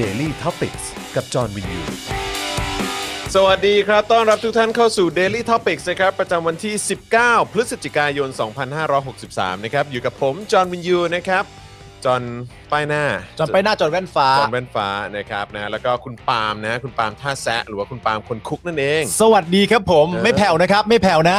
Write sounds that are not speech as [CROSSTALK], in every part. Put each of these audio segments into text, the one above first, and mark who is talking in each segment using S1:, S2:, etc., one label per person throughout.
S1: Daily t o p i c กกับจอห์นวินยู
S2: สวัสดีครับ ต้อนรับทุกท่านเข้าสู่ Daily Topics นะครับ ประจำวันที่ 19 พฤศจิกายน 2563 นะครับ อยู่กับผม จอห์นวินยู นะครับ จอห์นป้ายหน้า
S3: จอนไปหน้าจอนแว่นฟ้า
S2: จอห์นแว่นฟ้า นะครับ นะ แล้วก็คุณปาล์มนะ คุณปาล์มท่าแซะ หรือว่าคุณปาล์มคนคุกนั่นเอง
S3: สวัสดีครับผมไม่แผ่วนะครับ ไม่แผ่ว [LAUGHS] นะ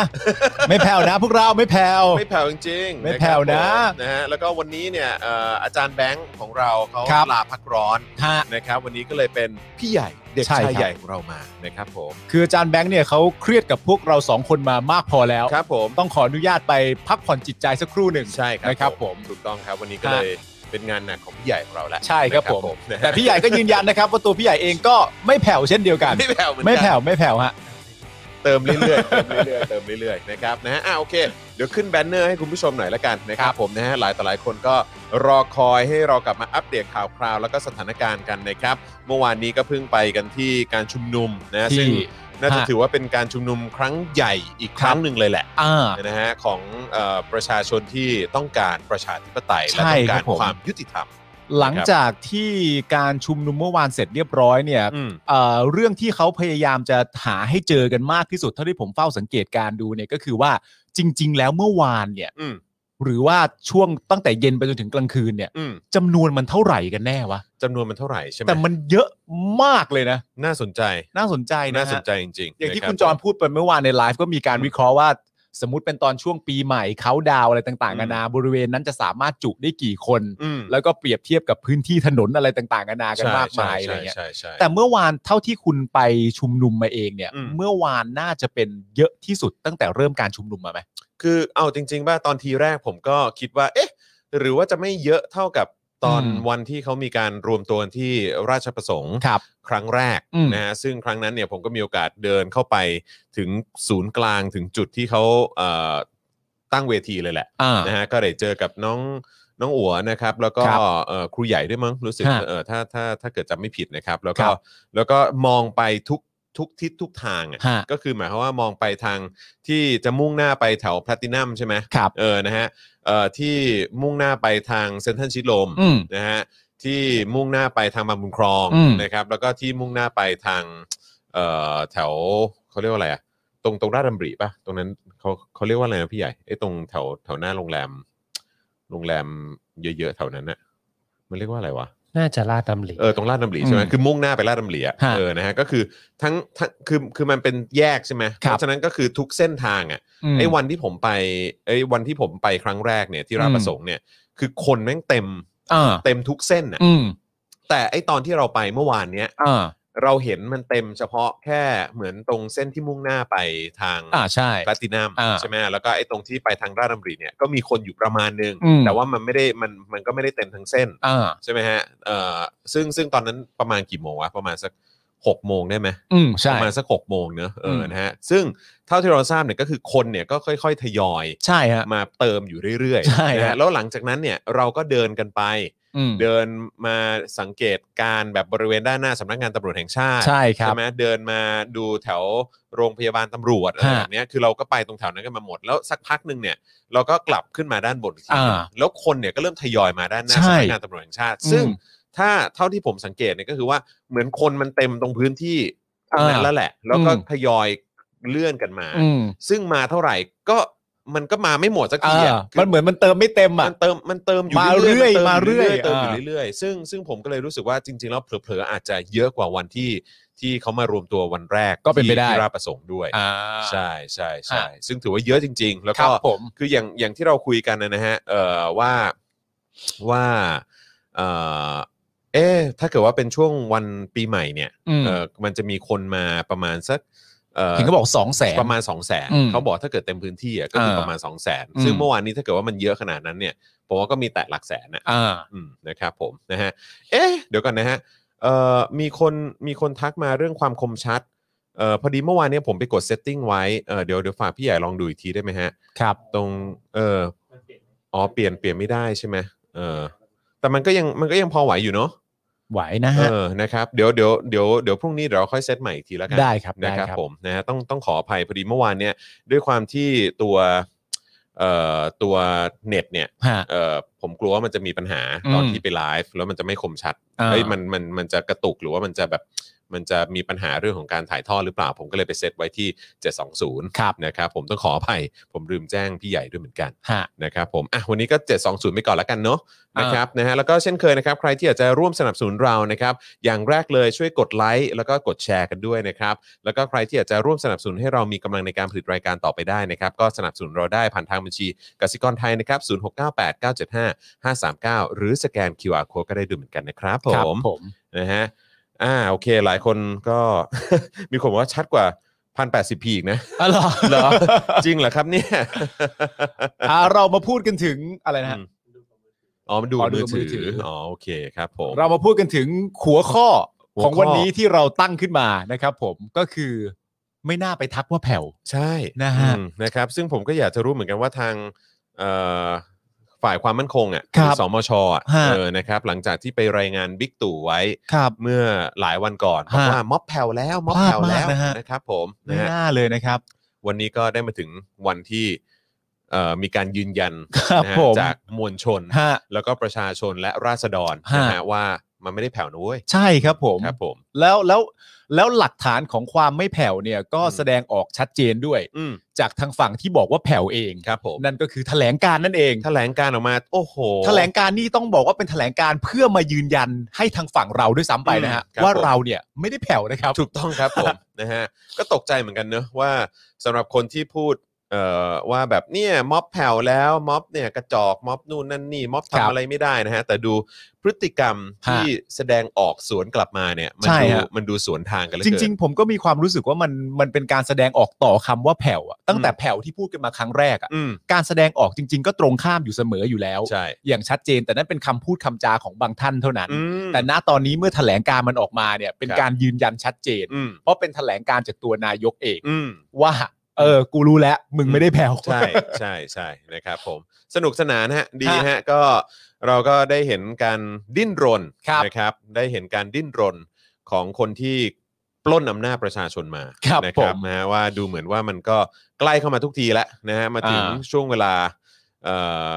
S3: ไม่แผ่วนะ พวกเราไม่แผ่ว
S2: ไม่แผ่วจริงๆ
S3: ไม่แผ่วนะ
S2: ครับผมนะฮะ แล้วก็วันนี้เนี่ยเอ่ออาจารย์แบงค์ของเราเขา
S3: ครับ
S2: ลาพักร้อน
S3: ฮะ
S2: นะครับ วันนี้ก็เลยเป็นพี่ใหญ่ เด็ก
S3: ใช่
S2: ชา
S3: ครั
S2: ย
S3: บ
S2: ใหญ่ของเรามา นะครับผม
S3: คืออาจารย์แบงค์เนี่ยเขาเครียดกับพวกเราสองคนมามากพอแล้ว
S2: ครับผม
S3: ต้องขออนุญาตไปพักผ่อนจิตใจสักครู่หนึ่ง
S2: ใช่ครับ
S3: นะครับผม
S2: ถูกต้องครับวันนี้ก็เลยเป็นงานหนักของพี่ใหญ่ของเราแล้ว
S3: ใช่ครับผม
S2: นะ
S3: แต่พี่ใหญ่ก็ยืนยันนะครับ ว่าตัวพี่ใหญ่เองก็ไม่แผ่วเช่นเดียวกัน
S2: ไม่แผ่วเหมือนกัน
S3: ไม่แผ่วไม่แผ่วฮะ
S2: เติมเรื่
S3: [LAUGHS]
S2: อยๆเติมเรื่อยๆเติมเรื่อยๆนะครับนะฮะอ่ะโอเค เดี๋ยวขึ้นแบนเนอร์ให้คุณผู้ชมหน่อยละกันนะครับผมนะฮะหลายต่อหลายคนก็รอคอยให้เรากลับมาอัปเดตข่าวคราว แล้วก็สถานการณ์กันนะครับ เมื่อวานนี้ก็เพิ่งไปกันที่การชุมนุมนะซึ่งน่าจะ
S3: ฮะ
S2: ถือว่าเป็นการชุมนุมครั้งใหญ่อีกครั้งหนึ่งเลยแหละ
S3: อ่า
S2: นะฮะของเอ่อประชาชนที่ต้องการประชาธิปไตยและ
S3: ใช่
S2: ต้องการ
S3: ครับผม
S2: ความยุติธรรม
S3: หลังจากที่การชุมนุมเมื่อวานเสร็จเรียบร้อยเนี่ย
S2: อืม
S3: เอ่อเรื่องที่เขาพยายามจะหาให้เจอกันมากที่สุดเท่าที่ผมเฝ้าสังเกตการณ์ดูเนี่ยก็คือว่าจริง ๆ แล้วเมื่อวานเนี่ย
S2: อืม
S3: หรือว่าช่วงตั้งแต่เย็นไปจนถึงกลางคืนเนี่ย
S2: อืม
S3: จำนวนมันเท่าไหร่กันแน่วะ
S2: จำนวนมันเท่าไหร่ใช่ไหม
S3: แต่มันเยอะมากเลยนะ
S2: น่าสนใจ
S3: น่าสนใจนะ
S2: น่าสน
S3: ฮะ
S2: ใจจริงๆ
S3: อย่างที่
S2: นะรับ
S3: คุณจรพูดไปเมื่อวานในไลฟ์ก็มีการวิเคราะห์ว่า สมมติเป็นตอนช่วงปีใหม่เขาดาวน์อะไรต่างๆกันานาบริเวณนั้นจะสามารถจุได้กี่คน
S2: อืม
S3: แล้วก็เปรียบเทียบกับพื้นที่ถนนอะไรต่างๆกันานากันมากมายอะไร
S2: ใช่
S3: เงี้ย
S2: ใช่ใช่ใช่
S3: แต่เมื่อวานเท่าที่คุณไปชุมนุมมาเองเนี่ย
S2: อืม
S3: เมื่อวานน่าจะเป็นเยอะที่สุดตั้งแต่เริ่มการชุมนุมมาไหม
S2: คือเอาจริง ๆ ว่าตอนทีแรกผมก็คิดว่า เอ๊ะ หรือว่าจะไม่เยอะเท่ากับตอน
S3: อืม
S2: วันที่เขามีการรวมตัวกันที่ราชประสงค์
S3: ครับ
S2: ครั้งแรก
S3: อืม
S2: นะฮะซึ่งครั้งนั้นเนี่ยผมก็มีโอกาสเดินเข้าไปถึงศูนย์กลางถึงจุดที่เขาเอ่อตั้งเวทีเลยแหละ
S3: อ่า
S2: นะฮะก็ได้เจอกับน้องน้องอัวนะครับ แล้วก็
S3: ครับ
S2: เอ่อครูใหญ่ด้วยมั้งรู้สึก
S3: ฮะ
S2: เออถ้าถ้าถ้าเกิดจำไม่ผิดนะครับ แล้วก็
S3: ครับ
S2: แล้วก็มองไปทุกทุกทิศทุกทางอ่ะ
S3: ฮะ
S2: ก็คือหมายความว่ามองไปทางที่จะมุ่งหน้าไปแถวแพลตินัมใช่ไหม
S3: ครับ
S2: เออนะฮะเอ่อที่มุ่งหน้าไปทางเซนทรัลชิดลม
S3: อืม
S2: นะฮะที่มุ่งหน้าไปทางบางบุญครอง
S3: อืม
S2: นะครับแล้วก็ที่มุ่งหน้าไปทางเอ่อแถวเขาเรียกว่าอะไรอะตรงตรงราชดำริปะตรงนั้นเขาเขาเรียกว่าอะไรนะพี่ใหญ่ไอ้ยตรงแถวแถวหน้าโรงแรม โรงแรมเยอะๆแถวนั้นน่ะมันเรียกว่าอะไรวะ
S4: น่าจะลาดตำหลิ
S2: เออตรงราชดำริใช่ไหม
S3: อืม
S2: คือมุ่งหน้าไปราชดำริอะ
S3: ฮะ
S2: เออนะฮะก็คือทั้งทั้งคือคือมันเป็นแยกใช่ไหม
S3: ค
S2: เพ
S3: รับ
S2: ราะฉะนั้นก็คือทุกเส้นทางอะ
S3: ม
S2: ไอ้วันที่ผมไปไอ้วันที่ผมไปครั้งแรกเนี่ยที่ราช
S3: อืม
S2: ประสงค์เนี่ยคือคนแม่งเต็ม
S3: อ่า
S2: เต็มทุกเส้นน่ะ
S3: อืม
S2: แต่ไอ้ตอนที่เราไปเมื่อวานเนี้ย
S3: อ่า
S2: เราเห็นมันเต็มเฉพาะแค่เหมือนตรงเส้นที่มุ่งหน้าไปทาง
S3: อ่าใช่
S2: แพลตินัม
S3: อ่า
S2: ใช่ไหมแล้วก็ไอ้ตรงที่ไปทางราชดำริเนี่ยก็มีคนอยู่ประมาณหนึง
S3: อืม
S2: แต่ว่ามันไม่ได้มันมันก็ไม่ได้เต็มทั้งเส้น
S3: อ่า
S2: ใช่ไหมฮะเอ่อซึ่งซึ่งตอนนั้นประมาณกี่โมงวะประมาณสักหกโมงได้ไหม
S3: อืม
S2: ป
S3: ใช่
S2: ระมาณสักหกโมงเนอะเอออ
S3: ม
S2: นะฮะซึ่งเท่าที่เราทราบเนี่ยก็คือคนเนี่ยก็ค่อย ๆ ทยอย
S3: ใช่ฮะ
S2: มาเติมอยู่เรื่อย
S3: ใช่
S2: ๆนะ
S3: ครั
S2: ฮะ
S3: บ
S2: แล้วหลังจากนั้นเนี่ยเราก็เดินกันไป
S3: อืม
S2: เดินมาสังเกตการณ์แบบบริเวณด้านหน้าสำนักงานตำรวจแห่งชาติ
S3: ใช่ครับ
S2: ไหมเดินมาดูแถวโรงพยาบาลตำรวจอะไร
S3: ฮะ
S2: แบบเนี้ยคือเราก็ไปตรงแถวนั้นกันมาหมด แล้วสักพักหนึ่งเนี่ยเราก็กลับขึ้นมาด้านบนอีกที
S3: อ่า
S2: หนึ่งแล้วคนเนี่ยก็เริ่มทยอยมาด้านหน้า
S3: ใช่
S2: สำนักงานตำรวจแห่งชาติ ซึ่งถ้าเท่าที่ผมสังเกตเนี่ยก็คือว่าเหมือนคนมันเต็มตรงพื้นที่ตรงนั้นแล้วแหละ แล้วก็
S3: อืม
S2: ทยอยเลื่อนกันมา
S3: อืม
S2: ซึ่งมาเท่าไหร่ก็มันก็มาไม่หมดสักที
S3: อ่า
S2: อ่ะคือ
S3: มันเหมือนมันเติมไม่เต็มอ่ะ
S2: มันเติมมันเติมอยู่
S3: มาเรื่อย
S2: นติ
S3: มาเรื่อย
S2: เติมอยู่
S3: อ่า
S2: เรื่อยๆซึ่งซึ่งผมก็เลยรู้สึกว่าจริง ๆ แล้วเผลอๆอาจจะเยอะกว่าวันที่ที่เขามารวมตัววันแรก
S3: ก็เป็นไปได้
S2: ที่ที่ราชประสงค์ด้วย
S3: อ่า
S2: ใช่ใช่ใช่ซึ่งถือว่าเยอะจริง ๆ แล้ว
S3: ค
S2: ก็
S3: รับผม
S2: คืออย่างอย่างที่เราคุยกันนะฮะเอ่อว่าว่าเอ่อเอ๊ะถ้าเกิดว่าเป็นช่วงวันปีใหม่เนี่ย
S3: อืม
S2: เอ่อมันจะมีคนมาประมาณสักเอ่อ
S3: เห็นเขาบอกสองแสน
S2: ประมาณ 2 0 0แสน
S3: อืม
S2: เขาบอกถ้าเกิดเต็มพื้นที่อะก็คือ
S3: เออ
S2: ประมาณ 2 0 0แสน
S3: อืม
S2: ซึ่งเมื่อวานนี้ถ้าเกิดว่ามันเยอะขนาดนั้นเนี่ยผมว่าก็มีแตะหลักแสนนะ
S3: อ่า
S2: อืมนะครับผมนะฮะเอ๊ะเดี๋ยวก่อนนะฮะเอ่อมีคนมีคนทักมาเรื่องความคมชัดเอ่อพอดีเมื่อวานเนี้ผมไปกดเซตติ้งไว้เอ่อเดี๋ยวเดี๋ยวฝากพี่ใหญ่ลองดูอีกทีได้ไหมฮะ
S3: ครับ
S2: ตรงเอออ๋อเปลี่ยนเปลี่ยนไม่ได้ใช่ไหมเออแต่มันก็ยังมันก็ยังพอไหวอยู่เนาะ
S3: ไหวนะ
S2: เอ
S3: ฮะ
S2: อนะครับเดี๋ยวเดี๋ยวเดี๋ยวเดี๋ยวพรุ่งนี้เดี๋ยวเราค่อยเซตใหม่อีกทีแล้วกัน
S3: ได้ครับ
S2: นะ
S3: ได้
S2: ครับ
S3: ครับ
S2: ผมนะฮะต้องต้องขออภัยพอดีเมื่อวานเนี่ยด้วยความที่ตัว เอ่อตัวเน็ตเนี่ย
S3: ฮะ
S2: เอ่อผมกลัวว่ามันจะมีปัญหาตอน
S3: อืม
S2: ที่ไปไลฟ์แล้วมันจะไม่คมชัด
S3: อ่า
S2: เอ้ยมันมันมันจะกระตุกหรือว่ามันจะแบบมันจะมีปัญหาเรื่องของการถ่ายทอดหรือเปล่า ผมก็เลยไปเซตไว้ที่ 720
S3: ครับ
S2: นะครับผมต้องขออภัย ผมลืมแจ้งพี่ใหญ่ด้วยเหมือนกัน
S3: ฮะ
S2: นะครับผมอ่ะวันนี้ก็ 720 ไปก่อนละกันเนาะ
S3: อ่าน
S2: นะครับนะฮะแล้วก็เช่นเคยนะครับ ใครที่อยากจะร่วมสนับสนุนเรานะครับ อย่างแรกเลยช่วยกดไลค์แล้วก็กดแชร์กันด้วยนะครับ แล้วก็ใครที่อยากจะร่วมสนับสนุนให้เรามีกำลังในการผลิตรายการต่อไปได้นะครับ ก็สนับสนุนเราได้ผ่านทางบัญชีกสิกรไทยนะครับ0698 975 539 หรือสแกน QR code ก็ได้ด้วยเหมือนกันนะครับผ
S3: ครับ
S2: ม
S3: ผม
S2: นะฮะ อ่า โอเค หลายคนก็ [LAUGHS] มีคนบอกว่าชัดกว่า 1,080p อีกนะ
S3: อ๋อเหรอ
S2: เหรอ [LAUGHS] จริงเหรอครับเนี่ย [LAUGHS]
S3: อ่าเรามาพูดกันถึงอะไรนะฮะ
S2: อืม อ๋อ มันดู
S3: อ๋อดู
S2: มือถื
S3: มือถื
S2: อ
S3: อ
S2: อ๋อ โอเคครับผม
S3: เรามาพูดกันถึงหัวข้อ
S2: หัวข้อ
S3: ของวันนี้ที่เราตั้งขึ้นมานะครับ ผมก็คือไม่น่าไปทักว่าแผ่ว
S2: ใช่
S3: นะฮะ
S2: อืมนะครับ ซึ่งผมก็อยากจะรู้เหมือนกันว่าทางเอ่อฝ่ายความมั่นคงอ่ะ
S3: ครั
S2: ห
S3: บ
S2: อสมชอ่ะ
S3: ฮะ
S2: เออนะครับ หลังจากที่ไปรายงานบิ๊กตู่ไว้
S3: ครับ
S2: เมื่อหลายวันก่อนบอก
S3: ฮะ
S2: ว่าม็อบแผ่วแล้ว ม็อบแผ่วแล้ว
S3: พลาดมากนะฮะ
S2: นะครับผม
S3: ไม่
S2: นะฮะ
S3: น่าเลยนะครับ
S2: วันนี้ก็ได้มาถึงวันที่เอ่อมีการยืนยัน
S3: ครับ
S2: นะฮะ
S3: ผม
S2: จากมวลชน
S3: ฮะ
S2: แล้วก็ประชาชนและราษฎร
S3: ฮะ
S2: นะฮะว่ามันไม่ได้แผ่วนะเว้ย
S3: ใช่ครับผม
S2: ครับผม
S3: แล้วแล้วแล้วหลักฐานของความไม่แผ่วเนี่ยก็
S2: อืม
S3: แสดงออกชัดเจนด้วย
S2: อืม
S3: จากทางฝั่งที่บอกว่าแผ่วเอง
S2: ครับผม
S3: นั่นก็คือแถลงการนั่นเอง
S2: แถลงการออกมา โอ้โห
S3: แถลงการนี่ต้องบอกว่าเป็นแถลงการเพื่อมายืนยันให้ทางฝั่งเราด้วยซ้ำไปนะฮะ
S2: อืมครับ
S3: ว่าเราเนี่ยไม่ได้แผ่วนะครับ
S2: ถูกต้องครับผ
S3: [LAUGHS]
S2: ม นะฮะก็ตกใจเหมือนกันเนอะว่าสำหรับคนที่พูดเอ่อว่าแบบเนี่ยม็อบแผ่วแล้วม็อบเนี่ยกระจอกม็อบนู่นนั่นนี่ม็อบ
S3: ครับ
S2: ทำอะไรไม่ได้นะฮะแต่ดูพฤติกรรมที่แสดงออกสวนกลับมาเนี่ยมั
S3: ใช่
S2: ดู
S3: ฮะ
S2: มันดูสวนทางกันเหลย
S3: จริง ๆ ผมก็มีความรู้สึกว่ามันมันเป็นการแสดงออกต่อคำว่าแผ่วอะตั้งแต่แผ่วที่พูดกันมาครั้งแรกอะ
S2: อืม
S3: การแสดงออกจริง ๆ ก็ตรงข้ามอยู่เสมออยู่แล้ว
S2: ใช่
S3: อย่างชัดเจนแต่นั่นเป็นคำพูดคำจาของบางท่านเท่านั้น
S2: อืม
S3: แต่ณตอนนี้เมื่อแถลงการมันออกมาเนี่ยเป็น
S2: ครับ
S3: การยืนยันชัดเจน
S2: อืม
S3: เพราะเป็นแถลงการจากตัวนายกเอง
S2: อืม
S3: ว่า เออ กูรู้แล้ว มึงไม่ได้แผ่ว
S2: ใช่ใช่ใช่นะครับผมสนุกสนานฮะดี
S3: ฮะ
S2: ฮะก็เราก็ได้เห็นการดิ้นรน
S3: ครับ
S2: นะครับ ได้เห็นการดิ้นรนของคนที่ปล้นอำนาจประชาชนมา
S3: ครับ
S2: นะ
S3: ผม
S2: นะฮะว่าดูเหมือนว่ามันก็ใกล้เข้ามาทุกทีแล้วนะฮะมาถึง
S3: อ่า
S2: ช่วงเวลาเอ่อ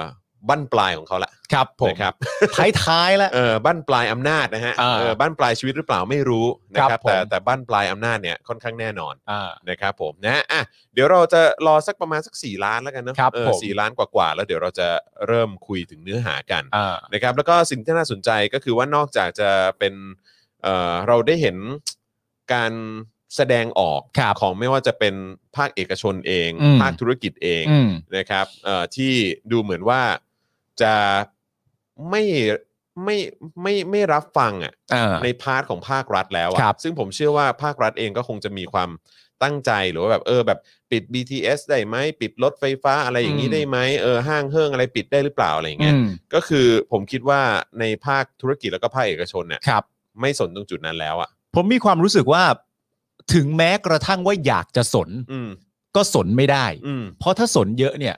S2: บั้นปลายของเขาละ
S3: ครับผม [LAUGHS]
S2: นะครับ
S3: ท้ายท้ายๆแล้ว
S2: เออบั้นปลายอำนาจนะฮะ
S3: อ่า
S2: เออบั้นปลายชีวิตหรือเปล่าไม่รู้นะค
S3: ครั
S2: รับบ
S3: ผม
S2: แต่แต่บั้นปลายอำนาจเนี่ยค่อนข้างแน่นอน
S3: อ่า
S2: นะครับผมนะฮะอ่ะเดี๋ยวเราจะรอสักประมาณสัก 4 ล้านแล้วกันเนาะ
S3: ครับ
S2: เออ
S3: ผม
S2: สี่ล้านกว่าๆแล้วเดี๋ยวเราจะเริ่มคุยถึงเนื้อหากัน
S3: อ่า
S2: นะครับแล้วก็สิ่งที่น่าสนใจก็คือว่านอกจากจะเป็นเอ่อเราได้เห็นการแสดงออก
S3: ครับ
S2: ของไม่ว่าจะเป็นภาคเอกชนเอง
S3: อืม
S2: ภาคธุรกิจเอง
S3: อืม
S2: นะครับเอ่อที่ดูเหมือนว่าจะไม่ไม่ไม่ไม่รับฟังอ่ะ
S3: อ่า
S2: ในพาร์ทของภาครัฐแล้ว
S3: ครั
S2: อะ
S3: บ
S2: ซึ่งผมเชื่อว่าภาครัฐเองก็คงจะมีความตั้งใจหรือว่าแบบเออแบบปิด BTS ได้ไหมปิดรถไฟฟ้าอะไรอย่างนี้
S3: อืม
S2: ได้ไหมเออห้างเฮิงอะไรปิดได้หรือเปล่าอะไรอย่าง
S3: อื
S2: เงี้ย
S3: ม
S2: ก็คือผมคิดว่าในภาคธุรกิจแล้วก็ภาคเอกชนเนี่ย
S3: ครับ
S2: ไม่สนตรงจุดนั้นแล้วอ่ะ
S3: ผมมีความรู้สึกว่า ถึงแม้กระทั่งว่าอยากจะสน
S2: อืม
S3: ก็สนไม่ได้
S2: อืม
S3: เพราะถ้าสนเยอะเนี่ย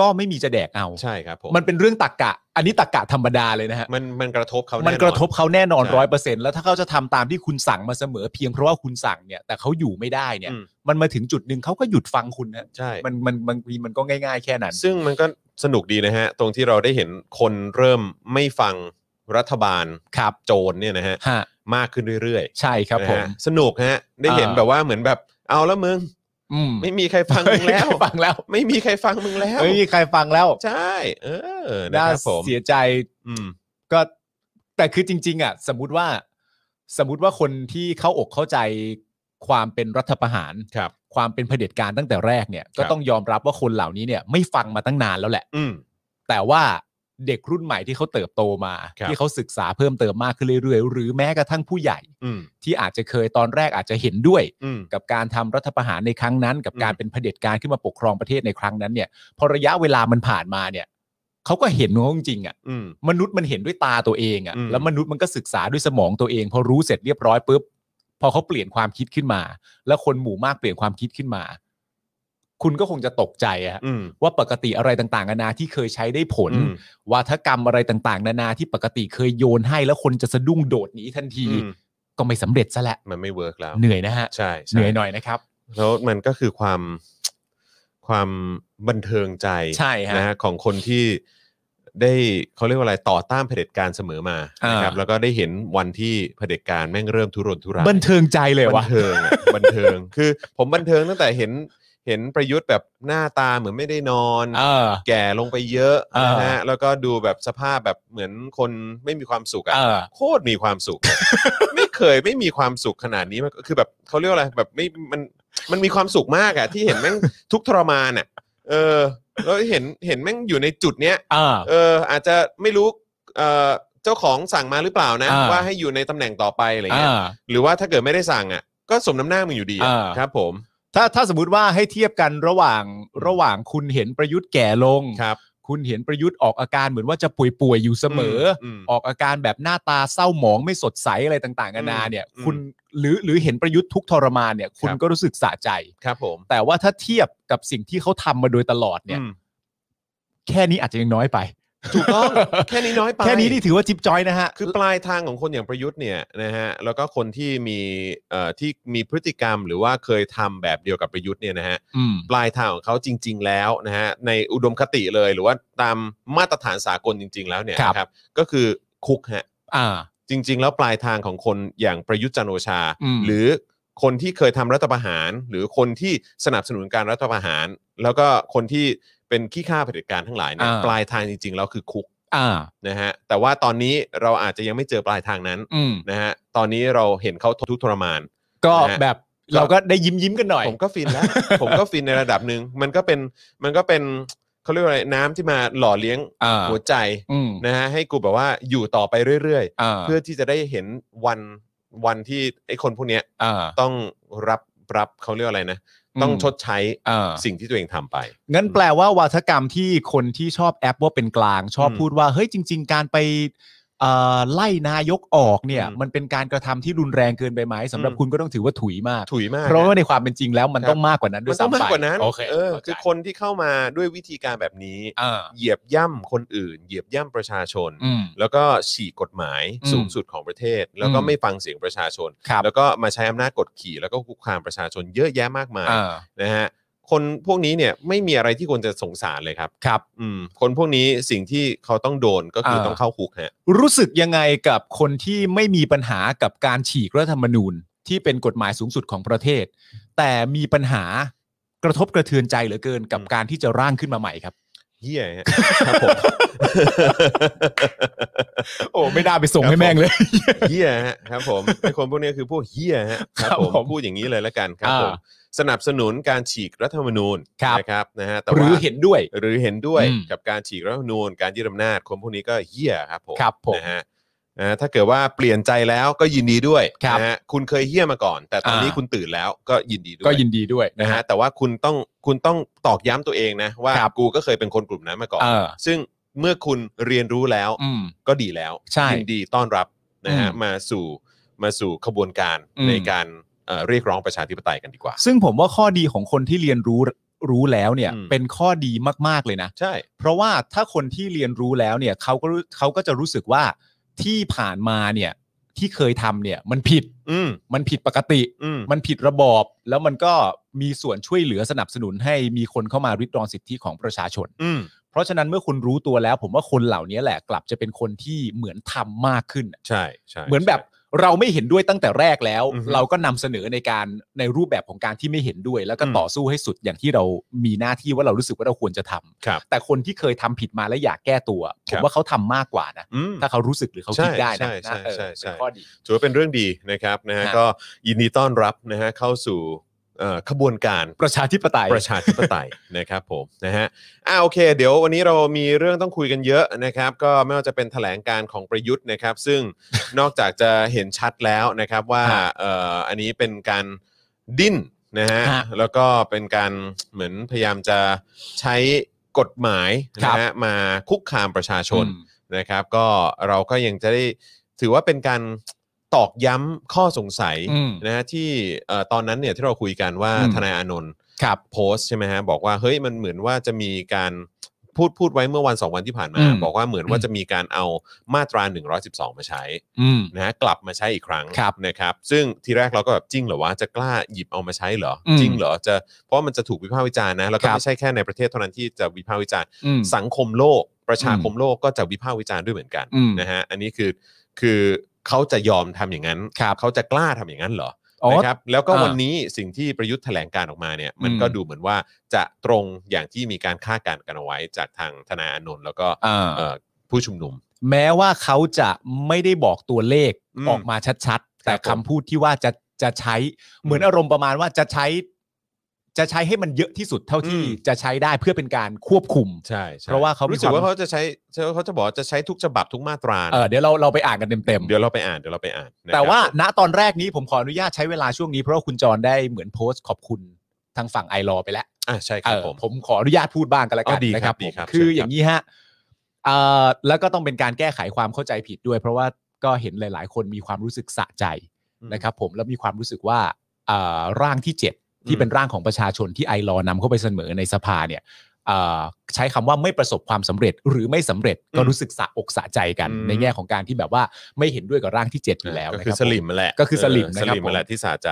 S3: ก็ไม่มีจะแดกเอา
S2: ใช่ครับผม
S3: มันเป็นเรื่องตักกะ อันนี้ตักกะธรรมดาเลยนะฮะ
S2: มันมันกระทบเขา
S3: มั
S2: แมัน
S3: กระทบเขาแน่นอน
S2: ใช่
S3: ร้อยเปอร์เซ็นต์แล้วถ้าเขาจะทำตามที่คุณสั่งมาเสมอเพียงเพราะว่าคุณสั่งเนี่ยแต่เขาอยู่ไม่ได้เนี่ย มันมาถึงจุดหนึ่งเขาก็หยุดฟังคุณนะ
S2: ใช่
S3: มันมันบางทีมันก็ง่ายๆแค่นั้น
S2: ซึ่งมันก็สนุกดีนะฮะ ตรงที่เราได้เห็นคนเริ่มไม่ฟังรัฐบาล
S3: ครับ
S2: โจรเนี่ยนะฮะ
S3: ฮะ
S2: มากขึ้นเรื่อยๆ
S3: ใช่ครับผม
S2: นะฮะสนุกฮะ ได้เห็น
S3: อ่า
S2: แบบว่าเหมือนแบบเอาแล้วมึง
S3: อืม
S2: ไม่มีใครฟังมึงแล้ว
S3: ไม่มีใครฟังแล้ว
S2: ไม่มีใครฟังมึงแล้ว
S3: ไม่มีใครฟังแล้ว
S2: ใช่เออนะ
S3: น่า
S2: ครับผม
S3: เสียใจ
S2: อืม
S3: ก็ แต่คือจริง ๆ อ่ะ สมมติว่า สมมติว่าคนที่เข้าอกเข้าใจความเป็นรัฐประหาร
S2: ครับ
S3: ความเป็นเผด็จการตั้งแต่แรกเนี่ย ก็
S2: ครับ
S3: ต้องยอมรับว่าคนเหล่านี้เนี่ยไม่ฟังมาตั้งนานแล้วแหละ
S2: อืม
S3: แต่ว่าเด็กรุ่นใหม่ที่เขาเติบโตมา
S2: ครับ
S3: ที่เขาศึกษาเพิ่มเติมมากขึ้นเรื่อยๆ หรือแม้กระทั่งผู้ใหญ่
S2: อืม
S3: ที่อาจจะเคยตอนแรกอาจจะเห็นด้วย
S2: อืม
S3: กับการทำรัฐประหารในครั้งนั้น กับ
S2: อืม
S3: การเป็นเผด็จการขึ้นมาปกครองประเทศในครั้งนั้นเนี่ย พอระยะเวลามันผ่านมาเนี่ยเขาก็เห็นของเขาจริงๆอ่ะ
S2: อืม
S3: มนุษย์มันเห็นด้วยตาตัวเองอ่ะ
S2: อืม
S3: แล้วมนุษย์มันก็ศึกษาด้วยสมองตัวเอง พอรู้เสร็จเรียบร้อยปุ๊บพอเขาเปลี่ยนความคิดขึ้นมา แล้วคนหมู่มากเปลี่ยนความคิดขึ้นมา คุณก็คงจะตกใจอะฮะ
S2: อืม
S3: ว่าปกติอะไรต่างๆนานาที่เคยใช้ได้ผล
S2: อืม
S3: วาทกรรมอะไรต่างๆ นานาที่ปกติเคยโยนให้แล้วคนจะสะดุ้งโดดหนีทันที
S2: อืม
S3: ก็ไม่สำเร็จซะและ
S2: มันไม่เวิร์กแล้ว
S3: เหนื่อยนะฮะ
S2: ใช่
S3: เห
S2: ใช่
S3: นื่อยหน่อยนะครับ
S2: แล้วมันก็คือความ ค ความบันเทิงใจ
S3: ใช่ฮะ
S2: นะฮะของคนที่ได้เขาเรียกว่าอะไรต่อต้านเผด็จการเสมอมา
S3: อ่าน
S2: นะครับแล้วก็ได้เห็นวันที่เผด็จการแม่งเริ่มทุรนทุราย
S3: บันเทิงใจเลย
S2: บั
S3: วะ
S2: นเทิงอะบันเทิง คือผมบันเทิงตั้งแต่เห็นเห็นประยุทธ์แบบหน้าตาเหมือนไม่ได้นอน
S3: เออ
S2: แก่ลงไปเยอะ
S3: เออ
S2: นะฮะแล้วก็ดูแบบสภาพแบบเหมือนคนไม่มีความสุข
S3: เอ
S2: อะ
S3: อ
S2: โคตรมีความสุ [LAUGHS] ข ไม่เคยไม่มีความสุขขนาดนี้มันก็คือแบบเขาเรียกว่าอะไรแบบไม่มันมันมีความสุขมากอะที่เห็น [LAUGHS] แม่ง ทุกข์ทรมานอะเออแล้วเห็นเห็นแม่งอยู่ในจุดเนี้ย
S3: เออ
S2: เอออาจจะไม่รู้เออเจ้าของสั่งมาหรือเปล่านะ
S3: อ่า
S2: ว่าให้อยู่ในตำแหน่งต่อไปอะไร
S3: เอ
S2: เงี้ย
S3: อ
S2: หรือว่าถ้าเกิดไม่ได้สั่งอ่ะก็สมน้ำหน้ามึงอยู่ดีอะ
S3: อ่า
S2: ครับผม
S3: ถ้าถ้าสมมติว่าให้เทียบกันระหว่างระหว่างคุณเห็นประยุทธ์แก่ลง
S2: ครับ
S3: คุณเห็นประยุทธ์ออกอาการเหมือนว่าจะป่วยป่วยๆอยู่เสมออ
S2: ม
S3: ออกอาการแบบหน้าตาเศร้าหมองไม่สดใสอะไรต่างๆนานาเนี่ย
S2: อืม
S3: คุณหรือหรือเห็นประยุทธ์ทุกข์ทรมานเนี่ย คุณ
S2: ครับ
S3: ก็รู้สึกสะใจ
S2: ครับผม
S3: แต่ว่าถ้าเทียบกับสิ่งที่เขาทำมาโดยตลอดเนี่ย
S2: อืม
S3: แค่นี้อาจจะยังน้อยไป
S2: ถูกต้อง [LAUGHS] แค่นี้น้อยไป
S3: แค่นี้นี่ถือว่าจิ๊บจอยนะฮะ
S2: คือปลายทางของคนอย่างประยุทธ์เนี่ยนะฮะแล้วก็คนที่มีเอ่อที่มีพฤติกรรมหรือว่าเคยทำแบบเดียวกับประยุทธ์เนี่ยนะฮะ
S3: อืม
S2: ปลายทางของเขาจริง ๆ แล้วนะฮะในอุดมคติเลยหรือว่าตามมาตรฐานสากลจริง ๆ แล้วเนี่ย
S3: ครับ
S2: ครับก็คือคุกฮะ
S3: อ่า
S2: จริง ๆ แล้วปลายทางของคนอย่างประยุทธ์จันทร์โอชา
S3: อืม
S2: หรือคนที่เคยทำรัฐประหาร หรือคนที่สนับสนุนการรัฐประหาร แล้วก็คนที่เป็นขี้ข้าเผด็จการทั้งหลายเนี่ย
S3: อ่า
S2: ปลายทางจริง ๆ แล้วคือคุก
S3: อ่า
S2: นะฮะแต่ว่าตอนนี้เราอาจจะยังไม่เจอปลายทางนั้น
S3: อืม
S2: นะฮะตอนนี้เราเห็นเขาทุกข์ทรมาน
S3: ก็
S2: นะฮะ
S3: แบบเราก็ได้ยิ้มยิ้มๆกันหน่อย
S2: ผมก็ฟิน
S3: [LAUGHS]
S2: แล้ว ผมก็ฟินในระดับหนึ่งมันก็เป็นมันก็เป็นเขาเรียกว่าอะไรน้ำที่มาหล่อเลี้ยง
S3: อ่า
S2: หัวใจ
S3: อืม
S2: นะฮะให้กูแบบว่าอยู่ต่อไปเรื่อยๆ
S3: อ่า
S2: เพื่อที่จะได้เห็นวันวันที่ไอ้คนพวกเนี้ย
S3: อ่า
S2: ต้องรับรับเขาเรียกอะไรนะ ต้องชดใช้
S3: อ่า
S2: สิ่งที่ตัวเองทำไป
S3: งั้นแปลว่าวาทกรรมที่คนที่ชอบแอปว่าเป็นกลาง ชอบ
S2: อืม
S3: พูดว่าเฮ้ยจริง ๆ การไปเอ่อไล่นายกออกเนี่ย
S2: อืม
S3: มันเป็นการกระทำที่รุนแรงเกินไปไหมสำหรับ
S2: อืม
S3: คุณก็ต้องถือว่าถุยมาก
S2: ถุยมาก
S3: เพราะว่า
S2: นะ
S3: ในความเป็นจริงแล้วมัน
S2: ครับ
S3: ต้องมากกว่านั้นด้ว
S2: มั
S3: ย
S2: นต้อง
S3: ซ้ำไป
S2: มากกว่านั้น
S3: โอเค
S2: เออคือคนที่เข้ามาด้วยวิธีการแบบนี้
S3: อ่า
S2: เหยียบย่ำคนอื่น เหยียบย่ำประชาชน
S3: อืม
S2: แล้วก็ฉีกกฎหมาย
S3: อืม
S2: สูงสุดของประเทศ แล้วก็
S3: อืม
S2: ไม่ฟังเสียงประชาชน
S3: ครับ
S2: แล้วก็มาใช้อำนาจกดขี่แล้วก็คุกคามประชาชนเยอะแยะมากมาย
S3: อ่า
S2: นะฮะคนพวกนี้เนี่ยไม่มีอะไรที่ควรจะสงสารเลยครับ
S3: ครับ
S2: อืมคนพวกนี้สิ่งที่เขาต้องโดนก็คือ
S3: เออ
S2: ต้องเข้าคุกฮะ
S3: รู้สึกยังไงกับคนที่ไม่มีปัญหากับการฉีกรัฐธรรมนูญที่เป็นกฎหมายสูงสุดของประเทศ แต่มีปัญหากระทบกระเทือนใจเหลือเกินกับ
S2: อืม
S3: การที่จะร่างขึ้นมาใหม่ครับ
S2: เฮียฮะ ครับ [LAUGHS] ผม
S3: โอ้ไม่น่าไปส่งให้แม่งเลย
S2: เฮียฮะครับผมไอ้คนพวกนี้คือพวกเฮียฮะครับผ
S3: ครับผม ม
S2: พูดอย่างนี้เลยละกันครับ
S3: อ่า
S2: ผมสนับสนุนการฉีกรัฐธรรมนูญ
S3: ครับ
S2: นะครับนะฮะแต่
S3: หรื
S2: ว่า
S3: อเห็นด้วย
S2: หรือเห็นด้วย
S3: อืม
S2: กับการฉีกรัฐธรรมนูญการยึดอำนาจคนพวกนี้ก็เฮียครับผม
S3: ครับผม
S2: นะฮะนะฮะถ้าเกิดว่าเปลี่ยนใจแล้วก็ยินดีด้วย
S3: ครับ
S2: นะฮะคุณเคยเฮี้ยมาก่อน แต่ตอนนี้
S3: อ่า
S2: คุณตื่นแล้วก็ยินดีด้วย
S3: ก็ยินดีด้วย
S2: นะ
S3: นะ
S2: ฮะ
S3: ฮะ
S2: แต่ว่าคุณต้องคุณต้องตอกย้ำตัวเองนะว่า
S3: ครับ
S2: กูก็เคยเป็นคนกลุ่มนั้นมาก่อน
S3: เออ
S2: ซึ่งเมื่อคุณเรียนรู้แล้ว
S3: อืม
S2: ก็ดีแล้ว
S3: ใช่
S2: ยินดีต้อนรับนะฮะ
S3: อืม
S2: มาสู่มาสู่ขบวนการ
S3: อืม
S2: ในการเอ่อเรียกร้องประชาธิปไตยกันดีกว่า
S3: ซึ่งผมว่าข้อดีของคนที่เรียนรู้รู้แล้วเนี่ย
S2: อืม
S3: เป็นข้อดีมาก ๆ เลยนะ
S2: ใช่
S3: เพราะว่าถ้าคนที่เรียนรู้แล้วเนี่ยเขาก็รู้เขาก็จะรู้สึกว่าที่ผ่านมาเนี่ยที่เคยทำเนี่ย มันผิด
S2: อืม
S3: มันผิดปกติ
S2: อืม
S3: มันผิดระบอบ แล้วมันก็มีส่วนช่วยเหลือสนับสนุนให้มีคนเข้ามาริดรอนสิทธิของประชาชน
S2: อืม
S3: เพราะฉะนั้นเมื่อคุณรู้ตัวแล้ว ผมว่าคนเหล่านี้แหละกลับจะเป็นคนที่เหมือนทำมากขึ้น
S2: ใช่ใช่
S3: เหมือนแบบเราไม่เห็นด้วยตั้งแต่แรกแล้ว
S2: อือฮึ
S3: เราก็นำเสนอในการในรูปแบบของการที่ไม่เห็นด้วย แล้วก็
S2: อืม
S3: ต่อสู้ให้สุดอย่างที่เรามีหน้าที่ว่าเรารู้สึกว่าเราควรจะทำ
S2: ครับ
S3: แต่คนที่เคยทำผิดมาและอยากแก้ตัวผ
S2: ครั
S3: ม
S2: บ
S3: ว่าเขาทำมากกว่านะ
S2: อืม
S3: ถ้าเขารู้สึกหรือเขาคิดได้นะ
S2: ใช่ใช่
S3: นะเออ
S2: ใช่ใช่
S3: เป็นข้อดี
S2: ถือว่าเป็นเรื่องดีนะครับนะฮะ
S3: ฮะ
S2: ก็ยินดีต้อนรับนะฮะเข้าสู่เอ่อขบวนการ
S3: ประชาธิปไตย
S2: ประชาธิปไตย นะครับผมนะฮะอ่าโอเค เดี๋ยววันนี้เรามีเรื่องต้องคุยกันเยอะนะครับ ก็ไม่ว่าจะเป็นแถลงการของประยุทธ์นะครับ ซึ่ง [LAUGHS] นอกจากจะเห็นชัดแล้วนะครับว่า
S3: ฮะ
S2: เอ่ออันนี้เป็นการดิ้นนะฮะ
S3: ฮะ
S2: แล้วก็เป็นการเหมือนพยายามจะใช้กฎหมาย
S3: ค
S2: นะ
S3: รับ
S2: ฮะมาคุกคามประชาชน
S3: อืม
S2: นะครับก็เราก็ยังจะได้ถือว่าเป็นการตอกย้ำข้อสงสัย
S3: อืม
S2: นะฮะที่เอ่อตอนนั้นเนี่ยที่เราคุยกันว่า
S3: อืม
S2: ทนายอานนท์
S3: ครับ
S2: โพสต์ใช่ไหมฮะบอกว่าเฮ้ยมันเหมือนว่าจะมีการ พูดพูดไว้เมื่อวันสองวันที่ผ่านมา
S3: อืม
S2: บอกว่าเหมือนว่าจะมีการเอามาตรา 112 มาใช้
S3: อืม
S2: นะฮะกลับมาใช้อีกครั้ง
S3: ครับ
S2: นะครับ ซึ่งทีแรกเราก็แบบจริงเหรอวะจะกล้าหยิบเอามาใช้เหรออ
S3: ม
S2: จริงเหรอจะเพราะมันจะถูกวิพากษ์วิจารณ์นะแล้วก็
S3: ครับ
S2: ไม่ใช่แค่ในประเทศเท่านั้นที่จะวิพากษ์วิจารณ์
S3: อืม
S2: สังคมโลก ประชาคมโลกก็จะวิพากษ์วิจารณ์ด้วยเหมือนกัน
S3: อืม
S2: นะฮะอันนี้คือคือเขาจะยอมทำอย่างนั้น
S3: ครับ
S2: เขาจะกล้าทำอย่างนั้นเหรอ
S3: อ๋อ
S2: นะครับแล้วก็
S3: อ่า
S2: วันนี้สิ่งที่ประยุทธ์แถลงการออกมาเนี่ยมัน
S3: อืม
S2: ก็ดูเหมือนว่าจะตรงอย่างที่มีการคาดการณ์กันเอาไว้ จากทางธนาอานนท์แล้วก็
S3: อ่า
S2: เอ่อผู้ชุมนุม
S3: แม้ว่าเขาจะไม่ได้บอกตัวเลข
S2: อืม
S3: ออกมาชัดๆ แต่
S2: ครับผม
S3: คำพูดที่ว่าจะจะใช้เหมือน
S2: อืม
S3: อารมณ์ประมาณว่าจะใช้ จะใช้ให้มันเยอะที่สุดเท่าที่
S2: อืม
S3: จะใช้ได้เพื่อเป็นการควบคุม
S2: ใช่ใช่
S3: เพราะว่าเขามี
S2: รู้สึกว่า
S3: ความ
S2: เขาจะใช้เขาจะบอกว่าจะใช้ทุกฉบับทุกมาตรานะ
S3: เออเดี๋ยวเราเราไปอ่านกันเต็ม
S2: เดี๋ยวเราไปอ่านเดี๋ยวเราไปอ่านนะ
S3: ๆ แต่ว่า
S2: ครับ
S3: ณตอนแรกนี้ผมขออนุญาตใช้เวลาช่วงนี้เพราะว่าคุณจรได้เหมือนโพสต์ขอบคุณทางฝั่งไอรอไปแล้ว
S2: อ่ะใช่ค
S3: เอ
S2: รับ
S3: อ
S2: ผม
S3: ผมขออนุญาตพูดบ้างกันแล้วกั
S2: อ๋
S3: น
S2: อดี
S3: นะ
S2: ค
S3: ค
S2: รั
S3: รั
S2: บบ ดี
S3: ผม
S2: ครับ
S3: คือ
S2: เชิญครับ
S3: อย่างนี้ฮะเอ่อแล้วก็ต้องเป็นการแก้ไขความเข้าใจผิดด้วย เพราะว่าก็เห็นหลาย ๆ คนมีความรู้สึกสะใจนะครับ ผมแล้วมีความรู้สึกว่าเอ่อร่างที่ 7 ที่เป็นร่างของประชาชนที่ไอรอนำเข้าไปเสนอในสภาเนี่ยเอ่อใช้คำว่าไม่ประสบความสำเร็จหรือไม่สำเร็จก็รู้สึกสะอกสะใจกัน
S2: อืม
S3: ในแง่ของการที่แบบว่าไม่เห็นด้วยกับร่างที่ 7 อยู่แล้ว
S2: ก็
S3: นะ
S2: คื
S3: ค
S2: อ
S3: รับ
S2: สลิม
S3: ผม
S2: นั่นแหละ
S3: ก็คือสลิมนะครับ
S2: เสลิมนั่นแหละ
S3: ผม
S2: ที่สาใจ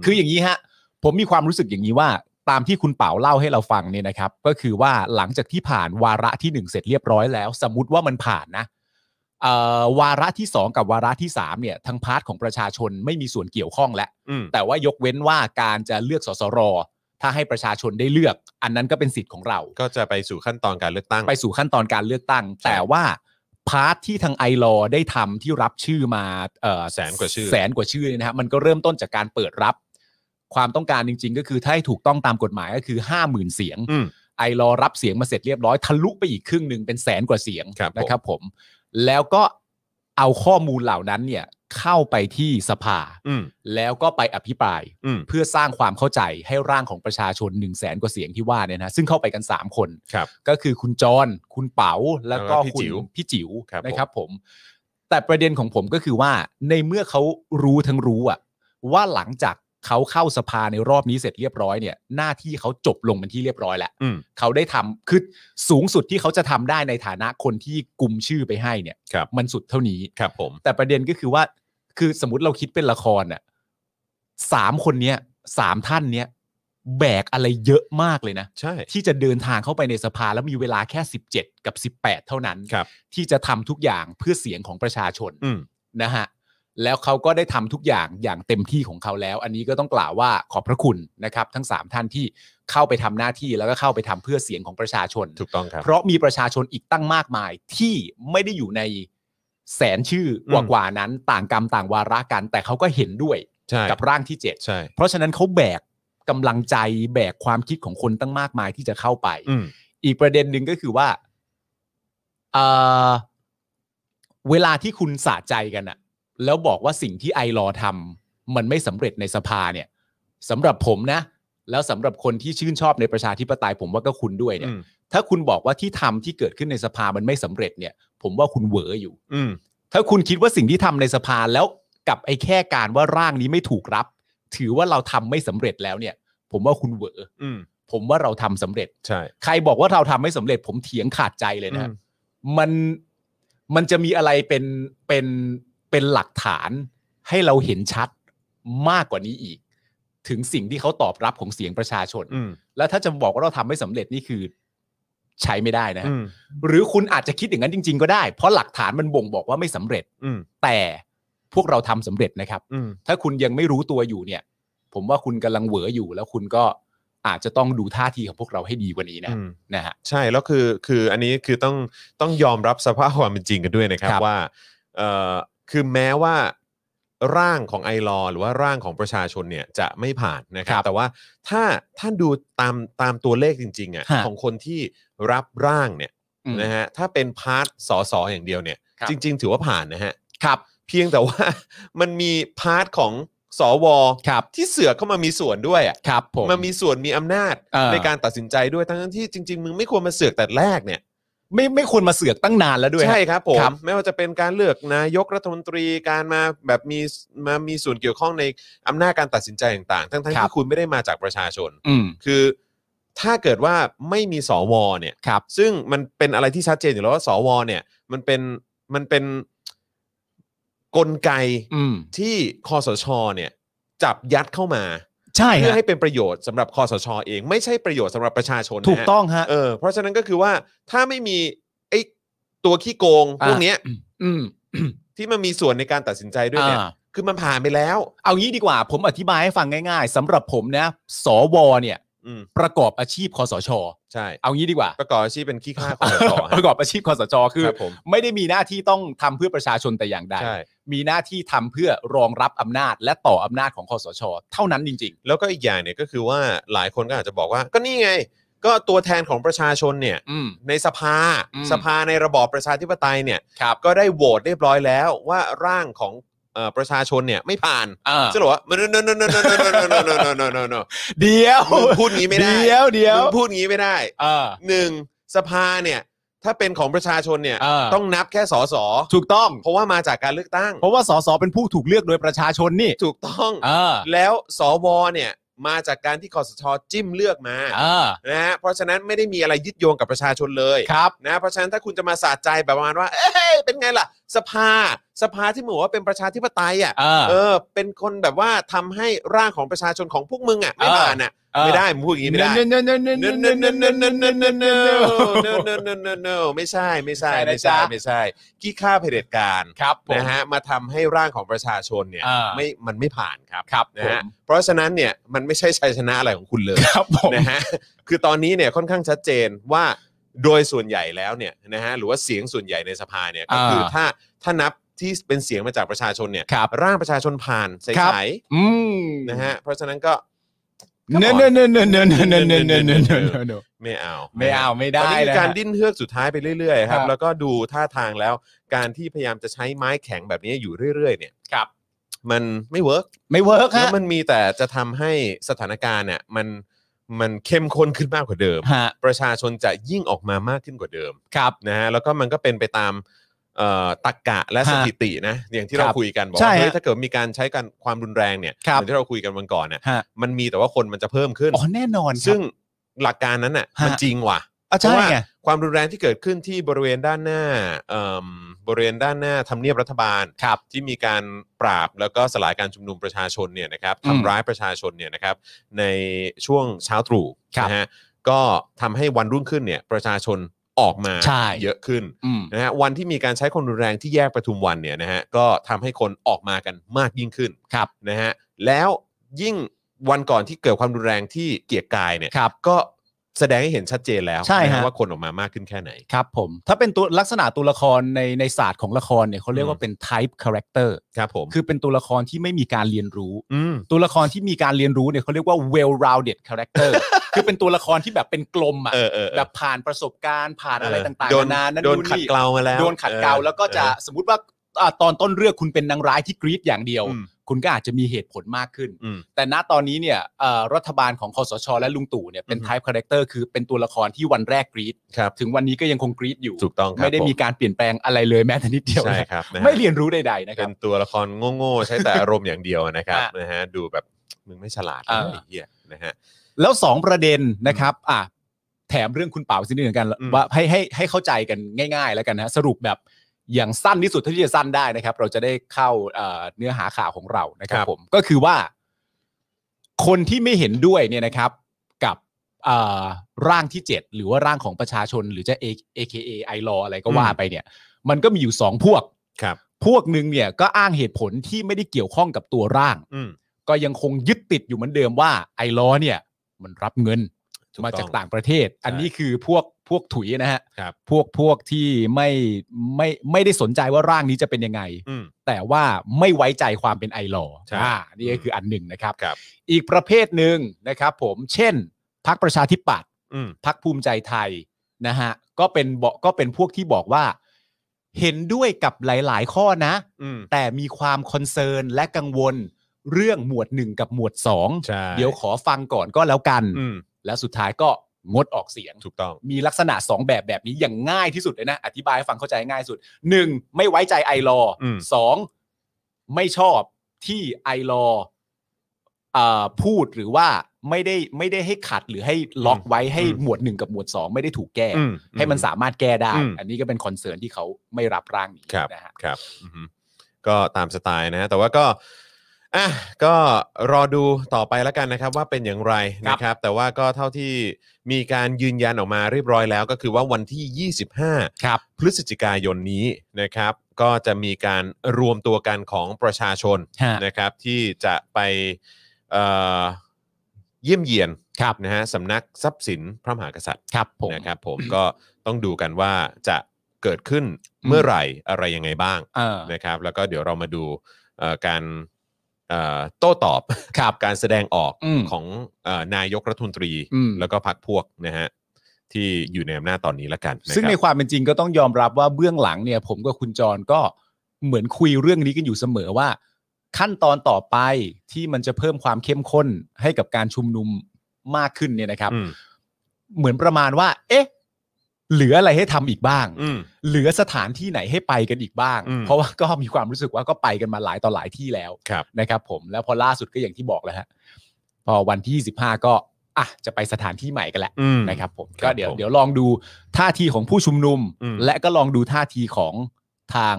S2: ม
S3: คืออย่างนี้ฮะผมมีความรู้สึกอย่างนี้ว่าตามที่คุณเป๋าเล่าให้เราฟังเนี่ยนะครับ ก็คือว่าหลังจากที่ผ่านวาระที่หนึ่งเสร็จเรียบร้อยแล้ว สมมติว่ามันผ่านนะเอ่อวาระที่สองกับวาระที่สามเนี่ยทางพาร์ทของประชาชนไม่มีส่วนเกี่ยวข้องแล้ว
S2: อืม
S3: แต่ว่ายกเว้นว่าการจะเลือกสสร ถ้าให้ประชาชนได้เลือก อันนั้นก็เป็นสิทธิ์ของเรา
S2: ก็จะไปสู่ขั้นตอนการเลือกตั้ง
S3: ไปสู่ขั้นตอนการเลือกตั้ง แต่ว่าพาร์ทที่ทางไอรอได้ทำที่รับชื่อมาเอ่อ
S2: แสนกว่าชื่อ
S3: แสนกว่าชื่อเนี่ยนะฮะมันก็เริ่มต้นจากการเปิดรับ ความต้องการจริง ๆ ก็คือถ้าให้ถูกต้องตามกฎหมายก็คือ 5 0,000 เสียง
S2: อืม
S3: ไอรอรับเสียงมาเสร็จเรียบร้อยทะลุไปอีกครึ่งหนึ่งเป็นแสนกว่าเสียง
S2: ครับผม
S3: นะครับผม แล้วก็เอาข้อมูลเหล่านั้นเนี่ยเข้าไปที่สภา
S2: อืม
S3: แล้วก็ไปอภิปราย
S2: อืม
S3: เพื่อสร้างความเข้าใจให้ร่างของประชาชน1นึ่งแสนกว่าเสียงที่ว่าเนี่ยนะซึ่งเข้าไปกัน 3 คน
S2: ครับ
S3: ก็คือคุณจร คุณเป๋า แล้วก็
S2: แล้วก็พี่
S3: คุ
S2: จิ๋
S3: ณ
S2: ว
S3: พี่จิ๋ว
S2: ครับ
S3: นะครับผม แต่ประเด็นของผมก็คือว่าในเมื่อเขารู้ทั้งรู้อะว่าหลังจากเขาเข้าสภาในรอบนี้เสร็จเรียบร้อยเนี่ย หน้าที่เขาจบลงเป็นที่เรียบร้อยแล้ว
S2: อืม
S3: เขาได้ทำคือสูงสุดที่เขาจะทำได้ในฐานะคนที่กลุ่มชื่อไปให้เนี่ย
S2: ครับ
S3: มันสุดเท่านี้
S2: ครับผม
S3: แต่ประเด็นก็คือว่า คือสมมติเราคิดเป็นละครน่ะสามคนเนี้ยสามท่านเนี้ยแบกอะไรเยอะมากเลยนะ
S2: ใช่
S3: ที่จะเดินทางเข้าไปในสภาแล้วมีเวลาแค่ 17 กับ 18 เท่านั้น
S2: ครับ
S3: ที่จะทำทุกอย่างเพื่อเสียงของประชาชน
S2: อืม
S3: นะฮะแล้วเขาก็ได้ทำทุกอย่างอย่างเต็มที่ของเขาแล้ว อันนี้ก็ต้องกล่าวว่าขอบพระคุณนะครับ ทั้ง 3 ท่านที่เข้าไปทำหน้าที่แล้วก็เข้าไปทำเพื่อเสียงของประชาชน
S2: ถูกต้องครับ
S3: เพราะมีประชาชนอีกตั้งมากมายที่ไม่ได้อยู่ในแสนชื่อกว่า
S2: อืม
S3: ๆนั้นต่างกรรมต่างวาระกัน แต่เขาก็เห็นด้วย
S2: ใช่
S3: กับร่างที่เจ็ด
S2: ใช่
S3: เพราะฉะนั้นเขาแบกกำลังใจแบกความคิดของคนตั้งมากมายที่จะเข้าไป
S2: อืม
S3: อีกประเด็นหนึ่งก็คือว่าเอ่อเวลาที่คุณสะใจกันอะแล้วบอกว่าสิ่งที่ไอรอว์ทำมันไม่สำเร็จในสภาเนี่ยสำหรับผมนะ แล้วสำหรับคนที่ชื่นชอบในประชาธิปไตยผมว่าก็คุณด้วยเนี่ย
S2: อืม
S3: ถ้าคุณบอกว่าที่ทำที่เกิดขึ้นในสภามันไม่สำเร็จเนี่ย ผมว่าคุณเหวออยู่
S2: อืม
S3: ถ้าคุณคิดว่าสิ่งที่ทำในสภาแล้วกับไอ้แค่การว่าร่างนี้ไม่ถูกรับ ถือว่าเราทำไม่สำเร็จแล้วเนี่ย ผมว่าคุณเหวอ
S2: อืม
S3: ผมว่าเราทำสำเร็จ
S2: ใช่
S3: ใครบอกว่าเราทำไม่สำเร็จ ผมเถียงขาดใจเลยนะฮะมันมันจะมีอะไรเป็นเป็นเป็นหลักฐานให้เราเห็นชัดมากกว่านี้อีก ถึงสิ่งที่เขาตอบรับของเสียงประชาชน
S2: อืม
S3: แล้วถ้าจะบอกว่าเราทำไม่สำเร็จนี่คือใช้ไม่ได้นะฮะ
S2: อืม
S3: หรือคุณอาจจะคิดอย่างนั้นจริง ๆ ก็ได้ เพราะหลักฐานมันบ่งบอกว่าไม่สำเร็จ
S2: อืม
S3: แต่พวกเราทำสำเร็จนะครับ
S2: อืม
S3: ถ้าคุณยังไม่รู้ตัวอยู่เนี่ย ผมว่าคุณกำลังเหวออยู่ แล้วคุณก็อาจจะต้องดูท่าทีของพวกเราให้ดีกว่านี้นะ
S2: อืม
S3: นะฮะ
S2: ใช่แล้วคือคืออันนี้คือต้องต้องยอมรับสภาพความเป็นจริงกันด้วยนะครับ
S3: ครับ
S2: ว่าเอ่อคือแม้ว่าร่างของไอรอหรือว่าร่างของประชาชนเนี่ยจะไม่ผ่านนะครั
S3: ครับ บ
S2: แต่ว่าถ้าถ้าดูตามตามตัวเลขจริงๆอ่ะ
S3: ฮะ
S2: ของคนที่รับร่างเนี่ย
S3: อืม
S2: นะฮะถ้าเป็นพาร์ทสอสออย่างเดียวเนี่ย
S3: ครับ
S2: จริง ๆ ถือว่าผ่านนะฮะ
S3: ครับ
S2: เพียงแต่ว่า [LAUGHS] มันมีพาร์ทของสว
S3: ครับ
S2: ที่เสือกเข้ามามีส่วนด้วยอ่ะ
S3: ครับผม
S2: มันมีส่วนมีอำนาจ
S3: เออ
S2: ในการตัดสินใจด้วยทั้งๆที่จริง ๆ มึงไม่ควรมาเสือกแต่แรกเนี่ย
S3: ไม่ไม่ควรมาเสือกตั้งนานแล้วด้วยฮะ
S2: ใช่ครับผม
S3: ครับ
S2: ไม่ว่าจะเป็นการเลือกนายกรัฐมนตรีการมาแบบมีมามีส่วนเกี่ยวข้องในอำนาจการตัดสินใจต่างๆ ทั้งๆ
S3: ครั
S2: ที่
S3: บ
S2: คุณไม่ได้มาจากประชาชน
S3: อืม
S2: คือ ถ้าเกิดว่าไม่มีสวเนี่ย
S5: ครับ
S2: ซึ่งมันเป็นอะไรที่ชัดเจนอยู่แล้วว่าสวเนี่ยมันเป็นมันเป็นกลไก
S5: อืม
S2: ที่คอสชเนี่ยจับยัดเข้ามา
S3: ใช่
S2: เพื่อ
S3: ฮะ
S2: ให้เป็นประโยชน์สำหรับคอสชเอง ไม่ใช่ประโยชน์สำหรับประชาชนนะฮะ
S3: ถูกต้องฮะ
S2: เออเพราะฉะนั้นก็คือว่าถ้าไม่มีไอ้ตัวขี้โกงพวกเนี้ย
S5: อืม
S2: ที่มันมีส่วนในการตัดสินใจด้วยเนี่ย
S3: อ่า
S2: คือมันผ่านไปแล้ว
S3: เอางี้ดีกว่าผมอธิบายให้ฟังง่ายๆสำหรับผมนะสวเนี่ย
S2: อืม
S3: ประกอบอาชีพคอสช
S2: ใช่
S3: เอางี้ดีกว่า
S2: ประกอบอาชีพเป็นขี้ข้าคอสช
S3: [LAUGHS] ป
S2: ฮะ
S3: ระกอบอาชีพคอสช คือ
S2: ครับผม
S3: ไม่ได้มีหน้าที่ต้องทำเพื่อประชาชนแต่อย่างใด
S2: ใช่
S3: มีหน้าที่ทำเพื่อรองรับอำนาจ และต่ออำนาจของคอสช เท่านั้นจริง
S2: แล้วก็อีกอย่างเนี่ยก็คือว่าหลายคนก็อาจจะบอกว่า ก็นี่ไง ก็ตัวแทนของประชาชนเนี่ย
S3: ๆ อืม
S2: ในสภา
S3: อืม
S2: สภาในระบอบประชาธิปไตยเนี่ย
S3: ครับ
S2: ก็ได้โหวตเรียบร้อยแล้วว่าร่างของเอ่อประชาชนเนี่ยไม่ผ่าน
S3: อ่า
S2: จะบอกว่า no no no no no no no no no no no no no no
S3: เดียว
S2: มึงพูดงี้ไม่ได้
S3: เดียวเดียว
S2: มึงพูดงี้ไม่ได้
S3: เออ
S2: หนึ่งสภาเนี่ย ถ้าเป็นของประชาชนเนี่ย
S3: เออ
S2: ต้องนับแค่สส
S3: ถูกต้อง
S2: เพราะว่ามาจากการเลือกตั้ง
S3: เพราะว่าสสเป็นผู้ถูกเลือกโดยประชาชนนี่
S2: ถูกต้อง
S3: เออ
S2: แล้วสวเนี่ยมาจากการที่คอสชจิ้มเลือกมา
S3: เออ
S2: นะฮะเพราะฉะนั้นไม่ได้มีอะไรยึดโยงกับประชาชนเลย
S3: ครับ
S2: นะเพราะฉะนั้นถ้าคุณจะมาสาดใจแบบประมาณว่า เอ้ยเป็นไงล่ะ สภาสภาที่เหมือนว่าเป็นประชาธิปไตยอ่ะ
S3: เออ
S2: เออ เป็นคนแบบว่าทำให้ร่างของประชาชนของพวกมึงอ่ะไม่
S3: เออ
S2: ผ่านอ่ะไม่ได้มึงพูดอย่างนี้ไม่ได้
S3: เนเนเนเนเน
S2: no
S3: เน
S2: no
S3: เน
S2: no no no
S3: เนเน
S2: no no no
S3: เนเนเน
S2: no no no no no ไม่ใช่ไม่ใช่ไม่ใช่ไม่ใช่ขี้ข้าเผด็จการ
S3: ครับผม
S2: นะฮะมาทำให้ร่างของประชาชนเนี่ย
S3: เออ
S2: ไม่มันไม่ผ่านครับ
S3: ครับผ
S2: นะฮะ
S3: ม
S2: เพราะฉะนั้นเนี่ยมันไม่ใช่ชัยชนะอะไรของคุณเลย
S3: ครับผม
S2: นะฮะ คือตอนนี้เนี่ยค่อนข้างชัดเจนว่าโดยส่วนใหญ่แล้วเนี่ยนะฮะหรือว่าเสียงส่วนใหญ่ในสภาเนี่ยก็คือ
S3: อ่า
S2: ถ้าถ้านับที่เป็นเสียงมาจากประชาชนเนี่ย
S3: ครับ
S2: ร่างประชาชนผ่านใส
S3: ครับ อืม
S2: ๆนะฮะเพราะฉะนั้นก็
S3: เนเนเนเนเนเนเนเนเนเนเนเน
S2: ไม่เอา
S3: ไม่เอาไม่
S2: ตอน
S3: ได้
S2: นี้คื
S3: นะ
S2: อการดิ้นเฮือกสุดท้ายไปเรื่อยๆครับ
S3: ครับ
S2: แล้วก็ดูท่าทางแล้วการที่พยายามจะใช้ไม้แข็งแบบนี้อยู่เรื่อย ๆ เนี่ย
S3: ครับ
S2: มันไม่เวิร์ก
S3: ไม่เวิร์ก
S2: แล้ว
S3: ฮะ
S2: มันมีแต่จะทำให้สถานการณ์เนี่ยมันมันเข้มข้นขึ้นมากกว่าเดิม
S3: ฮะ
S2: ประชาชนจะยิ่งออกมามากขึ้นกว่าเดิม
S3: ครับ
S2: นะฮะแล้วก็มันก็เป็นไปตามเอ่อตรกกะและ
S3: ฮะ
S2: สถิตินะอย่างที่
S3: ครั
S2: เรา
S3: บ
S2: คุยกันบอก
S3: ใช่
S2: ว่า
S3: ฮะ
S2: เฮ้ยถ้าเกิดมีการใช้การความรุนแรงเนี่ยเห
S3: ครับ
S2: มือนที่เราคุยกันวันก่อนเนี่ย
S3: ฮะ
S2: มันมีแต่ว่าคนมันจะเพิ่มขึ้น
S3: อ๋อแน่นอนครับ
S2: ซึ่งหลักการนั้นน่ะ
S3: ฮะ
S2: มันจริงว่ะ
S3: อ่ะ
S2: เพ
S3: ใช่
S2: ราะว่า
S3: ไง
S2: ความรุนแรงที่เกิดขึ้นที่บริเวณด้านหน้าเอิ่มบริเวณด้านหน้าทำเนียบรัฐบาล
S3: ครับ
S2: ที่มีการปราบแล้วก็สลายการชุมนุมประชาชนเนี่ยนะครับ
S3: อืม
S2: ทำร้ายประชาชนเนี่ยนะครับในช่วงเช้าตรู่
S3: ครับ
S2: นะฮะก็ทำให้วันรุ่งขึ้นเนี่ยประชาชนออกมา
S3: ใช่
S2: เยอะขึ้น
S3: อืม
S2: นะฮะวันที่มีการใช้ความรุนแรงที่แยกประทุมวันเนี่ยนะฮะก็ทำให้คนออกมากันมากยิ่งขึ้น
S3: ครับ
S2: นะฮะแล้วยิ่งวันก่อนที่เกิดความรุนแรงที่เกียรกายเนี่ย
S3: ครับ
S2: ก็แสดงให้เห็นชัดเจนแล้ว
S3: ใช่
S2: นะฮะ
S3: ฮะ
S2: ว่าคนออกมามากขึ้นแค่ไหน
S3: ครับผม ถ้าเป็นตัวลักษณะตัวละครในในศาสตร์ของละครเนี่ยเขาเรียกว่าเป็น type character
S2: ครับผม
S3: คือเป็นตัวละครที่ไม่มีการเรียนรู้
S2: อืม
S3: ตัวละครที่มีการเรียนรู้เนี่ยเขาเรียกว่า well rounded character [LAUGHS] คือเป็นตัวละครที่แบบเป็นกลมอ่ะ
S2: เออเออเออ
S3: แบบผ่านประสบการณ์ผ่านอะไรต่างๆ
S2: โดน
S3: นานานั่น
S2: โดนขัด
S3: นี่
S2: เกลามาแล้ว
S3: โดนขัดเกลา
S2: ออ
S3: แล้วก็จะ
S2: เออ
S3: สมมติว่าอ่าตอนต้นเรื่องคุณเป็นนางร้ายที่กรีดอย่างเดียว
S2: อืม
S3: คุณก็อาจจะมีเหตุผลมากขึ้น
S2: อืม
S3: แต่ณตอนนี้เนี่ยเอ่อรัฐบาลของคอสช และลุงตู่เนี่ยเป็น
S2: อือฮึ
S3: ไทป์คาแรคเตอร์คือเป็นตัวละครที่วันแรกกรีด
S2: ครับ
S3: ถึงวันนี้ก็ยังคงกรีดอยู่
S2: ถูกต้องครับ
S3: ไม่ได้มีการเปลี่ยนแปลงอะไรเลยแม้แต่นิดเดียว
S2: ใช่
S3: นะครับ
S2: นะฮะ
S3: ไม่เรียนรู้ใดๆนะค
S2: เป็
S3: รับ
S2: นตัวละครโง่ๆใช้แต่อารมณ์อย่างเดียวนะครับ
S3: อ่ะ
S2: นะฮะดูแบบมึงไม่ฉลาดเล
S3: อ่า
S2: ยไอ้เฮียนะฮะ
S3: แล้วสองประเด็นนะครับอ่ะแถมเรื่องคุณเป่าสินดหนึ่งกัน
S2: อืม
S3: ว่าให้ให้ให้เข้าใจกันง่าย ๆ แล้วกันนะสรุปแบบอย่างสั้นที่สุดเท่าที่จะสั้นได้นะครับ เราจะได้เข้าเอ่อเนื้อหาข่าวของเรานะครับผมก็คือว่า คนที่ไม่เห็นด้วยเนี่ยนะครับ กับเอ่อร่างที่ 7 หรือว่าร่างของประชาชน หรือจะ A- AKA ไอรออะไรก็ว่าไปเนี่ย มันก็มีอยู่สองพวก
S2: ครับ
S3: พวกหนึ่งเนี่ยก็อ้างเหตุผลที่ไม่ได้เกี่ยวข้องกับตัวร่าง
S2: อืม
S3: ก็ยังคงยึดติดอยู่เหมือนเดิมว่าไอลอเนี่ย มันรับเงิน
S2: ถูกต้อง
S3: มาจากต่างประเทศ อันนี้คือพวกพวกถุยนะฮะ
S2: ครับ
S3: พวกพวกที่ไม่ไม่ไม่ได้สนใจว่าร่างนี้จะเป็นยังไง
S2: อืม
S3: แต่ว่าไม่ไว้ใจความเป็นไอลอ
S2: ใช่
S3: อ่านี่ก็คืออันหนึ่งนะครับ
S2: ครับ
S3: อีกประเภทหนึ่งนะครับ ผมเช่น พักประชาธิปัตย์
S2: อืม
S3: พักภูมิใจไทยนะฮะก็เป็นบอกก็เป็นพวกที่บอกว่า เห็นด้วยกับหลาย ๆ ข้อนะ
S2: อืม
S3: แต่มีความคอนเซิร์นและกังวลเรื่องหมวด 1 กับหมวด
S2: ใช่
S3: 2 เดี๋ยวขอฟังก่อนก็แล้วกัน
S2: อืม
S3: และสุดท้ายก็งดออกเสียง
S2: ถูกต้อง
S3: มีลักษณะ 2 แบบแบบนี้อย่างง่ายที่สุดเลยนะ อธิบายให้ฟังเข้าใจง่ายสุด 1. ไม่ไว้ใจไอรอ
S2: อืม
S3: สองไม่ชอบที่ไอรอเอ่อพูดหรือว่า ไม่ได้ไม่ได้ให้ขัดหรือให้ล็อกไว้ให้หมวดหนึ่งกับหมวดสองไม่ได้ถูกแก้
S2: อื
S3: ให้มันสามารถแก้ได้
S2: อืม
S3: อันนี้ก็เป็นคอนเซิร์นที่เขาไม่รับร่างนี้
S2: ครับ
S3: นะฮะ
S2: ครับอือฮึก็ตามสไตล์นะฮะแต่ว่าก็อ่ะก็รอดูต่อไปแล้วกันนะครับ ว่าเป็นอย่างไรนะครับ แต่ว่าก็เท่าที่มีการยืนยันออกมาเรียบร้อยแล้ว ก็คือว่าวันที่ 25
S3: ครับ
S2: พฤศจิกายนนี้นะครับ ก็จะมีการรวมตัวกันของประชาชน
S3: ฮะ
S2: นะครับ ที่จะไปเอ่อเยี่ยมเยียน
S3: ครับ
S2: นะฮะสำนักทรัพย์สินพระมหากษัตริย์
S3: ครับผม
S2: นะครับผม ก็ต้องดูกันว่าจะเกิดขึ้นเมื่อไหร่อะไรยังไงบ้าง
S3: เออ
S2: นะครับ แล้วก็เดี๋ยวเรามาดูเอ่อการเอ่อโต้ตอบ
S3: ครับ
S2: การแสดงออก
S3: อืม
S2: ของเออนายกรัฐมนตรี
S3: อืม
S2: แล้วก็พักพวกนะฮะที่อยู่ในอำนาจตอนนี้ละกันะ
S3: ซึ่
S2: ค
S3: ง
S2: รับ
S3: ในความเป็นจริงก็ต้องยอมรับว่าเบื้องหลังเนี่ย ผมกับคุณจรก็เหมือนคุยเรื่องนี้กันอยู่เสมอว่า ขั้นตอนต่อไปที่มันจะเพิ่มความเข้มข้นให้กับการชุมนุมมากขึ้นเนี่ยนะครับ
S2: อืม
S3: เหมือนประมาณว่า เอ๊ะ เหลืออะไรให้ทำอีกบ้าง
S2: อืม
S3: เหลือสถานที่ไหนให้ไปกันอีกบ้าง
S2: อืม
S3: เพราะว่าก็มีความรู้สึกว่าก็ไปกันมาหลายต่อหลายที่แล้ว
S2: ครับ
S3: นะครับ ผมแล้วพอล่าสุดก็อย่างที่บอกแล้วฮะพอวันที่25ก็อ่ะจะไปสถานที่ใหม่กันแหละ
S2: อืม
S3: นะครับผม
S2: ครั
S3: ก็
S2: บ
S3: เดี๋ยว
S2: ผม
S3: เดี๋ยวลองดูท่าทีของผู้ชุมนุม
S2: อืม
S3: และก็ลองดูท่าทีของทาง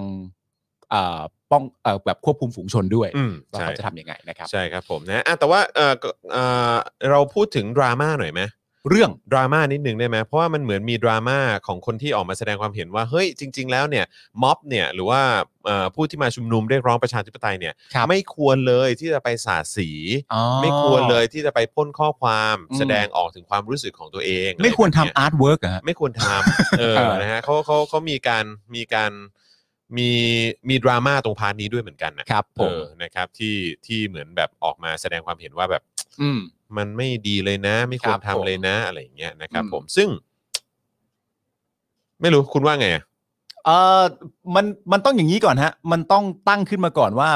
S3: เอ่อป้องเอ่อแบบควบคุมฝูงชนด้วย
S2: อืม
S3: ว่า
S2: ใช่
S3: เขาจะทำยังไงนะครับ
S2: ใช่ครับผมนะอ่ะแต่ว่าเอ่อก็เอ่อเราพูดถึงดราม่าหน่อยไหม
S3: เรื่อง
S2: ดราม่านิดหนึ่งได้ไหมเพราะว่ามันเหมือนมีดราม่าของคนที่ออกมาแสดงความเห็นว่าเฮ้ยจริง ๆ แล้วเนี่ยม็อบเนี่ยหรือว่าเอ่อผู้ที่มาชุมนุมเรียกร้องประชาธิปไตยเนี่ย
S3: ครับ
S2: ไม่ควรเลยที่จะไปสาดสี
S3: อ๋อ
S2: ไม่ควรเลยที่จะไปพ่นข้อความ
S3: อืม
S2: แสดงออกถึงความรู้สึกของตัวเอง
S3: ไม่ควร
S2: อะแบบ
S3: ทำ
S2: เนี้ย
S3: อาร์ตเวิร์กอะฮะ
S2: ไม่ควรทำเออ
S3: เออ
S2: นะฮะเขาเขาเขามีการมีการมีมีดราม่าตรงพาร์ทนี้ด้วยเหมือนกันนะครับ
S3: ผ
S2: เอ
S3: ม
S2: อนะครับที่ที่เหมือนแบบออกมาแสดงความเห็นว่าแบบ
S3: อืม
S2: มันไม่ดีเลยนะ ไม่ควร
S3: ครับผม
S2: ทำเลยนะ อะไรอย่างเงี้ยนะครับ
S3: อืม
S2: ผมซึ่ง ไม่รู้คุณว่าไงอะ
S3: เอ่อมันมันต้องอย่างนี้ก่อนฮะ มันต้องตั้งขึ้นมาก่อนว่า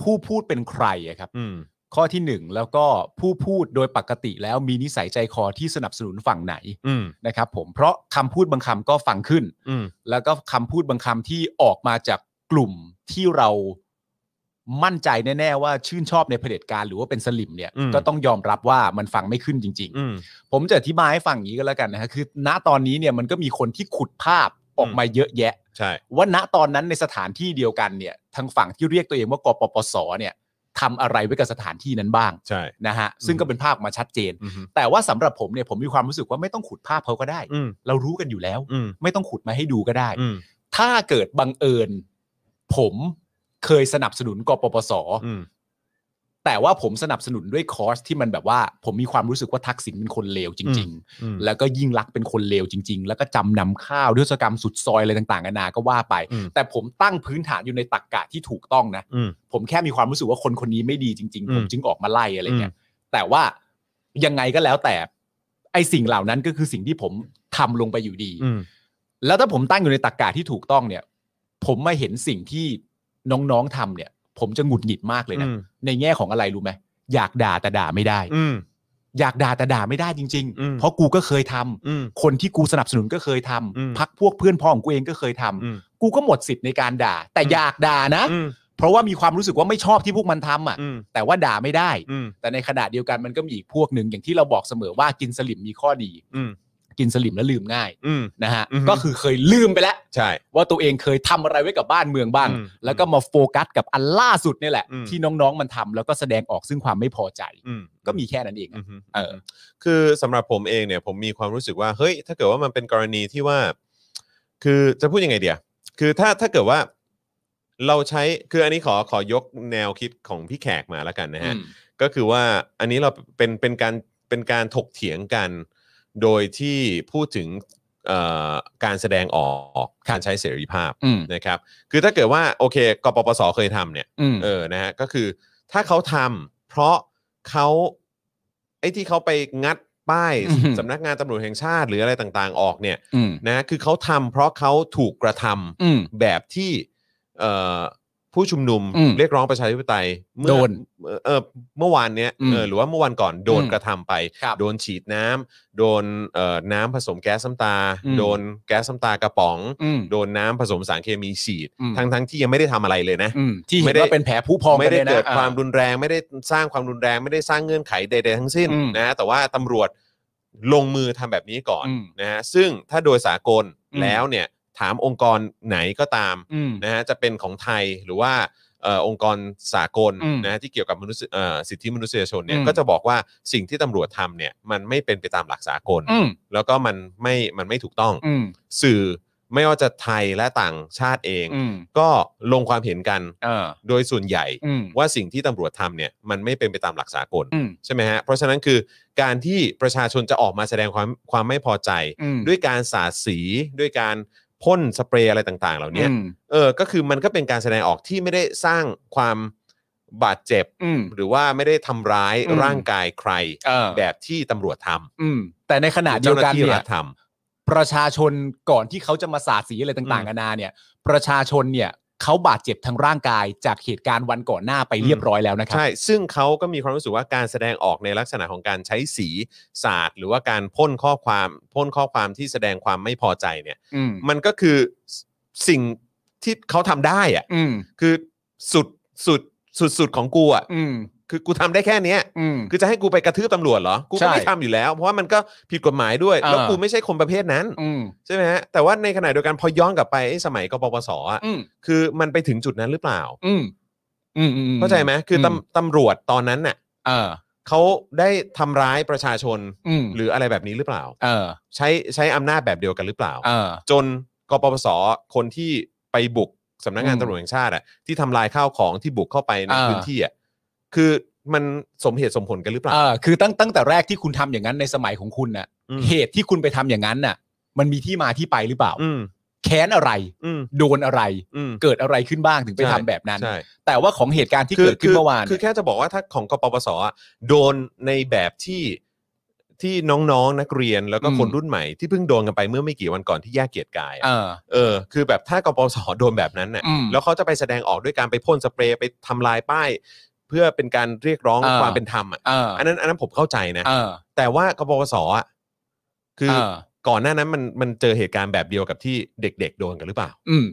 S3: ผู้พูดเป็นใครอะครับ
S2: อืม
S3: ข้อที่หนึ่งแล้วก็ผู้พูดโดยปกติแล้วมีนิสัยใจคอที่สนับสนุนฝั่งไหน
S2: อืม
S3: นะครับ ผมเพราะคำพูดบางคำก็ฟังขึ้น
S2: อืม
S3: แล้วก็คำพูดบางคำที่ออกมาจากกลุ่มที่เรามั่นใจแน่ๆว่าชื่นชอบในเผด็จการหรือว่าเป็นสลิมเนี่ย
S2: อืม
S3: ก็ต้องยอมรับว่ามันฟังไม่ขึ้นจริง
S2: อืม
S3: ๆ ผมจะอธิบายให้ฟังอย่างนี้ก็แล้วกันนะฮะคือ ณตอนนี้เนี่ยมันก็มีคนที่ขุดภาพออกมาเยอะแยะ
S2: ใช่
S3: ว่าณตอนนั้นในสถานที่เดียวกันเนี่ยทางฝั่งที่เรียกตัวเองว่ากปปสเนี่ยทำอะไรไว้กับสถานที่นั้นบ้าง
S2: ใช่
S3: นะฮะซึ่งก็เป็นภาพออกมาชัดเจน
S2: อืม
S3: แต่ว่าสำหรับผมเนี่ยผมมีความรู้สึกว่าไม่ต้องขุดภาพเขาก็ได้
S2: อืม
S3: เรารู้กันอยู่แล้ว
S2: อืม
S3: ไม่ต้องขุดมาให้ดูก็ได้
S2: อืม
S3: ถ้าเกิดบังเอิญ ผมเคยสนับสนุนกปปส
S2: อืม
S3: แต่ว่าผมสนับสนุนด้วยคอร์สที่มันแบบว่า ผมมีความรู้สึกว่าทักษิณเป็นคนเลวจริง
S2: อืม
S3: ๆ แล้วก็ยิ่งรักษณ์เป็นคนเลวจริง ๆ แล้วก็จำนำข้าวด้วยกรรมสุดซอยอะไรต่างๆนานาก็ว่าไป
S2: อืม
S3: แต่ผมตั้งพื้นฐานอยู่ในตรกกะที่ถูกต้องนะ
S2: อืม
S3: ผมแค่มีความรู้สึกว่าคนคนนี้ไม่ดีจริง
S2: อื
S3: ๆ
S2: ม
S3: ผมจึงออกมาไล่อะไรเงี้ยแต่ว่ายังไงก็แล้วแต่ไอสิ่งเหล่านั้นก็คือสิ่งที่ผมทำลงไปอยู่ดี
S2: อืม
S3: แล้วถ้าผมตั้งอยู่ในตรกกะที่ถูกต้องเนี่ย ผมมาเห็นสิ่งที่น้องๆทำเนี่ย ผมจะหงุดหงิดมากเลยนะ ในแง่ของอะไรรู้ไหมอยากด่าแต่ด่าไม่ได้
S2: อืม
S3: อยากด่าแต่ด่าไม่ได้จริง
S2: อืม
S3: ๆ เพราะกูก็เคยทำ
S2: อืม
S3: คนที่กูสนับสนุนก็เคยทำ
S2: อืม
S3: พักพวกเพื่อนพ้องของกูเองก็เคยทำ
S2: อืม
S3: กูก็หมดสิทธิ์ในการด่า แต่
S2: อืม
S3: อยากด่านะ
S2: อืม
S3: เพราะว่ามีความรู้สึกว่าไม่ชอบที่พวกมันทำอ่ะ
S2: อืม
S3: แต่ว่าด่าไม่ได้
S2: อืม
S3: แต่ในขณะเดียวกันมันก็มีอีกพวกหนึ่งอย่างที่เราบอกเสมอว่ากินสลิมมีข้อดี
S2: อืม
S3: กินสลิมแล้วลืมง่าย
S2: อืม
S3: นะฮะ
S2: อือฮึ
S3: ก็คือเคยลืมไปแล้ว
S2: ใช่
S3: ว่าตัวเองเคยทำอะไรไว้กับบ้านเมืองบ้าง
S2: อืม
S3: แล้วก็มาโฟกัสกับอันล่าสุดนี่แหละ
S2: อืม
S3: ที่น้องๆมันทำแล้วก็แสดงออกซึ่งความไม่พอใจ
S2: อืม
S3: ก็มีแค่นั้นเองอะ
S2: มฮึ
S3: เออ
S2: คือสำหรับผมเองเนี่ยผมมีความรู้สึกว่าเฮ้ยถ้าเกิดว่ามันเป็นกรณีที่ว่า คือจะพูดยังไงเดียคือถ้าถ้าเกิดว่าเราใช้คืออันนี้ขอขอยกแนวคิดของพี่แขกมาแล้วกันนะฮะ ก็คือว่าอันนี้เราเป็นเป็นการเป็นการถกเถียงกัน โดยที่พูดถึงเอ่อการแสดงออกการใช้เสรีภาพ
S3: อืม
S2: นะครับ คือถ้าเกิดว่าโอเคกปปสเคยทำเนี่ย
S3: อืม
S2: เออ นะฮะ ก็คือถ้าเขาทำเพราะเขาไอ้ที่เขาไปงัดป้าย
S3: อือฮึ
S2: สำนักงานตำรวจแห่งชาติหรืออะไรต่างๆ ออกเนี่ย
S3: อืม
S2: นะ คือเขาทำเพราะเขาถูกกระทำ
S3: อืม
S2: แบบที่เอ่อ ผู้ชุมนุม
S3: อืม
S2: เรียกร้องประชาธิปไตยเมื่อ
S3: โดน
S2: เออเมื่อวานเนี้ย
S3: อืม
S2: เออหรือว่าเมื่อวันก่อนโดน
S3: อืม
S2: กระทำไป
S3: ครับ
S2: โดนฉีดน้ำโดนเอ่อน้ำผสมแก๊สซ้ำตา
S3: อืม
S2: โดนแก๊สซ้ำตากระป๋อง
S3: อืม
S2: โดนน้ำผสมสารเคมีฉีด
S3: อืม
S2: ทั้งทั้งๆที่ยังไม่ได้ทำอะไรเลยนะ
S3: อืมที่
S2: ไม่
S3: เห็น
S2: ได้
S3: ว่าเป็นแผลผู้พอง
S2: ไม่ได้
S3: กันนี่ยนะ
S2: เกิด
S3: อ่
S2: ความรุนแรงไม่ได้สร้างความรุนแรงไม่ได้สร้างเงื่อนไขใด ๆ ทั้งสิ้น
S3: อืม
S2: นะแต่ว่าตำรวจลงมือทำแบบนี้ก่อน
S3: อืม
S2: นะฮะซึ่งถ้าโดยสากล
S3: อืม
S2: แล้วเนี่ยถามองค์กรไหนก็ตาม
S3: อืม
S2: นะฮะจะเป็นของไทยหรือว่าเอ่อองค์กรสากล
S3: อืม
S2: นะฮะที่เกี่ยวกับมนุษยเอ่อสิทธิมนุษยชนเนี่ย
S3: อืม
S2: ก็จะบอกว่าสิ่งที่ตำรวจทำเนี่ยมันไม่เป็นไปตามหลักสากล
S3: อืม
S2: แล้วก็มันไม่มันไม่ถูกต้อง
S3: อืม
S2: สื่อไม่ว่าจะไทยและต่างชาติเอง
S3: อืม
S2: ก็ลงความเห็นกัน
S3: เออ
S2: โดยส่วนใหญ่
S3: อืม
S2: ว่าสิ่งที่ตำรวจทำเนี่ยมันไม่เป็นไปตามหลักสากล
S3: อืม
S2: ใช่ไหมฮะเพราะฉะนั้นคือการที่ประชาชนจะออกมาแสดงความความไม่พอใจ
S3: อืม
S2: ด้วยการสาดสีด้วยการพ่นสเปรย์อะไรต่าง ๆ เหล่านี้
S3: อืม
S2: เออก็คือมันก็เป็นการแสดงออกที่ไม่ได้สร้างความบาดเจ็บ
S3: อืม
S2: หรือว่าไม่ได้ทำร้าย
S3: อืม
S2: ร่างกายใคร
S3: เออ
S2: แบบที่ตำรวจท
S3: อืมแต่ในข
S2: ำห
S3: ณะ
S2: รือ
S3: เดีย
S2: เจ้าว หน้า
S3: กัน
S2: ที่
S3: เนี่
S2: รั
S3: ย
S2: ฐท
S3: ประชาชนก่อนที่เขาจะมาสาดสีอะไรต่าง
S2: อืม
S3: ๆกันานาเนี่ย ประชาชนเนี่ยเขาบาดเจ็บทางร่างกายจากเหตุการณ์วันก่อนหน้าไปเรียบร้อยแล้วนะ
S2: ำ
S3: ครับ
S2: ใช่ซึ่งเขาก็มีความรู้สึกว่าการแสดงออกในลักษณะของการใช้สีสาดหรือว่าการพ่นข้อความพ่นข้อความที่แสดงความไม่พอใจเนี่ย
S3: อืม
S2: มันก็คือสสิ่งที่เขาทำได้อะ
S3: อืม
S2: คือสุดสุดสุดสุดของกูอะ
S3: อืม
S2: คือกูทำได้แค่เนี้ย
S3: อืม
S2: คือจะให้กูไปกระทืบตำรวจเหรอ กู
S3: ใช่
S2: ก็ไม่ทำอยู่แล้ว เพราะว่ามันก็ผิดกฎหมายด้วย
S3: อ่า
S2: แล้วกูไม่ใช่คนประเภทนั้น
S3: อืม
S2: ใช่ไหมฮะแต่ว่าในขณะเดียวกันพอย้อนกลับไปไอ้สมัยกปปสอะ
S3: อืม
S2: คือมันไปถึงจุดนั้นหรือเปล่า
S3: อืมอืมอืม
S2: เข้าใจไหมคือตำตำรวจตอนนั้นน่ะ
S3: เออ
S2: เขาได้ทำร้ายประชาชน
S3: อืม
S2: หรืออะไรแบบนี้หรือเปล่า
S3: เออ
S2: ใช้ใช้อำนาจแบบเดียวกันหรือเปล่า
S3: เออ
S2: จนกปปสคนที่ไปบุกสำนักงาน
S3: อืม
S2: ตำรวจแห่งชาติอะที่ทำลายข้าวของที่บุกเข้าไปใน
S3: อ่า
S2: พื้นที่อะคือมันสมเหตุสมผลกันหรือเปล่า
S3: เออคือตั้งตั้งแต่แรกที่คุณทำอย่างนั้นในสมัยของคุณน่ะ
S2: อืม
S3: เหตุที่คุณไปทำอย่างนั้นน่ะ มันมีที่มาที่ไปหรือเปล่า
S2: อืม
S3: แค้นอะไร
S2: อืม
S3: โดนอะไร
S2: อืม
S3: เกิดอะไรขึ้นบ้างถึงไปทำแบบนั้น
S2: ใช่
S3: แต่ว่าของเหตุการณ์ที่เกิดขึ้นเมื่อวาน
S2: คือแค่จะบอกว่าถ้าของกปปสอะโดนในแบบที่ที่น้องๆนักเรียนแล้วก็คนรุ่นใหม่ที่เพิ่งโดนกันไปเมื่อไม่กี่วันก่อนที่แยกเกียรติกายอะ
S3: เออ
S2: เออคือแบบถ้ากปปสโดนแบบนั้นน่ะ
S3: อืม
S2: แล้วเขาจะไปแสดงออกด้วยการไปพ่นสเปรย์ไปทำลายป้าย เพื่อเป็นการเรียกร้อง
S3: อ่า
S2: ความเป็นธรรมอ่ะ
S3: เออ
S2: อันนั้นอันนั้นผมเข้าใจนะ
S3: เออ
S2: แต่ว่ากปปสอ่ะคือ
S3: เออ
S2: ก่อนหน้านั้นมันมันเจอเหตุการณ์แบบเดียวกับที่เด็ก ๆ โดนกันหรือเปล่า
S3: อืม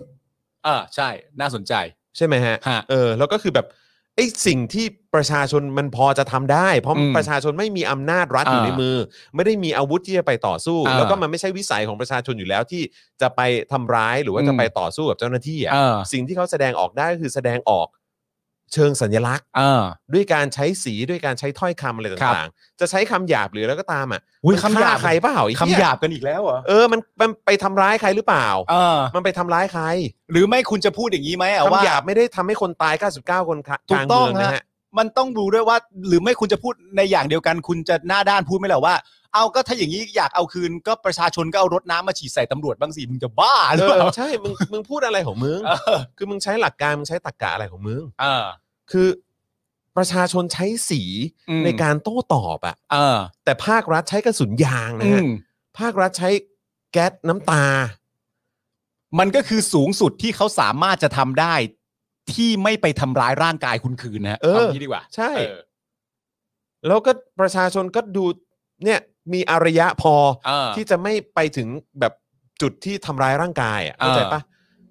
S3: เอ่าใช่ น่าสนใจ
S2: ใช่ไหมฮะ
S3: ฮะ
S2: เออแล้วก็คือแบบไอ้สิ่งที่ประชาชนมันพอจะทำได้ เพราะ
S3: อืม
S2: ประชาชนไม่มีอำนาจรัฐอยู่
S3: อ่า
S2: ในมือ ไม่ได้มีอาวุธที่จะไปต่อสู้
S3: อ่า
S2: แล้วก็มันไม่ใช่วิสัยของประชาชนอยู่แล้วที่จะไปทำร้ายหรือว่า
S3: อืม
S2: จะไปต่อสู้กับเจ้าหน้าที่อ่ะ
S3: เออ
S2: สิ่งที่เขาแสดงออกได้ก็คือแสดงออกเชิงสัญลักษณ์
S3: เออ
S2: ด้วยการใช้สีด้วยการใช้ถ้อยคำอะไรต่างๆ จะใช้คำหยาบหรือแล้วก็ตามอ่ะ
S3: อุ๊ย
S2: มัน
S3: คำหยาบ
S2: ฆ่ใครเปล่าไอ้เ
S3: คำหยาบกันอีกแล้วเหรอ
S2: เออมันมันไปทำร้ายใครหรือเปล่า
S3: เออ
S2: มันไปทำร้ายใคร
S3: หรือไม่คุณจะพูดอย่างนี้ไหมอะ
S2: คำ
S3: ว่า
S2: หยาบไม่ได้ทำให้คนตาย 99 คนค่ะ
S3: ถูกต้อง
S2: ลาเมืนะ
S3: ฮะ มันต้องดูด้วยว่า หรือไม่คุณจะพูดในอย่างเดียวกัน คุณจะหน้าด้านพูดไหมล่ะว่า เอาก็ถ้าอย่างนี้อยากเอาคืนก็ประชาชนก็เอารถน้ำมาฉีดใส่ตำรวจบ้างสิมึงจะบ้าห
S2: เอ
S3: รือเปล่า
S2: อใช่มึงมึงพูดอะไรของมึง
S3: เออ
S2: คือมึงใช้หลักการมึงใช้ตรรกะอะไรของมึง
S3: เออ
S2: คือประชาชนใช้สี
S3: อืม
S2: ในการโต้ตอบอะ
S3: เออ
S2: แต่ภาครัฐใช้กระสุนยางนะ
S3: อื
S2: ฮะ
S3: ม
S2: ภาครัฐใช้แก๊สน้ำตา
S3: มันก็คือสูงสุดที่เขาสามารถจะทำได้ที่ไม่ไปทำร้ายร่างกายคุณคืนนะฮะ
S2: เออ
S3: าย่างนี้ดีกว่า
S2: ใช่
S3: เออ
S2: แล้วก็ประชาชนก็ดูเนี่ยมีอารยะพอ
S3: เออ
S2: ที่จะไม่ไปถึงแบบจุดที่ทำร้ายร่างกายอ่ะ
S3: เออ
S2: เข้าใจปะ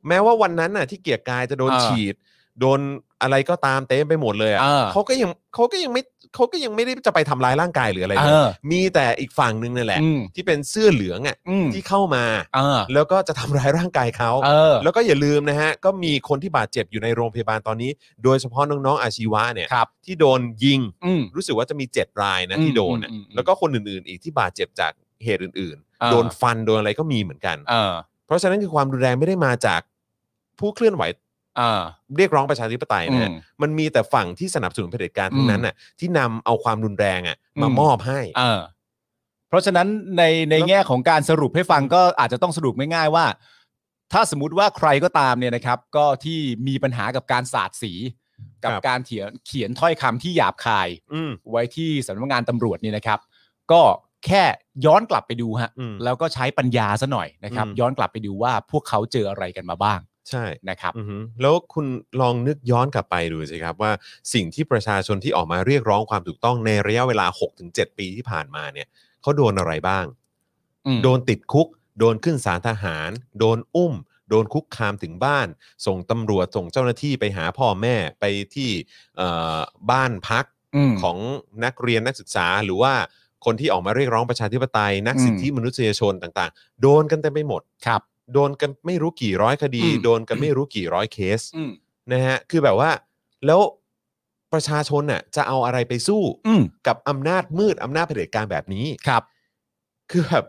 S2: แม้ว่าวันนั้นน่ะที่เกียรติกายจะโดน
S3: เออ
S2: ฉีด โดนอะไรก็ตามเต็มไปหมดเลยอ่ะ
S3: เออ
S2: เขาก็ยังเขาก็ยังไม่เขาก็ยังไม่ได้จะไปทำร้ายร่างกายหรืออะไร
S3: เอ
S2: เลย
S3: อ
S2: มีแต่อีกฝั่งหนึงนั่นแหละ
S3: อืม
S2: ที่เป็นเสื้อเหลืองอ่ะ
S3: อืม
S2: ที่เข้ามา
S3: เออ
S2: แล้วก็จะทำร้ายร่างกายเขา
S3: เออ
S2: แล้วก็อย่าลืมนะฮะก็มีคนที่บาดเจ็บอยู่ในโรงพยาบาลตอนนี้ โดยเฉพาะน้องๆอาชีวะเนี่ย
S3: ครับ
S2: ที่โดนยิง
S3: อืม
S2: รู้สึกว่าจะมี 7 รายนะ
S3: อืม
S2: ที่โดนน่ะ
S3: อืมอืม
S2: แล้วก็คนอื่นๆ อีกที่บาดเจ็บจากเหตุอื่น
S3: อ่า
S2: ๆ โดนฟันโดนอะไรก็มีเหมือนกัน
S3: เออ
S2: เพราะฉะนั้นคือความรุนแรงไม่ได้มาจากผู้เคลื่อนไหว
S3: เออ
S2: เรียกร้องประชาธิปไตยนะฮะ
S3: อืม
S2: มันมีแต่ฝั่งที่สนับสนุนเผด็จการทั้งนั้นน่ะที่นำเอาความรุนแรงอ่ะมา
S3: อืม
S2: มอบให้
S3: เออเพราะฉะนั้นในในแง่ของการสรุปให้ฟังก็อาจจะต้องสรุปง่ายๆว่า ถ้าสมมติว่าใครก็ตามเนี่ยนะครับ ก็ที่มีปัญหากับการสาดสี กับ
S2: ครับ
S3: การเขียนเขียนถ้อยคำที่หยาบคาย
S2: อืม
S3: ไว้ที่สำนักงานตำรวจเนี่ยนะครับ ก็แค่ย้อนกลับไปดูฮะ
S2: อืม
S3: แล้วก็ใช้ปัญญาซะหน่อยนะครับ
S2: อืม
S3: ย้อนกลับไปดูว่าพวกเขาเจออะไรกันมาบ้าง
S2: ใช่
S3: นะครับ
S2: อือฮึแล้วคุณลองนึกย้อนกลับไปดูสิครับว่าสิ่งที่ประชาชนที่ออกมาเรียกร้องความถูกต้องในระยะเวลา 6-7 ปีที่ผ่านมาเนี่ยเขาโดนอะไรบ้าง
S3: อืม
S2: โดนติดคุก โดนขึ้นศาลทหาร โดนอุ้ม โดนคุกคามถึงบ้าน ส่งตำรวจส่งเจ้าหน้าที่ไปหาพ่อแม่ไปที่เอ่อบ้านพัก
S3: อืม
S2: ของนักเรียนนักศึกษาหรือว่าคนที่ออกมาเรียกร้องประชาธิปไตย นักสิทธิมนุษยชนต่างๆ โดนกันเต็มไปหมด
S3: ครับ
S2: โดนกันไม่รู้กี่ร้อยคดี
S3: อืม
S2: โดนกันไม่รู้กี่ร้อยเคส
S3: อืม
S2: นะฮะคือแบบว่า แล้วประชาชนน่ะจะเอาอะไรไปสู้
S3: อืม
S2: กับอำนาจมืดอำนาจเผด็จการแบบนี้
S3: ครับ
S2: คือแบบ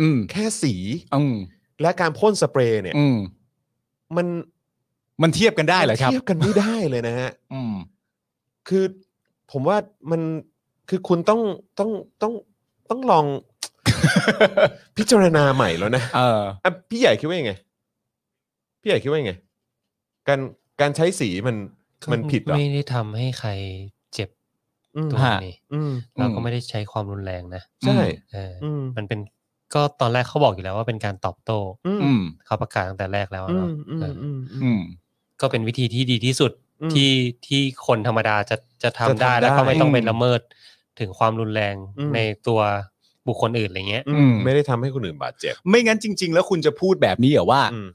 S3: อืม
S2: แค่สี
S3: อืม
S2: และการพ่นสเปรย์เนี่ย
S3: อืม
S2: มัน
S3: มันเทียบกันได้เหรอครับ
S2: เทียบกันไม่ได้เลยนะฮะ
S3: อืม
S2: คือผมว่ามันคือคุณต้องต้องต้องต้อง
S3: [LAUGHS]
S2: ลอง พิจารณาใหม่แล้วนะ
S3: เออ
S2: อ่ะพี่ใหญ่คิดว่ายังไง พี่ใหญ่คิดว่ายังไง การการใช้สีมันมันผิดเหรอ
S6: ไม่ได้ทำให้ใครเจ็บ
S2: อืม
S6: ตัว
S3: ฮะ
S6: นี่
S2: อืม
S6: เราก็ไม่ได้ใช้ความรุนแรงนะ
S2: ใช่
S6: เอออ
S2: อืม
S6: มันเป็นก็ตอนแรกเขาบอกอยู่แล้วว่าเป็นการตอบโต้
S2: อืม
S3: อืม
S6: เขาประกาศตั้งแต่แรกแล้ว
S2: อื
S6: อะเนาะ
S2: มอืม
S6: เอออ
S2: อืมอืม
S3: อืม
S6: ก็เป็นวิธีที่ดีที่สุด
S2: อืม
S6: ที่ที่คนธรรมดาจะจะ
S2: จะ
S6: ทำ
S2: ทำได้
S6: ได้แล้วก็ไม่ต้องไป
S3: อืม
S6: ละเมิดถึงความรุนแรง
S2: อืม
S6: ในตัวบุคคลอื่นอะไรเงี้ย
S2: อืมไม่ได้ทำให้คนอื่นบาดเจ็บ
S3: ไม่งั้นจริง ๆ แล้วคุณจะพูดแบบนี้เหรอว่า
S2: อืม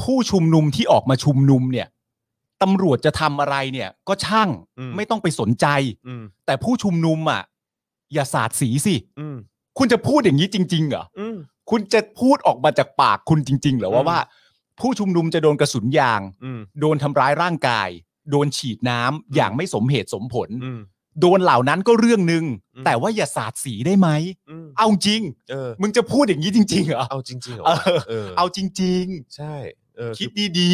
S3: ผู้ชุมนุมที่ออกมาชุมนุมเนี่ยตำรวจจะทำอะไรเนี่ย ก็ช่าง
S2: อืม
S3: ไม่ต้องไปสนใจ
S2: อืม
S3: แต่ผู้ชุมนุมอ่ะอย่าสาดสีสิ
S2: อืม
S3: คุณจะพูดอย่างนี้จริงๆเหรอ
S2: อืม
S3: คุณจะพูดออกมาจากปากคุณจริง ๆ เหรอ
S2: อื
S3: ว่าม ว่า ผู้ชุมนุมจะโดนกระสุนยาง
S2: อืม
S3: โดนทำร้ายร่างกาย โดนฉีดน้ำอย่างไม่สมเหตุสมผล
S2: อืม
S3: โดนเหล่านั้นก็เรื่องหนึ่ง
S2: อืม
S3: แต่ว่าอย่าสาดสีได้ไหม
S2: อืม
S3: เอาจริง
S2: เออ
S3: มึงจะพูดอย่างนี้จริง ๆ เหรอ
S2: เอาจริงๆเหรอ
S3: เอ
S2: วะ
S3: อ เอาจริง
S2: ใช่เออ
S3: ๆ
S2: คื
S3: คิ
S2: อ
S3: ดดี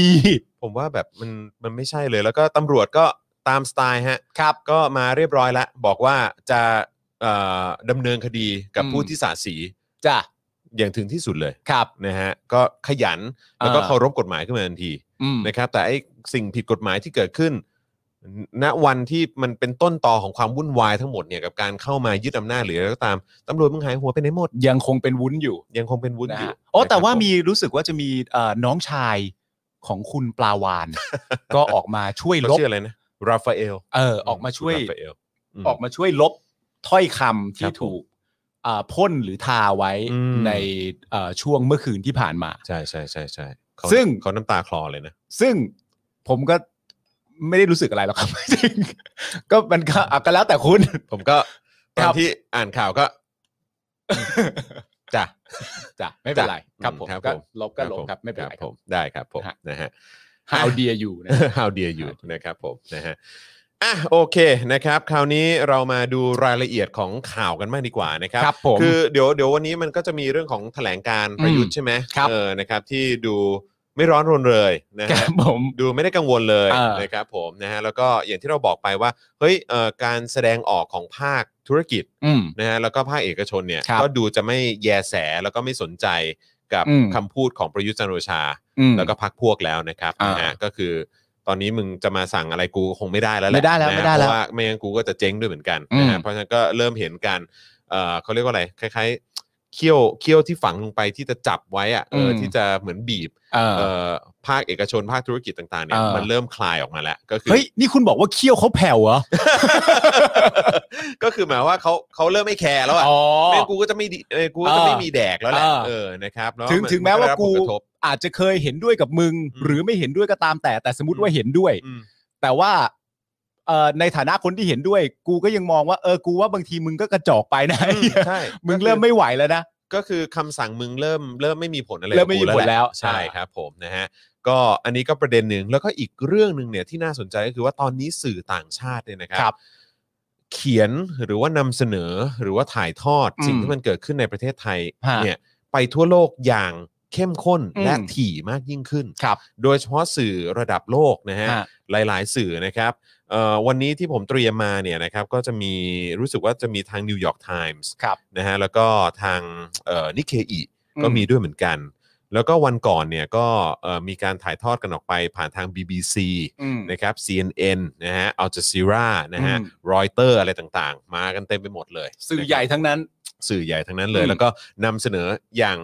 S2: ผมว่าแบบมันมันไม่ใช่เลยแล้วก็ตำรวจก็ตามสไตล์ฮะ
S3: ๆ ครับ
S2: ก็มาเรียบร้อยแล้ว บอกว่าจะเอ่อดำเนินคดีกับ
S3: อืม
S2: ผู้ที่สาดสี
S3: จ้ะ
S2: อย่างถึงที่สุดเลย
S3: ครับ
S2: นะฮะก็ขยันแล้วก็
S3: อ่า
S2: เคารพกฎหมายขึ้นมาทันที
S3: อืม
S2: นะครับ แต่ไอ้สิ่งผิดกฎหมายที่เกิดขึ้น ณวันที่มันเป็นต้นตอของความวุ่นวายทั้งหมดเนี่ยกับการเข้ามายึดอำนาจหรืออะไรก็ตามตำรวจมึงหายหัวไปไหนหมด
S3: ยังคงเป็นวุ้นอยู่
S2: ยังคงเป็นวุ้น
S3: นะ
S2: อยู่
S3: ฮะอ๋อแต่
S2: นะครับ
S3: ว่า
S2: ผ
S3: มีรู้สึกว่าจะมีเอ่อน้องชายของคุณปลา
S2: [LAUGHS]
S3: วาน ก็ออกมาช่วยล
S2: เขา
S3: บ
S2: ชื่ออะไรนะ ราฟาเอล
S3: เออออกมาช่วย
S2: ราฟาเอลม
S3: ออกมาช่วยลบถ้อยคำ
S2: ครั
S3: ที่
S2: บผม
S3: ถูกอ่าพ่นหรือทาไว้
S2: อืม
S3: ในเอ่อช่วงเมื่อคืนที่ผ่านมา
S2: ใช่ใช่ใช่ใช่เขา
S3: ซึ่ง
S2: เขาน้ำตาคลอเลยนะ
S3: ซึ่งผมก็ไม่ได้รู้สึกอะไรหรอกครับ [LAUGHS] จริงก็มันก็อ่ะก็แล้วแต่คุณ [LAUGHS]
S2: ผมก็ตอ
S3: คน รับ
S2: ที่อ่านข่าวก็จ้ะ
S3: จ้ะไม่เป็นไร
S2: จ้ะ
S3: ครับผม
S2: อืมครับ
S3: ก็
S2: ผม
S3: ลบก็ลบครับไม่เป็นไร
S2: ค
S3: ค
S2: ผ
S3: รับ
S2: มได้ครับผม
S3: ฮะ
S2: นะฮะ
S3: How dare you
S2: [LAUGHS]
S3: นะ
S2: How dare you นะครับผมนะฮะอ่ะโอเคนะครับ คราวนี้เรามาดูรายละเอียดของข่าวกันมากดีกว่านะครับ
S3: ครับผม
S2: คือเดี๋ยวเดี๋ยววันนี้มันก็จะมีเรื่องของแถลงการณ์ประยุทธ์ใช่ไหม
S3: ครับ
S2: เออนะครับ ที่ดูไม่ร้อนรนเลยนะ
S3: ค
S2: ฮะ
S3: รับผม
S2: ดูไม่ได้กังวลเลย
S3: อ่าน
S2: นะครับผมนะฮะแล้วก็อย่างที่เราบอกไปว่าเฮ้ยเอ่อการแสดงออกของภาคธุรกิจ
S3: อืม
S2: นะฮะแล้วก็ภาคเอกชนเนี่ย
S3: ครับ
S2: ก็ดูจะไม่แยแสแล้วก็ไม่สนใจกับ
S3: อืม
S2: คำพูดของประยุทธ์จันทร์โอชา
S3: อืม
S2: แล้วก็พักพวกแล้วนะครับ
S3: อ่า
S2: นะฮะก็คือตอนนี้มึงจะมาสั่งอะไรกูคงไม่ได้แล้วแหละ
S3: ไม่ได้แล้ว
S2: นะฮะ
S3: ไม่ได้แล้ว
S2: เพราะว่าไม่งั้นกูก็จะเจ๊งด้วยเหมือนกันนะ
S3: อื
S2: ฮะ
S3: ม
S2: เพราะฉะนั้นก็เริ่มเห็นการเอ่อเขาเรียกว่าอะไรคล้ายๆเขี้ยวเขี้ยวที่ฝังลงไปที่จะจับไว้อะเอออ
S3: ม
S2: ที่จะเหมือนบีบ
S3: เออ
S2: เอ่อภาคเอกชน ภาคธุรกิจต่างๆเนี่ย
S3: เออ
S2: มันเริ่มคลายออกมาแล้ว ก็คือ
S3: เฮ้ย นี่คุณบอกว่าเคี้ยวเขาแผ่วเหรอ
S2: [LAUGHS] ก็คือหมายว่าเขาเขาเริ่มไม่แคร์แล้วอ่ะ
S3: อ๋อ
S2: แม่งกูก็จะไม่ดีเออกูก็จะไม่มีแดกแล้วแหละ
S3: เออ
S2: เออนะครับเนอะ
S3: ถึง
S2: น
S3: ถึงแม้
S2: น
S3: ว่า
S2: ได้รับ
S3: กู
S2: ผลระทบ
S3: อาจจะเคยเห็นด้วยกับมึง
S2: อืม
S3: หรือไม่เห็นด้วยก็ตามแต่แต่สมมติว่าเห็นด้วย
S2: อืม
S3: แต่ว่าเอ่อในฐานะคนที่เห็นด้วย กูก็ยังมองว่าเออกูว่าบางทีมึงก็กระจอกไปนะ
S2: อืมใช่
S3: [LAUGHS] มึงเริ่มไม่ไหวแล้วนะ
S2: ก็คือคำสั่งมึงเริ่มเริ่มไม่มีผลอะไร
S3: เริ่มไม่มีผลแล้ว
S2: กับกูหะใช่
S3: อ่า
S2: ครับผมนะฮะก็อันนี้ก็ประเด็นหนึ่งแล้วก็อีกเรื่องหนึ่งเนี่ยที่น่าสนใจก็คือว่าตอนนี้สื่อต่างชาติเนี่ยนะครั
S3: ครับ
S2: เขียนหรือว่านำเสนอหรือว่าถ่ายทอด
S3: อืม
S2: สิ่งที่มันเกิดขึ้นในประเทศไทย
S3: ฮะ
S2: เนี่ยไปทั่วโลกอย่างเข้มข้น
S3: อืม
S2: และถี่มากยิ่งขึ้น
S3: ครับ
S2: โดยเฉพาะสื่อระดับโลกนะฮะ
S3: ฮะ
S2: หลาย ๆ สื่อนะครับเอ่อวันนี้ที่ผมเตรียมมาเนี่ยนะครับก็จะมีรู้สึกว่าจะมีทางนิวยอร์กไทมส์
S3: ครับ
S2: นะฮะแล้วก็ทางนิเคอี
S3: อืม
S2: ก็มีด้วยเหมือนกัน แล้วก็วันก่อนเนี่ยก็เอ่อมีการถ่ายทอดกันออกไปผ่านทาง BBC
S3: อืม
S2: นะครับ CNN นะฮะ Al Jazeera นะฮะ
S3: อืม
S2: Reuters อะไรต่างๆ มากันเต็มไปหมดเลย
S3: สื่อใหญ่ทั้งนั้น
S2: สื่อใหญ่ทั้งนั้นเลย
S3: อืม
S2: แล้วก็นำเสนออย่าง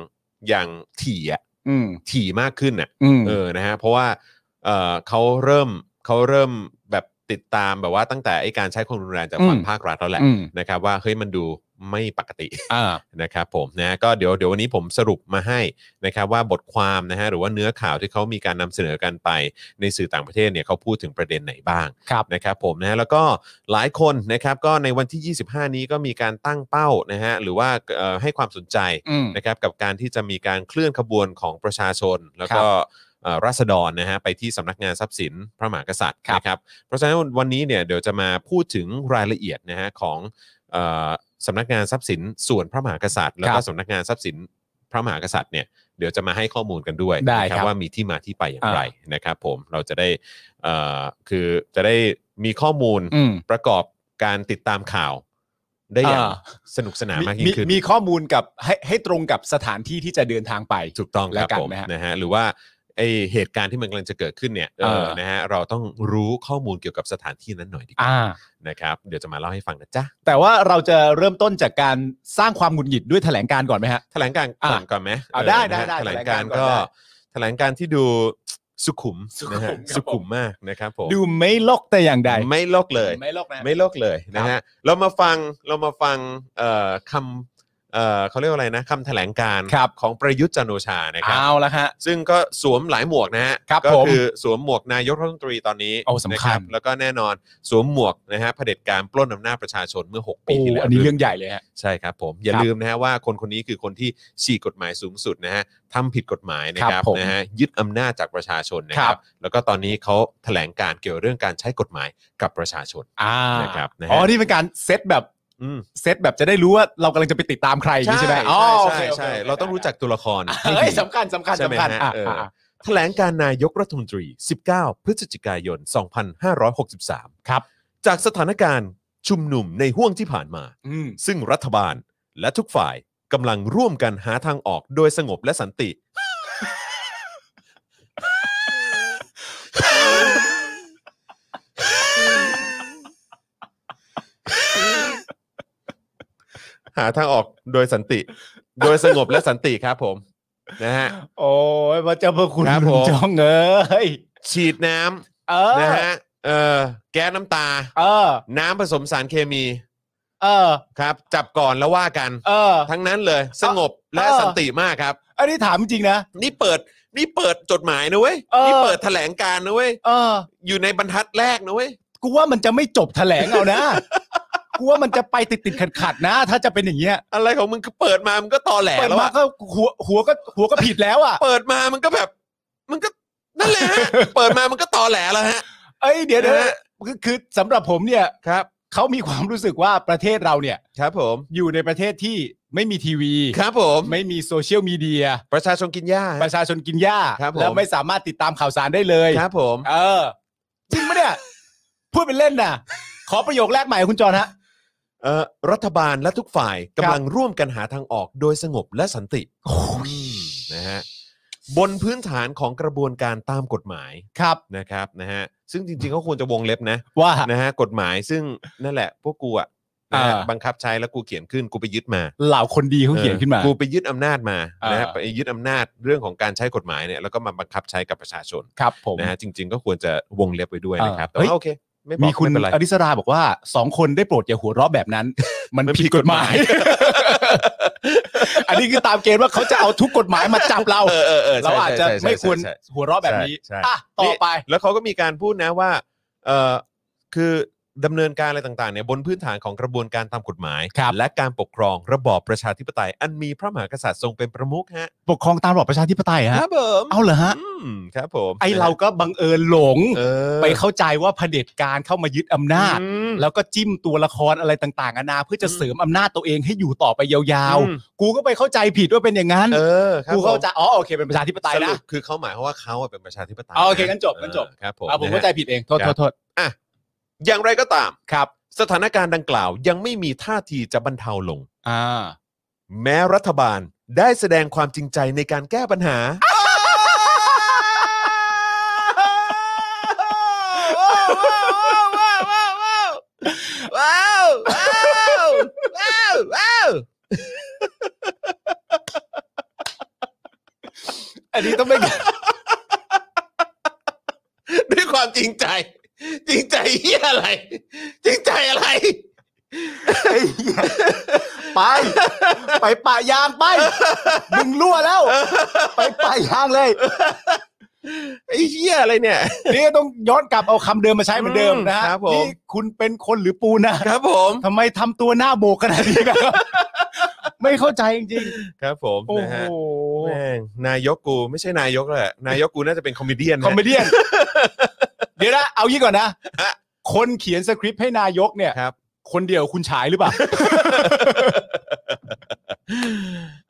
S2: อย่างถี่อะ
S3: อืม
S2: ถี่มากขึ้นน่ะ
S3: อืม
S2: เออนะฮะเพราะว่าเออเขาเริ่มเขาเริ่มแบบติดตามแบบว่าตั้งแต่ไอการใช้ความรุนแรงจากฝั่ง
S3: อืม
S2: ภาครัฐแล้วแหละ
S3: อืม
S2: นะครับว่าเฮ้ยมันดูไม่ปกติ
S3: อ่า
S2: นะครับผมนะก็เดี๋ยวเดี๋ยววันนี้ผมสรุปมาให้นะครับว่าบทความนะฮะหรือว่าเนื้อข่าวที่เขามีการนำเสนอกันไปในสื่อต่างประเทศเนี่ยเขาพูดถึงประเด็นไหนบ้าง
S3: ครับ
S2: นะครับผมนะฮะแล้วก็หลายคนนะครับก็ในวันที่ 25 นี้ก็มีการตั้งเป้านะฮะหรือว่าเอ่อให้ความสนใจ
S3: อืม
S2: นะครับกับการที่จะมีการเคลื่อนขบวนของประชาชน แล้วก็เอ่อราษฎรนะฮะไปที่สำนักงานทรัพย์สินพระมหากษัตริย์
S3: ครับ
S2: นะครับเพราะฉะนั้นวันนี้เนี่ยเดี๋ยวจะมาพูดถึงรายละเอียดนะฮะของ เอ่อสำนักงานทรัพย์สินส่วนพระมหากษัตริย์ แล้ว
S3: ค
S2: ก็
S3: รับ
S2: สำนักงานทรัพย์สินพระมหากษัตริย์เนี่ยเดี๋ยวจะมาให้ข้อมูลกันด้วย
S3: ได้
S2: นะครับ ว่ามีที่มาที่ไปอย่าง
S3: อ่า
S2: ไรนะครับ ผมเราจะได้เอ่อคือจะได้มีข้อมูล
S3: อืม
S2: ประกอบการติดตามข่าว ได้อย่าง
S3: อ่า
S2: สนุกสนานมาก
S3: มี
S2: ยิ่งขึ้น
S3: มีข้อมูลกับให้ให้ตรงกับสถานที่ที่จะเดินทางไป
S2: ถูกต้องค
S3: แล้
S2: รั
S3: ว
S2: บ
S3: กัน
S2: ผม
S3: นะฮะ
S2: นะฮะหรือว่าไอเหตุการณ์ที่มันกำลังจะเกิดขึ้นเนี่ยเออ
S3: เออ
S2: นะฮะเราต้องรู้ข้อมูลเกี่ยวกับสถานที่นั้นหน่อยดีกว่า
S6: อ่า
S2: นะครับเดี๋ยวจะมาเล่าให้ฟังนะจ๊ะ
S3: แต่ว่าเราจะเริ่มต้นจากการสร้างความหงุดหงิดด้วยแถลงการณ์ก่อนไหมฮะ
S2: แถลงการณ์ก่อน
S3: อ่ะ
S2: ก่อนไหม
S3: อ่ะได้
S2: เออนะฮะ
S3: ได้
S2: แถ
S3: ได้
S2: ลงการณ์
S3: แถลงการณ์ก่
S2: ก็
S3: อนได้
S2: แถลงการที่ดูสุขุม
S3: สุขุม
S2: นะฮะ
S3: ครับ
S2: สุขุมมากนะครับผม
S3: ดูไม่ลกแต่อย่างใด
S2: ไม่ลอกเลย
S3: ไม่ลกนะ
S2: ไม่ลอกเลยนะฮะเรามาฟังเรามาฟังเอ่อคำเอ่อเขาเรียกว่าอะไรนะคำแถลงการ
S3: ครับ
S2: ของประยุทธ์จันทร์โอชานะครับ
S3: เอาละฮะ
S2: ซึ่งก็สวมหลายหมวกนะฮะ
S3: ครับ
S2: ก็
S3: ผม
S2: คือสวมหมวกนายกรัฐมนตรีตอนนี้
S3: โอ้สำ
S2: นะ
S3: คัญ
S2: รับแล้วก็แน่นอนสวมหมวกนะฮะเผด็จการปล้นอำนาจประชาชนเมื่อ 6 ปี
S3: โอ้
S2: ที่แล้ว
S3: อันนี้
S2: ด้วย
S3: เรื่องใหญ่เลยฮะ
S2: ใช่ครับผมอย่า
S3: ครับ
S2: ลืมนะฮะว่าคนคนนี้คือคนที่ฉีกกฎหมายสูงสุดนะฮะทำผิดกฎหมายนะค
S3: ครั
S2: รับบ
S3: ผม
S2: นะฮะยึดอำนาจจากประชาชนนะค
S3: ครั
S2: รับ
S3: บ
S2: แล้วก็ตอนนี้เขาแถลงการเกี่ยวเรื่องการใช้กฎหมายกับประชาชน
S3: อ่า
S2: นะครับนะฮะ
S3: อ๋อนี่เป็นการเซตแบบ
S2: อืม
S3: เซตแบบจะได้รู้ว่าเรากำลังจะไปติดตามใครอย่างนี้ใช่ไหมอ๋อ
S2: ใช่
S3: โอค
S2: ใช่
S3: โค
S2: ใช่
S3: โค
S2: เราต้องรู้จักตัวละครให้
S3: เฮ้ย
S2: ดี
S3: สำคัญสำคัญ
S2: ใช่ไหม
S3: สำคัญ
S2: ฮะ
S3: อ่ะ
S2: เอออ่
S3: อ่ะ
S2: แถลงการนายกรัฐมนตรี 19 พฤศจิกายน 2563
S3: ครับ
S2: จากสถานการณ์ชุมนุมในห่วงที่ผ่านมา
S3: อืม
S2: ซึ่งรัฐบาลและทุกฝ่ายกำลังร่วมกันหาทางออกโดยสงบและสันติ หาทางออกโดยสันติ โดยสงบและสันติครับผมนะฮะ
S3: โอ้ยพระเจ้าพระคุณ
S2: ครับผม
S3: จ้องเอ้ย
S2: ฉีดน้
S3: เออ
S2: ำนะฮะเออแก๊สน้ำตา
S3: เออ
S2: น้ำผสมสารเคมี
S3: เออ
S2: ครับ จับก่อนแล้วว่ากัน
S3: เออ
S2: ทั้งนั้นเลยสงบและ
S3: เออ
S2: สันติมากครับ
S3: อันนี้ถามจริงนะ
S2: นี่เปิดนี่เปิดจดหมายนะเว้ย
S3: เออ
S2: นี่เปิดแถลงการณ์นะเว้ย
S3: เออ
S2: อยู่ในบรรทัดแรกนะเว้ย
S3: กูว่ามันจะไม่จบแถลงเอา
S2: [LAUGHS]
S3: นะ กูว่ามันจะไปติดติดขัดขัดๆนะ ถ้าจะเป็นอย่างเงี้ย
S2: อะไรของมึงคือเปิดมามันก็ตอแหล
S3: เปิด
S2: แล้ว
S3: มา
S2: อะ
S3: ก็หัวหัวก็หัวก็ผิดแล้วอ่ะ
S2: เปิดมามันก็แบบ มันก็นั่นแหละ [LAUGHS] ฮะ เปิดมามันก็ตอแหลแล้วฮะ
S3: เอ้ยเดี๋ยวเดี๋ยว
S2: นะฮะ
S3: คือคือสำหรับผมเนี่ย
S2: ครับ
S3: เขามีความรู้สึกว่าประเทศเราเนี่ย
S2: ครับผม
S3: อยู่ในประเทศที่ไม่มีทีวี
S2: ครับผม
S3: ไม่มีโซเชียลมีเดีย
S2: ประชาชนกินหญ้าฮะ
S3: ประชาชนกินหญ้า
S2: ครับผม
S3: แล้วไม่สามารถติดตามข่าวสารได้เลย
S2: ครับผม
S3: เออ จริงปะเนี่ย พูดเป็นเล่นนะขอประโยคแรกใหม่คุณจรฮะ
S2: เอ่อรัฐบาลและทุกฝ่าย
S3: ค
S2: กำ
S3: รับ
S2: ลังร่วมกันหาทางออกโดยสงบและสันติอืมนะฮะบนพื้นฐานของกระบวนการตามกฎหมาย
S3: ครับ
S2: นะครับนะฮะซึ่งจริงๆเขาควรจะวงเล็บนะ
S3: ว่า
S2: นะฮะกฎหมายซึ่งนั่นแหละ พวกกูอ่ะนะฮะ
S3: อ่า
S2: บังคับใช้แล้วกูเขียนขึ้นกูไปยึดมา
S3: เหล่าคนดีเขาเขียนขึ้นมา
S2: ออกูไปยึดอำนาจมา
S3: อ่าน
S2: นะฮะไปยึดอำนาจเรื่องของการใช้กฎหมายเนี่ยแล้วก็มาบังคับใช้กับประชาชน
S3: ครับผม
S2: นะฮะจริง ๆ ก็ควรจะวงเล็บไว้ด้วยนะครับ
S3: เออ
S2: แต่
S3: เฮ้ย
S2: ว่าโอเค ไม่บอก
S3: มีคุณ
S2: ไม่เป็นไร
S3: อริสราบอกว่าสองคนได้โปรดอย่าหัวเราะแบบนั้น มัน
S2: มันผิ
S3: ผิ
S2: ด
S3: ด
S2: ก
S3: ก
S2: ฎ
S3: ฎ
S2: หมาม
S3: หาย ย [LAUGHS] อันนี้คือตามเกณฑ์ว่าเขาจะเอาทุกกฎหมายมาจับเรา
S2: เออเออเออ
S3: เรา
S2: ใช่
S3: อาจจะ
S2: ใช่ใช่
S3: ไม่ควร
S2: ใช่ใช่
S3: หัวเราะแบบนี้
S2: ใช่ใช่
S3: อ่ะต่อไป
S2: นี่แล้วเขาก็มีการพูดนะว่าเออคือดำเนินการอะไรต่างๆเนี่ยบนพื้นฐานของกระบวนการตามกฎหมาย
S3: ครับ
S2: และการปกครองระบอบประชาธิปไตย อันมีพระมหากษัตริย์ทรงเป็นประมุขฮะ
S3: ปกครองตามระบอบประชาธิปไตย
S2: ค
S3: ฮะ
S2: รับผม
S3: เอาเหรอฮะ
S2: อืมครับผม
S3: ไอเราก็บังเอิญหลง
S2: เออ
S3: ไปเข้าใจว่าเผด็จการเข้ามายึดอำนาจ
S2: อืม
S3: แล้วก็จิ้มตัวละครอะไรต่างๆนานาเพื่อจะเสริมอำนาจตัวเองให้อยู่ต่อไปยาว
S2: อืม
S3: ๆ กูก็ไปเข้าใจผิดว่าเป็นอย่างนั้น
S2: เออครับ
S3: กูเข้าใจ
S2: ผม
S3: อ๋อโอเคเป็นประชาธิปไตย
S2: ส
S3: นะ
S2: รุปคือเขาหมายความว่าเขาอะเป็นประชาธิปไตย
S3: อ๋อโอเคะ งั้นจบงั้นจบ
S2: เออครับผม
S3: อ่ะผมเข้าใจ
S2: นะฮะ
S3: ผิดเองโทษ
S2: ค
S3: โท
S2: รับ
S3: ษโทษ
S2: อ่ะอย่างไรก็ตาม
S3: ครับ
S2: สถานการณ์ดังกล่าว ยังไม่มีท่าทีจะบรรเทาลง
S3: อ่า
S2: แม้รัฐบาลได้แสดงความจริงใจในการแก้ปัญหา
S3: ว้าวว้าวว้าวว้าวไอ้ อันนี้ต้องไม่
S2: ด้วยความจริงใจ จริงใจเฮียอะไร จริงใจอะไร
S3: ไป ไปป่ายางไป มึงรั่วแล้ว ไปป่ายางเลย
S2: ไอ้เฮียอะไรเนี่ย
S3: นี่ต้องย้อนกลับเอาคำเดิมมาใช้เหมือนเดิมนะฮะ
S2: ครับผม
S3: นี่คุณเป็นคนหรือปูนะครับ
S2: ผม
S3: [LAUGHS] ทำไมทำตัวหน้าโบกขนาดนี้ครับ [LAUGHS] ไม่เข้าใจจริง
S2: ครับผม
S3: ๆโอ้
S2: นะ
S3: โห
S2: ฮะแม่งนายกกูไม่ใช่นายกแหละนายกกูน่าจะเป็นคอมเมเดี้นะ
S3: คอมเมเดี้ [LAUGHS] เดี๋ยวนะเอายี่ก่อนนะ คนเขียนสคริปต์ให้นายกเนี่ย
S2: ครับ
S3: คนเดียวคุณฉายหรือเปล่า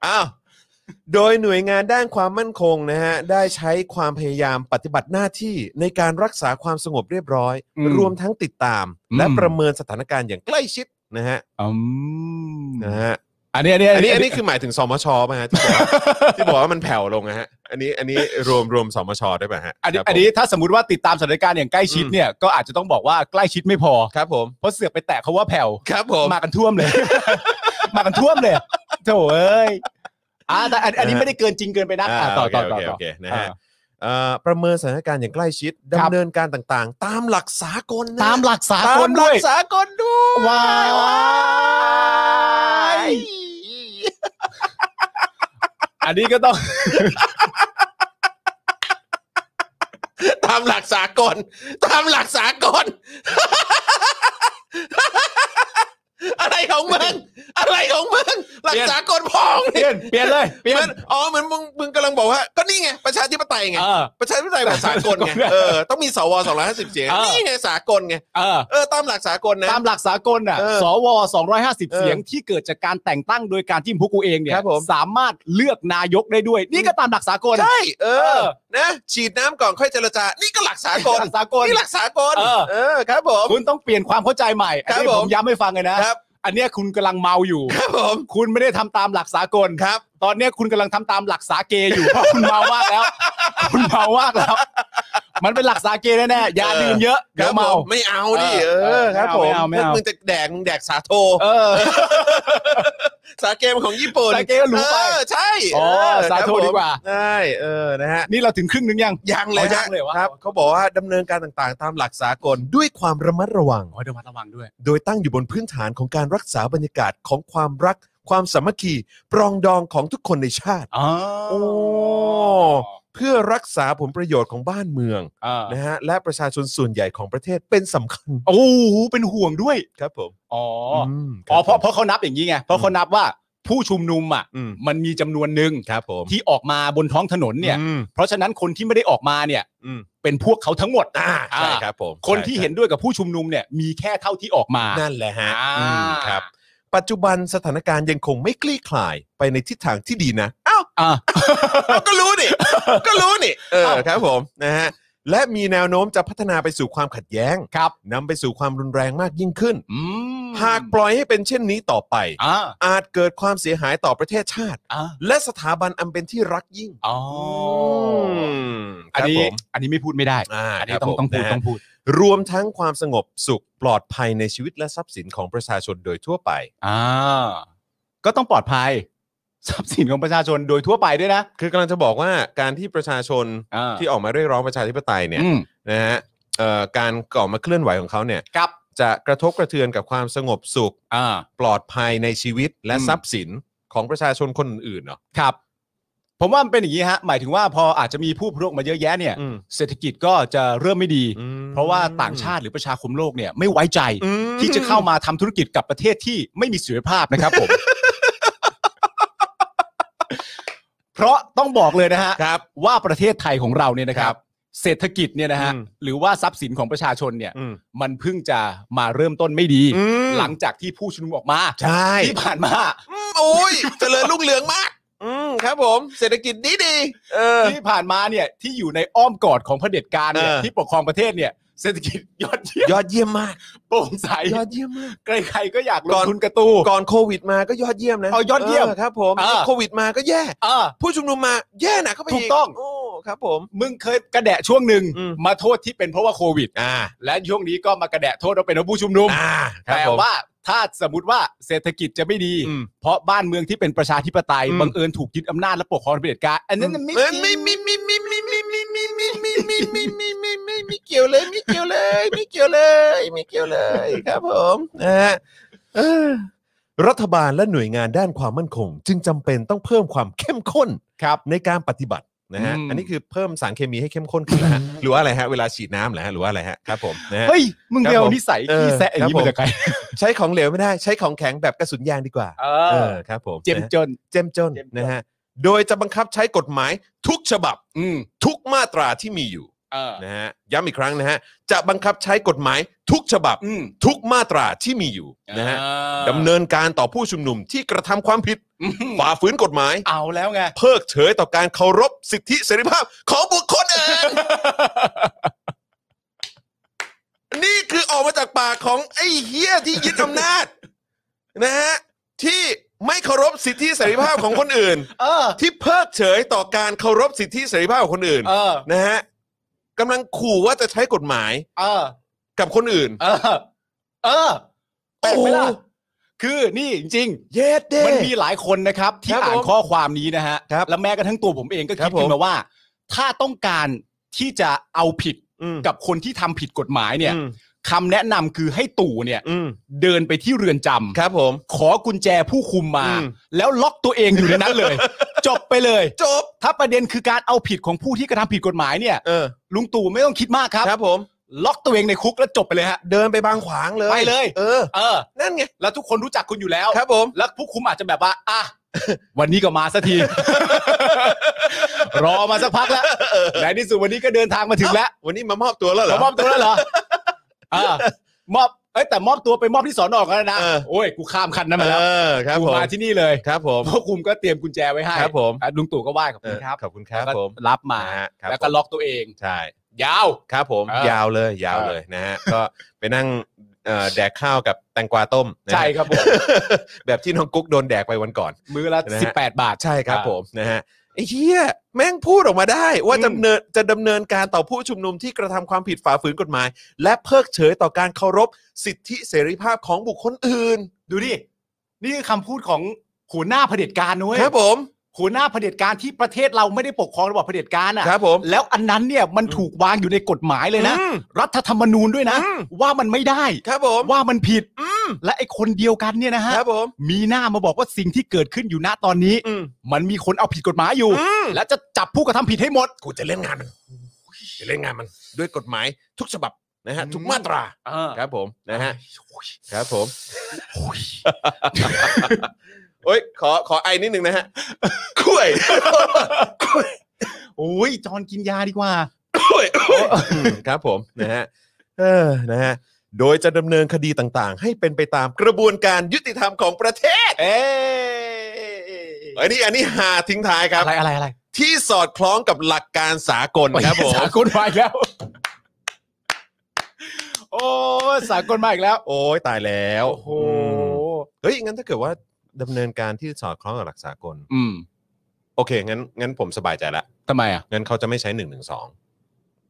S2: อ้าวโดยหน่วยงานด้านความมั่นคงนะฮะได้ใช้ความพยายามปฏิบัติหน้าที่ในการรักษาความสงบเรียบร้อย
S3: อืม
S2: รวมทั้งติดตาม
S3: อืม
S2: และประเมินสถานการณ์อย่างใกล้ชิดนะฮะ
S3: อืม
S2: นะฮะ
S3: อันนี้อันนี้
S2: อันนี้อันนี้คือหมายถึงสมชป่ะฮะที่บอกว่าที่บอกว่ามันแผ่วลงนะฮะ อันนี้อันนี้รวมรวมสมชได้วยป่ะฮะ
S3: อันนี้
S2: ครับผม
S3: อันนี้ถ้าสมมติว่าติดตามสถานการณ์อย่างใกล้ชิดเนี่ยก็อาจจะต้องบอกว่าใกล้ชิดไม่พอ
S2: ครับผม
S3: เพราะเสือกไปแตะเขาว่าแผ่ว
S2: ครับผม
S3: มากันท่วมเลย [LAUGHS] มากันท่วมเลยโถเอ้ยอ่าแต่อันอันนี้
S2: นะฮะ
S3: ไม่ได้เกินจริงเกินไปนะ
S2: อ่า
S3: อ่ะต่อต่อ
S2: โเค
S3: ต่อ
S2: โเค
S3: ต่อ
S2: โเคนะฮะ
S3: อ่า
S2: เอ่อประเมินสถานการณ์อย่างใกล้ชิด
S3: ครับ
S2: ดำเนินการต่างๆ ตามหลักสากลนะ
S3: ตามหลักสา
S2: ตาก ม
S3: ล
S2: หลั
S3: ด้วย
S2: กสากลด้วย
S3: ว้าวอันนี้ก็ต้อง
S2: [LAUGHS]
S3: [LAUGHS]
S2: ตามหลักสากล ตามหลักสากล [LAUGHS] อะไรของมึงอะไรของมึงหลั
S3: เปลี่
S2: ก
S3: ยน
S2: สากลพอง
S3: เปลี่ยนเปลี่ยนเลยเปลี่ยน
S2: มันอ๋อเหมือนมึงมึงกำลังบอกว่า ก็นี่ไงประชาธิปไตยไง
S3: เออ
S2: ประชาธิปไตยแบบสากลไง เออ ต้องมีสว250เสียง
S3: เออ
S2: นี่ไงสากลไง
S3: เออ
S2: เออ ตามหลักสากลนะ
S3: ตามหลักสากลน่ะ
S2: เออ
S3: สว250
S2: เออ
S3: เสียงที่เกิดจากการแต่งตั้งโดยการที่พวกกูเองเนี่ย
S2: ครับผม
S3: สามารถเลือกนายกได้ด้วย นี่ก็ตามหลักสากล
S2: ใช่ เอ
S3: เอ
S2: อ
S3: อ
S2: นะ ฉีดน้ำก่อนค่อยเจรจา นี่ก็หลักสากล
S3: หลักสากล
S2: นี่หลักสากล
S3: เออ
S2: เออ ครับผม
S3: คุณต้องเปลี่ยนความเข้าใจใหม่อัน
S2: ค
S3: นี้
S2: รับผ
S3: ผม มย้ำให้ฟังเลยนะครับ อันเนี้ยคุณกำลังเมาอยู่
S2: ครับผม
S3: คุณไม่ได้ทำตามหลักสากล
S2: ครับ
S3: ตอนเนี้ยคุณกำลังทำตามหลักสาเกอยู่ เพราะคุณเมามากแล้ว คุณเมามากแล้ว มันเป็นหลักสาเกแน่ๆอย่า
S2: เออ
S3: ดื่มเยอะเดี๋ยวเมา
S2: ผไม่เอาดิ เอ
S3: เออ
S2: อ ครับผ
S3: ไม่
S2: ม
S3: เอาไม่เอาไม่เอา
S2: มึงจะแดก มึงแดกสาโท
S3: เออ
S2: สาเกมนของญี่ปุ่น
S3: สาเกก็หรูไป
S2: เออใช่
S3: อ๋อ
S2: เ
S3: สา
S2: ครับ
S3: โท
S2: ผม
S3: ดีกว่า
S2: ใช่เออ นะฮะ
S3: นี่เราถึงครึ่งหนึงยัง
S2: ยังเลย
S3: อ๋อยั
S2: ฮะ
S3: งเลยวะ
S2: ครับเขาบอกว่าดำเนินการต่างๆ ตามหลักสากลด้วยความระมัดระวัง
S3: โอ้ยระมัดระวังด้วย
S2: โดยตั้งอยู่บนพื้นฐานของการรักษาบรรยากาศของความรัก ความสามัคคีปรองดองของทุกคนในชาติ
S3: อ๋อ
S2: โอ้ เพื่อรักษาผลประโยชน์ของบ้านเมือง
S3: เออ
S2: นะฮะและประชาชนส่วนใหญ่ของประเทศเป็นสำคัญ
S3: โอ้โหเป็นห่วงด้วย
S2: ครับผม
S3: อ๋อ
S2: ม
S3: อ๋อเพ
S2: คบ
S3: ราะ
S2: ผม
S3: เพราะเขานับอย่างนี้ไง เพราะเขานับว่าผู้ชุมนุมอ่ะ
S2: อืม
S3: มันมีจำนวนหนึ่ง
S2: ครับผม
S3: ที่ออกมาบนท้องถนนเนี่ย
S2: อืม
S3: เพราะฉะนั้นคนที่ไม่ได้ออกมาเนี่ย
S2: อืม
S3: เป็นพวกเขาทั้งหมด
S2: อ่า
S3: อ่า
S2: ใช่ครับผม
S3: คนที่
S2: ใช่
S3: เห็นด้วยกับผู้ชุมนุมเนี่ย มีแค่เท่าที่ออกมา
S2: นั่นแหละฮะ
S3: อ่า
S2: อืมครับ ปัจจุบันสถานการณ์ยังคงไม่คลี่คลายไปในทิศทางที่ดีนะ อ้าว
S3: อ่ะ
S2: เอ้าก็รู้นี่ ก็รู้นี่ เออ
S3: เอ้า
S2: ครับผมนะฮะและมีแนวโน้มจะพัฒนาไปสู่ความขัดแย้ง
S3: ครับ
S2: นำไปสู่ความรุนแรงมากยิ่งขึ้น
S3: อืม
S2: หากปล่อยให้เป็นเช่นนี้ต่อไป
S3: อ่า
S2: อาจเกิดความเสียหายต่อประเทศชาติ
S3: อ่า
S2: และสถาบันอันเป็นที่รักยิ่ง
S3: อ๋อ
S2: อั
S3: อั
S2: น
S3: น
S2: นี้
S3: นี้อันนี้ไม่พูดไม่ได้
S2: อ่า
S3: อัน
S2: ค
S3: นี้
S2: รับ
S3: ต้อง
S2: ผม
S3: ต้องพูด
S2: นะฮะ
S3: ต้องพูด
S2: รวมทั้งความสงบสุขปลอดภัยในชีวิตและทรัพย์สินของประชาชนโดยทั่วไป
S3: อ่าก็ต้องปลอดภัยทรัพย์สินของประชาชนโดยทั่วไปด้วยนะ
S2: คือกำลังจะบอกว่าการที่ประชาชน
S3: อ่า
S2: ที่ออกมาเรียกร้องประชาธิปไตยเนี่ย
S3: อืม
S2: นะฮะเอ่อการก่อมาเคลื่อนไหวของเขาเนี่ย
S3: ครับ
S2: จะกระทบกระเทือนกับความสงบสุข
S3: อ่า
S2: ปลอดภัยในชีวิตและ
S3: อืม
S2: ทรัพย์สินของประชาชนคนอื่นๆเนาะ
S3: ครับ ผมว่ามันเป็นอย่างนี้ฮะ หมายถึงว่าพออาจจะมีผู้พรกมาเยอะแยะเนี่ย
S2: อืม
S3: เศรษฐกิจก็จะเริ่มไม่ดี
S2: อืม
S3: เพราะว่าต่างชาติหรือประชาคมโลกเนี่ยไม่ไว้ใจ
S2: อืม
S3: ที่จะเข้ามาทำธุรกิจกับประเทศที่ไม่มีเสรีภาพนะครับผม เพราะต้องบอกเลยนะฮะ
S2: ครับ
S3: ว่าประเทศไทยของเราเนี่ยนะค
S2: ครั
S3: รั
S2: บบ
S3: เศรษฐกิจเนี่ยนะฮะ
S2: อืม
S3: หรือว่าทรัพย์สินของประชาชนเนี่ย
S2: อืม
S3: มันเพิ่งจะมาเริ่มต้นไม่ดี
S2: อืม
S3: หลังจากที่ผู้ชุมนุมออกมา
S2: ใช่
S3: ที่ผ่านมา
S2: อืมโอ้ย [LAUGHS] เจริญรุ่งเรืองมาก อืมครับผมเศรษฐกิจดีดีๆเออ
S3: ที่ผ่านมาเนี่ยที่อยู่ในอ้อมกอดของเผด็จการเนี่ย
S2: เออ
S3: ที่ปกครองประเทศเนี่ย เศรษฐกิจยอดเยี่ยม
S2: ยอดเยี่ยมมาก
S3: โปร่งใส
S2: ยอดเยี่ยมมาก
S3: ใครๆก็อยากล
S2: ก่
S3: ง
S2: อน
S3: ทุนกระตู
S2: ก่อนโควิดมาก็ยอดเยี่ยมนะ
S3: เออยอดเยี่ยม
S2: ครับผม
S3: เออ
S2: โควิดมาก็แย่
S3: เออ
S2: ผู้ชุมนุมมาแย่หนักเข้าไป
S3: ถูกต้อง
S2: โอ้ครับผม
S3: มึงเคยกระแดะช่วงหนึ่ง
S2: อืม
S3: มาโทษที่เป็นเพราะว่าโควิด
S2: อ่า
S3: และช่วงนี้ก็มากระแดะโทษว่าเป็นเพราะผู้ชุมนุม
S2: อ่าครับ
S3: แต่
S2: ผม
S3: ว่า ถ้าสมมติว่าเศรษฐกิจจะไม่ดี
S5: อืม
S3: เพราะบ้านเมืองที่เป็นประชาธิปไตย
S5: อืม
S3: บังเอิญถูกยึดอำนาจและปกครองเผด็จการอันนั้นนะไม่
S2: เออไม่ไม่ไม่ไม่ไม่ไม่ไม่ไม่ไม่ไม่ไม่ไม่ไม่ไม่ไม่ไม่เกี่ยวเลยไม่เกี่ยวเลยไม่เกี่ยวเลยไม่เกี่ยวเลยครับผมนะฮะ
S1: เออรัฐบาลและหน่วยงานด้านความมั่นคง จึงจำเป็นต้องเพิ่มความเข้มข้น
S3: ครับ
S1: ในการปฏิบัติ
S2: นะฮะ
S3: อืม
S2: อันนี้คือเพิ่มสารเคมีให้เข้มข้นขึ้นนะฮะหรือว่าอะไรฮะเวลาฉีดน้ำเหรอฮะหรือว่าอะไรฮะครับผมนะฮะ
S3: เฮ้ยมึง
S2: ครับ
S3: เบล
S2: ผม
S3: นิสัยขี้แซะอย่างนี้
S2: เออ
S3: มาจากใคร
S2: ใช้ของเหลวไม่ได้ใช้ของแข็งแบบกระสุนยางดีกว่า
S3: เอ
S2: เอ
S3: อ
S2: อครับผม
S3: เจ็มจน
S2: เจ้มจนนะฮะโดยจะบังคับใช้กฎหมายทุกฉบับ
S3: อืม
S2: ทุกมาตราที่มีอยู่
S3: เออ
S2: นะฮะย้ำอีกครั้งนะฮะจะบังคับใช้กฎหมายทุกฉบับ
S3: อืม
S2: ทุกมาตราที่มีอยู่นะฮะ
S3: อ่า
S2: ดำเนินการต่อผู้ชุมนุมที่กระทำความผิด
S3: อืม
S2: ฝ่าฝืนกฎหมาย
S3: เอาแล้วไง
S2: เพิกเฉยต่อการเคารพสิทธิเสรีภาพของบุคคลอื่น [LAUGHS] นี่คือออกมาจากปากของไอ้เฮียที่ยึดอำนาจ [LAUGHS] นะฮะที่ไม่เคารพสิทธิเสรีภาพของคน [LAUGHS] อื่น
S3: เออ
S2: ที่เพิกเฉยต่อการเคารพสิทธิเสรีภาพของคน [LAUGHS] อื่น
S3: เออ
S2: นะฮะกำลังขู่ว่าจะใช้กฎหมาย
S3: เออ
S2: กับคนอื่น
S3: เออ เออแปลกไหมล่ะ
S2: โอ้โห
S3: คือนี่จริง
S2: เย็ดเด้
S3: ๆมันมีหลายคนนะครับ ที่
S2: ครับ
S3: อ่าน
S2: ผม
S3: ข้อความนี้นะฮะ
S2: ครับ
S3: และแม้กระทั่งตัวผมเองก็
S2: ครั
S3: คิ
S2: บผ
S3: ด
S2: ม
S3: ขึ้นมาว่า ถ้าต้องการที่จะเอาผิด
S2: อืม
S3: กับคนที่ทำผิดกฎหมายเนี่ย
S2: อืม
S3: คำแนะนำคือให้ตู่เนี่ย
S2: อืม
S3: เดินไปที่เรือนจำ
S2: ครับผม
S3: ขอกุญแจผู้คุมมา
S2: อืม
S3: แล้วล็อกตัวเองอยู่ในนั้นเลย
S2: [LAUGHS]
S3: จบไปเลย
S2: จบ
S3: ถ้าประเด็นคือการเอาผิดของผู้ที่กระทำผิดกฎหมายเนี่ย
S2: เออ
S3: ลุงตู่ไม่ต้องคิดมากครับ
S2: ครับผม
S3: ล็อกตัวเองในคุกแล้วจบไปเลยฮะ
S2: เดินไปบางขวางเลย
S3: ไปเลย
S2: เออ
S3: เออ
S2: นั่นไง
S3: แล้วทุกคนรู้จักคุณอยู่แล้ว
S2: ครับผม
S3: แล้วผู้คุมอาจจะแบบว่า
S2: [LAUGHS]
S3: อ่ะ วันนี้ก็มาสักที รอมาสักพักแล้วในที่สุดวันนี้ก็เดินทางมาถึงแล้ว
S2: วันนี้มามอบตัวแล้วเหรอ
S3: มามอบตัวแล้วเหรอเออมอบ เอ้ยแต่มอบตัวไปมอบที่สอนอกแล้วนะ
S2: เออ
S3: โอ้ย กูข้ามคันนั้นมาแล้ว
S2: เออครับ
S3: กู
S2: ผม
S3: มาที่นี่เลย
S2: ครับผม
S3: ผู้คุมก็เตรียมกุญแจไว้ให้
S2: ครับผม
S3: อ่ะลุงตู่ก็ไหว้ขอบ
S2: เออ
S3: คุณครับ
S2: ขอบคุณครับ
S3: แล้ว
S2: ผ
S3: ก็
S2: ม
S3: รับมา
S2: นะฮะครับ
S3: แล้ว
S2: ผ
S3: ก็
S2: ม
S3: ล็อกตัวเอง
S2: ใช่
S3: ยาว
S2: ครับผม
S3: เออย
S2: าวเลย ยาว
S3: เออ
S2: เลยนะฮ [LAUGHS] ะ ก็ไปนั่งเอ่อแดกข้าวกับแตงกวาต้มนะฮะ
S3: ใช่ครับผม
S2: แบบที่น้องกุ๊กโดนแดกไปวันก่อน
S3: มือละ
S2: นะฮะ
S3: 18 บาท
S2: ใช่ครับ
S3: อ่า
S2: ผมนะฮะไอ้เหี้ยแม่งพูดออกมาได้ ว่า
S3: อืม
S2: ดำเนินจะดำเนินการต่อผู้ชุมนุมที่กระทำความผิดฝ่าฝืนกฎหมาย และเพิกเฉยต่อการเคารพสิทธิเสรีภาพของบุคคลอื่น
S3: ดูดิ นี่คือคำพูดของหัวหน้าเผด็จการนุ้ย
S2: ครับผม
S3: หัวหน้าเผด็จการที่ประเทศเราไม่ได้ปกครองระบอบเผด็จการอ่ะ
S2: ครับผม
S3: แล้วอันนั้นเนี่ยมันถูกวางอยู่ในกฎหมายเลยนะ
S2: อืม
S3: รัฐธรรมนูญด้วยนะ
S2: อืม
S3: ว่ามันไม่ได้
S2: ครับผม
S3: ว่ามันผิด
S2: อืม
S3: และไอ้คนเดียวกันเนี่ยนะฮะ
S2: ครับผม
S3: มีหน้ามาบอกว่าสิ่งที่เกิดขึ้นอยู่ณตอนนี้
S2: อืม
S3: มันมีคนเอาผิดกฎหมายอยู่
S2: อืม
S3: และจะจับผู้กระทำผิดให้หมด
S2: กูจะเล่นงานมันจะเล่นงานมันด้วยกฎหมายทุกฉบับนะฮะ
S3: อืม
S2: ทุกมาตรา
S3: [LAUGHS]
S2: ครับผมนะฮะครับผมโอ้ยขอขอไอนิดนึงนะฮะคุย
S3: โอ้ยจอนกินยาดีกว่า
S2: คุยอืมครับผมนะฮะเออนะฮะโดยจะดำเนินคดีต่างๆ ให้เป็นไปตามกระบวนการยุติธรรมของประเทศ
S3: เอ๊
S2: อันนี้อันนี้หาทิ้งท้ายครับ
S3: อะไรอะไรอะไร
S2: ที่สอดคล้องกับหลักการสากลครับผม
S3: สากลมาอีกแล้ว โอ้ยสากลมาอีกแล้ว
S2: โอ้ยตายแล้ว
S3: โอ้โห
S2: ม เฮ้ย งั้นถ้าเกิดว่าดำเนินการที่สอดคล้องกับหลักสากล
S3: อืม
S2: โอเค งั้นงั้นผมสบายใจละ
S3: ทำไมอ่ะ
S2: งั้นเขาจะไม่ใช้หนึ่งหนึ่งสอง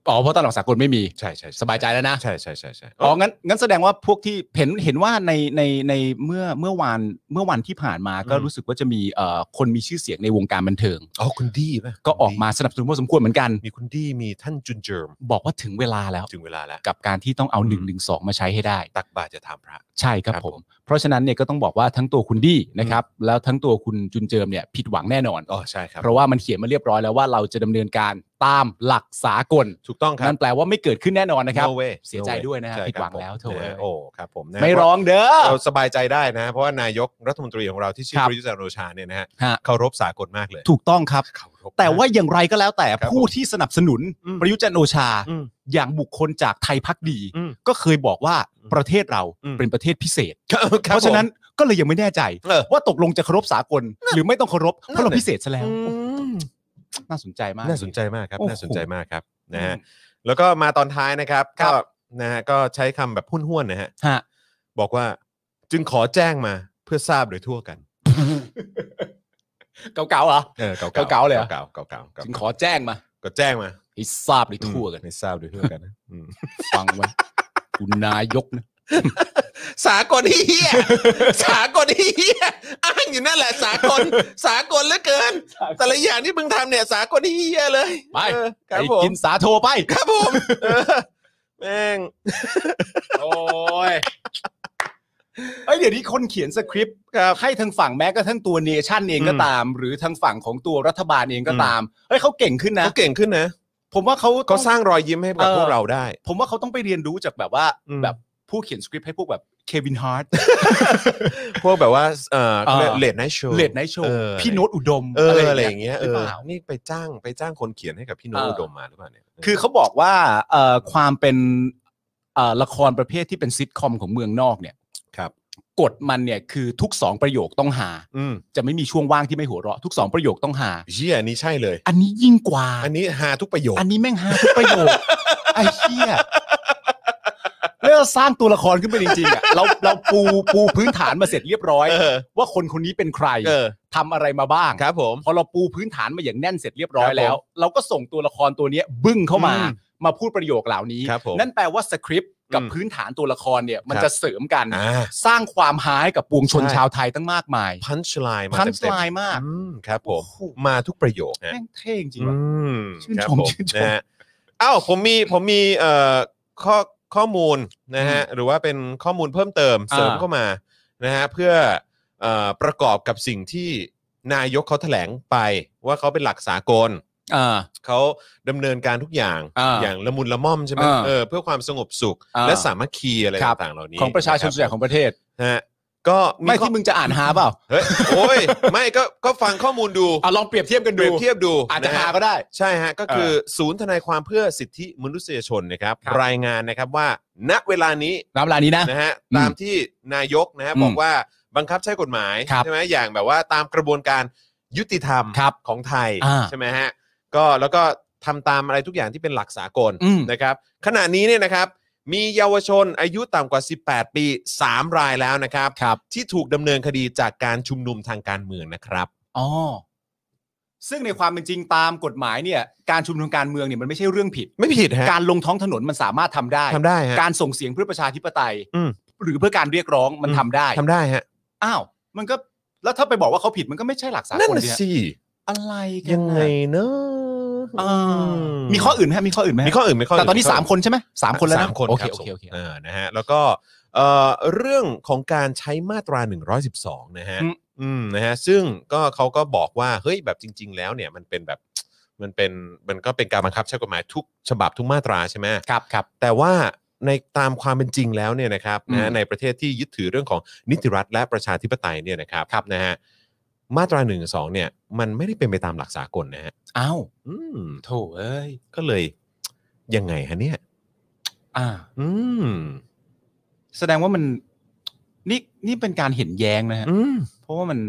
S3: อ๋อ เพราะตอนหลักสากลไม่มี
S2: ใช่ใช่ช่
S3: สบายใจแล้วนะ
S2: ใช่ใช่ใช่ใช่
S3: อ๋อ งั้น งั้นแสดงว่าพวกที่เห็น เห็นว่าใน ใน ใน เมื่อ เมื่อวาน เมื่อวันที่ผ่านมา ก็รู้สึกว่าจะมี เอ่อ คนมีชื่อเสียงในวงการบันเทิง
S2: อ๋อคุณดีป่ะ
S3: ก็ออกมาสนับสนุนพอสมควรเหมือนกัน
S2: มีคุณดีมีท่านจุนเจิม
S3: บอกว่าถึงเวลาแล้ว
S2: ถึงเวลาแล้ว
S3: กับการที่ต้องเอา
S2: อืม
S3: 1นึมาใช้ให้ได้
S2: ตักบาตรจะถามพระ
S3: ใช่ครับ
S2: ครับ
S3: ผ
S2: ผม ม
S3: เพราะฉะนั้นเนี่ยก็ต้องบอกว่าทั้งตัวคุณดี้นะครับ แล้วทั้งตัวคุณจุนเจิมเนี่ยผิดหวังแน่นอน
S2: อ๋อใช่ครับ
S3: เพราะว่ามันเขียนมาเรียบร้อยแล้วว่าเราจะดำเนินการตามหลักสากล
S2: ถูกต้องครับ
S3: นั่นแปลว่าไม่เกิดขึ้นแน่นอนนะครับ
S2: No way
S3: เสียใจ
S2: No way
S3: ด้วยนะฮะ
S2: ใช่
S3: ผิดหวัง
S2: ครับ
S3: แล้ว
S2: ผม
S3: โถ่
S2: นะฮะโอ้ครับผมนะฮะ
S3: ไม่ร้องเด้อ
S2: เราสบายใจได้นะ เพราะว่านายกรัฐมนตรีของเราที่ชื่อ
S3: ครับ
S2: ประยุทธ์จันทร์โอชาเนี่ยนะฮะ
S3: ฮะ
S2: เคารพสากลมากเลย
S3: ถูกต้องครับ
S2: เคารพ
S3: แต่ว่าอย่างไรก็แล้วแต่
S2: ครับ
S3: ผู้ที่สนับสนุน
S2: อืม
S3: ประยุทธ์จันทร์โอชา
S2: อืม
S3: อย่างบุคคลจากไทยพักดี
S2: อืม
S3: ก็เคยบอกว่า
S2: อืม
S3: ประเทศเรา
S2: อืม
S3: เป็นประเทศพิเศษ
S2: ครับคบ
S3: เพราะฉะนั้นก็เลยยังไม่แน่ใจ
S2: ผมเออ
S3: ว่าตกลงจะเคารพสากล หรือไม่ต้องเคารพ
S2: นั่น
S3: เพราะเรา
S2: น่ะ
S3: พิเศษซะแล้ว
S2: อืม
S3: น่าสนใจมาก
S2: น่าสนใจมากครับ
S3: โอ้โห
S2: น่าสนใจมากครับนะฮะ
S3: อืม
S2: แล้วก็มาตอนท้ายนะครับ
S3: ครั
S2: ก็
S3: บ
S2: นะฮะก็ใช้คำแบบหุ้นห้วนๆนะฮะ
S3: ฮะ
S2: บอกว่าจึงขอแจ้งมาเพื่อทราบโดยทั่วกัน
S3: เก่าๆเหรอ
S2: เออเก่า
S3: เก่าๆเลยเหรอ
S2: เก่าๆเก่าๆเก่าๆ
S3: จึงขอแจ้งมา
S2: ก็แจ้งมา
S3: ให้ทราบในทั่วกัน
S2: ไม่ทราบโดยทั่วกันนะอืม
S3: ฟังไว้คุณนายกนะ
S2: สากลเฮี [LAUGHS] ยสากลเฮียอ้างอยู่นั่นแหละ สากลสากลเหลือเกิน แต่ละอย่างที่มึงทำเนี่ย สากลเฮียเลย
S3: ไป
S2: เออค
S3: ไป
S2: รับผม
S3: กินสาโทไป
S2: ครับผมเออแม่ง
S3: โอ้ยเอ้ยเดี๋ยวนี้คนเขียนสคริปต์ให้ทางฝั่งแม้กระทั่งตัวเนชั่นเองก็
S2: อืม
S3: ตาม หรือทางฝั่งของตัวรัฐบาลเองก็
S2: อืม
S3: ตามเฮ้ยเขาเก่งขึ้นนะ
S2: เขาเก่งขึ้นนะ
S3: ผมว่าเขา
S2: เขา
S3: ต้อง
S2: สร้างรอยยิ้มให้กับ
S3: เออ
S2: พวกเราได้
S3: ผมว่าเขาต้องไปเรียนรู้จากแบบว่า
S2: อืม
S3: แบบผู้เขียนสคริปต์ให้พวกแบบเควินฮาร์ด
S2: พวกแบบว่าเออ
S3: เออ
S2: เลดไนท์โชว์
S3: เลดไนท์โช
S2: เอ
S3: ว์
S2: อ
S3: พี่โน้ตอุดม
S2: เอออะไร
S3: ย่าง
S2: อ
S3: เงี้ย
S2: ย่างเงี้ยเอ
S3: หรือ
S2: อ
S3: เปล่า
S2: นี่ไปจ้างไปจ้างคนเขียนให้กับพี่โน้ต
S3: เอออุ
S2: อุดมมาหรือเปล่าเนี่ย
S3: คือเขาบอกว่าเอ่อความเป็นเอ่อละครประเภทที่เป็นซิทคอมของเมืองนอกเนี่ย
S2: ครับ
S3: กฎมันเนี่ยคือทุกสองประโยคต้องหา
S2: อืม
S3: จะไม่มีช่วงว่างที่ไม่หัวเราะทุกสองประโยคต้องหา
S2: เฮียอันนี้ใช่เลย
S3: อันนี้ยิ่งกว่า
S2: อันนี้หาทุกประโยค
S3: อันนี้แม่งหาทุกประโยค ไอ้เหี้ยแล้วเราสร้างตัวละครขึ้นไปจริงๆอ่ะเราเราปูปูพื้นฐานมาเสร็จเรียบร้อย
S2: เออ
S3: ว่าคนคนนี้เป็นใคร
S2: เออ
S3: ทำอะไรมาบ้าง
S2: ครับผม
S3: พอเราปูพื้นฐานมาอย่างแน่นเสร็จเรียบร้อยแล้ว
S2: ครับผม
S3: เราก็ส่งตัวละครตัวเนี้ยบึ้งเข้ามา
S2: อืม
S3: มาพูดประโยคเหล่านี้
S2: ครับผม
S3: นั่นแปลว่าสคริปต์กับ
S2: อืม
S3: พื้นฐานตัวละครเนี่ย มัน
S2: ครับ
S3: จะเสริมกัน
S2: อ่า
S3: สร้างความฮาให้กับปวงชน
S2: ใช่
S3: ชาวไทยตั้งมากมาย
S2: พันชลายมา
S3: พัน
S2: เต็ม
S3: สไลน์มาก
S2: อืมครับผม
S3: โอ้โห
S2: มาทุกประโยคนะ
S3: แม่งเท่จริง
S2: อื
S3: ว่ะ
S2: ม
S3: ชื่นชม
S2: ครับผ
S3: ชื่นชม
S2: นะฮะอ้าวผมมีผมมีเอ่อข้อข้อมูลนะฮะหรือว่าเป็นข้อมูลเพิ่มเติมเสริมเข้ามานะฮะเพื่อเอ่อประกอบกับสิ่งที่นายกเขาแถลงไปว่าเขาเป็นหลักสากล
S3: อ่า
S2: เขาดำเนินการทุกอย่าง
S3: อ่า
S2: อย่างละมุนละม่อมใช่ไหม
S3: อ่า
S2: เออเพื่อความสงบสุข
S3: อ่า
S2: และสามัคคีอะไร
S3: ครับ
S2: ต่างๆเหล่านี้
S3: ของประชาชนส่วนใหญ่ของประเทศ
S2: นะฮะก็
S3: ไม่
S2: ข้อ
S3: ที่มึงจะอ่านหาเปล่า
S2: เฮ้ยโอ้ย ไม่ก็ก็ฟังข้อมูลดู
S3: อ่ะลองเปรียบเทียบกัน
S2: เป
S3: ดู
S2: รียบเทียบดู
S3: อาจจะ
S2: นฮ
S3: หาก็ได้
S2: ใช่ฮะ ก็คือศูนย์ทนายความเพื่อสิทธิมนุษยชนนะครับ
S3: ครับ
S2: รายงานนะครับว่า ณเวลานี้
S3: รับเวลานี้นะ
S2: นะฮะ
S3: อืม
S2: ตามที่นายกนะฮะ
S3: อืม
S2: บอกว่าบังคับใช้กฎหมาย
S3: ครับ
S2: ใช่ไหมอย่างแบบว่าตามกระบวนการยุติธรรม
S3: ครับ
S2: ของไทย
S3: อ่า
S2: ใช่ไหมฮะก็แล้วก็ทำตามอะไรทุกอย่างที่เป็นหลักสากล
S3: อืม
S2: [LAUGHS] นะครับขณะนี้เนี่ยนะครับมีเยาวชนอายุต่ำกว่า 18 ปี 3 รายแล้วนะครับ
S3: ครับ
S2: ที่ถูกดำเนินคดีจากการชุมนุมทางการเมืองนะครับ
S3: อ๋อ ซึ่งในความเป็นจริงตามกฎหมายเนี่ย การชุมนุมการเมืองเนี่ยมันไม่ใช่เรื่องผิด
S2: ไม่ผิดฮะ
S3: การลงท้องถนนมันสามารถทำได้
S2: ทำได้ฮะ
S3: การส่งเสียงเพื่อประชาธิปไตย
S2: อืม
S3: หรือเพื่อการเรียกร้องมันทำได้
S2: ทำได้ฮะ
S3: อ้าว มันก็ แล้วถ้าไปบอกว่าเขาผิดมันก็ไม่ใช่หลักสาก
S2: นั่น
S3: ล
S2: น่ะ
S3: เนี่ย
S2: สิ
S3: อะไรกัน
S2: ยังไงเนอะ
S3: อ่า
S2: อื
S3: มีข้ออื่นไหมมีข้ออื่นไหม
S2: มีข้ออื่นไหมข้อ
S3: แต่ตอนนี้
S2: ข้
S3: สามคนใช่ไหมสามคนแล้วนะ
S2: สามคน
S3: โอเค
S2: ครับ
S3: โอเคโอเค
S2: เออนะฮะแล้วก็เอ่อเรื่องของการใช้มาตรา 112 นะฮะ
S3: อืม
S2: อืมนะฮะซึ่งก็เขาก็บอกว่าเฮ้ยแบบจริง ๆ แล้วเนี่ยมันเป็นแบบมันเป็นมันก็เป็นการบังคับใช้กฎหมายทุกฉบับทุกมาตราใช่ไหม
S3: ครับครับ
S2: แต่ว่าในตามความเป็นจริงแล้วเนี่ยนะครับ
S3: อืม
S2: นะในประเทศที่ยึดถือเรื่องของนิติรัฐและประชาธิปไตยเนี่ยนะครับ
S3: ครับ
S2: นะฮะมาตราหนึ่งสองเนี่ย มันไม่ได้เป็นไปตามหลักสากลนะฮะ
S3: อ้าว
S2: อืม
S3: โถเอ้ย
S2: ก็เลย ยังไงฮะเนี่ย
S3: อ่า
S2: อืม
S3: แสดงว่ามันนี่นี่เป็นการเห็นแย้งนะฮะ
S2: อืม
S3: เพราะว่ามัน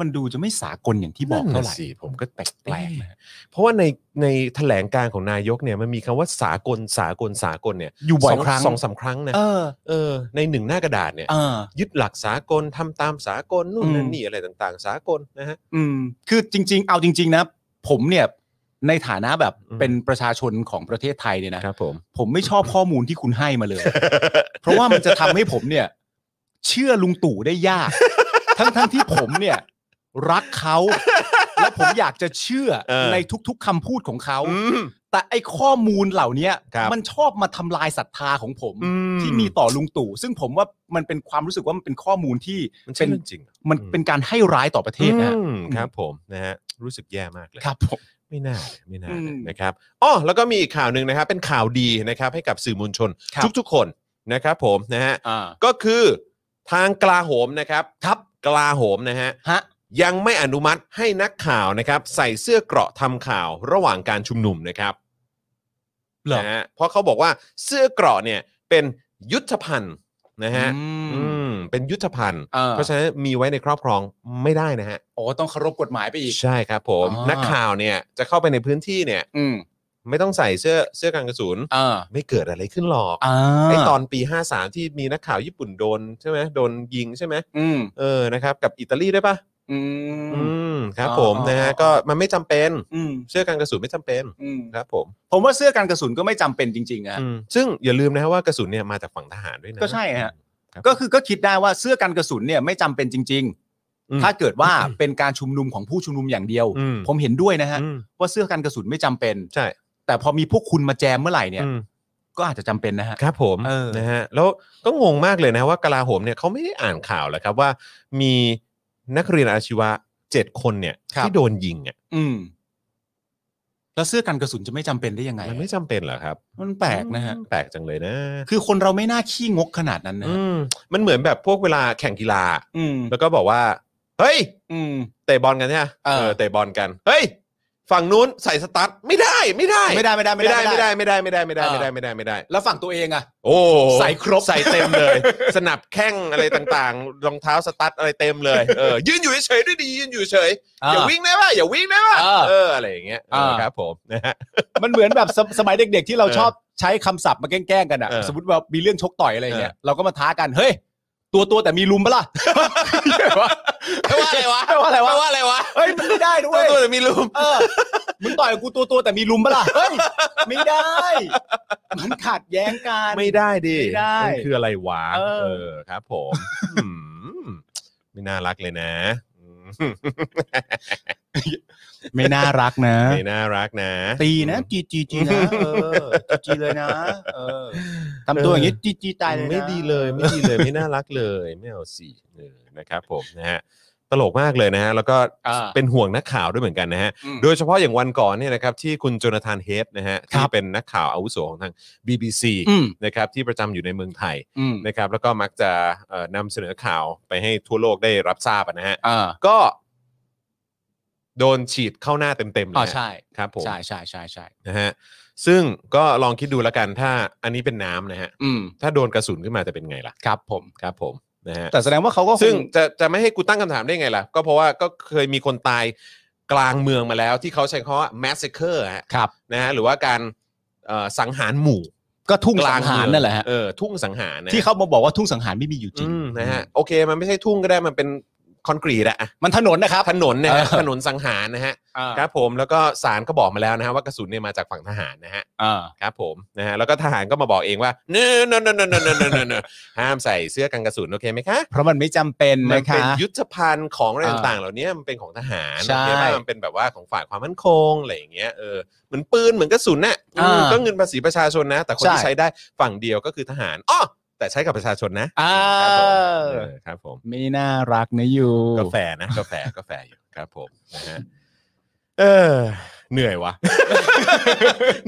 S3: มันดูจะไม่สากลอย่างที่บอกเท่าไหร่
S2: นั่นน่ะสิผมก็แปลก
S3: แปลกนะฮะ
S2: เพราะว่าในในแถลงการณ์ของนายกเนี่ยมันมีคำว่าสากลสากลสากลเนี่ย
S3: อยู่บ่อยครั้ง
S2: สองสามครั้งนะ
S3: เออ
S2: เออในหนึ่งหน้ากระดาษเนี่ย
S3: เออ
S2: ยึดหลักสากลทำตามสากลนู่นนั่น
S3: อืม
S2: นี่อะไรต่างๆ สากลนะฮะ
S3: อืม คือจริง ๆ เอาจริง ๆ นะ ผมเนี่ยในฐานะแบบ
S2: อืม
S3: เป็นประชาชนของประเทศไทยเนี่ยนะครับ
S2: ผม
S3: ผมไม่ชอบข้อมูลที่คุณให้มา
S2: [LAUGHS]
S3: เลย เพราะว่ามันจะทำให้ผมเนี่ย เชื่อลุงตู่ได้ยาก
S2: [LAUGHS]
S3: ทั้งๆที่ผมเนี่ย รักเขาและผมอยากจะเชื่อ
S2: เออ
S3: ในทุก ๆคำพูดของเขา
S2: อืม
S3: แต่ไอ้ข้อมูลเหล่าเนี้ย
S2: ครับ
S3: มันชอบมาทำลายศรัทธาของผม ที่มีต่อลุงตู่ ซึ่งผมว่ามันเป็นความรู้สึกว่ามันเป็นข้อมูลที่
S2: มันใช่
S3: เป็น
S2: เรื่องจริงเหรอ
S3: มันเป็นการให้ร้ายต่อประเทศนะฮะ
S2: อืมครับผมนะฮะรู้สึกแย่มากเลย
S3: ครับผม
S2: ไม่น่าเลยไม่น่าเลย
S3: อืม
S2: นะครับอ๋อแล้วก็มีอีกข่าวหนึ่งนะครับเป็นข่าวดีนะครับให้กับสื่อมวลชน
S3: ครับ
S2: ทุกๆคนนะครับผมนะฮะ
S3: อ่า
S2: ก็คือทางกลาโหมนะครับครับกลาโหมนะฮะ
S3: ฮะ
S2: ยังไม่อนุมัติให้นักข่าวนะครับ ใส่เสื้อเกราะทำข่าวระหว่างการชุมนุมนะครับ
S3: เหรอ
S2: นะฮะเพราะเขาบอกว่าเสื้อเกราะเนี่ยเป็นยุทธภัณฑ์นะฮะ
S3: อืม
S2: อืมเป็นยุทธภัณฑ์
S3: อ่า
S2: เพราะฉะนั้นมีไว้ในครอบครองไม่ได้นะฮะ
S3: โอ้ต้องเคารพกฎหมายไปอีก
S2: ใช่ครับผม
S3: อ่านั
S2: นักข่าวเนี่ยจะเข้าไปในพื้นที่เนี่ย
S3: อืม
S2: ไม่ต้องใส่เสื้อเสื้อกันกระสุน
S3: อ่า
S2: ไม่เกิดอะไรขึ้นหรอก
S3: อ่า
S2: ไอตอนปี 53 ที่มีนักข่าวญี่ปุ่นโดนใช่ไหมโดนยิงใช่ไหม
S3: อืม
S2: เออนะครับ กับอิตาลีด้วยปะ
S3: อื
S2: อื
S3: ม
S2: มครับผม
S3: อ๋อ
S2: นะฮะก็มันไม่จำเป็น
S3: อืม
S2: เสื้อกันกระสุนไม่จำเป็น
S3: อืม
S2: ครับผม
S3: ผมว่าเสื้อกันกระสุนก็ไม่จำเป็นจริงๆนะฮะ
S2: อืมซึ่งอย่าลืมนะฮะว่ากระสุนเนี่ยมาจากฝั่งทหารด้วยนะ
S3: ก็ใช่ฮะ
S2: ครับ
S3: ก็คือก็คิดได้ว่าเสื้อกันกระสุนเนี่ยไม่จำเป็นจริง
S2: อืม
S3: ๆ ถ้าเกิดว่าเป็นการชุมนุมของผู้ชุมนุมอย่างเดียว
S2: อืม
S3: ผมเห็นด้วยนะฮะ
S2: อืม
S3: ว่าเสื้อกันกระสุนไม่จำเป็น
S2: ใช่
S3: แต่พอมีพวกคุณมาแจมเมื่อไหร่เนี่ย
S2: อืม
S3: ก็อาจจะจำเป็นนะฮะ
S2: ครับผม
S3: เออ
S2: นะฮะแล้วก็งงมากเลยนะว่ากลาโหมเนี่ยเขาไม่ได้อ่านข่าวแล้วครับว่ามีนักเรียนอาชีวะเจ็ดคนเนี่ย
S3: ครับ
S2: ที่โดนยิงอ่ะ
S3: อืม แล้วเสื้อกันกระสุนจะไม่จำเป็นได้ยังไง
S2: มันไม่จำเป็นเหรอครับ
S3: มันแปลกนะฮะ
S2: แปลกจังเลยนะ
S3: คือคนเราไม่น่าขี้งกขนาดนั้นนะฮะ
S2: อืมมันเหมือนแบบพวกเวลาแข่งกีฬา
S3: อืม
S2: แล้วก็บอกว่า เฮ้ย
S3: อืม
S2: เตะบอลกันใช่ไหม
S3: เออ
S2: เออเตะบอลกัน เฮ้ย ฝั่งนู้นใส่สตั๊ดไม่ได้ไม่ได้
S3: ไม่ได้ไม่ได้
S2: ไม่ได้ไม่ได้ไม่ได้ไม่ได้ไม่ได้ไม่ได้ไม่ได้ไม่ได้
S3: แล้วฝั่งตัวเองอะ
S2: โอ้
S3: ใส่ครบ
S2: ใส่เต็มเลย สนับแข้งอะไรต่างๆรองเท้าสตั๊ดอะไรเต็มเลยเออยืนอยู่เฉยๆด้วยดียืนอยู่เฉยๆอย่าวิ่งได้ป่ะอย่าวิ่งได้ป่ะ
S3: เออ
S2: เอออะไรอย่างเงี้ย
S3: อ่า
S2: เออครับผมนะฮะ
S3: มันเหมือนแบบสมสมัยเด็กๆ ที่เรา
S2: เออ
S3: ชอบใช้คำศัพท์มาแกล้งๆกันอ่ะ
S2: เออ
S3: สมมติว่ามีเรื่องชกต่อยอะไรอย่างเงี้ยเราก็มาท้ากันเฮ้ยตัวตัวแต่มีลุมปะล่ะ
S2: ไม่ว่าอะไรวะ
S3: [LAUGHS] ไม่ว่าอะไรวะ
S2: ไม่ว่าอะไรวะ
S3: เฮ้ยมันไม่ได้
S2: ตั
S3: ด้
S2: ว
S3: วย
S2: ตัวแต่มีลุม
S3: เออมึงต่อยกับกูตัวตัวแต่มีลุมปะล่ะเฮ้ยไม่ได้ มันขัดแย้งกัน
S2: ไม่ได้ดิ
S3: ไม่ได้
S2: มันคืออะไรวะ
S3: เออ
S2: อครับ ผมอืมไม่น่ารักเลยนะอืม
S3: ไม่น่ารักนะ
S2: ไม่น่ารักนะ
S3: ตีนะจีจีจีนะเออจีเลยนะเออทำตัวอย่างนี้จีจีตายเลยนะ
S2: ไม่ดีเลยไม่ดีเลยไม่น่ารักเลยไม่เอาสิเออนะครับผมนะฮะตลกมากเลยนะฮะแล้วก็
S3: อ่า
S2: เป็นห่วงนักข่าวด้วยเหมือนกันนะฮะ
S3: อืม
S2: โดยเฉพาะอย่างวันก่อนเนี่ยนะครับที่คุณโจนาธานเฮดนะฮะ
S3: ครั
S2: ที่
S3: บ
S2: เป็นนักข่าวอาวุโสของทาง BBC
S3: อืม
S2: นะครับที่ประจำอยู่ในเมืองไทย
S3: อืม
S2: นะครับแล้วก็มักจะเอ่อนำเสนอข่าวไปให้ทั่วโลกได้รับทราบอะนะฮะ
S3: อ่า
S2: ก็ โดนฉีดเข้าหน้าเต็มๆเลย
S3: อ๋อ
S2: ฮะ
S3: ใช่
S2: ครับผม
S3: ใช่ใช่ใช่ใช่
S2: นะฮะซึ่งก็ลองคิดดูแล้วกันถ้าอันนี้เป็นน้ำนะฮะ
S3: อืม
S2: ถ้าโดนกระสุนขึ้นมาจะเป็นไงล่ะ
S3: ครับผม
S2: ครับผมนะฮะ
S3: แต่แสดงว่าเขาก็ค
S2: ซึ่งจะจะไม่ให้กูตั้งคำถามได้ไงล่ะ ก็เพราะว่าก็เคยมีคนตายกลางเมืองมาแล้ว ที่เขาใช้คำว่า massacre ฮะ
S3: ครับ
S2: นะฮะหรือว่าการเอ่อสังหารหมู่
S3: ก็ทุ่ง
S2: กลา
S3: สั
S2: ง
S3: ง
S2: เมื
S3: หา
S2: อ
S3: รนั่นแหละฮะ
S2: เออทุ่งสังหารนะ
S3: ที่เขามาบอกว่าทุ่งสังหารไม่มีอยู่จริ
S2: อื
S3: ง
S2: มนะฮะโอเค มันไม่ใช่ทุ่งก็ได้มันเป็นคอนกรีตอะ
S3: มันถนนนะครับ
S2: ถนนนะฮะ
S3: เออ
S2: ถนนสังหารนะฮะ
S3: อ่า
S2: ครับผมแล้วก็สารก็บอกมาแล้วนะฮะว่ากระสุนเนี่ยมาจากฝั่งทหารนะฮะ
S3: อ่า
S2: ครับผมนะฮะแล้วก็ทหารก็มาบอกเองว่าเนนนนนนน [LAUGHS] ห้ามใส่เสื้อกันกระสุนโอเคไหมคะ
S3: เพราะมันไม่จำเป็น
S2: มัน
S3: นะ
S2: เป็น
S3: คะ
S2: ยุทธภัณฑ์ของอะไร
S3: อ่า
S2: ต่างๆ เหล่านี้มันเป็นของทหาร
S3: ใช่
S2: โอเคป่ะมันเป็นแบบว่าของฝ่ายความมั่นคงอะไรอย่างเงี้ยเออเหมือนปืนเหมือนกระสุนน่ะอืม
S3: อ่า
S2: ก็เงินภาษีประชาชนนะ แต่คนที่
S3: ใช่
S2: ใช้ได้ฝั่งเดียวก็คือทหารอ้อแต่ใช้กับประชาชนนะ
S3: อ่า
S2: เออครับผม
S3: ไม่น่ารักนะยู
S2: กาแฟนะกาแฟกาแฟอยู่ครับผมนะฮะเออ เหนื่อยวะ [LAUGHS]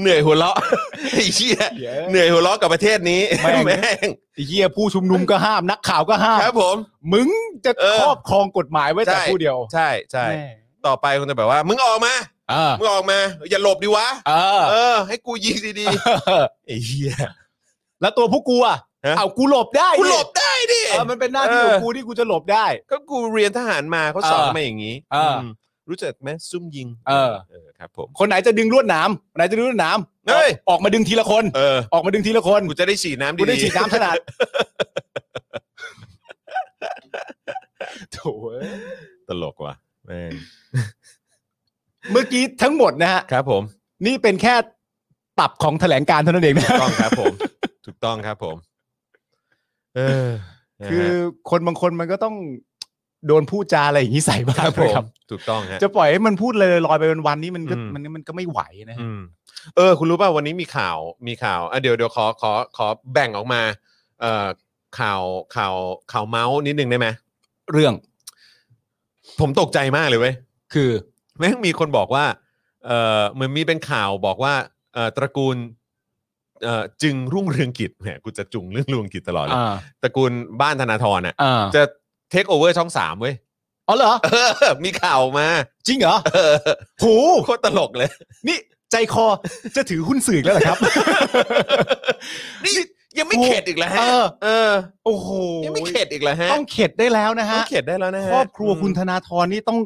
S2: เหนื่อยหัวเราะไอ้เหี้ย
S3: เหี้ย
S2: เหนื่อยหัวเราะกับประเทศนี้
S3: แม่ง
S2: แม่ง
S3: ไอ้เหี้ยผู้ชุมนุมก็ห้ามนักข่าวก็ห้าม
S2: ครับผม
S3: มึงจะ
S2: เออ
S3: ครอบครองกฎหมายไว้แต่ผู้เดียว
S2: ใช่ใช่
S3: แม่
S2: ต่อไปคงจะแบบว่า มึงออกมา
S3: เออ
S2: มึงออกมาอย่าหลบดิวะ
S3: เออ
S2: เออ ให้กูยิงดีๆไอ้เหี้ย
S3: แล้วตัวพวกกูอะ
S2: ฮะ
S3: เอากูหลบได้ [LAUGHS]
S2: กูหลบได้ดิ
S3: เออมันเป็นหน้าที่ขอ
S2: เอง อ
S3: กูที่กูจะหลบได้
S2: ก็กูเรียนทหารมาเขาสอน
S3: เออ
S2: มาอย่างนี้
S3: เอออื
S2: มรู้จักไหมซุ่มยิง
S3: เออ
S2: เออครับ ผม
S3: คนไหนจะดึงลวดหนามคนไหนจะดึงลวดหนาม
S2: เฮ้ย
S3: ออกมาดึงทีละคน
S2: เออ
S3: ออกมาดึงทีละคน
S2: กูจะได้ฉีดน้ำดี
S3: กูได้ฉีดน้ำขนาดโถ
S2: ตลกว่ะแม่ง
S3: เมื่อกี้ทั้งหมดนะฮะ
S2: ครับผม
S3: นี่เป็นแค่ตับของแถลงการณ์เท่านั้นเองนะ
S2: ถูกต้องครับผม ถูกต้องครับผม เออนะฮะ
S3: คือคนบางคนมันก็ต้องโดนพูดจาอะไรอย่างนี้ใส่บ้าง
S2: ครับผ
S3: นะ
S2: ม
S3: ครับ
S2: ถูกต้องฮะ
S3: จะปล่อยให้มันพูดลอยๆไปวันๆนี้มันก็
S2: อืม
S3: มันมันก็ไม่ไหวนะฮะ
S2: อืมเออ คุณรู้ป่ะวันนี้มีข่าวมีข่าวอ่ะเดี๋ยวเดี๋ยวขอขอขอแบ่งออกมา เอ่อข่าวข่าวข่าวเมาส์นิดนึงได้ไหม
S3: เรื่อง
S2: ผมตกใจมากเลยเว้ย
S3: คือ
S2: แม่งมีคนบอกว่า เออเหมือนมีเป็นข่าวบอกว่า เออตระกูล เออจึงรุ่งเรืองกิจแหมกูจะจุงเรื่องรุ่งเรืองกิจตลอดเลย
S3: อ่า
S2: ตระกูลบ้านธนาธรน่ะ
S3: อ่า
S2: จะเทคโอเวอร์ช่องสามเว้ย [LAUGHS]
S3: อ๋อเหรอ
S2: เออมีข่าวมา
S3: จริงเหรอ
S2: เออ
S3: โห
S2: โคตรตลกเลย
S3: นี่ใจคอจะถือหุ้นสื่ออีกแล้วเหรอครับ
S2: นี่ยังไม่เข็ดอีกแล้วฮะ
S3: เออ
S2: เออ
S3: โอ้โห
S2: ยังไม่เข็ดอีกแล้วฮะ
S3: ต้องเข็ดได้แล้วนะฮะ
S2: ต้องเข็ดได้แล้วนะฮะ
S3: ครอบครัวคุณธนาธรนี่ต้อง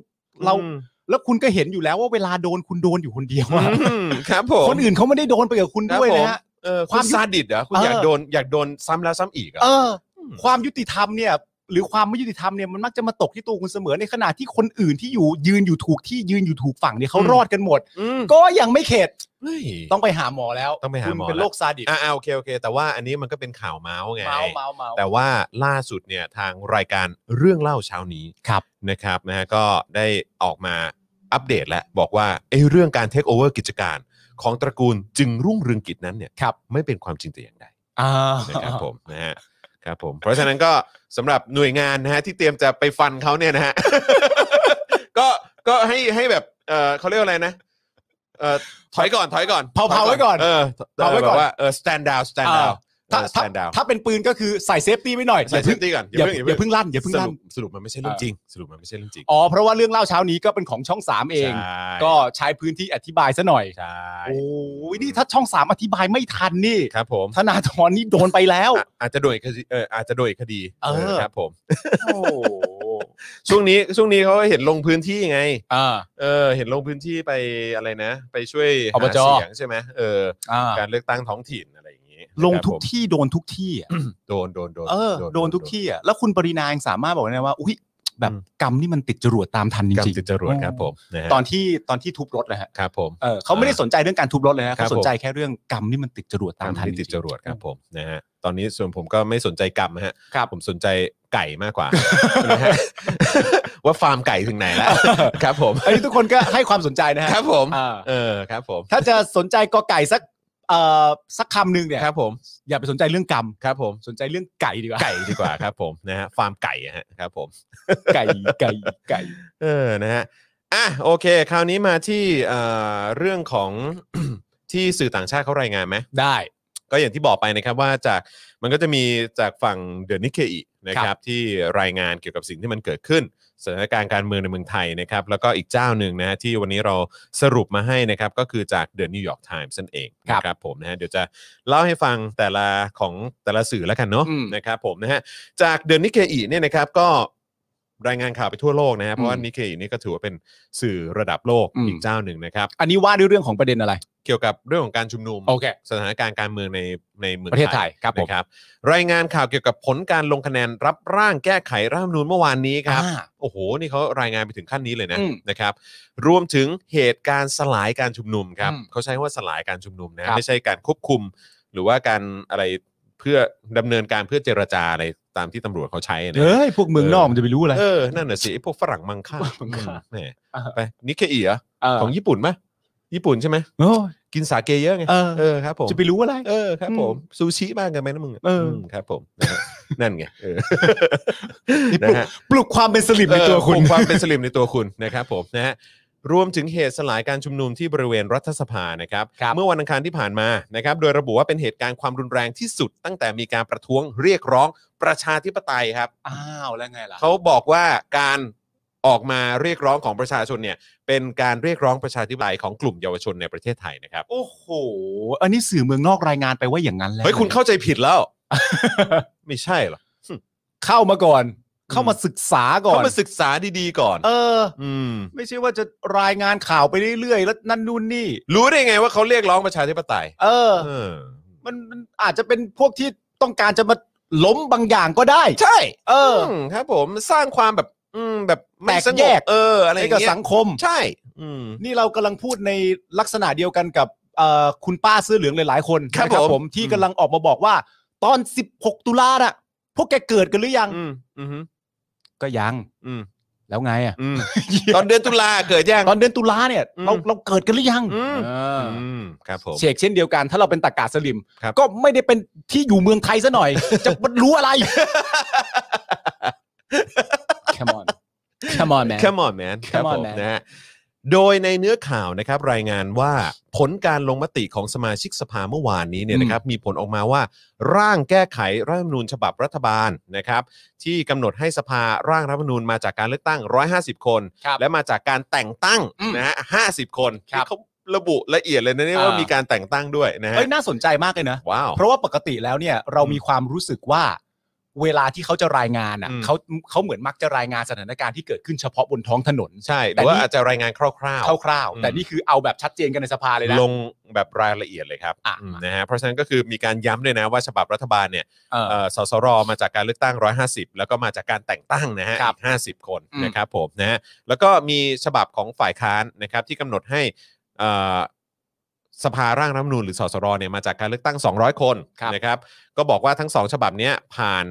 S3: เรา
S2: อืม
S3: แล้วคุณก็เห็นอยู่แล้วว่าเวลาโดนคุณโดนอยู่คนเดียวอะ
S2: อืมครับผม
S3: คนอื่นเขาไม่ได้โดนไปกับคุณด้วยนะฮะ
S2: เออ
S3: ค
S2: คุ
S3: วา
S2: ณ
S3: ม
S2: ซาดิสเหรอคุณ
S3: เอ
S2: อ
S3: ออ
S2: ยากโดนอยากโดนซ้ำแล้วซ้ำอีกเหรอ
S3: เออ
S2: ม
S3: ความยุติธรรมเนี่ย หรือความไม่ยุติธรรมเนี่ยมันมักจะมาตกที่ตัวคุณเสมอในขณะที่คนอื่นที่อยู่ยืนอยู่ถูกที่ยืนอยู่ถูกฝั่งเนี่ยเขารอดกันหมด
S2: อืม
S3: ก็ยังไม่เข็ด
S2: เฮ้ย
S3: ต้องไปหาหมอแล้ว
S2: ต้องไปหาหมอ
S3: คุณเป็นโรคซาดิส
S2: อ่าโอเคโอเค แต่ว่าอันนี้มันก็เป็นข่าวเมาส์ไง
S3: เมาเมาเมา
S2: แต่ว่าล่าสุดเนี่ยทางรายการเรื่องเล่าเช้านี้
S3: ครับ
S2: นะครับนะฮะก็ได้ออกมาอัปเดตแล้วบอกว่าไอ้เรื่องการเทคโอเวอร์กิจการของตระกูลจึงรุ่งเรืองกิจนั้นเนี่ย
S3: ครับ
S2: ไม่เป็นความจริงแต่อย่างใด
S3: อ่า
S2: นะครับผมนะฮะครับผม เพราะฉะนั้นก็สำหรับหน่วยงานนะฮะที่เตรียมจะไปฟันเขาเนี่ยนะฮะ [LAUGHS] ก็ก็ให้ให้แบบเออเขาเรียกว่าอะไรนะเออถอยก่อนถอยก่อน
S3: เผาเผาไว้ก่อน
S2: เออ
S3: เผาไว้ก่อ
S2: แบ
S3: น
S2: บว่าเออ stand down stand down
S3: ถ้า
S2: เออ stand down
S3: ถ้าเป็นปืนก็คือใส่เซฟตี้ไว้หน่อย
S2: ใส่
S3: อย่า
S2: เซ
S3: เพิ่
S2: ฟ
S3: ง
S2: ตี้ก่อน
S3: อย่า
S2: อย่า
S3: อย่า
S2: เพิ่
S3: เพิ่
S2: ง
S3: งลั่นอย่าเพิ่ง
S2: ส
S3: ลั่น
S2: รุปสรุปมันไม่ใช่เรื่องจริง สรุปมันไม่ใช่เรื่องจริง
S3: อ๋อเพราะว่าเรื่องเล่าเช้านี้ก็เป็นของช่องสามเอง
S2: ใช่
S3: ก็ใช้พื้นที่อธิบายซะหน่อย
S2: ใช่
S3: โอ้ยนี่ถ้าช่องสามอธิบายไม่ทันนี่
S2: ครับผม
S3: ธนาธรนี่โดนไปแล้ว
S2: อ่ะอาจจะโดนอีกคดีเอออาจจะโดนอีกคดี
S3: เออ
S2: ครับผม
S3: โอ้
S2: [LAUGHS] ช่วงนี้ช่วงนี้เขาเห็นลงพื้นที่ไง
S3: อ่า
S2: เออเห็นลงพื้นที่ไปอะไรนะ ไปช่วย
S3: อบจ
S2: หาเสียงใช่ไหมเออ
S3: อ่า
S2: การเลือกตั้งท้องถิ่นอะไรอย่างนี้
S3: ลงทุก
S2: ครับผม
S3: ที่โดนทุกที่อะ
S2: โดนโดนโดน
S3: เออโดนทุกที่อ่ะแล้วคุณปรินายังสามารถบอกได้นะว่า อุ้ยแบบกรรมนี่มันติดจรวดตามทันจ
S2: กับ
S3: ริง
S2: จิตจรวดครับผมนะฮะ
S3: ๆตอนที่ตอนที่ทุบรถนะฮะ
S2: ครับผม
S3: เออเขาไม่ได้สนใจเรื่องการทุบรถเลยนะ
S2: ครั
S3: เขา
S2: บผม
S3: สนใจแค่เรื่องกรรมนี่มันติดจรวดตามทัน
S2: ที่ติดจรวดครับผมนะฮะตอนนี้ส่วนผมก็ไม่สนใจกรรมฮะ
S3: ครับ
S2: ผมสนใจไก่มากกว่านะฮะว่าฟาร์มไก่ถึงไหนแล้วครับผม
S3: อันนี้ทุกคนก็ให้ความสนใจนะฮะ
S2: ครับผม
S3: อ่า
S2: เออครับผม
S3: ถ้าจะสนใจกอไก่สักเอ่อสักคำหนึ่งเนี่ย
S2: ครับผม
S3: อย่าไปสนใจเรื่องกรรม
S2: ครับผม
S3: สนใจเรื่องไก่ดีกว่า
S2: ไก่ดีกว่าครับผมนะฮะฟาร์มไก่อะฮะครับผม
S3: ไก่ไก่ไก่
S2: เออ นะฮะ อ่ะ โอเค คราวนี้มาที่เอ่อเรื่องของ [COUGHS] ที่สื่อต่างชาติเขารายงานไหม
S3: ได้
S2: ก็อย่างที่บอกไปนะครับว่าจากมันก็จะมีจากฝั่งเดอะนิเคอีนะค
S3: ครั
S2: รับบ ที่รายงานเกี่ยวกับสิ่งที่มันเกิดขึ้นสถานการณ์การเมืองในเมืองไทยนะครับ แล้วก็อีกเจ้าหนึ่งนะฮะที่วันนี้เราสรุปมาให้นะครับก็คือจากเดอะนิวยอร์กไทมส์นั่นเอง
S3: ครับ
S2: นะครับผมนะฮะเดี๋ยวจะเล่าให้ฟังแต่ละของแต่ละสื่อแล้วกันเนาะ
S3: อืม
S2: นะครับผมนะฮะจากเดอะนิเคอีเนี่ยนะครับก็รายงานข่าวไปทั่วโลกนะฮะเพราะว่านิเคอีนี่ก็ถือว่าเป็นสื่อระดับโลก
S3: อืม
S2: อีกเจ้าหนึ่งนะครับ
S3: อันนี้ว่าด้วยเรื่องของประเด็นอะไร
S2: เกี่ยวกับเรื่องของการชุมนุม
S3: โอเค
S2: สถานการณ์การเมืองในในเมือง
S3: ประเทศไทยครับผม
S2: นะครับ รายงานข่าวเกี่ยวกับผลการลงคะแนนรับร่างแก้ไขรัฐธรรมนูญเมื่อวานนี้ครับ
S3: อ่า
S2: โอ้โห นี่เขารายงานไปถึงขั้นนี้เลยนะ
S3: อืม
S2: นะครับ รวมถึงเหตุการณ์สลายการชุมนุมครับ
S3: อืม
S2: เขาใช้ว่าสลายการชุมนุมนะ
S3: ครับ
S2: ไม่ใช่การควบคุม หรือว่าการอะไรเพื่อดำเนินการเพื่อเจรจาอะไรตามที่ตำรวจเขาใช้นะ
S3: เอ้ยพวกเมืองนอก
S2: เออ
S3: มันจะไปรู้อะไร
S2: เออ นั่นน่ะสิไอ้พวกฝรั่งมังค่า
S3: มังค่า
S2: แหมไปนิเคอีเหรอ
S3: เ
S2: ของญี่ปุ่นไหมญี่ปุ่นใช่ไหม
S3: โอ้ย
S2: กินสาเกเยอะไง
S3: เออ
S2: เออครับผม
S3: จะไปรู้อะไร
S2: เออครับผมซูชิบ้างกันไหมนะมึงะ
S3: เอออื
S2: มครับผมนะ [LAUGHS] ฮะนั่นไงเออ
S3: [LAUGHS] นี่
S2: นะ
S3: ปลุก
S2: ฮะ
S3: ปลุกความเป็นสลิมในตัวคุณ
S2: เออปลุกความเป็นสลิมในตัวคุณ [LAUGHS] นะครับผมนะฮะรวมถึงเหตุสลายการชุมนุมที่บริเวณรัฐสภานะครับ
S3: ครับ
S2: เมื่อวันอังคารที่ผ่านมานะครับ โดยระบุว่าเป็นเหตุการณ์ความรุนแรงที่สุดตั้งแต่มีการประท้วงเรียกร้องประชาธิปไตยครับ
S3: อ้าวแล้วไงล่ะ
S2: เขาบอกว่าการออกมาเรียกร้องของประชาชนเนี่ยเป็นการเรียกร้องประชาธิปไตยของกลุ่มเยาวชนในประเทศไทยนะครับ
S3: โอ้โห อันนี้สื่อเมืองนอกรายงานไปว่าอย่างนั้นแล้ว
S2: เฮ้ยคุณเข้าใจผิดแล้ว [LAUGHS] ไม่ใช่หรอ
S3: เข้ามาก่อน เข้ามาศึกษาก่อน
S2: เข้ามาศึกษาดีๆก่อน
S3: เออ
S2: อืม
S3: ไม่ใช่ว่าจะรายงานข่าวไปเรื่อยๆแล้วนั่นนู่นนี่
S2: รู้ได้ไงว่าเขาเรียกร้องประชาธิปไตย
S3: เออ
S2: เออ
S3: มันมันอาจจะเป็นพวกที่ต้องการจะมาล้มบางอย่างก็ได้
S2: ใช่
S3: เออ
S2: มครับผมสร้างความแบบ อืม แบบไม่
S3: แตก
S2: สงบ
S3: แยก
S2: เออ อะไรอ
S3: ให้
S2: ย่าง
S3: กับ
S2: เงี้ย
S3: สังคม
S2: ใช่ อืม
S3: นี่เรากำลังพูดในลักษณะเดียวกันกับเอ่อคุณป้าเสื้อเหลืองหลายๆคน
S2: ครับ
S3: นะ
S2: ผม
S3: ที่กำลังออกมาบอกว่า ตอน 16 ตุลาน่ะ พวกแกเกิดกันหรือยัง
S2: อืม อืม
S3: ก็ยัง
S2: อืม
S3: แล้วไงอ่ะ
S2: อืมตอนเดือนตุลาเกิดยัง
S3: ตอนเดือนตุลาเนี่ย
S2: อืม
S3: เราเราเกิดกันหรือยัง
S2: อืม
S3: เอออ
S2: อืม ครับผม
S3: เชกเช่นเดียวกันถ้าเราเป็นตากาสลิม
S2: ครับ
S3: ก็ไม่ได้เป็นที่อยู่เมืองไทยซะหน่อย [LAUGHS] จะมารู้
S2: [LAUGHS]
S3: อะไร Come on Come on man
S2: Come on man ครับ
S3: Come on,
S2: ผม
S3: man
S2: นะฮะโดยในเนื้อข่าวนะครับ รายงานว่าผลการลงมติของสมาชิกสภาเมื่อวานนี้เนี่ยนะครับ มีผลออกมาว่า ร่างแก้ไขรัฐธรรมนูญฉบับรัฐบาลนะครับ ที่กำหนดให้สภาร่างรัฐธรรมนูญมาจากการเลือกตั้ง 150 คน
S3: ครับ
S2: และมาจากการแต่งตั้ง
S3: อืม
S2: นะฮะ50 คน
S3: ครับ
S2: นี่เขาระบุละเอียดเลยนะเนี่ยว่า
S3: อ่ามี
S2: มีการแต่งตั้งด้วยนะฮะ
S3: เอ้ยน่าสนใจมากเลยนะ
S2: ว้าว
S3: เพราะว่าปกติแล้วเนี่ยเรามีความรู้สึกว่า เวลาที่เขาจะรายงานอ่ะ
S2: อืม
S3: เขาเขาเหมือนมักจะรายงานสถานการณ์ที่เกิดขึ้นเฉพาะบนท้องถนน
S2: ใช่หรือว่า
S3: แต่นี่
S2: อาจจะรายงานคร่าว
S3: คร่าว
S2: อืม
S3: ๆ แต่นี่คือเอาแบบชัดเจนกันในสภาเลยนะ
S2: ลงแบบรายละเอียดเลยครับ
S3: อ่ะ
S2: อืมนะฮะเพราะฉะนั้นก็คือมีการย้ำด้วยนะว่าฉบับรัฐบาลเนี่ย
S3: เออ
S2: เอ่อสสรมาจากการเลือกตั้ง 150 แล้วก็มาจากการแต่งตั้งนะฮะ
S3: ครั
S2: อี
S3: บ
S2: ก50 คน
S3: อืม
S2: นะครับผมนะฮะแล้วก็มีฉบับของฝ่ายค้านนะครับที่กำหนดให้เอ่อสภาร่างรัฐธรรมนูญหรือสสรเนี่ยมาจากการเลือกตั้ง 200 คนนะครับก็บอกว่าทั้งสองฉบับเนี้ยผ่าน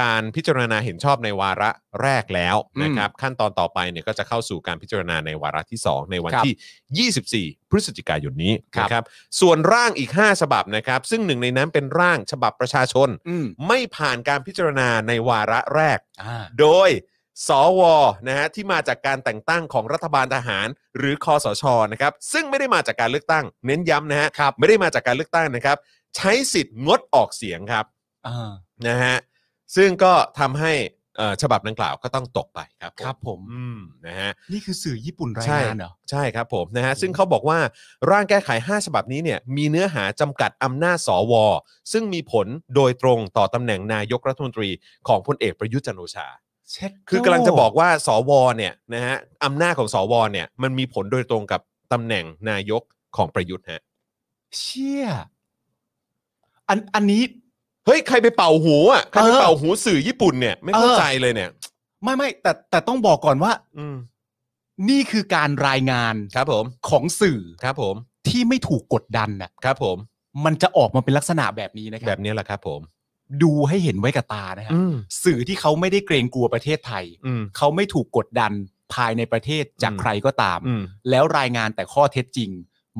S2: การพิจารณาเห็นชอบในวาระแรกแล้วนะครับขั้นตอนต่อไปเนี่ยก็จะเข้าสู่การพิจารณาในวาระที่สองในวัน
S3: ครับ
S2: ที่ 24 พฤศจิกายนนี้
S3: ครับ
S2: นะครับ ส่วนร่างอีก 5 ฉบับนะครับ ซึ่งหนึ่งในนั้นเป็นร่างฉบับประชาชน
S3: อืม
S2: ไม่ผ่านการพิจารณาในวาระแรก
S3: อ่า
S2: โดย สวนะฮะที่มาจากการแต่งตั้งของรัฐบาลทหาร หรือคอสชนะครับ ซึ่งไม่ได้มาจากการเลือกตั้ง เน้นย้ำนะฮะ
S3: ครับ
S2: ไม่ได้มาจากการเลือกตั้งนะครับ ใช้สิทธิ์งดออกเสียงครับ
S3: อ่า
S2: นะฮะซึ่งก็ทำให้เอ่อฉบับดังกล่าวก็ต้องตกไปครับผม
S3: ครับผม
S2: อืมนะฮะ
S3: นี่คือสื่อญี่ปุ่นราย
S2: ใช่
S3: งานเหรอ
S2: ใช่ครับผมนะฮะซึ่งเขาบอกว่าร่างแก้ไข 5 ฉบับนี้เนี่ยมีเนื้อหาจำกัดอำนาจสว ซึ่งมีผลโดยตรงต่อตำแหน่งนายกรัฐมนตรีของพลเอกประยุทธ์จันทร์โอชา
S3: เช็ค
S2: คือกำลังจะบอกว่าสวเนี่ยนะฮะอำนาจของสวเนี่ยมันมีผลโดยตรงกับตำแหน่งนายกของประยุทธ์ฮะ
S3: เชี่ยอันอันนี้
S2: เฮ้ยใครไปเป่าหูอ่ะใครไป
S3: เออ
S2: เป่าหูสื่อญี่ปุ่นเนี่ยไม่เข้า
S3: เออ
S2: ใจเลยเนี่ย
S3: ไม่ไม่แต่แต่ต้องบอกก่อนว่า
S2: อืม
S3: นี่คือการรายงาน
S2: ครับผม
S3: ของสื่อ
S2: ครับผม
S3: ที่ไม่ถูกกดดันน่ะ
S2: ครับผม
S3: มันจะออกมาเป็นลักษณะแบบนี้นะค
S2: แบ
S3: รับบ
S2: นี้แหละครับผม
S3: ดูให้เห็นไว้กับตานะฮะ
S2: อืม
S3: สื่อที่เขาไม่ได้เกรงกลัวประเทศไทย
S2: อืม
S3: เขาไม่ถูกกดดันภายในประเทศจาก
S2: อืม
S3: ใครก็ตาม
S2: อืม
S3: แล้วรายงานแต่ข้อเท็จจริง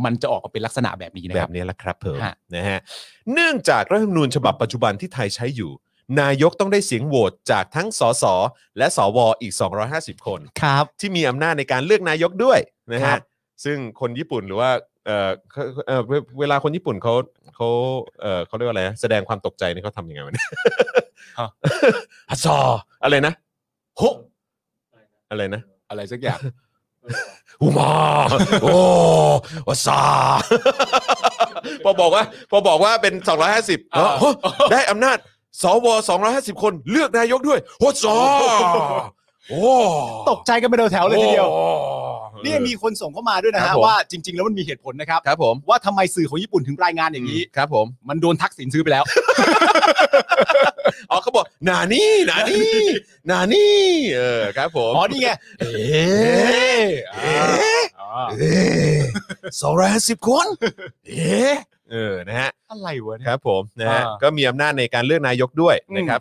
S3: มันจะออกมาเป็นลักษณะแบบนี้นะ
S2: แบ
S3: ครับ บ
S2: นี้แหละครับเพิ่ม
S3: ฮะ
S2: นะฮะเนื่องจากรัฐธรรมนูญฉบับปัจจุบันที่ไทยใช้อยู่ นายกต้องได้เสียงโหวตจากทั้งสสและสวอีก 250 คน
S3: ครับ
S2: ที่มีอำนาจในการเลือกนายกด้วยนะ
S3: ครั
S2: ฮะ
S3: บ
S2: ซึ่งคนญี่ปุ่นหรือว่าเออเขาเอ่อเวเวลาคนญี่ปุ่นเขาเขาเออเขาเรียกว่าอะไรนะแสดงความตกใจนี่เขาทำยังไงวะเนี่ยฮัซออะไรนะโฮะอะไรนะ
S3: อะไรสักอย่าง
S2: อุมาโอ้วาซาพอบอกว่าพอบอกว่าเป็น 250เอ้าโหได้อำนาจสว250 คนเลือกนายกด้วยโหซาโอ้
S3: ตกใจกันเป็นแถวๆเลยทีเดียว
S2: โอ้
S3: เนี่ยมีคนส่งเข้ามาด้วยนะ
S2: ครั
S3: ฮะ
S2: บผม
S3: ว่าจริง ๆ แล้วมันมีเหตุผลนะครับ
S2: ครับผม
S3: ว่าทำไมสื่อของญี่ปุ่นถึงรายงานอย่างนี้
S2: ครับผม
S3: มันโดนทักษิณซื้อไปแล้ว
S2: อ๋อเขาบอกหนานี่หนานี่หนานี่เออครับผม
S3: อ๋อนี่ไง
S2: เอ๊ะเอ๊ะเอ๊ะสองร้อยห้าสิบคนเอ๊ะเออนะฮะ
S3: อะไรวะเนี่ย
S2: ครับผมนะฮะ
S3: อ่า
S2: ก็มีอำนาจในการเลือกนายกด้วย
S3: อืม
S2: นะครั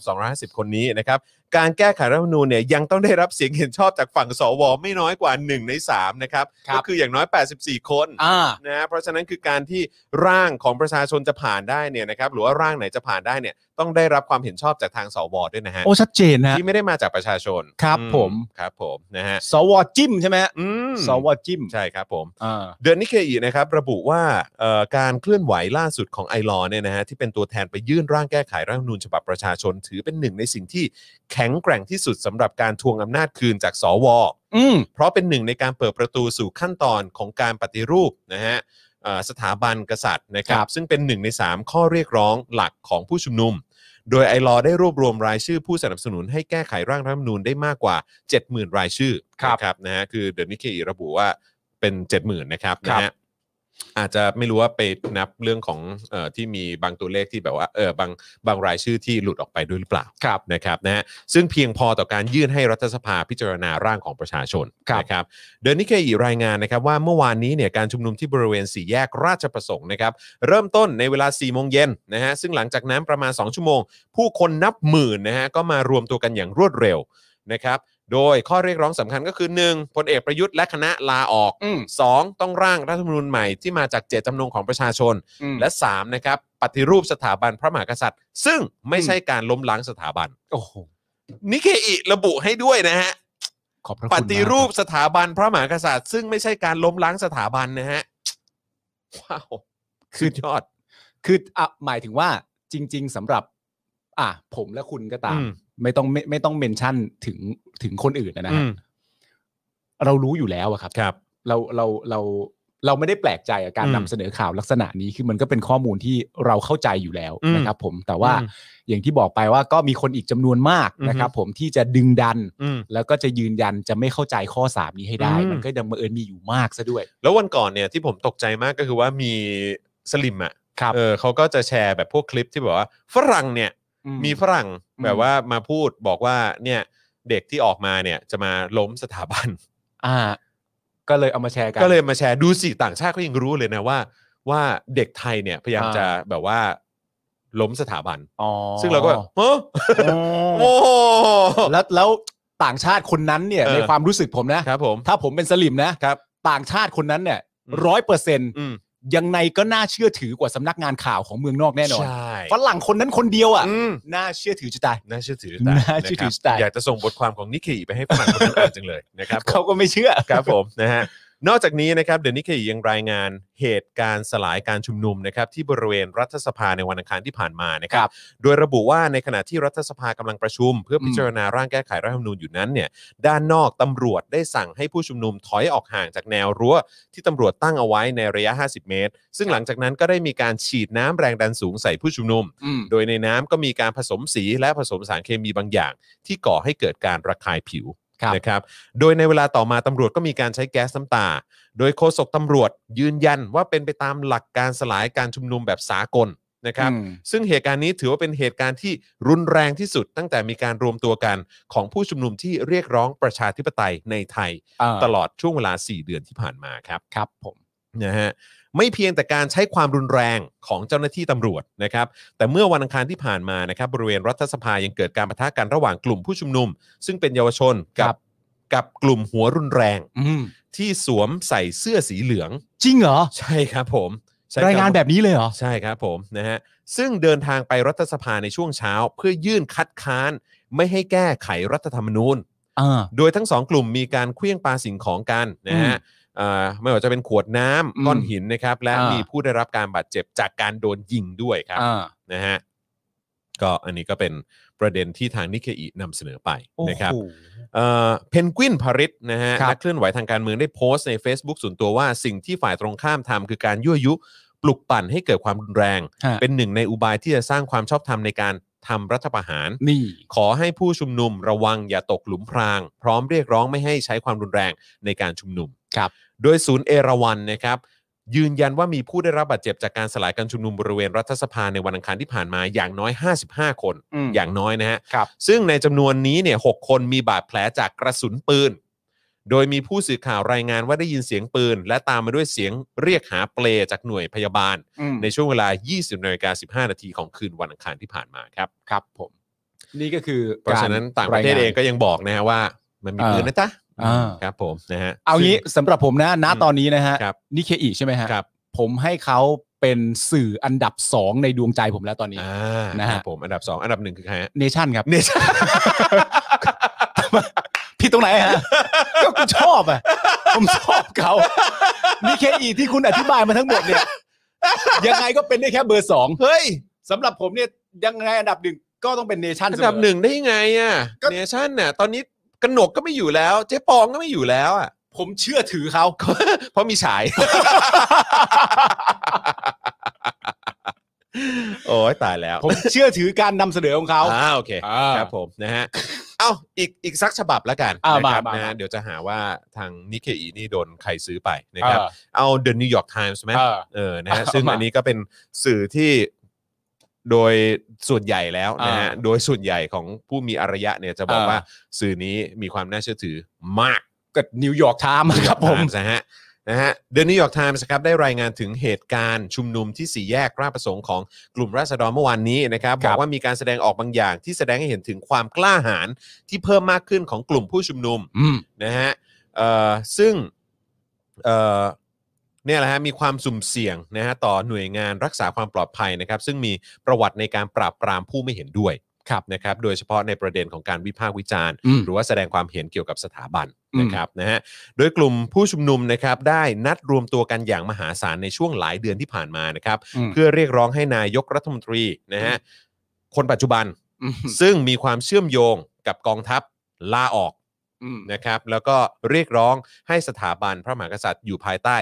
S2: บ 250 คนนี้นะครับ การแก้ไขรัฐธรรมนูญเนี่ยยังต้องได้รับเสียงเห็นชอบจากฝั่งสวไม่น้อยกว่า 1 ใน 3 นะครับ ก็คืออย่างน้อย 84 คน
S3: อ่า
S2: นะฮะเพราะฉะนั้นคือการที่ร่างของประชาชนจะผ่านได้เนี่ยนะครับหรือว่าร่างไหนจะผ่านได้เนี่ยต้องได้รับความเห็นชอบจากทางสวด้วยนะฮะ
S3: โอ้ชัดเจนนะ
S2: ที่ไม่ได้มาจากประชาชน
S3: ครับ
S2: อื
S3: ผม
S2: ครับผมนะฮะ
S3: สวจิ้มใช่ไหมฮะ
S2: อืม
S3: สวจิ้ม
S2: ใช่ครับผม
S3: อ่า
S2: เดือนนิเคอีนะครับระบุว่าเอ่อการเคลื่อนไหวล่าสุดของไอรอเนี่ยนะฮะที่เป็นตัวแทนไปยื่นร่างแก้ไขรัฐธรรมนูญฉบับประชาชน ถือเป็นหนึ่งในสิ่งที่แข็งแกร่งที่สุดสำหรับการทวงอำนาจคืนจากสว
S3: อืม
S2: เพราะเป็นหนึ่งในการเปิดประตูสู่ขั้นตอนของการปฏิรูปนะฮะเอ่อสถาบันกษัตริย์นะครับ
S3: ครับ
S2: ซึ่งเป็นหนึ่งใน 3 ข้อเรียกร้องหลักของผู้ชุมนุม โดยไอรอได้รวบรวมรายชื่อผู้สนับสนุนให้แก้ไขร่างรัฐธรรมนูญได้มากกว่า 70,000 รายชื่อนะครับนะฮะคือเดนิเคอีระบุว่าเป็น 70,000นะครับนะฮะอาจจะไม่รู้ว่าไปนับเรื่องของเออที่มีบางตัวเลขที่แบบว่าเออบางบางรายชื่อที่หลุดออกไปด้วยหรือเปล่า
S3: ครับ
S2: นะครับนะฮะซึ่งเพียงพอต่อการยื่นให้รัฐสภาพิจารณาร่างของประชาชน
S3: ครับ
S2: นะครับเดนนิเคอีรายงานนะครับว่าเมื่อวานนี้เนี่ยการชุมนุมที่บริเวณสี่แยกราชประสงค์นะครับเริ่มต้นในเวลา4ี่โมงเย็นนะฮะซึ่งหลังจากนั้นประมาณ 2 ชั่วโมง ผู้คนนับหมื่นนะฮะก็มารวมตัวกันอย่างรวดเร็วนะครับโดยข้อเรียกร้องสำคัญก็คือ 1. พลเอกประยุทธ์และคณะลาออก
S3: อืม
S2: 2. ต้องร่างรัฐธรรมนูญใหม่ที่มาจากเจตจำนงของประชาชน และ3นะครับปฏิรูปสถาบันพระมหากษัตริย์ ซึ่งไม่ใช่การล้มล้างสถาบัน
S3: โอ้โห
S2: นิเคอิระบุให้ด้วยนะฮะ
S3: ขอบพระคุณ
S2: ป
S3: มาก
S2: ฏิรูปสถาบันพระมหากษัตริย์ ซึ่งไม่ใช่การล้มล้างสถาบันนะฮะ ว้าว คือยอด
S3: คืออ่ะหมายถึงว่าจริง ๆสำหรับ อ่ะผมและคุณก็ตาม
S2: อืม
S3: ไม่ต้องไม่ไม่ต้องเมนชั่นถึงถึงคนอื่นนะ
S2: อื
S3: ฮะ
S2: ม
S3: เรารู้อยู่แล้วอะครับ
S2: ครับ
S3: เราเราเรา เราไม่ได้แปลกใจกับการ
S1: อืม
S3: นำเสนอข่าวลักษณะนี้คือมันก็เป็นข้อมูลที่เราเข้าใจอยู่แล้ว
S1: อืม
S3: นะครับผมแต่ว่า
S1: อืม
S3: อย่างที่บอกไปว่าก็มีคนอีกจำนวนมากนะครับ ผมที่จะดึงดัน
S1: อืม
S3: แล้วก็จะยืนยันจะไม่เข้าใจข้อสามนี้ให้ได้
S1: อืม
S3: มันก็ดังบังเอิญมีอยู่มากซะด้วย
S2: แล้ววันก่อนเนี่ยที่ผมตกใจมากก็คือว่ามีสลิมอ่ะ
S3: ครับ
S2: เออเขาก็จะแชร์แบบพวกคลิปที่แบบว่าฝรั่งเนี่ย
S3: อื
S2: มีฝรั่ง
S3: อืม
S2: แบบว่ามาพูดบอกว่าเนี่ยเด็กที่ออกมาเนี่ยจะมาล้มสถาบัน
S3: อ่า ก็เลยเอามาแชร์กัน
S2: ก็เลยมาแชร์ดูสิต่างชาติก็ยังรู้เลยนะว่า ว่าเด็กไทยเนี่ยพยายาม
S3: อ่า
S2: จะแบบว่าล้มสถาบัน
S3: อ๋อ
S2: ซึ่งเราก็
S3: [LAUGHS]
S2: แบบฮะโอ้
S3: แล้วแล้วต่างชาติคนนั้นเนี่ย
S2: เออ
S3: ในความรู้สึกผมนะ
S2: ครับผม
S3: ถ้าผมเป็นสลิมนะครับ ต่างชาติคนนั้นเนี่ย
S2: อืม
S3: ร้อยเปอร์เซ็นต์
S2: อืม
S3: ยังไงก็น่าเชื่อถือกว่าสำนักงานข่าวของเมืองนอกแน่นอน
S2: ใช่
S3: ฝรั่งคนนั้นคนเดียวอ่ะ
S2: อืม
S3: น่าเชื่อถือจะตาย
S2: น่าเชื่อถือตย
S3: น่าเชื่อถือ
S2: นะครั
S3: สไตล์
S2: บอยากจะส่งบทความของนิเคอีไปให้ฝรั่งคนนั้นอ่านจังเลยนะครับผม
S3: เขาก็ไม่เชื่อ
S2: [LAUGHS] ครับผมนะฮะนอกจากนี้นะครับเดนิเคยังรายงานเหตุการณ์สลายการชุมนุมนะครับที่บริเวณรัฐสภาในวันอังคารที่ผ่านมานะค
S3: ค
S2: รั
S3: รับ บ
S2: โดยระบุว่าในขณะที่รัฐสภากำลังประชุม เพื่อพิจารณาร่างแก้ไขรัฐธรรมนูญอยู่นั้นเนี่ยด้านนอกตำรวจได้สั่งให้ผู้ชุมนุมถอยออกห่างจากแนวรั้ว ที่ตำรวจตั้งเอาไว้ในระยะ 50 เมตร ซึ่งหลังจากนั้นก็ได้มีการฉีดน้ำแรงดันสูงใส่ผู้ชุมนุม
S3: อืม
S2: โดยในน้ำก็มีการผสมสีและผสมสารเคมีบางอย่าง ที่ก่อให้เกิดการระคายผิว
S3: ครับ
S2: นะครับ โดยในเวลาต่อมาตำรวจก็มีการใช้แก๊สน้ำตา โดยโฆษกตำรวจยืนยันว่าเป็นไปตามหลักการสลายการชุมนุมแบบสากลนะครับ
S3: อืม
S2: ซึ่งเหตุการณ์นี้ถือว่าเป็นเหตุการณ์ที่รุนแรงที่สุด ตั้งแต่มีการรวมตัวกันของผู้ชุมนุมที่เรียกร้องประชาธิปไตยในไทย
S3: อ่า
S2: ตลอดช่วงเวลา 4 เดือนที่ผ่านมาครับ
S3: ครับผม
S2: นะฮะไม่เพียงแต่การใช้ความรุนแรงของเจ้าหน้าที่ตำรวจนะครับแต่เมื่อวันอังคารที่ผ่านมานะครับบริเวณรัฐสภายังเกิดการปะทะกันระหว่างกลุ่มผู้ชุมนุม ซึ่งเป็นเยาวชนกับกับกลุ่มหัวรุนแรง
S3: อืม
S2: ที่สวมใส่เสื้อสีเหลือง
S3: จริงเหรอ
S2: ใช่ครับผมใช้คำ
S3: รายงานแบบนี้เลยเหรอ
S2: ใช่ครับผมนะฮะซึ่งเดินทางไปรัฐสภาในช่วงเช้า เพื่อยื่นคัดค้าน ไม่ให้แก้ไขรัฐธรรมนูญ
S3: อ่า
S2: โดยทั้งสองกลุ่มมีการเคลื่องปาสิ่งของกันนะฮะเอ่อไม่ว่าจะเป็นขวดน้ำ
S3: อืม
S2: ก้อนหินนะครับ และ
S3: อ่ามี
S2: มีผู้ได้รับการบาดเจ็บจากการโดนยิงด้วยครับ
S3: อ่า
S2: นะฮะก็อันนี้ก็เป็นประเด็นที่ทางนิเคอีนำเสนอไปนะครับ เพนกวินพาริสนะฮะ
S3: ครับ
S2: นักเคลื่อนไหวทางการเมืองได้โพสต์ใน Facebook ส่วนตัวว่าสิ่งที่ฝ่ายตรงข้ามทำคือการยั่วยุ ปลุกปั่นให้เกิดความรุนแรง
S3: ฮะ
S2: เป็นหนึ่งในอุบายที่จะสร้างความชอบธรรมในการทำรัฐประหาร
S3: นี่
S2: ขอให้ผู้ชุมนุมระวังอย่าตกหลุมพราง พร้อมเรียกร้องไม่ให้ใช้ความรุนแรงในการชุมนุม
S3: ครับ
S2: โดยศูนย์เอราวันนะครับ ยืนยันว่ามีผู้ได้รับบาดเจ็บจากการสลายการชุมนุมบริเวณรัฐสภาในวันอังคารที่ผ่านมาอย่างน้อย 55 คน
S3: ม
S2: อย่างน้อยนะฮะ
S3: ครับ
S2: ซึ่งในจำนวนนี้เนี่ยหกคนมีบาดแผลจากกระสุนปืน โดยมีผู้สื่อข่าวรายงานว่าได้ยินเสียงปืน และตามมาด้วยเสียงเรียกหาเปลจากหน่วยพยาบาล
S3: อืม
S2: ในช่วงเวลา 20นาฬิกา15 นาทีของคืนวันอังคารที่ผ่านมาครับ
S3: ครับผม นี่ก็คือ
S2: เพราะฉะนั้นต่างประเทศ
S3: ย
S2: เอง
S3: น
S2: ก็ยังบอกนะฮะว่า มันมี
S3: อ่า
S2: ปืนนะจ๊ะ
S3: อ่า
S2: ครับผมนะฮะ
S3: เอางี้สำหรับผมนะณตอนนี้นะฮะ
S2: ซึ่งครับ
S3: นิเคอีใช่ไหมฮะ
S2: ครับ
S3: ผมให้เขาเป็นสื่ออันดับสองในดวงใจผมแล้วตอนนี้
S2: อ่าค
S3: นะฮะ
S2: รับผมอันดับ 2 อันดับหนึ่งคือใครฮะ
S3: เนชั่นครับ
S2: เน
S3: [LAUGHS]
S2: ชั่น
S3: พี่ตรงไหนฮะ ก็คุณชอบอ่ะ ผมชอบเขานิเคอีที่คุณอธิบายมาทั้งหมดเนี่ย ยังไงก็เป็นได้แค่เบอร์สอง
S2: เฮ้ย
S3: สำหรับผมเนี่ยยังไงอันดับหนึ่งก็ต้องเป็นเนชั่น
S2: อั
S3: เสม
S2: นดับหนึ่งได้ยังไงอ่ะเนชั่นเนี่ยตอนนี้กนกก็ไม่อยู่แล้ว เจ๊ปองก็ไม่อยู่แล้วอ่ะ
S3: ผมเชื่อถือเขา
S2: เพราะมีฉาย โอ้ยตายแล้ว
S3: ผมเชื่อถือการนำเสนอของเขา
S2: อ่าโอเค ครับผมนะฮะ เอ้า อีกอีกสักฉบับแล้วกัน
S3: อ่า
S2: นะ
S3: มา
S2: ครับ
S3: มา
S2: นะ
S3: มา
S2: เดี๋ยวจะหาว่าทางนิเคอีนี่โดนใครซื้อไปนะครับ เอา The New York Times ไหม
S3: เออ
S2: เออนะฮะ
S3: เอา
S2: ซึ่ง
S3: มา
S2: อันนี้ก็เป็นสื่อที่โดยส่วนใหญ่แล้วนะฮะ
S3: อ่า
S2: โดยส่วนใหญ่ของผู้มีอารยะเนี่ยจะบอก
S3: อ่า
S2: ว่าสื่อนี้มีความน่าเชื่อถือมาก
S3: ก็นิวยอร์กไทม์ครับผม
S2: Times นะฮะนะฮะเดนิวยอร์กไทมส์ครับได้รายงานถึงเหตุการณ์ชุมนุมที่สี่แยกราชประสงค์ของกลุ่มราษฎรเมื่อวานนี้นะครับ
S3: ครับบ
S2: อกว่ามีการแสดงออกบางอย่างที่แสดงให้เห็นถึงความกล้าหาญที่เพิ่มมากขึ้นของกลุ่มผู้ชุมนุม
S3: อืม
S2: นะฮะเอ่อซึ่งเอ่อเนี่ยแหละฮะมีความสุ่มเสี่ยงนะฮะต่อหน่วยงานรักษาความปลอดภัยนะครับ ซึ่งมีประวัติในการปราบปรามผู้ไม่เห็นด้วย
S3: ครับ
S2: นะครับ โดยเฉพาะในประเด็นของการวิพากษ์วิจารณ์
S3: อืม
S2: หรือว่าแสดงความเห็นเกี่ยวกับสถาบัน
S3: อืม
S2: นะครับนะฮะ โดยกลุ่มผู้ชุมนุมนะครับได้นัดรวมตัวกันอย่างมหาศาลในช่วงหลายเดือนที่ผ่านมานะครับ
S3: ม
S2: เพื่อเรียกร้องให้นายกรัฐมนตรีนะฮะคนปัจจุบัน
S3: อืม
S2: ซึ่งมีความเชื่อมโยงกับกองทัพลาออก
S3: อืม
S2: นะครับ แล้วก็เรียกร้องให้สถาบันพระมหากษัตริย์อยู่ภายใต้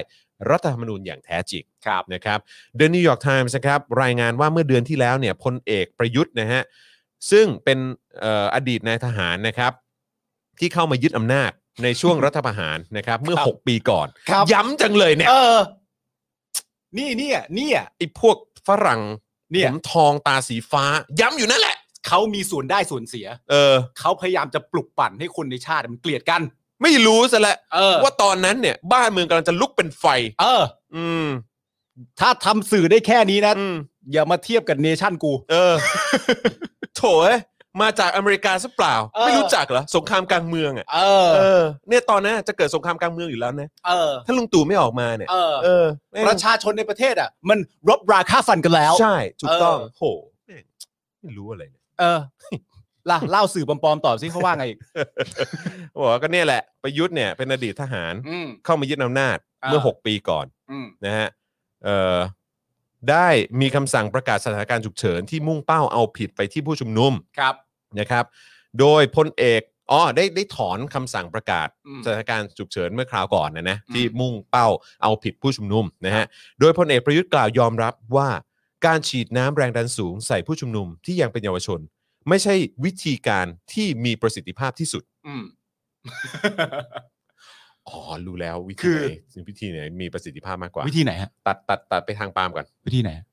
S2: รัฐธรรมนูญอย่างแท้จริง
S3: ครับ
S2: นะครับ The New York Times นะครับรายงานว่าเมื่อเดือนที่แล้วเนี่ยพลเอกประยุทธ์นะฮะซึ่งเป็นเอ่ออดีตนายทหารนะครับ ที่เข้ามายึดอำนาจในช่
S3: [LAUGHS]
S2: วง รัฐประหารนะครับ เมื่อ
S3: ครับ
S2: 6 ปีก่อน
S3: ครับ
S2: ย้ำจังเลยเนี่ย
S3: เออ นี่เนี่ยเนี่ย
S2: ไอ้พวกฝรั่ง
S3: เนี่
S2: ผ
S3: ย
S2: มทองตาสีฟ้า ย้ำอยู่นั่นแหละ
S3: เขามีส่วนได้ส่วนเสีย
S2: เออ
S3: เขาพยายามจะปลุกปั่นให้คนในชาติมันเกลียดกัน
S2: ไม่รู้ซะและ
S3: เออ
S2: ว่าตอนนั้นเนี่ย บ้านเมืองกำลังจะลุกเป็นไฟ
S3: เออ
S2: อืม
S3: ถ้าทำสื่อได้แค่นี้นะ
S2: อืม
S3: อย่ามาเทียบกับเนชั่นกู
S2: เออ โถเอ้ยมาจากอเมริกาซะเปล่า
S3: เออ
S2: ไม่รู้จักเหรอสงครามกลางเมืองอ่ะ
S3: เออ
S2: เออเนี่ยตอนนั้นจะเกิดสงครามกลางเมืองอยู่แล้วนะ
S3: เออ
S2: ถ้าลุงตู่ไม่ออกมาเนี่ย
S3: เออ
S2: เออแม่ง
S3: ประชาชนในประเทศอ่ะ มันรบราค่าฟันกันแล้ว
S2: ใช่ถูกต้อง
S3: เออ
S2: โหแม่งไม่รู้อะไรเนี่ย
S3: เออล่ะเล่าสื่อปลอมๆตอบสิเขาว่าไงอีก
S2: บอกว่าก็เนี่ยแหละประยุทธ์เนี่ยเป็นอดีตทหาร
S3: อืม
S2: เข้ามายึดอำนาจ
S3: อ่า
S2: เมื่อ 6 ปีก่อน
S3: อืม
S2: นะฮะเออได้มีคำสั่งประกาศสถานการณ์ฉุกเฉินที่มุ่งเป้าเอาผิดไปที่ผู้ชุมนุม
S3: ครับ
S2: นะครับ โดยพลเอกอ๋อได้ได้ถอนคำสั่งประกาศ
S3: อืม
S2: สถานการณ์ฉุกเฉินเมื่อคราวก่อนนะนะ
S3: อืม
S2: ที่มุ่งเป้าเอาผิดผู้ชุมนุมนะฮะโดยพลเอกประยุทธ์กล่าวยอมรับว่าการฉีดน้ำแรงดันสูงใส่ผู้ชุมนุมที่ยังเป็นเยาวชน ไม่ใช่วิธีการที่มีประสิทธิภาพที่สุด
S3: อืม
S2: อ๋อ รู้แล้ววิ
S3: คื
S2: ธีไห
S3: อ
S2: นวิธีไหนมีประสิทธิภาพมากกว่า
S3: วิธีไหนฮะ
S2: ตัดตัดตัดไปทางปาล์มก่อน
S3: วิธีไหนฮะ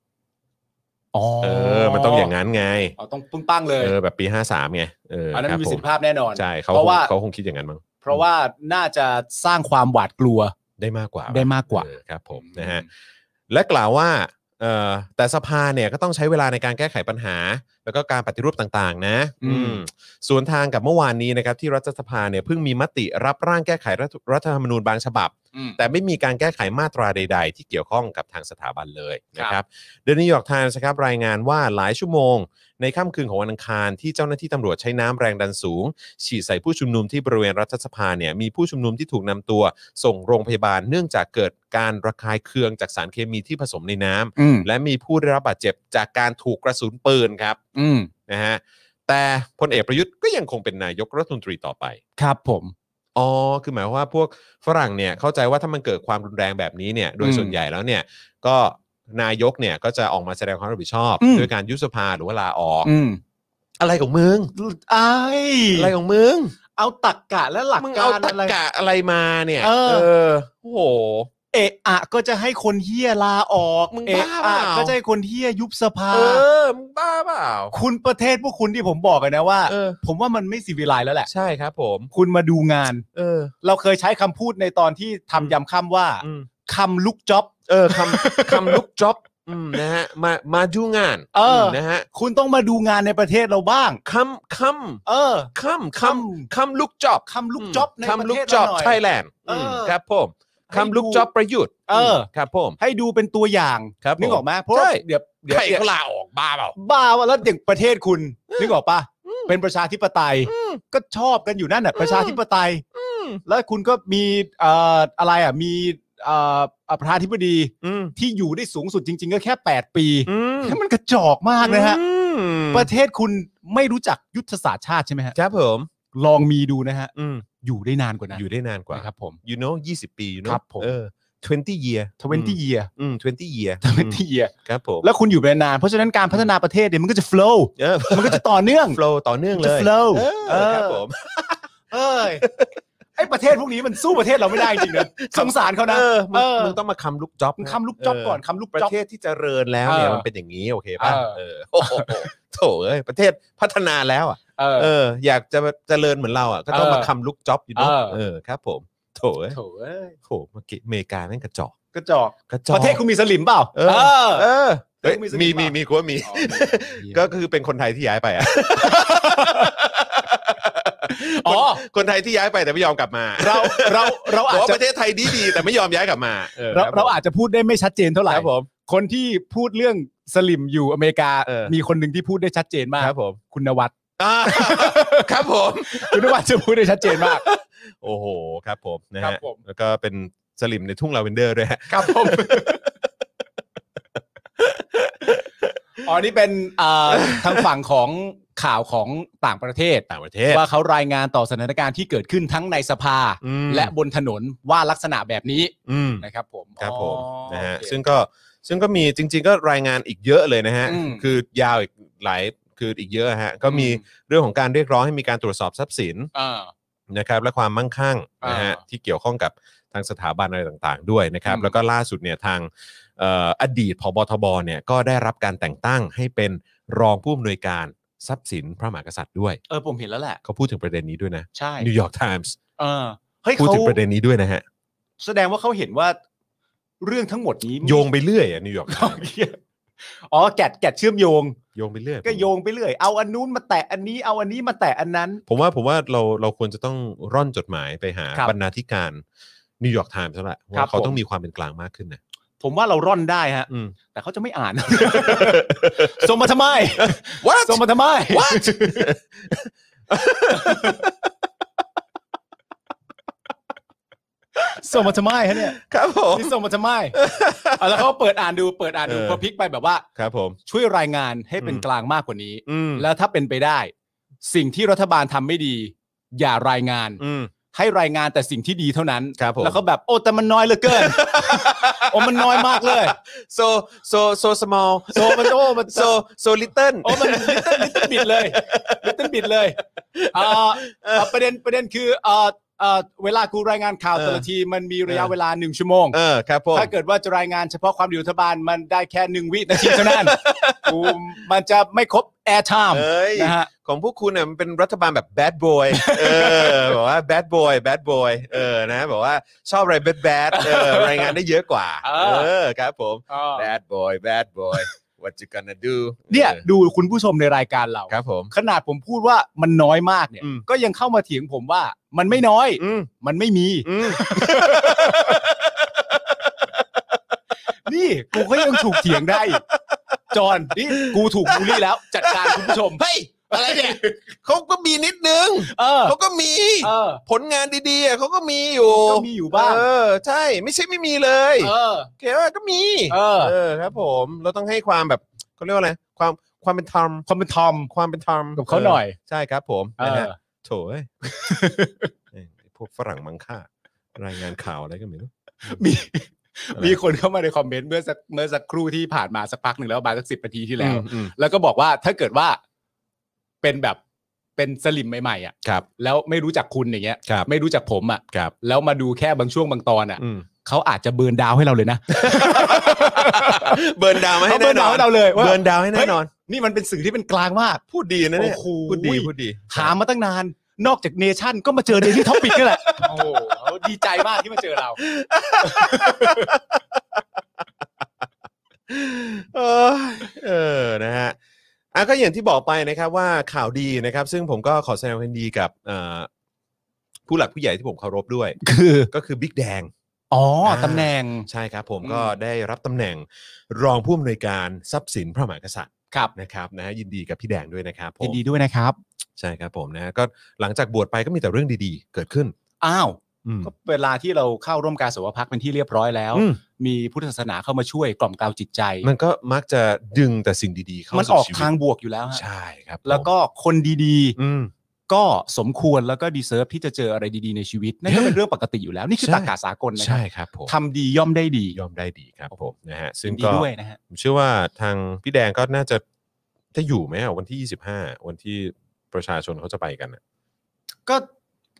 S3: อ๋อ
S2: เออ มันต้องอย่างนั้นไง
S3: อ๋อต้องปึ้งปั้งเลย
S2: เออ แบบปี 53 ไงเออ
S3: อันนั้น
S2: ครับ
S3: ไม่มี
S2: ผ
S3: สิทธิภาพแน่นอน
S2: ใช่เขา
S3: เพ
S2: ค
S3: ราะ
S2: ง
S3: ว่า
S2: เขาคงคิดอย่างนั้นมั้ง
S3: เพราะว่าน่าจะสร้างความหวาดกลัว
S2: ได้มากกว่า
S3: ได้มากกว่า
S2: เออครับผมนะฮะ และกล่าวว่าเอ่อแต่สภาเนี่ยก็ต้องใช้เวลาในการแก้ไขปัญหา แล้วก็การปฏิรูปต่างๆ นะ
S3: อืม
S2: อืมส่วนทางกับเมื่อวานนี้นะครับที่รัฐสภาเนี่ยเพิ่งมีมติรับร่างแก้ไขรัฐรัฐธรรมนูญบางฉบับ
S3: อืม
S2: แต่ไม่มีการแก้ไขมาตราใด ๆ ที่เกี่ยวข้องกับทางสถาบันเลย
S3: ครับ
S2: นะครับเดนิวยอร์กไทม์นะครับรายงานว่าหลายชั่วโมง ในค่ำคืนของวันอังคารที่เจ้าหน้าที่ตำรวจใช้น้ำแรงดันสูง ฉีดใส่ผู้ชุมนุมที่บริเวณรัฐสภาเนี่ยมีผู้ชุมนุมที่ถูกนำตัว ส่งโรงพยาบาลเนื่องจากเกิดการระคายเคืองจากสารเคมีที่ผสมในน้ำ
S3: อืม
S2: และมีผู้ได้รับบาดเจ็บจากการถูกกระสุนปืนครับ
S3: อืม
S2: นะฮะแต่พลเอกประยุทธ์ก็ยังคงเป็นนายกรัฐมนตรีต่อไป
S3: ครับผม
S2: อ๋อคือหมายความว่าพวกฝรั่งเนี่ยเข้าใจว่าถ้ามันเกิดความรุนแรงแบบนี้เนี่ยโดย
S3: อืม
S2: ส่วนใหญ่แล้วเนี่ยก็นายกเนี่ยก็จะออกมาแสดงความรับผิดชอบ
S3: อืม
S2: ด้วยการยุบสภาหรือว่าลาออก
S3: อืม
S2: อะไรของมึง
S3: ไอาย
S2: อะไรของมึง
S3: เอาตักกะและหลัก
S2: มึง
S3: กา
S2: เอา
S3: ร
S2: ตะ
S3: อะไร
S2: กะอะไรมาเนี่ย
S3: เออ
S2: อโอ้โห
S3: เอะอะก็จะให้คนเฮียลาออก
S2: มึง
S3: เอะ
S2: บ้าเป
S3: อะ
S2: ล่า
S3: ก็จะให้คนเฮียยุบสภา
S2: เออมึงบ้าเปล่า
S3: คุณประเทศพวกคุณที่ผมบอกกันนะว่า
S2: เออ
S3: ผมว่ามันไม่ซีวิไลแล้วแหละ
S2: ใช่ครับผม
S3: คุณมาดูงาน
S2: เออ
S3: เราเคยใช้คำพูดในตอนที่ทำยำค่ำว่า
S2: อืม
S3: คำลุกจ็อบ
S2: เออคำ คำลุกจ็อบอืมนะฮะมามาดูงาน
S3: เออ
S2: มนะฮะ
S3: คุณต้องมาดูงานในประเทศเราบ้าง
S2: คำค
S3: เออ
S2: ำคำ
S3: ค
S2: คำ
S3: ำ
S2: คำลุกจ็อบ
S3: คำลุกจ็อบในประ
S2: คำลุ
S3: เท
S2: ก
S3: ศ
S2: จ็อ
S3: เรา
S2: บ
S3: หน่อย
S2: ไทยแลนด์
S3: เออ
S2: ครับผม
S3: ให้ดู
S2: คำลุกจ็อบประยุทธ์
S3: เออ
S2: ครับผม
S3: ให้ดูเป็นตัวอย่าง
S2: ครับผม
S3: นึกออกไหมเพราะว่า
S2: ใช่
S3: เดี๋ยวเดี๋ยว
S2: ใครเขาลาออกบ้าเปล่า
S3: บ้าว่าแล้วอย่างประเทศคุณนึกออกปะเป็นประชาธิปไตย ก็ชอบกันอยู่นั่นน่ะประชาธิปไตยแล้วคุณก็มีเอ่ออะไรอ่ะมีเอ่ออ่ะประธานาธิบดี
S2: อืม
S3: ที่อยู่ได้สูงสุดจริง ๆ ก็แค่ 8 ปี
S2: อืม
S3: แล้วมันกระจอกมากนะฮะ
S2: อืม
S3: ประเทศคุณไม่รู้จักยุทธศาสตร์ชาติใช่ไหมฮะ
S2: ครับผม
S3: ลองมีดูนะฮะ
S2: อืม
S3: อยู่ได้นานกว่านั้น
S2: อยู่ได้นานกว่า
S3: นะครับผม
S2: you know 20 ปี you know
S3: ครับผม
S2: เออ20 year
S3: ทเวนตี้เยีย
S2: อืม20 year
S3: ทเวนตี้เยีย
S2: ครับผม
S3: แล้วคุณอยู่ไปนาน เพราะฉะนั้นการพัฒนาประเทศเนี่ยมันก็จะ flow
S2: เออ
S3: มันก็จะต่อเนื่อง
S2: flow ต่อเนื่องเล
S3: จะ
S2: ย
S3: flow
S2: เอ
S3: เอ
S2: อ
S3: อ
S2: ครับผม
S3: เอ้ยไอประเทศพวกนี้มันสู้ประเทศเราไม่ได้จริงๆ
S2: [LAUGHS]
S3: นะสงสารเขานะ
S2: เออมึ
S3: เอง อ
S2: มึงต้องมาคำลุกจ็อบ
S3: มึง
S2: นะ
S3: คำลูกจ็อบ
S2: เ
S3: ก่อนคำลูก
S2: ประ
S3: จ็อบ
S2: เทศที่เจริญแล้วเนี่ย
S3: เออ
S2: มันเป็นอย่างนี้โอเคป่ะ
S3: เออ
S2: เออ [LAUGHS] โอ้โหโถเอ้ยประเทศพัฒนาแล้วอ่ะ
S3: เออ
S2: เออ อยากจะเจริญเหมือนเราอ่ะก็ต้อง
S3: เออ
S2: มาคำลุกจ็อบอยู่เนอะ
S3: เออ
S2: เออครับ ผมโถเอ้ย
S3: โถ่เอ้ย
S2: โถเมื่อกี้อเมริกานั่นกระจอก
S3: กระจอก
S2: กระจอก
S3: ประเทศคุณมีสลิมเปล่า
S2: เออเออเฮ้ย
S3: ประเทศคุณ
S2: มี
S3: สลิ
S2: มี
S3: เปล่า
S2: มีกูว่ามี ก็คือเป็นคนไทยที่ย้ายไปอ่ะ
S3: อ๋อ
S2: คนไทยที่ย้ายไปแต่ไม่ยอมกลับมา
S3: เราเราเรา
S2: บอ
S3: อาก จ
S2: ว่าป
S3: จะ
S2: ระเทศไทยดีดีๆแต่ไม่ยอมย้ายกลับมาออ
S3: เรา
S2: คบผม
S3: เราอาจจะพูดได้ไม่ชัดเจนเท่าไหร่
S2: ครับผม
S3: คนที่พูดเรื่องสลิมอยู่อเมริกา
S2: เออ
S3: มีคนหนึ่งที่พูดได้ชัดเจนมาก
S2: ครับผม
S3: คุณนวัด
S2: อ่าครับผม
S3: คุณนวัดจะพูดได้ชัดเจนมาก
S2: [LAUGHS] โอ้โห ครับผมนะ
S3: ครั
S2: ฮะ
S3: บผม
S2: แล้วก็เป็นสลิมในทุ่งลาเวนเดอร์ด้วยฮะ
S3: ครับผมอ๋อนี่เป็นเอ่อทางฝั่งของ ข่าวของต่างประเทศ
S2: ต่างประเทศ
S3: ว่าเขารายงานต่อสถานการณ์ที่เกิดขึ้นทั้งในสภา
S2: อืม
S3: และบนถนนว่าลักษณะแบบนี้
S2: อืม
S3: นะครับผม
S2: ครับผม
S3: อ๋อ
S2: นะฮะ
S3: โอเค
S2: ซึ่งก็ซึ่งก็มีจริง ๆ ก็รายงานอีกเยอะเลยนะฮะ
S3: อืม
S2: คือยาวอีกหลายคืออีกเยอะฮะก็มี
S3: อืม
S2: เรื่องของการเรียกร้องให้มีการตรวจสอบทรัพย์สิน
S3: อ่า
S2: นะครับและความมั่งคั่งนะฮะ
S3: อ่า
S2: ที่เกี่ยวข้องกับทางสถาบันอะไรต่างๆ ด้วยนะครับ
S3: อืม
S2: แล้วก็ล่าสุดเนี่ยทางเอ่ออดีตพบทบเนี่ยก็ได้รับการแต่งตั้งให้เป็นรองผู้อำนวยการทรัพย์สินพระมหากษัตริย์ด้วย
S3: เออผมเห็นแล้วแหละ
S2: เขาพูดถึงประเด็นนี้ด้วยนะ
S3: ใช่
S2: นิวยอร์กไทมส์
S3: เออเฮ้ย
S2: พูด
S3: เขา
S2: ถึงประเด็นนี้ด้วยนะฮะ
S3: แสดงว่าเขาเห็นว่าเรื่องทั้งหมดนี้
S2: โยงไปเรื่อยอะนิวยอร์ก
S3: เอาเหี้ย [LAUGHS] อ๋อแกะแกะเชื่อมโยง
S2: โยงไปเรื่อย
S3: ก็โยงไปเรื่อย เอาอันนู้นมาแตะอันนี้ เอาอันนี้มาแตะอันนั้น
S2: ผมว่าผมว่าเราเราควรจะต้องร่อนจดหมายไปหา
S3: ครับ
S2: บรรณาธิการนิวยอร์กไทม์ซะละ
S3: ครั
S2: ว่า
S3: บ
S2: เขาต้อง
S3: ผม
S2: มีความเป็นกลางมากขึ้นนะ
S3: ผมว่าเราร่อนได้ฮะ
S2: อืม
S3: แต่เขาจะไม่อ่าน [LAUGHS] ส่งมาทำไม
S2: [LAUGHS] What
S3: ส่งมาทำไม
S2: What
S3: [LAUGHS] ส่งมาทำไมฮะเนี่ย
S2: ครับผม
S3: นี่ส่งมาทำไม
S2: [LAUGHS]
S3: เอาแล้วเขาเปิดอ่านดูเปิดอ่านดู
S2: เออ
S3: พอพลิกไปแบบว่า
S2: ครับผม
S3: ช่วยรายงานให้เป็น
S2: อืม
S3: กลางมากกว่านี้
S2: อืม
S3: แล้วถ้าเป็นไปได้ สิ่งที่รัฐบาลทำไม่ดี อย่ารายงาน
S2: อืม
S3: ให้รายงานแต่สิ่งที่ดีเท่านั้น
S2: ครับผม
S3: แล้วเขาแบบ โอ้แต่มันน้อยเหลือเกิน [LAUGHS] โอ้มันน้อยมากเลย
S2: so so so small
S3: โซมันโอ้มัน
S2: so so little
S3: โอ้มันลิตเติ้ลลิตเติ้ลบิดเลยลิตเติ้ลบิดเลย [LAUGHS] เอ่อเอ่อ
S2: [LAUGHS]
S3: ประเด็นประเด็นคือเอ่อเอ่อเวลากูรายงานข่าว
S2: เออ
S3: แต่ละทีมันมีระยะเวลาหนึ่งชั่วโมง
S2: เออครับผม
S3: ถ้าเกิดว่าจะรายงานเฉพาะความดีรัฐบาลมันได้แค่หนึ่งวินาทีเท่า
S2: [LAUGHS]
S3: นั้นกูมันจะไม่ครบแอร์ i ท e
S2: เอ้ย
S3: นะฮะ
S2: ของพวกคุณเนี่ยมันเป็นรัฐบาลแบบ bad boy เออบอกว่า bad boy bad boy เออนะบอกว่าชอบอะไร bad bad เออรายงานได้เยอะกว่า
S3: เออ
S2: เออครับผม bad boy bad boy what you gonna do
S3: เนี่ย
S2: ออ
S3: ดูคุณผู้ชมในรายการเรา
S2: ครับผม
S3: ขนาดผมพูดว่ามันน้อยมากเนี่ย
S2: อืม
S3: ก็ยังเข้ามาเถียงผมว่ามันไม่น้อย
S2: อืม
S3: มันไม่มี
S2: อืม
S3: นี่กูก็ยังถูกเถียงได้
S2: [LAUGHS]
S3: อีกจอนนี่กูถูกบูลลี่แล้ว จัดการคุณผู้ชม
S2: เฮ้ย อะไรเนี่ย [LAUGHS] เขาก็มีนิดนึง
S3: เออ
S2: เขาก็มี
S3: เออ
S2: ผลงานดีๆอ่ะเขาก็มีอยู่
S3: ก็มีอยู่บ้าง
S2: เออ ใช่ ไม่ใช่ไม่มีเลย
S3: เออ
S2: โอเคว่าก็มี
S3: เออ
S2: เออครับผม เราต้องให้ความแบบเขาเรียกว่าอะไร ความความเป็นธรรม
S3: ความเป็นทอม
S2: ความเป็นธรรม
S3: กับเขาหน่อย
S2: ใช่ครับผม
S3: เอ
S2: นะ
S3: อ
S2: ฮะโถเอ้ยเอ้ยพวกฝรั่งมังค่ารายงานข่าวอะไรก็ไม่รู้
S3: มี
S2: เออ
S3: มีคนเข้ามาในคอมเมนต์เมื่อสักเมื่อสักครู่ที่ผ่านมาสักพักหนึ่งแล้วประมาณสักสิบนาทีที่แล้ว
S2: อืม
S3: แล้วก็บอกว่าถ้าเกิดว่าเป็นแบบเป็นสลิมใหม่ๆอ่ะ
S2: ครับ
S3: แล้วไม่รู้จักคุณอย่างเงี้ย
S2: ครับ
S3: ไม่รู้จักผมอ่ะ
S2: ครับ
S3: แล้วมาดูแค่บางช่วงบางตอนอ่ะ
S2: อืม
S3: เขาอาจจะเบิร์นดาวน์ให้เราเลยนะ
S2: [LAUGHS] เบิร์นดาวน์มาให้
S3: เขาเบิ
S2: แน่น
S3: ร์นดาว
S2: อน
S3: น์ให้เราเลยว่า
S2: เบิร์นดาวน์ให้แน่นอน
S3: นี่มันเป็นสื่อที่เป็นกลางมาก
S2: พูดดีนะเนี่ย
S3: โอ้โห
S2: พูดดีพูดดี
S3: หามาตั้งนาน นอกจากเนชั่นก็มาเจอเดลี่ท็อปิกนี่แหละ โอ้โหดีใจมากที่มาเจอเรา
S2: เออเออนะฮะอ่ะก็อย่างที่บอกไปนะครับว่าข่าวดีนะครับ ซึ่งผมก็ขอแสดงความยินดีกับเอ่อผู้หลักผู้ใหญ่ที่ผมเคารพด้วย
S3: คือ
S2: ก็คือบิ๊กแดง
S3: อ๋อ
S2: อ่า
S3: ตำแหน่ง
S2: ใช่ครับ ผม
S3: อืม
S2: ก็ได้รับตำแหน่งรองผู้อำนวยการทรัพย์สินพระมหากษัตริย์
S3: ครับ
S2: นะครับนะฮะยินดีกับพี่แดงด้วยนะครับผม
S3: ยินดีด้วยนะครับ
S2: ใช่ครับผมนะฮะก็หลังจากบวชไปก็มีแต่เรื่องดีๆ เกิดขึ้น
S3: อ้าว
S2: อืม
S3: ก็เวลาที่เราเข้าร่วมการสวพักเป็นที่เรียบร้อยแล้ว
S2: อืม
S3: มีพุทธศาสนาเข้ามาช่วยกล่อมเกลาจิตใจ
S2: มันก็มักจะดึงแต่สิ่งดีๆ เข้า
S3: มันอ
S2: สู่
S3: อก
S2: ชีวิ
S3: ทาง
S2: ต
S3: บวกอยู่แล้วฮะ
S2: ใช่ครับผม
S3: แล้วก็คนดี
S2: อืม
S3: ๆ ก็สมควรแล้วก็ดีเซิร์ฟที่จะเจออะไรดีๆในชีวิต นั่นก็เป็นเรื่องปกติอยู่แล้ว นี่คือ
S2: ใช่
S3: ตากาสากลนะครั
S2: ใช่
S3: บ
S2: ครับผม
S3: ทำดีย่อมได้ดี
S2: ย่อมได้ดีครับผมนะฮะซึ่
S3: ยิ
S2: ง
S3: นดี
S2: ก็
S3: ด้วยนะฮะ
S2: ผมเชื่อว่าทางพี่แดงก็น่าจะจะอยู่ไหมอะวันที่ 25 วันที่ประชาชนเขาจะไปกันอะ
S3: ก็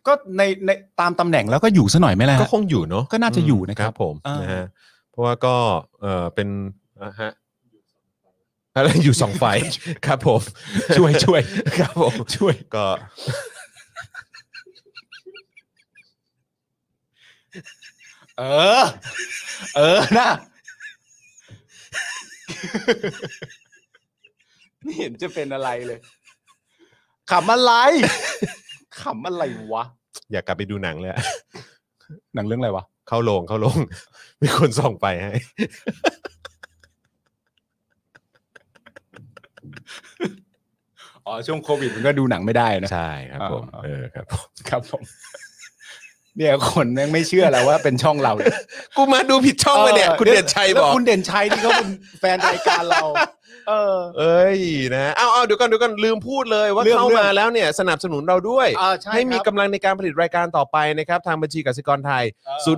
S3: ก็ในในตามตำแหน่งแล้วก็อยู่ซะหน่อยไหมล่ะ
S2: ก็
S3: ฮะ
S2: คงอยู่เนาะ
S3: ก็น่าจะอยู่นะครับ
S2: ผม
S3: อ่าน
S2: นะฮะเพราะว่าก็เออเป็นอ่ะฮะอะไรอยู่สองไฟ ครับผม
S3: ช่วยช่วย
S2: ครับผม
S3: ช่วย
S2: ก็
S3: เออ เออนะไม่เห็นจะเป็นอะไรเลยขำอะไรขำอะไรวะ
S2: อยากกลับไปดูหนังเลยอะ
S3: หนังเรื่องอะไรวะ
S2: เข้าโรงเข้าโรง [LAUGHS] มีคนส่องไปให้
S3: อ๋อช่วงโควิดมันก็ดูหนังไม่ได้นะ
S2: ใช่ครับผม
S3: อ่า
S2: เออครับผม
S3: ครับผมเนี่ยคนแม่งไม่เชื่อแล้วว่าเป็นช่องเราเนี่ย
S2: กูมาดูผิดช่องมาเนี่ย คุณเด่นชัยบอก
S3: แล้วคุณเด่นชัยที่เขาเป็นแฟนรายการเรา เออ
S2: เอ้ยนะเอาเอาเดี๋ยวก่อนเดี๋ยวก่อนลืมพูดเลยว่า
S3: เรื่อง
S2: เข้า
S3: เรื่
S2: มา
S3: อง
S2: แล้วเนี่ยสนับสนุนเราด้วย
S3: อ่าใช่
S2: ให้มี
S3: ครับ
S2: กำลังในการผลิตรายการต่อไปนะครับ ทางบัญชีกสิกรไทย
S3: เอ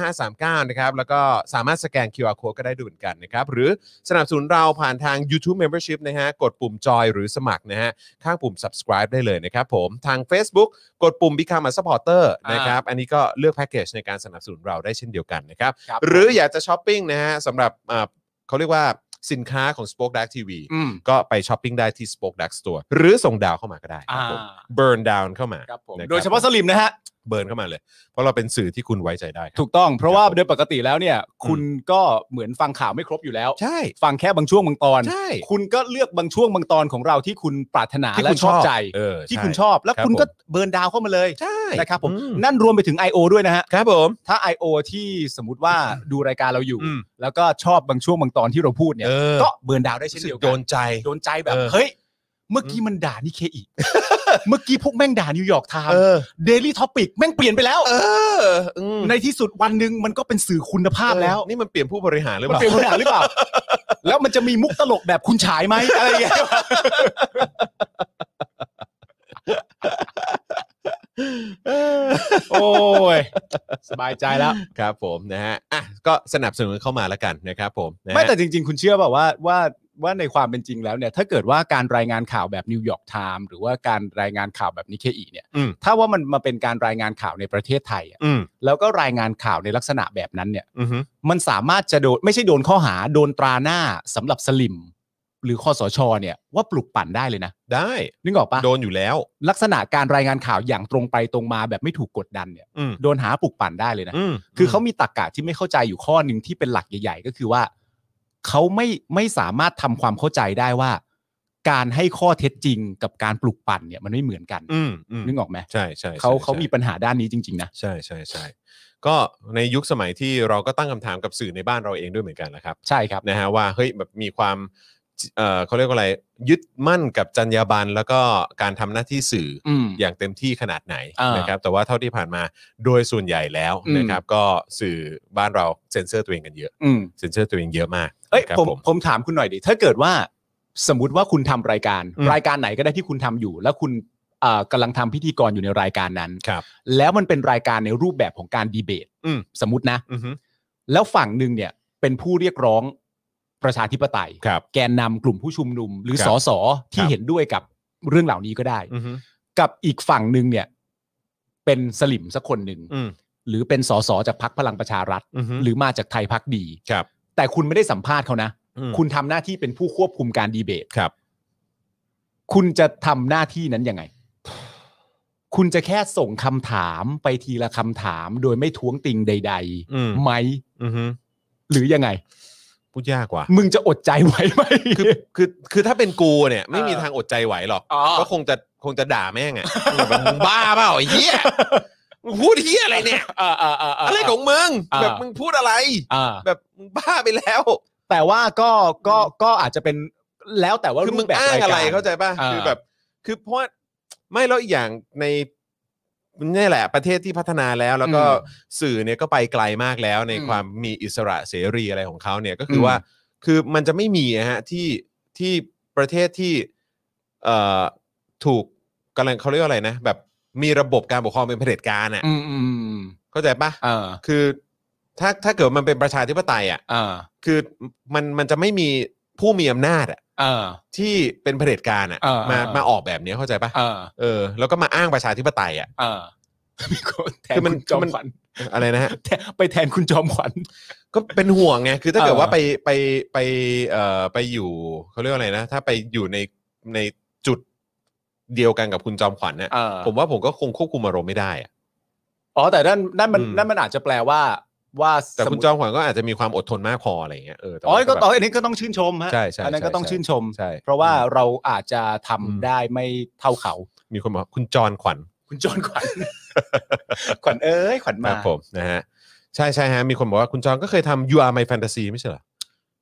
S3: อ
S2: 0698975539 นะครับ แล้วก็สามารถสแกน QR code ก็ได้ด้วยเหมือนกันนะครับ หรือสนับสนุนเราผ่านทาง YouTube Membership นะฮะ กดปุ่มจอยหรือสมัครนะฮะ ข้างปุ่ม subscribe ได้เลยนะครับผมทาง Facebook กดปุ่ม Become a supporter นะครับ อันนี้ก็เลือกแพ็กเกจในการสนับสนุนเราได้เช่นเดียวกันนะครับ
S3: ครับ
S2: หรืออยากจะช้อปปิ้งนะฮะสำหรับอ่าเขาเรียกว่าสินค้าของ Spoke Dark TV
S3: อืม
S2: ก็ไปช้อปปิ้งได้ที่ Spoke Dark Store หรือส่งดาวเข้ามาก็ได้ค
S3: อ่า
S2: รับผม burn down เข้ามา
S3: ครับผม
S2: นะครับ
S3: โดยเฉพาะสลิมนะฮะ
S2: เบิร์นเข้ามาเลย เพราะเราเป็นสื่อที่คุณไว้ใจได้ครับ
S3: ถูกต้องเพราะว่า
S2: ครับผม
S3: โดยปกติแล้วเนี่ย คุณก็เหมือนฟังข่าวไม่ครบอยู่แล้ว
S2: ใช่
S3: ฟังแค่บางช่วงบางตอน
S2: ใช่
S3: คุณก็เลือกบางช่วงบางตอนของเราที่คุณปรารถนา
S2: ที่
S3: และ
S2: คุณ
S3: ช
S2: ช
S3: อ
S2: อ
S3: บบ ใจ
S2: เออ
S3: ที่
S2: ใช่
S3: คุณชอบ แล้ว
S2: ครับ
S3: คุณ
S2: ผม
S3: ก็เบิร์นดาวเข้ามาเลย
S2: ใช่
S3: นะครับผม
S2: อื
S3: นั่นรวมไปถึง I.O. ด้วยนะฮะ
S2: ครับผม
S3: ถ้า I.O. ที่สมมติว่าดูรายการเราอยู่
S2: อืม
S3: แล้วก็ชอบบางช่วงบางตอนที่เราพูดเนี่ย
S2: เออ
S3: ก็เบิร์นดาวได้เช่นเดียวกั
S2: โดนใจ
S3: โดนใจแบบ
S2: เออ
S3: เฮ้ยเมื่อกี้มันด่านี่เคอีก เมื่อกี้พวกแม่งด่านิวยอร์กไทม์
S2: เออ
S3: เดลี่ท็อปิกแม่งเปลี่ยนไปแล้ว
S2: เอออืม
S3: ในที่สุดวันหนึ่งมันก็เป็นสื่อคุณภาพแล้ว
S2: เออนี่มันเปลี่ยนผู้บริหารหรือเป
S3: มั
S2: ล่า
S3: นเปลี่ยนขนาดหรือ
S2: [LAUGHS]
S3: เปล่า แล้วมันจะมีมุกตลกแบบคุณฉายไหมอะไรอย่างเงี้ย โอ้ย สบายใจแล้ว
S2: ครับผมนะฮะอ่ะก็สนับสนุนเข้ามาแล้วกันนะครับผมนะฮะ
S3: ไม่แต่จริง ๆ คุณเชื่อเปล่าว่าว่าว่าในความเป็นจริงแล้วเนี่ย ถ้าเกิดว่าการรายงานข่าวแบบนิวยอร์กไทม์หรือว่าการรายงานข่าวแบบนิเคอีเนี่ย
S2: อืม
S3: ถ้าว่ามันมาเป็นการรายงานข่าวในประเทศไทยอะ
S2: อืม
S3: แล้วก็รายงานข่าวในลักษณะแบบนั้นเนี่ย
S2: อืม
S3: มันสามารถจะโดนไม่ใช่โดนข้อหาโดนตราหน้าสำหรับสลิม หรือคอสชเนี่ยว่าปลุกปั่นได้เลยนะ
S2: ได้
S3: นึกออกปะ
S2: โดนอยู่แล้ว
S3: ลักษณะการรายงานข่าวอย่างตรงไปตรงมาแบบไม่ถูกกดดันเนี่ย
S2: อืม
S3: โดนหาปลุกปั่นได้เลยนะ
S2: อืม
S3: คือเขามีตรกกะที่ไม่เข้าใจอยู่ข้อหนึ่งที่เป็นหลักใหญ่ ๆ ก็คือว่าเขาไม่ไม่สามารถทำความเข้าใจได้ว่า การให้ข้อเท็จจริงกับการปลุกปั่นเนี่ยมันไม่เหมือนกัน
S2: อืมอืม
S3: นึกออกไหม
S2: ใช่ใช่ใช่
S3: เขาเขา
S2: ใช่
S3: มีปัญหาด้านนี้จริงๆนะ
S2: ใช่ใช่ใช่ก็ในยุคสมัยที่เราก็ตั้งคำถามกับสื่อในบ้านเราเองด้วยเหมือนกันนะครับ
S3: ใช่ครับ
S2: นะฮะว่าเฮ้ยแบบมีความเอ่อเขาเรียกว่าอะไร ยึดมั่นกับจรรยาบรรณแล้วก็การทำหน้าที่สื่อ
S3: อืม
S2: อย่างเต็มที่ขนาดไหน
S3: อ่าน
S2: นะครับแต่ว่าเท่าที่ผ่านมาโดยส่วนใหญ่แล้ว
S3: อืม
S2: นะครับก็สื่อบ้านเราเซ็นเซอร์ตัวเองกันเยอะ
S3: อืม
S2: เซ็นเซอร์ตัวเองเยอะมาก
S3: เอ้ย
S2: นะครับ
S3: ผมผมถามคุณหน่อยดิถ้าเกิดว่าสมมติว่าคุณทำรายการ
S2: อืม
S3: รายการไหนก็ได้ที่คุณทำอยู่ แล้วคุณเอ่อกำลังทำพิธีกรอยู่ในรายการนั้น
S2: ครับ
S3: แล้วมันเป็นรายการในรูปแบบของการดีเบต
S2: อืม
S3: สมมตินะ
S2: อือฮึ
S3: แล้วฝั่งหนึ่งเนี่ยเป็นผู้เรียกร้องประชาธิปไตย
S2: ครับ
S3: แกนนำกลุ่มผู้ชุมนุม หรือ
S2: ครับ
S3: สสที่
S2: ครับ
S3: เห็นด้วยกับเรื่องเหล่านี้ก็ได้
S2: อือฮึ
S3: กับอีกฝั่งหนึ่งเนี่ย เป็นสลิมสักคนหนึ่ง
S2: อืม
S3: หรือเป็นสสจากพักพลังประชารัฐ
S2: อือฮึ
S3: หรือมาจากไทยพักดี
S2: ครับ
S3: แต่คุณไม่ได้สัมภาษณ์เขานะ
S2: อืม
S3: คุณทำหน้าที่เป็นผู้ควบคุมการดีเบต
S2: ครับ
S3: คุณจะทำหน้าที่นั้นยังไง คุณจะแค่ส่งคำถามไปทีละคำถาม โดยไม่ท้วงติงใด
S2: อืม
S3: ๆ ไหม
S2: อือฮึ
S3: หรือยังไง
S2: พูดยากว่ะ
S3: มึงจะอดใจไหวไหม
S2: คือคือคือถ้าเป็นกูเนี่ย ไม่มี
S3: เออ
S2: ทางอดใจไหวหรอก
S3: อ๋อ
S2: ก็คงจะคงจะด่าแม่งอ่ะ แบบมึงบ้าเปล่าไอ้เหี้ยมึงพูดเหี้ยอะไรเนี่ย อะไรของมึง
S3: อ่า
S2: แบบมึงพูดอะไร
S3: อ่า
S2: แบบมึงบ้าไปแล้ว
S3: แต่ว่าก็ก็ก็อาจจะเป็นแล้วแต่ว่า
S2: คือ
S3: รู
S2: มึ
S3: ป
S2: ง
S3: แบบ
S2: อ้าง
S3: ยก
S2: อะไรเข้าใจป่ะ
S3: อ่า
S2: คือแบบ คือเพราะว่าไม่แล้วอีกอย่างในนี่แหละ ประเทศที่พัฒนาแล้วแล้วก็สื่อเนี่ยก็ไปไกลมากแล้วใน
S3: อืม
S2: ความมีอิสระเสรีอะไรของเขาเนี่ยก็คืออ
S3: ม
S2: ว่า คือมันจะไม่มีอะฮะที่ที่ประเทศที่เอ่อถูกกำลังเขาเรียกว่าอะไรนะ แบบมีระบบการปกครองเป็นเผด็จการอ่ะ
S3: อืมอืมอืม
S2: เข้าใจป่ะ
S3: เอ่า
S2: คือถ้าถ้าเกิดมันเป็นประชาธิปไตยอ่ะ
S3: อ่า
S2: คือมันมันจะไม่มีผู้มีอำนาจอะ
S3: อ่า
S2: ที่เป็นเผด็จการอะ
S3: เออ
S2: มา
S3: เออ
S2: มาออกแบบเนี้ยเข้าใจปะ
S3: อ่า
S2: เออ แล้วก็มาอ้างประชาธิปไตยอะ
S3: อ่าแทน
S2: คือมั
S3: คุ
S2: น
S3: ณจอม
S2: มัน
S3: ขวัญ [LAUGHS]
S2: อะไรนะฮะ
S3: แทนไปแทนคุณจอมขวัญ
S2: ก็เป็นห่วงไงคือถ้าเกิด
S3: เออ
S2: ว่าไปไปไปเอ่อไปอยู่เขาเรียกว่าอะไรนะ ถ้าไปอยู่ในในจุดเดียวกันกับคุณจอมขวัญเนี่ย
S3: เออ
S2: ผมว่าผมก็คงควบคุมอารมณ์ไม่ได้อะ
S3: อ๋อแต่นั่นนั่นมัน
S2: อืม
S3: นั่นมันอาจจะแปลว่าว่า
S2: แต่
S3: สม
S2: คุณ
S3: มุ
S2: จอมขวัญก็อาจจะมีความอดทนมากพออะไรอย่างเงี้ยเออแต่
S3: อ๋อ
S2: ว่า
S3: ก็
S2: แบบ
S3: ต่ออันนี้ก็ต้องชื่นชมฮะ
S2: ใช่ใช่
S3: อันนั้นก็ต้อง
S2: ใช่
S3: ชื่นชม
S2: ใช่
S3: เพราะว่าเราอาจจะทำได้ไม่เท่าเขา
S2: มีคนบอกว่าคุณจอมขวัญ
S3: คุณจอมขวัญ ขวัญเอ้ยขวัญ
S2: ครั
S3: มา
S2: บผมนะฮะใช่ใช่ฮะมีคนบอกว่าคุณจอนก็เคยทำ You Are My Fantasy ไม่ใช่เหรอ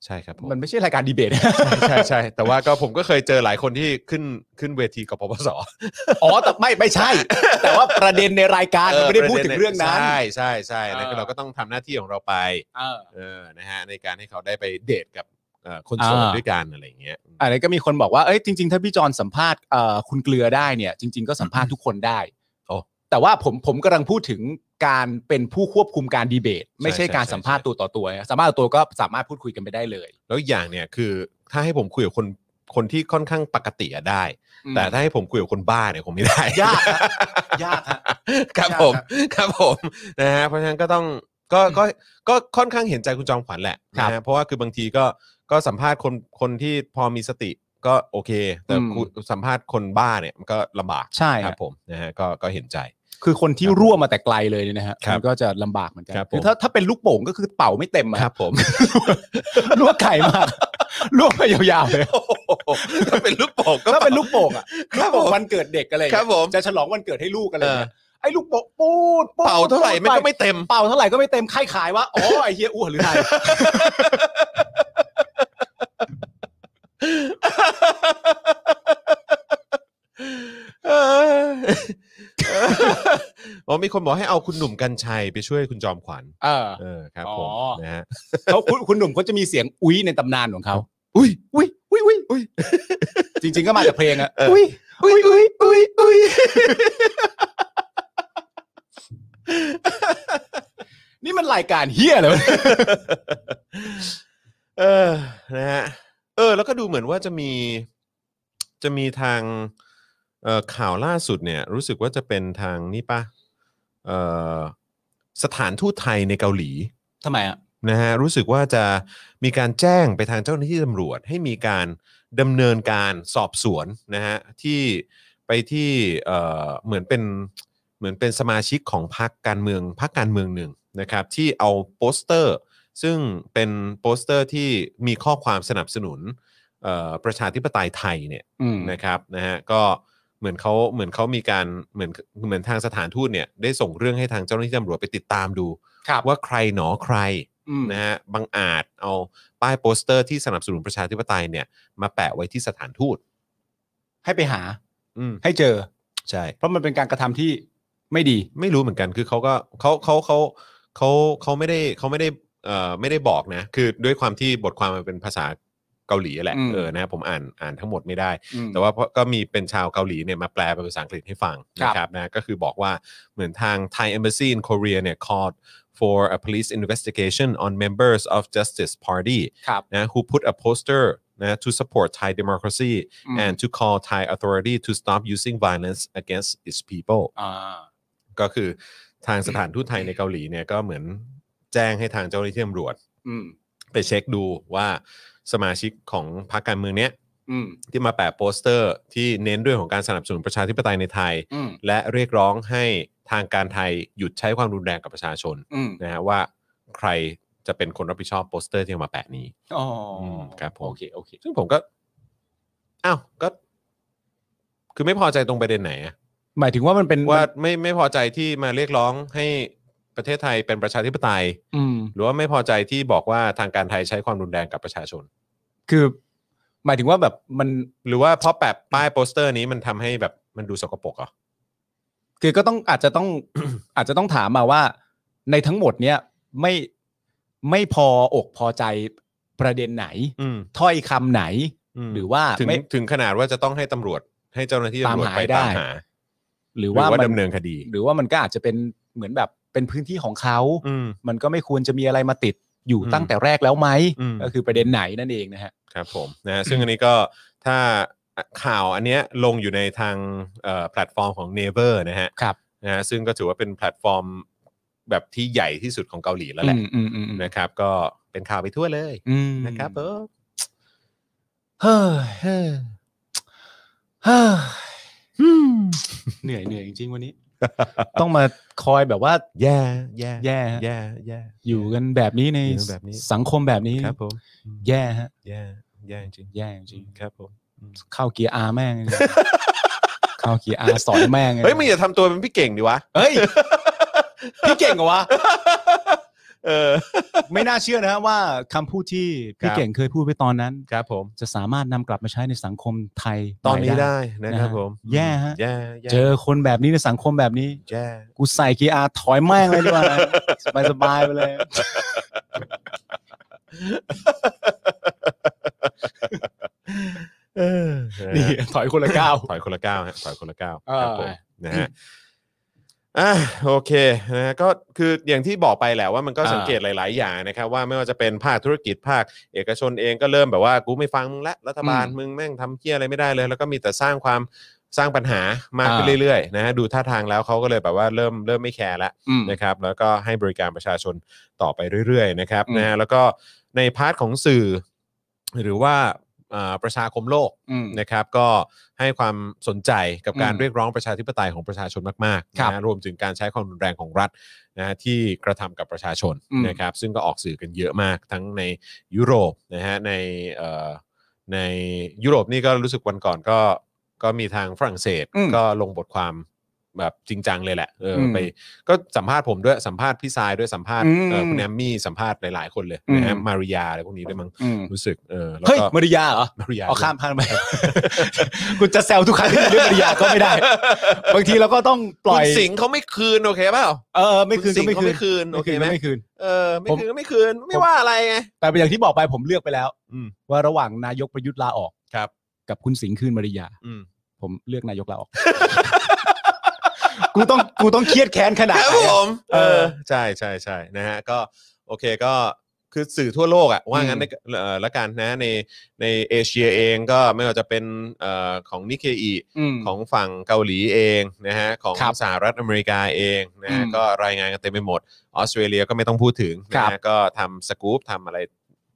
S2: ใช่ครับผม
S3: มันไม่ใช่รายการดีเบต [LAUGHS]
S2: ใช่ใช่ใช่แต่ว่าก็ผมก็เคยเจอหลายคนที่ขึ้นขึ้นเวทีกปปส
S3: อ๋อแต่ไม่ไม่ใช่ แต่ว่าประเด็นในรายการมันไม่ได้พูดถึงเรื่องนั้น
S2: ใช่ใช่ใช่แล้วก็
S3: เออ
S2: เราก็ต้องทำหน้าที่ของเราไป เออนะฮะในการให้เขาได้ไปเดทกับ เอ่อคนโสด
S3: อ่า
S2: ด้วยกันอะไรอย่างเงี้ย
S3: อันนี้ก็มีคนบอกว่า เอ้ยจริง ๆ ถ้าพี่จอนสัมภาษณ์เอ่อคุณเกลือได้เนี่ย จริง ๆ ก็สัมภาษณ์ทุกคนได้
S2: โอ้
S3: แต่ว่าผมผมกำลังพูดถึงการเป็นผู้ควบคุมการดีเบต ไม่ใช่
S2: ใช่ใช่
S3: การสัมภาษณ์ตัวต่อตัวนะสัมภาษณ์ต่อตัวก็สามารถพูดคุยกันไปได้เลย
S2: แล้วอย่างเนี่ยคือถ้าให้ผมคุยกับคนคนที่ค่อนข้างปกติอะได้
S3: อืม
S2: แต่ถ้าให้ผมคุยกับคนบ้าเนี่ยผมไม่ได้
S3: ยากฮะยากฮะ
S2: [LAUGHS] ครับ
S3: ยาก
S2: ผม
S3: ฮะ
S2: ครับผมนะฮะเพราะฉะนั้นก็ต้องก็ก็ก็ค่อนข้างเห็นใจคุณจอมขวัญแหละ
S3: ครั
S2: นะ
S3: บ
S2: ฮะเพราะว่าคือบางทีก็ก็สัมภาษณ์คนคนที่พอมีสติก็โอเค แต่
S3: อืม
S2: คุณสัมภาษณ์คนบ้าเนี่ยมันก็ลำบาก
S3: ใช่
S2: ค
S3: ค
S2: รั
S3: รั
S2: บบ ผมนะฮะก็ก็เห็นใจ
S3: คือคนที่รั่วมาแต่ไกลเลยเนี่ยนะฮะ
S2: ครับ
S3: มันก็จะลำบากเหมือนกัน
S2: ครับผม
S3: คือถ้าถ้าเป็นลูกโป่งก็คือเป่าไม่เต็มอะ
S2: ครับผม
S3: รั่วไก่มาก [LAUGHS] รั่วไปยาวๆเลย
S2: ถ้าเป็นลูกโป่งก็
S3: ถ้าเป็นลูกโป่งอะ
S2: ครั
S3: ถ้า
S2: บผม
S3: บอกวันเกิดเด็กอะไรอย่าง
S2: ครั
S3: เงี้
S2: บ
S3: ย
S2: ผม
S3: จะฉลองวันเกิดให้ลูกอะไรอย่างเงี้ยไอ้ลูกโป่งปูดด
S2: เป่าเท่าไหร่มันก็ไม่เต็ม
S3: เป่าเท่าไหร่ก็ไม่เต็มใครขายว่าอ๋อไอ้เฮียอ้วนหรือไง
S2: เอออ๋อมีคนบอกให้เอาคุณหนุ่มกัญชัยไปช่วยคุณจอมขวัญ
S3: เออ
S2: เออครับผม
S3: อ๋อ
S2: นะฮะ
S3: เขาคุณคุณหนุ่มเขาจะมีเสียงอุ้ยในตำนานของเขาอุ้ยอุ้ยอุ้ยอุ้ยอุ้ยจริง ๆก็มาจากเพลงอะ
S2: เออ
S3: อุ้ยอุ้ยอุ้ยอุ้ยอุ้ยนี่มันรายการเฮียเลยวะ
S2: เออนะฮะเออ แล้วก็ดูเหมือนว่าจะมีจะมีทางเอ่อข่าวล่าสุดเนี่ย รู้สึกว่าจะเป็นทางนี่ปะเอ่อสถานทูตไทยในเกาหลี
S3: ทำไมอ่ะ
S2: นะฮะรู้สึกว่าจะมีการแจ้งไปทางเจ้าหน้าที่ตำรวจ ให้มีการดำเนินการสอบสวนนะฮะที่ไปที่เอ่อเหมือนเป็นเหมือนเป็นสมาชิกของพรรคการเมืองพรรคการเมืองหนึ่งนะครับ ที่เอาโปสเตอร์ ซึ่งเป็นโปสเตอร์ที่มีข้อความสนับสนุนเอ่อประชาธิปไตยไทยเนี่ย
S3: อืม
S2: นะครับนะฮะก็เหมือนเขาเหมือนเขามีการเหมือนเหมือนทางสถานทูตเนี่ยได้ส่งเรื่องให้ทางเจ้าหน้าที่ตำรวจไปติดตามดู
S3: ครับ
S2: ว่าใครหนอใคร
S3: อืม
S2: นะฮะบางอาจเอาป้ายโปสเตอร์ที่สนับสนุนประชาธิปไตยเนี่ยมาแปะไว้ที่สถานทูต
S3: ให้ไปหา
S2: อืม
S3: ให้เจอ
S2: ใช่
S3: เพราะมันเป็นการกระทำที่ไม่ดี
S2: ไม่รู้เหมือนกันคือเขาก็เขาเขาเขาเขาเขาไม่ได้เขาไม่ได้เอ่อไม่ได้บอกนะคือด้วยความที่บทความมันเป็นภาษาเกาหลีแหละ
S3: อืม
S2: เออนะฮะผมอ่านอ่านทั้งหมดไม่ได้
S3: อืม
S2: แต่ว่าเพราะก็มีเป็นชาวเกาหลีเนี่ยมาแปลเป็นภาษาอังกฤษให้ฟัง
S3: ครับ
S2: นะครับนะก็คือบอกว่าเหมือนทาง Thai Embassy in Korea เนี่ย called for a police investigation on members of Justice Party
S3: ครับ
S2: นะ who put a poster นะ to support Thai democracy
S3: อืม
S2: and to call Thai authority to stop using violence against its people
S3: อ่า
S2: ก็คือทางสถานทูตไทยในเกาหลีเนี่ยก็เหมือนแจ้งให้ทางเจ้าหน้าที่ตำรวจ
S3: อืม
S2: ไปเช็คดูว่าสมาชิกของพรรคการเมืองเนี้ย
S3: อืม
S2: ที่มาแปะโปสเตอร์ที่เน้นเรื่องของการสนับสนุนประชาธิปไตยในไทย
S3: อืม
S2: และเรียกร้องให้ทางการไทยหยุดใช้ความรุนแรงกับประชาชน
S3: อืม
S2: นะฮะว่าใครจะเป็นคนรับผิดชอบโปสเตอร์ที่เอามาแปะนี้
S3: อ๋ออ
S2: มครับผม
S3: โอเคโอเค
S2: ซึ่งผมก็อ้าวก็ คือไม่พอใจตรงประเด็นไหนอะ
S3: หมายถึงว่ามันเป็น
S2: ว่าไม่ไม่พอใจที่มาเรียกร้องให้ประเทศไทยเป็นประชาธิปไตย
S3: อืม
S2: หรือว่าไม่พอใจที่บอกว่าทางการไทยใช้ความรุนแรงกับประชาชน
S3: คือ หมายถึงว่าแบบมัน
S2: หรือว่าเพราะแปะป้ายโปสเตอร์นี้มันทำให้แบบมันดูสกปรกเหรอ
S3: คือก็ต้องอาจจะต้อง [COUGHS] อาจจะต้องถามมาว่า ในทั้งหมดเนี่ยไม่ไม่พออกพอใจประเด็นไหน
S2: อืม
S3: ถ้อยคำไหน
S2: อืม
S3: หรือว่า
S2: ถึง
S3: ไม่
S2: ถึงขนาดว่าจะต้องให้ตำรวจให้เจ้าหน้าที่ตำรวจ
S3: ตามหา
S2: ไป
S3: ให้ได้
S2: ตามหา
S3: หรือ
S2: หรือ
S3: ว่า
S2: ว่า
S3: มัน
S2: ดำเนินคดี
S3: หรือว่ามันก็อาจจะเป็นเหมือนแบบเป็นพื้นที่ของเขา
S2: อืม
S3: มันก็ไม่ควรจะมีอะไรมาติดอยู่
S2: อืม
S3: ตั้งแต่แรกแล้วไหม
S2: อืม
S3: ก็คือประเด็นไหนนั่นเองนะฮะ
S2: ครับผมนะซึ่งอันนี้ก็ถ้าข่าวอันเนี้ยลงอยู่ในทางเอ่อแพลตฟอร์มของ n e v e r นะฮะ
S3: ครับ
S2: นะฮะซึ่งก็ถือว่าเป็นแพลตฟอร์มแบบที่ใหญ่ที่สุดของเกาหลีแล้วแหละ
S3: อืมอืมอืมอืม
S2: [LAUGHS] นะครับ ก็เป็นข่าวไปทั่วเลย
S3: อืม
S2: นะครับเออ
S3: เฮ้ยเฮ้ยเฮ้
S2: [SIGHS]
S3: ยอืมเหนื่อยเหนื่อยจริงๆวันนี้ [LAUGHS] ต้องมาคอยแบบว่า
S2: แย่แย่
S3: แย่ฮะ
S2: แย่แย่
S3: อยู่กันแบบนี้ใน
S2: อยู่แบบนี้
S3: สังคมแบบนี้
S2: ครับผมอืม
S3: แย่ฮะ
S2: แย่แย่จริง
S3: แย่จริง
S2: ครับผม
S3: ๆเข้าเกียร์อาแม่ง เข้าเกียร์อาสอนแม่ง
S2: เฮ้ยมึงอย่าทำตัวเป็นพี่เก่งดิวะ
S3: เฮ้ยพี่เก่งเหรอวะ
S2: เออ
S3: ไม่น่าเชื่อนะว่าคำพูดที่พี่
S2: ครับ
S3: เก่งเคยพูดไปตอนนั้น
S2: ครับผม
S3: จะสามารถนำกลับมาใช้ในสังคมไทย
S2: ตอนนี้
S3: ใหม่
S2: ได้นะครับ
S3: นะฮะ
S2: ผม
S3: แย่ฮะ
S2: แย่แย่
S3: เจอคนแบบนี้ในสังคมแบบนี้
S2: แย่
S3: กูใส่เกียร์อาถอยแม่งเลยดีกว่าสบายๆไปเลย
S1: เออนะฮะ
S3: นี่ ถอยคนละก้าว
S2: ถอยคนละก้าวฮะถอยคนละก้าว
S3: เออ
S2: ครับผมนะฮะอ่ะโอเคนะฮะก็คืออย่างที่บอกไปแหละว่ามันก็สังเกตหลาย ๆ อย่างนะครับ ว่าไม่ว่าจะเป็นภาคธุรกิจภาค เอกชนเองก็เริ่มแบบว่ากูไม่ฟังมึงละรัฐบาลมึงแม่งทำเพี้ยอะไรไม่ได้เลย แล้วก็มีแต่สร้างความสร้างปัญหามากขึ้นเรื่อย ๆ นะฮะดูท่าทางแล้วเขาก็เลยแบบว่าเริ่มเริ่มไม่แคร์ละ
S3: อืม
S2: นะครับแล้วก็ให้บริการประชาชนต่อไปเรื่อยๆนะครับ
S3: อืม
S2: นะฮะแล้วก็ในพาร์ทของสื่อ หรือว่าอ่าประชาคมโลก
S3: อืม
S2: นะครับก็ให้ความสนใจกับการ
S3: อืม
S2: เรียกร้องประชาธิปไตยของประชาชนมากๆ
S3: ครับ
S2: นะฮะรวมถึงการใช้ความรุนแรงของรัฐนะฮะที่กระทำกับประชาชน
S3: อืม
S2: นะครับซึ่งก็ออกสื่อกันเยอะมากทั้งในยุโรปนะฮะในเอ่อในยุโรปนี่ก็รู้สึกวันก่อนก็ก็มีทางฝรั่งเศส
S3: อืม
S2: ก็ลงบทความแบบจริงจังเลยแหละเอออ
S3: ม
S2: ไป ก็สัมภาษณ์ผมด้วยสัมภาษณ์พี่ทรายด้วยสัมภาษณ์
S3: อืม
S2: เอ่อคุณแอมมี่สัมภาษณ์หลายๆคนเลยนะฮะ
S3: อืม
S2: มาริยาอะไรพวกนี้ด้วยมั้ง
S3: อืม
S2: รู้สึกเออแล้ว
S3: เฮ้ย
S2: ก็
S3: มาริยาเหรอ
S2: มาริยา
S3: เอาข้ามผ่านไป คุณจะแซวทุกครั้งที่มีเรื่องมาริยาก็ไม่ได้ บางทีเราก็ต้องป
S2: ปล่
S3: ล่
S2: อ
S3: อย ย
S2: สิงห์เขาไม่คืนโอเคเปล่า
S3: เออไม่คืนก็
S2: ณสิ
S3: ไม่
S2: งห์เขา
S3: คืน
S2: ไม่คืนโอเคไหม
S3: ไม่คืน
S2: เออไม่
S3: ผม
S2: คืนก็ไม่คืนไม่ว่าอะไรไง
S3: แต่อย่างที่บอกไปผมเลือกไปแล้ว
S2: อืม
S3: ว่าระหว่างนายกประยุทธ์ลาออก
S2: ครับ
S3: กับคุณสิงห์คืนมาริยา
S2: อืม
S3: ผมเลือกนายกลาออก กูต้องกูต้องเครียดแค้นขนาด
S2: ค
S3: ไหน
S2: รับผ
S3: อะ
S2: มเอ
S3: เอ
S2: อ
S3: อ
S2: ใช่ใช่ใช่นะฮะก็โอเคก็คือสื่อทั่วโลกอะว่างั้น
S3: อืม
S2: เอ่อละกันนะในในเอเชียเองก็ไม่ว่าจะเป็นเอ่อของนิเคอี
S3: อืม
S2: ของฝั่งเกาหลีเองนะฮะของ
S3: ครับ
S2: สหรัฐอเมริกาเองนะฮะ
S3: อืม
S2: ก็รายงานกันเต็มไปหมดออสเตรเลียก็ไม่ต้องพูดถึง
S3: ค
S2: นะ
S3: รับ
S2: ฮะก็ทำสกู๊ปทำอะไร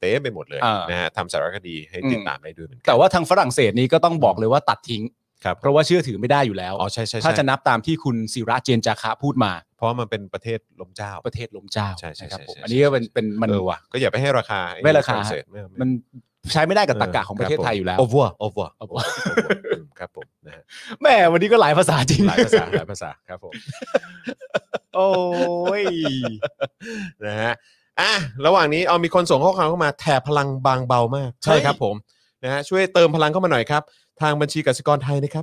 S2: เต็มไปหมดเลย
S3: อ่าน
S2: นะฮะทำสารคดีให้ติดตามได้ด้วยเหมือนกัน
S3: แต่ว่าทางฝรั่งเศสนี้ก็ต้องบอกเลยว่าตัดทิ้ง
S2: ครับ
S3: เพราะว่าเชื่อถือไม่ได้อยู่แล้ว
S2: อ๋อใช่ใช่
S3: ถ้า
S2: ใช่
S3: จะนับตามที่คุณศิระเจนจาคะพูดมา
S2: เพราะมันเป็นประเทศลมเจ้า
S3: ประเทศล้มเจ้า
S2: ใช่ใช่
S3: นะครับ
S2: ใช่
S3: ผม
S2: ใช่
S3: อันนี้ก็เป็นเป็นมัน
S2: เออว่ะ ก็อย่าไปให้ราคาอ้
S3: ไม่ราคา
S2: ฝงเศสไไ
S3: มันใช้ไม่ได้กับตรรกะของประเทศไทยอยู่แล้ว
S2: โอเวอร์โอเวอร์
S3: over
S2: ครับผมนะฮะ
S3: แม่วันนี้ก็หลายภาษาจริง
S2: หลายภาษาหลายภาษาครับผม
S3: โอ้ย
S2: นะฮะ อ่ะ ระหว่างนี้เอามีคนส่งข้อความเข้ามาแถบพลังบางเบามาก
S3: ใช่
S2: ใช่ครับผม นะฮะ ช่วยเติมพลังเข้ามาหน่อยครับ ทางบัญชีกสิกรไทยนะครั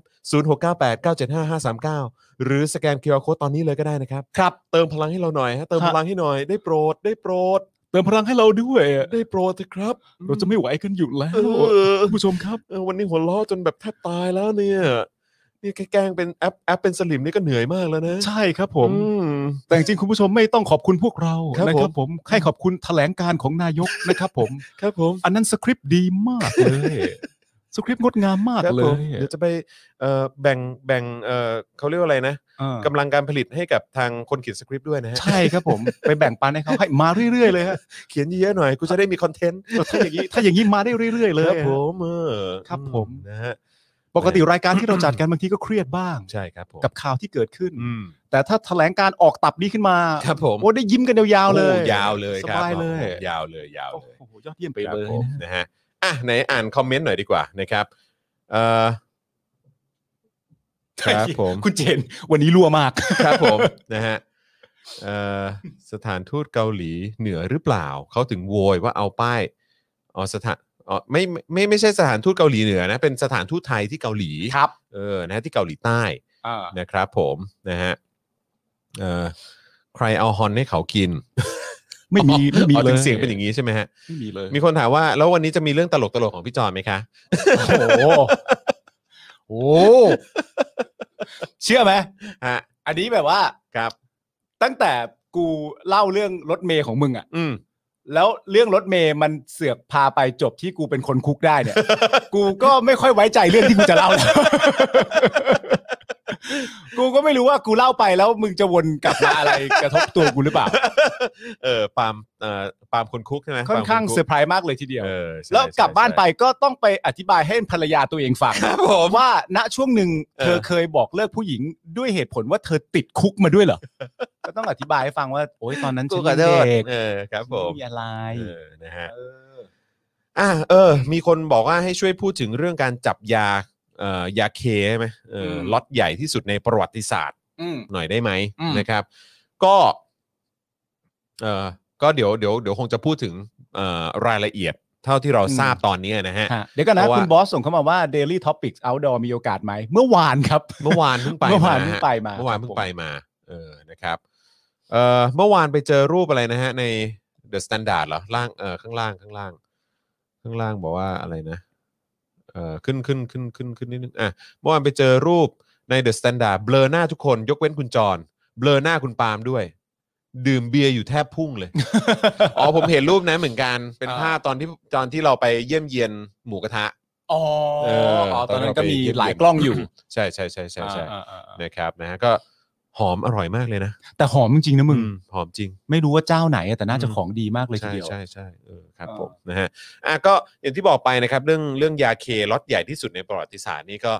S2: บ 0698975539 หรือสแกนเคอร์โคตอนนี้เลยก็ได้นะครับ
S3: ครับ
S2: เติมพลังให้เราหน่อยฮะ เติม
S3: ครับ
S2: พลังให้หน่อย ได้โปรด ได้โปรด
S3: เติมพลังให้เราด้วยอะ
S2: ได้โปรดเถอะครับ
S3: เราจะไม่ไหวกันอยู่แล้ว
S2: เออ
S3: คุณผู้ชมครับ
S2: เออวันนี้หัวล้อจนแบบแทบตายแล้วเนี่ย นี่แค่แกล้งเป็นแอปแอปเป็นสลิมนี่ก็เหนื่อยมากแล้วนะ
S3: ใช่ครับผม
S2: อืม
S3: แต่จริงๆคุณผู้ชมไม่ต้องขอบคุณพวกเรา
S2: ครับผม
S3: นะครับผมให้ขอบคุณแถลงการของนายกนะครับ
S2: [LAUGHS]
S3: ผม
S2: ครับผม
S3: อันนั้นสคริปต์ดีมากเลย สคริปต์งดงามมาก
S2: ครับ
S3: เล
S2: ผม
S3: ย
S2: เดี๋ยวจะไปเอ่อแบ่งแบ่งเอ่อเขาเรียกว่าอะไรนะ
S3: อ่าก
S2: ำลังการผลิตให้กับทางคนเขียนสคริปต์ด้วยนะฮะ
S3: ใช่ครับผม ไปแบ่งปันให้เขา [LAUGHS] ให้มาเรื่อยๆเลยฮะ
S2: เขียนเยอะๆหน่อย กูจะได้มีคอนเทนต์
S3: ถ้าอย่างนี้ถ้าอย่างนี้มาได้เรื่อยๆเลย
S2: ครับ
S3: ฮะ
S2: ผมเออ
S3: ครับผม
S2: นะฮะ
S3: ปกติรายการที่เราจัดกันบางทีก็เครียดบ้าง
S2: ใช่ครับผม
S3: กับข่าวที่เกิดขึ้น
S2: อืม
S3: แต่ถ้าแถลงการออกตับนี้ขึ้นมา
S2: ครับผม
S3: โอ้ได้ยิ้มกันยาวๆเลย
S2: โอ้ยาวเลย
S3: ส
S2: ครับ
S3: บายเลย
S2: ผมยาวเลยยาว
S3: โอ้
S2: เลย
S3: โหยอดเยี่ยมไป
S2: ครับ
S3: เลย
S2: ผม
S3: นะ
S2: นะฮะอ่ะไหนอ่านคอมเมนต์หน่อยดีกว่านะครับเอ่อ ครับผม
S3: คุณเจนวันนี้รัวมาก
S2: ครับผม [LAUGHS] นะฮะเอ่อสถานทูตเกาหลีเหนือหรือเปล่า เขาถึงโวยว่าเอาป้ายอ๋อสถานอ๋อไม่ไมไม่ไม่ใช่สถานทูตเกาหลีเหนือนะเป็นสถานทูตไทยที่เกาหลี
S3: ครับ
S2: เออนะฮะที่เกาหลีใต้
S3: อ่า
S2: นะครับผมนะฮะเอ่อใครเอาฮอนให้เขากิน
S3: ไม่มีไม่มี
S2: อ๋อ
S3: เล
S2: ถึ
S3: ย
S2: งเสียงเป็นอย่างนี้ใช่ไหมฮะ
S3: ไม่มีเลย
S2: มีคนถามว่าแล้ววันนี้จะมีเรื่องตลกตลกๆของพี่จอนไหมคะ
S3: โอ้โหโอ้โหเชื่อไหม
S2: ฮะ
S3: อันนี้แบบว่า
S2: ครับ
S3: ตั้งแต่กูเล่าเรื่องรถเมย์ของมึงอะ
S2: อืม
S3: แล้วเรื่องรถเมย์มันเสือกพาไปจบที่กูเป็นคนคุกได้
S2: [LAUGHS]
S3: เนี่ย กูก็ไม่ค่อยไว้ใจเรื่องที่กูจะเล่าแล้ว กูก็ไม่รู้ว่ากูเล่าไปแล้วมึงจะวนกลับมาอะไรกระทบตัวกู
S2: [LAUGHS]
S3: หรือเปล่า
S2: เออปาล์มเอ่อปาล์มคนคุกใช่ไหม
S3: ค่อนข้าง
S2: ปล์ม
S3: เซอ
S2: ณก
S3: ร์ไพรส์มากเลยทีเดียว
S2: เออใช่
S3: แล้วกลับ
S2: ใช่
S3: บ้านไป
S2: ใช่
S3: ก็ต้องไปอธิบายให้ภรรยาตัวเองฟังว่าณช่วงหนึ่ง
S2: เออ
S3: เธอเคยบอกเลิกผู้หญิงด้วยเหตุผลว่าเธอติดคุกมาด้วยเหรอ ก็ [LAUGHS] ต้องอธิบายให้ฟังว่า โอ๊ยตอนนั้นฉัน
S2: ขอ
S3: ยัง
S2: โทษ
S3: เด็ก
S2: เออครับผ
S3: ฉัน
S2: ม
S3: ไมีอะไร
S2: เออนะฮะอ่ะเออ มีคนบอกว่าให้ช่วยพูดถึงเรื่องการจับยาเอ่อยาเคใช่ไหมเอออ
S3: ม
S2: ล็อตใหญ่ที่สุดในประวัติศาสตร์
S3: อืม
S2: หน่อยได้ไหม
S3: อืม
S2: นะครับ ก็ เออก็เดี๋ยวเดี๋ยวเดี๋ยวคงจะพูดถึงเอ่อรายละเอียดเท่าที่เราทราบตอนนี้นะฮะ
S3: ฮะเดี๋ยวกันนะ
S2: เพราะว่า
S3: คุณบอสส่งเข้ามาว่า Daily Topics Outdoor มีโอกาสไหม เมื่อวานครับ
S2: เมื่อวานเพิ่งไป
S3: เมื่อวานเพิ่งไป
S2: ฮะ
S3: มา
S2: เมื่อวานเพิ่ง
S3: ครับผม
S2: ไปมาเออนะครับเอ่อเมื่อวานไปเจอรูปอะไรนะฮะ ใน The Standard เหรอล่างเออข้างล่างข้างล่าง ข้างล่างบอกว่าอะไรนะ เอ่อขึ้นขึ้นขึ้นขึ้นขึ้นนิดนึงอ่ะเมื่อวานไปเจอรูปในเดอะสแตนดาร์ดเบลอหน้าทุกคน ยกเว้นคุณจรเบลอหน้าคุณปาล์มด้วย ดื่มเบียร์อยู่แทบพุ่งเลย อ๋อผมเห็นรูปนะเหมือนกัน เป็น
S3: อ่า
S2: ภาพตอนที่ตอนที่เราไปเยี่ยมเยียนหมูกระทะ
S3: อ๋อ
S2: เ
S3: อ๋อตอนนั้นก็มี
S2: เรไป
S3: หลายกล้องอยู่
S2: ใช่ใช่ใช่ใช่ใช่
S3: อ่าอ่าอ่า
S2: นะครับนะฮะก็หอมอร่อยมากเลยนะ
S3: แต่หอมจริงๆนะมึง
S2: อืหอมจริง
S3: ไม่รู้ว่าเจ้าไหนอะแต่น่าจะ
S2: อืม
S3: ของดีมากเลยที
S2: ใช่
S3: เดียว
S2: ใช่ใช่เออครับ
S3: อ่า
S2: ผมนะฮะอ่ะก็อย่างที่บอกไปนะครับเรื่องเรื่องยาเคล็อตใหญ่ที่สุดในประวัติศาสตร์นี่ก็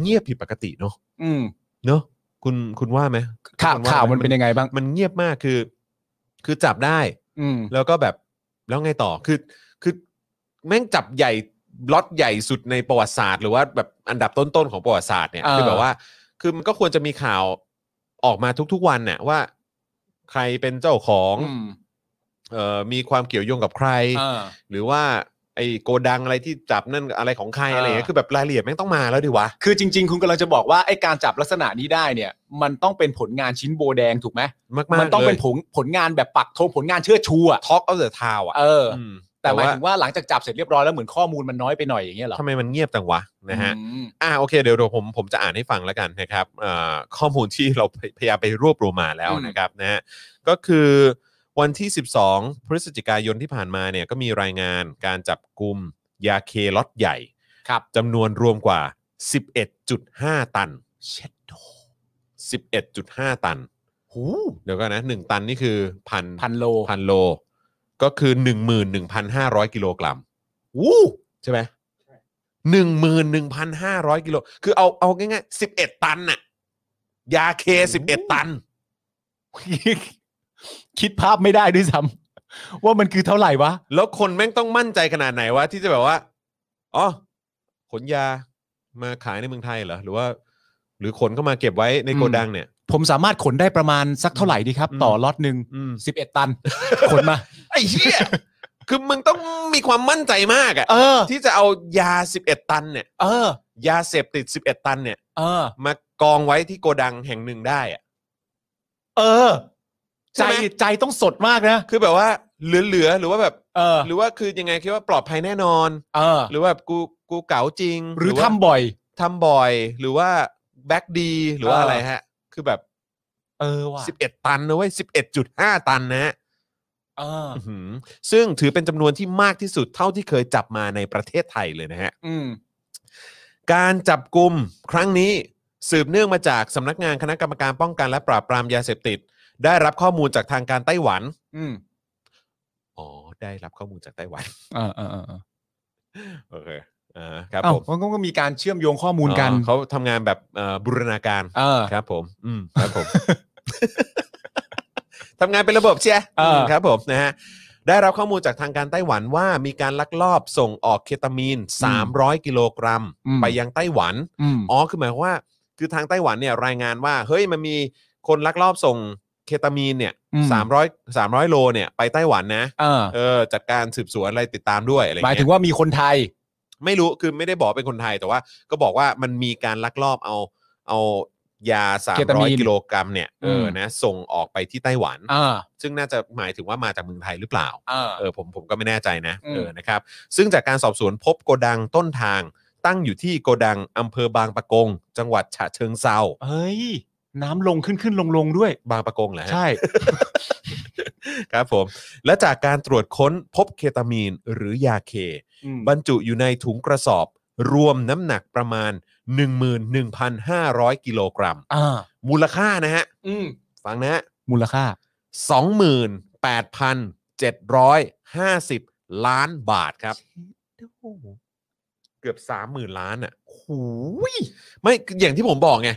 S2: เงียบผิดปกติเนาะ
S3: อืม
S2: เนาะคุณคุณว่าไหม
S3: ข่าว
S2: คุณ
S3: ข่าวมัน
S2: ไห
S3: เป็นยังไงบ้าง
S2: มันเงียบมากคือ คือจับได้
S3: อืม
S2: แล้วก็แบบแล้วไงต่อคือคือแม่งจับใหญ่ล็อตใหญ่สุดในประวัติศาสตร์ หรือว่าแบบอันดับต้นๆของประวัติศาสตร์เนี่ย
S3: เออ
S2: คือแบบว่า คือมันก็ควรจะมีข่าวออกมาทุกๆวันน่ะว่า ใครเป็นเจ้าของ
S3: อืม
S2: เอ่อมีความเกี่ยวโยงกับใคร
S3: อ่า
S2: หรือว่าไอ้โกดังอะไรที่จับนั่นอะไรของใครอะไรอย่างเงี้ย
S3: เออ
S2: คือแบบรายละเอียดแม่งต้องมาแล้วดิวะ
S3: คือจริง ๆ คุณกำลังจะบอกว่าไอ้การจับลักษณะนี้ได้เนี่ย มันต้องเป็นผลงานชิ้นโบแดงถูกไหม
S2: มากๆ
S3: มันต้องเป็น
S2: ลย
S3: ผลผลงานแบบปักธงผลงานเชื่อชูอะ
S2: Talk of the Town อ่ะ
S3: เอออ
S2: ม
S3: แต่หมายถึงว่าหลังจากจับเสร็จเรียบร้อยแล้วเหมือนข้อมูลมันน้อยไปหน่อยอย่างเงี้ยเหรอ
S2: ทำไมมันเงียบจังวะนะฮะ
S3: อืม
S2: อ่าโอเคเดี๋ยวเดี๋ยวผมผมจะอ่านให้ฟังแล้วกันนะครับอ่าข้อมูลที่เราพยพยายามไปรวบรวมมาแล้วนะครับนะฮะก็คือวันที่ 12 พฤศจิกายนที่ผ่านมาเนี่ยก็มีรายงานการจับกลุ่มยาเคล็อตใหญ่
S3: ครับ
S2: จำนวนรวมกว่า 11.5 ตัน
S3: เช็ดโด
S2: 11.5 ตัน
S3: หู
S2: เดี๋ยวกันนะ 1 ตันนี่คือพัน
S3: พันโล
S2: พันโล ก็คือ 11,500 กิโลกรัม
S3: วู้
S2: ใช่ไหมหนึ่งหมื่นหนึ่งพันห้าร้อยกิโล คือเอาเอาง่ายๆสิบเอ็ดตันน่ะ ยาเคสิบเอ็ดตัน
S3: คิดภาพไม่ได้ด้วยซ้ำว่ามันคือเท่าไหร่วะ
S2: แล้วคนแม่งต้องมั่นใจขนาดไหนวะที่จะแบบว่า อ๋อ ขนยามาขายในเมืองไทยเหรอ หรือว่า หรือขนเข้ามาเก็บไว้ในโกดังเนี่ย
S3: ผมสามารถขนได้ประมาณสักเท่าไหร่ดีครับ
S2: อืม
S3: ต่อล็อตหนึ่ง
S2: อืม
S3: สิบเอ็ดตัน ขนมา
S2: ไอ้เหี้ย [LAUGHS] คือมึงต้องมีความมั่นใจมากอะ
S3: เออ
S2: ที่จะเอายาสิบเอ็ดตันเนี่ย
S3: เออ
S2: ยาเสพติดสิบเอ็ดตันเนี่ย
S3: เออ
S2: มากองไว้ที่โกดังแห่งหนึ่งได้อะ
S3: เออ
S2: ใช่
S3: ใจ
S2: ไหม
S3: ใจต้องสดมากนะ
S2: คือแบบว่าเหลือๆหรือว่าแบบ
S3: เออ
S2: หรือว่าคือยังไงคิดว่าปลอดภัยแน่นอน
S3: เออ
S2: หรือว่ากูกูเก๋าจริง
S3: หรือ
S2: ว่า
S3: ทำบ่อย
S2: ทำบ่อย หรือว่าแบ็กดี หรือว่า
S3: เอออ
S2: อะไรฮะ คือแบบ
S3: เออว่ะ
S2: 11 ตันนะเว้ย11.5 ตันนะฮะ
S3: เออ
S2: อหือซึ่งถือเป็นจำนวนที่มากที่สุดเท่าที่เคยจับมาในประเทศไทยเลยนะฮะ
S3: อืม
S2: การจับกลุ่มครั้งนี้สืบเนื่องมาจากสำนักงานคณะกรรมการป้องกันและปราบปรามยาเสพติด ได้รับข้อมูลจากทางการไต้หวัน
S3: อืม
S2: อ๋อ ได้รับข้อมูลจากไต้หวัน
S3: เออเออเออเออ
S2: โอเคอ่าครับ
S3: เอ้า
S2: ผม
S3: มันก็ก็มีการเชื่อมโยงข้อมูลกัน
S2: อ๋อเขาทำงานแบบเอ่อบูรณาการ
S3: เออ
S2: ครับผม อืม
S3: [LAUGHS]
S2: ครับผม ทำงานเป็นระบบเชียร์
S3: เอออื
S2: มครับผมนะฮะ ได้รับข้อมูลจากทางการไต้หวันว่ามีการลักลอบส่งออกเคตามีน 300 กิโลกรัม
S3: อืม
S2: ไปยังไต้หวัน
S3: อืม
S2: อ๋อ คือหมายความว่า คือทางไต้หวันเนี่ยรายงานว่า เฮ้ย มันมีคนลักลอบส่งเคตามีนเนี่ยสามร้อยสามร้อยโลเนี่ยไปไต้หวันนะ
S3: เออ
S2: เออ จัดการสืบสวนอะไรติดตามด้วยอะไร
S3: หมาย
S2: เงี้ย
S3: ถึงว่ามีคนไทย
S2: ไม่รู้คือไม่ได้บอกเป็นคนไทยแต่ว่าก็บอกว่ามันมีการลักลอบเอาเอายา
S3: เคตามีน
S2: 300 กิโลกรัมเนี่ยเอออ
S3: ม
S2: นะส่งออกไปที่ไต้หวัน
S3: อ่า
S2: ซึ่งน่าจะหมายถึงว่ามาจากเมืองไทยหรือเปล่า
S3: อ่า
S2: เออผมผมก็ไม่แน่ใจนะ
S3: อืม
S2: เออนะครับซึ่งจากการสอบสวนพบโกดังต้นทาง ตั้งอยู่ที่โกดังอำเภอบางปะกง จังหวัดฉะเชิงเซา
S3: เฮ้ย น้ำลงขึ้นขึ้นลงลงด้วย
S2: บางปะกงเหรอฮะ
S3: ใช่
S2: ครับผมและจากการตรวจค้นพบเคตามีนหรือยาเค บรรจุอยู่ในถุงกระสอบ รวมน้ำหนักประมาณ 11,500 กิโลกรัม
S3: อ่า
S2: มูลค่านะฮะ
S3: อืม
S2: ฟังนะฮะ
S3: มูลค่า
S2: 28,750 ล้านบาทครับ เกือบ 30,000 ล้านอ่ะหูยไม่อย่างที่ผมบอกไง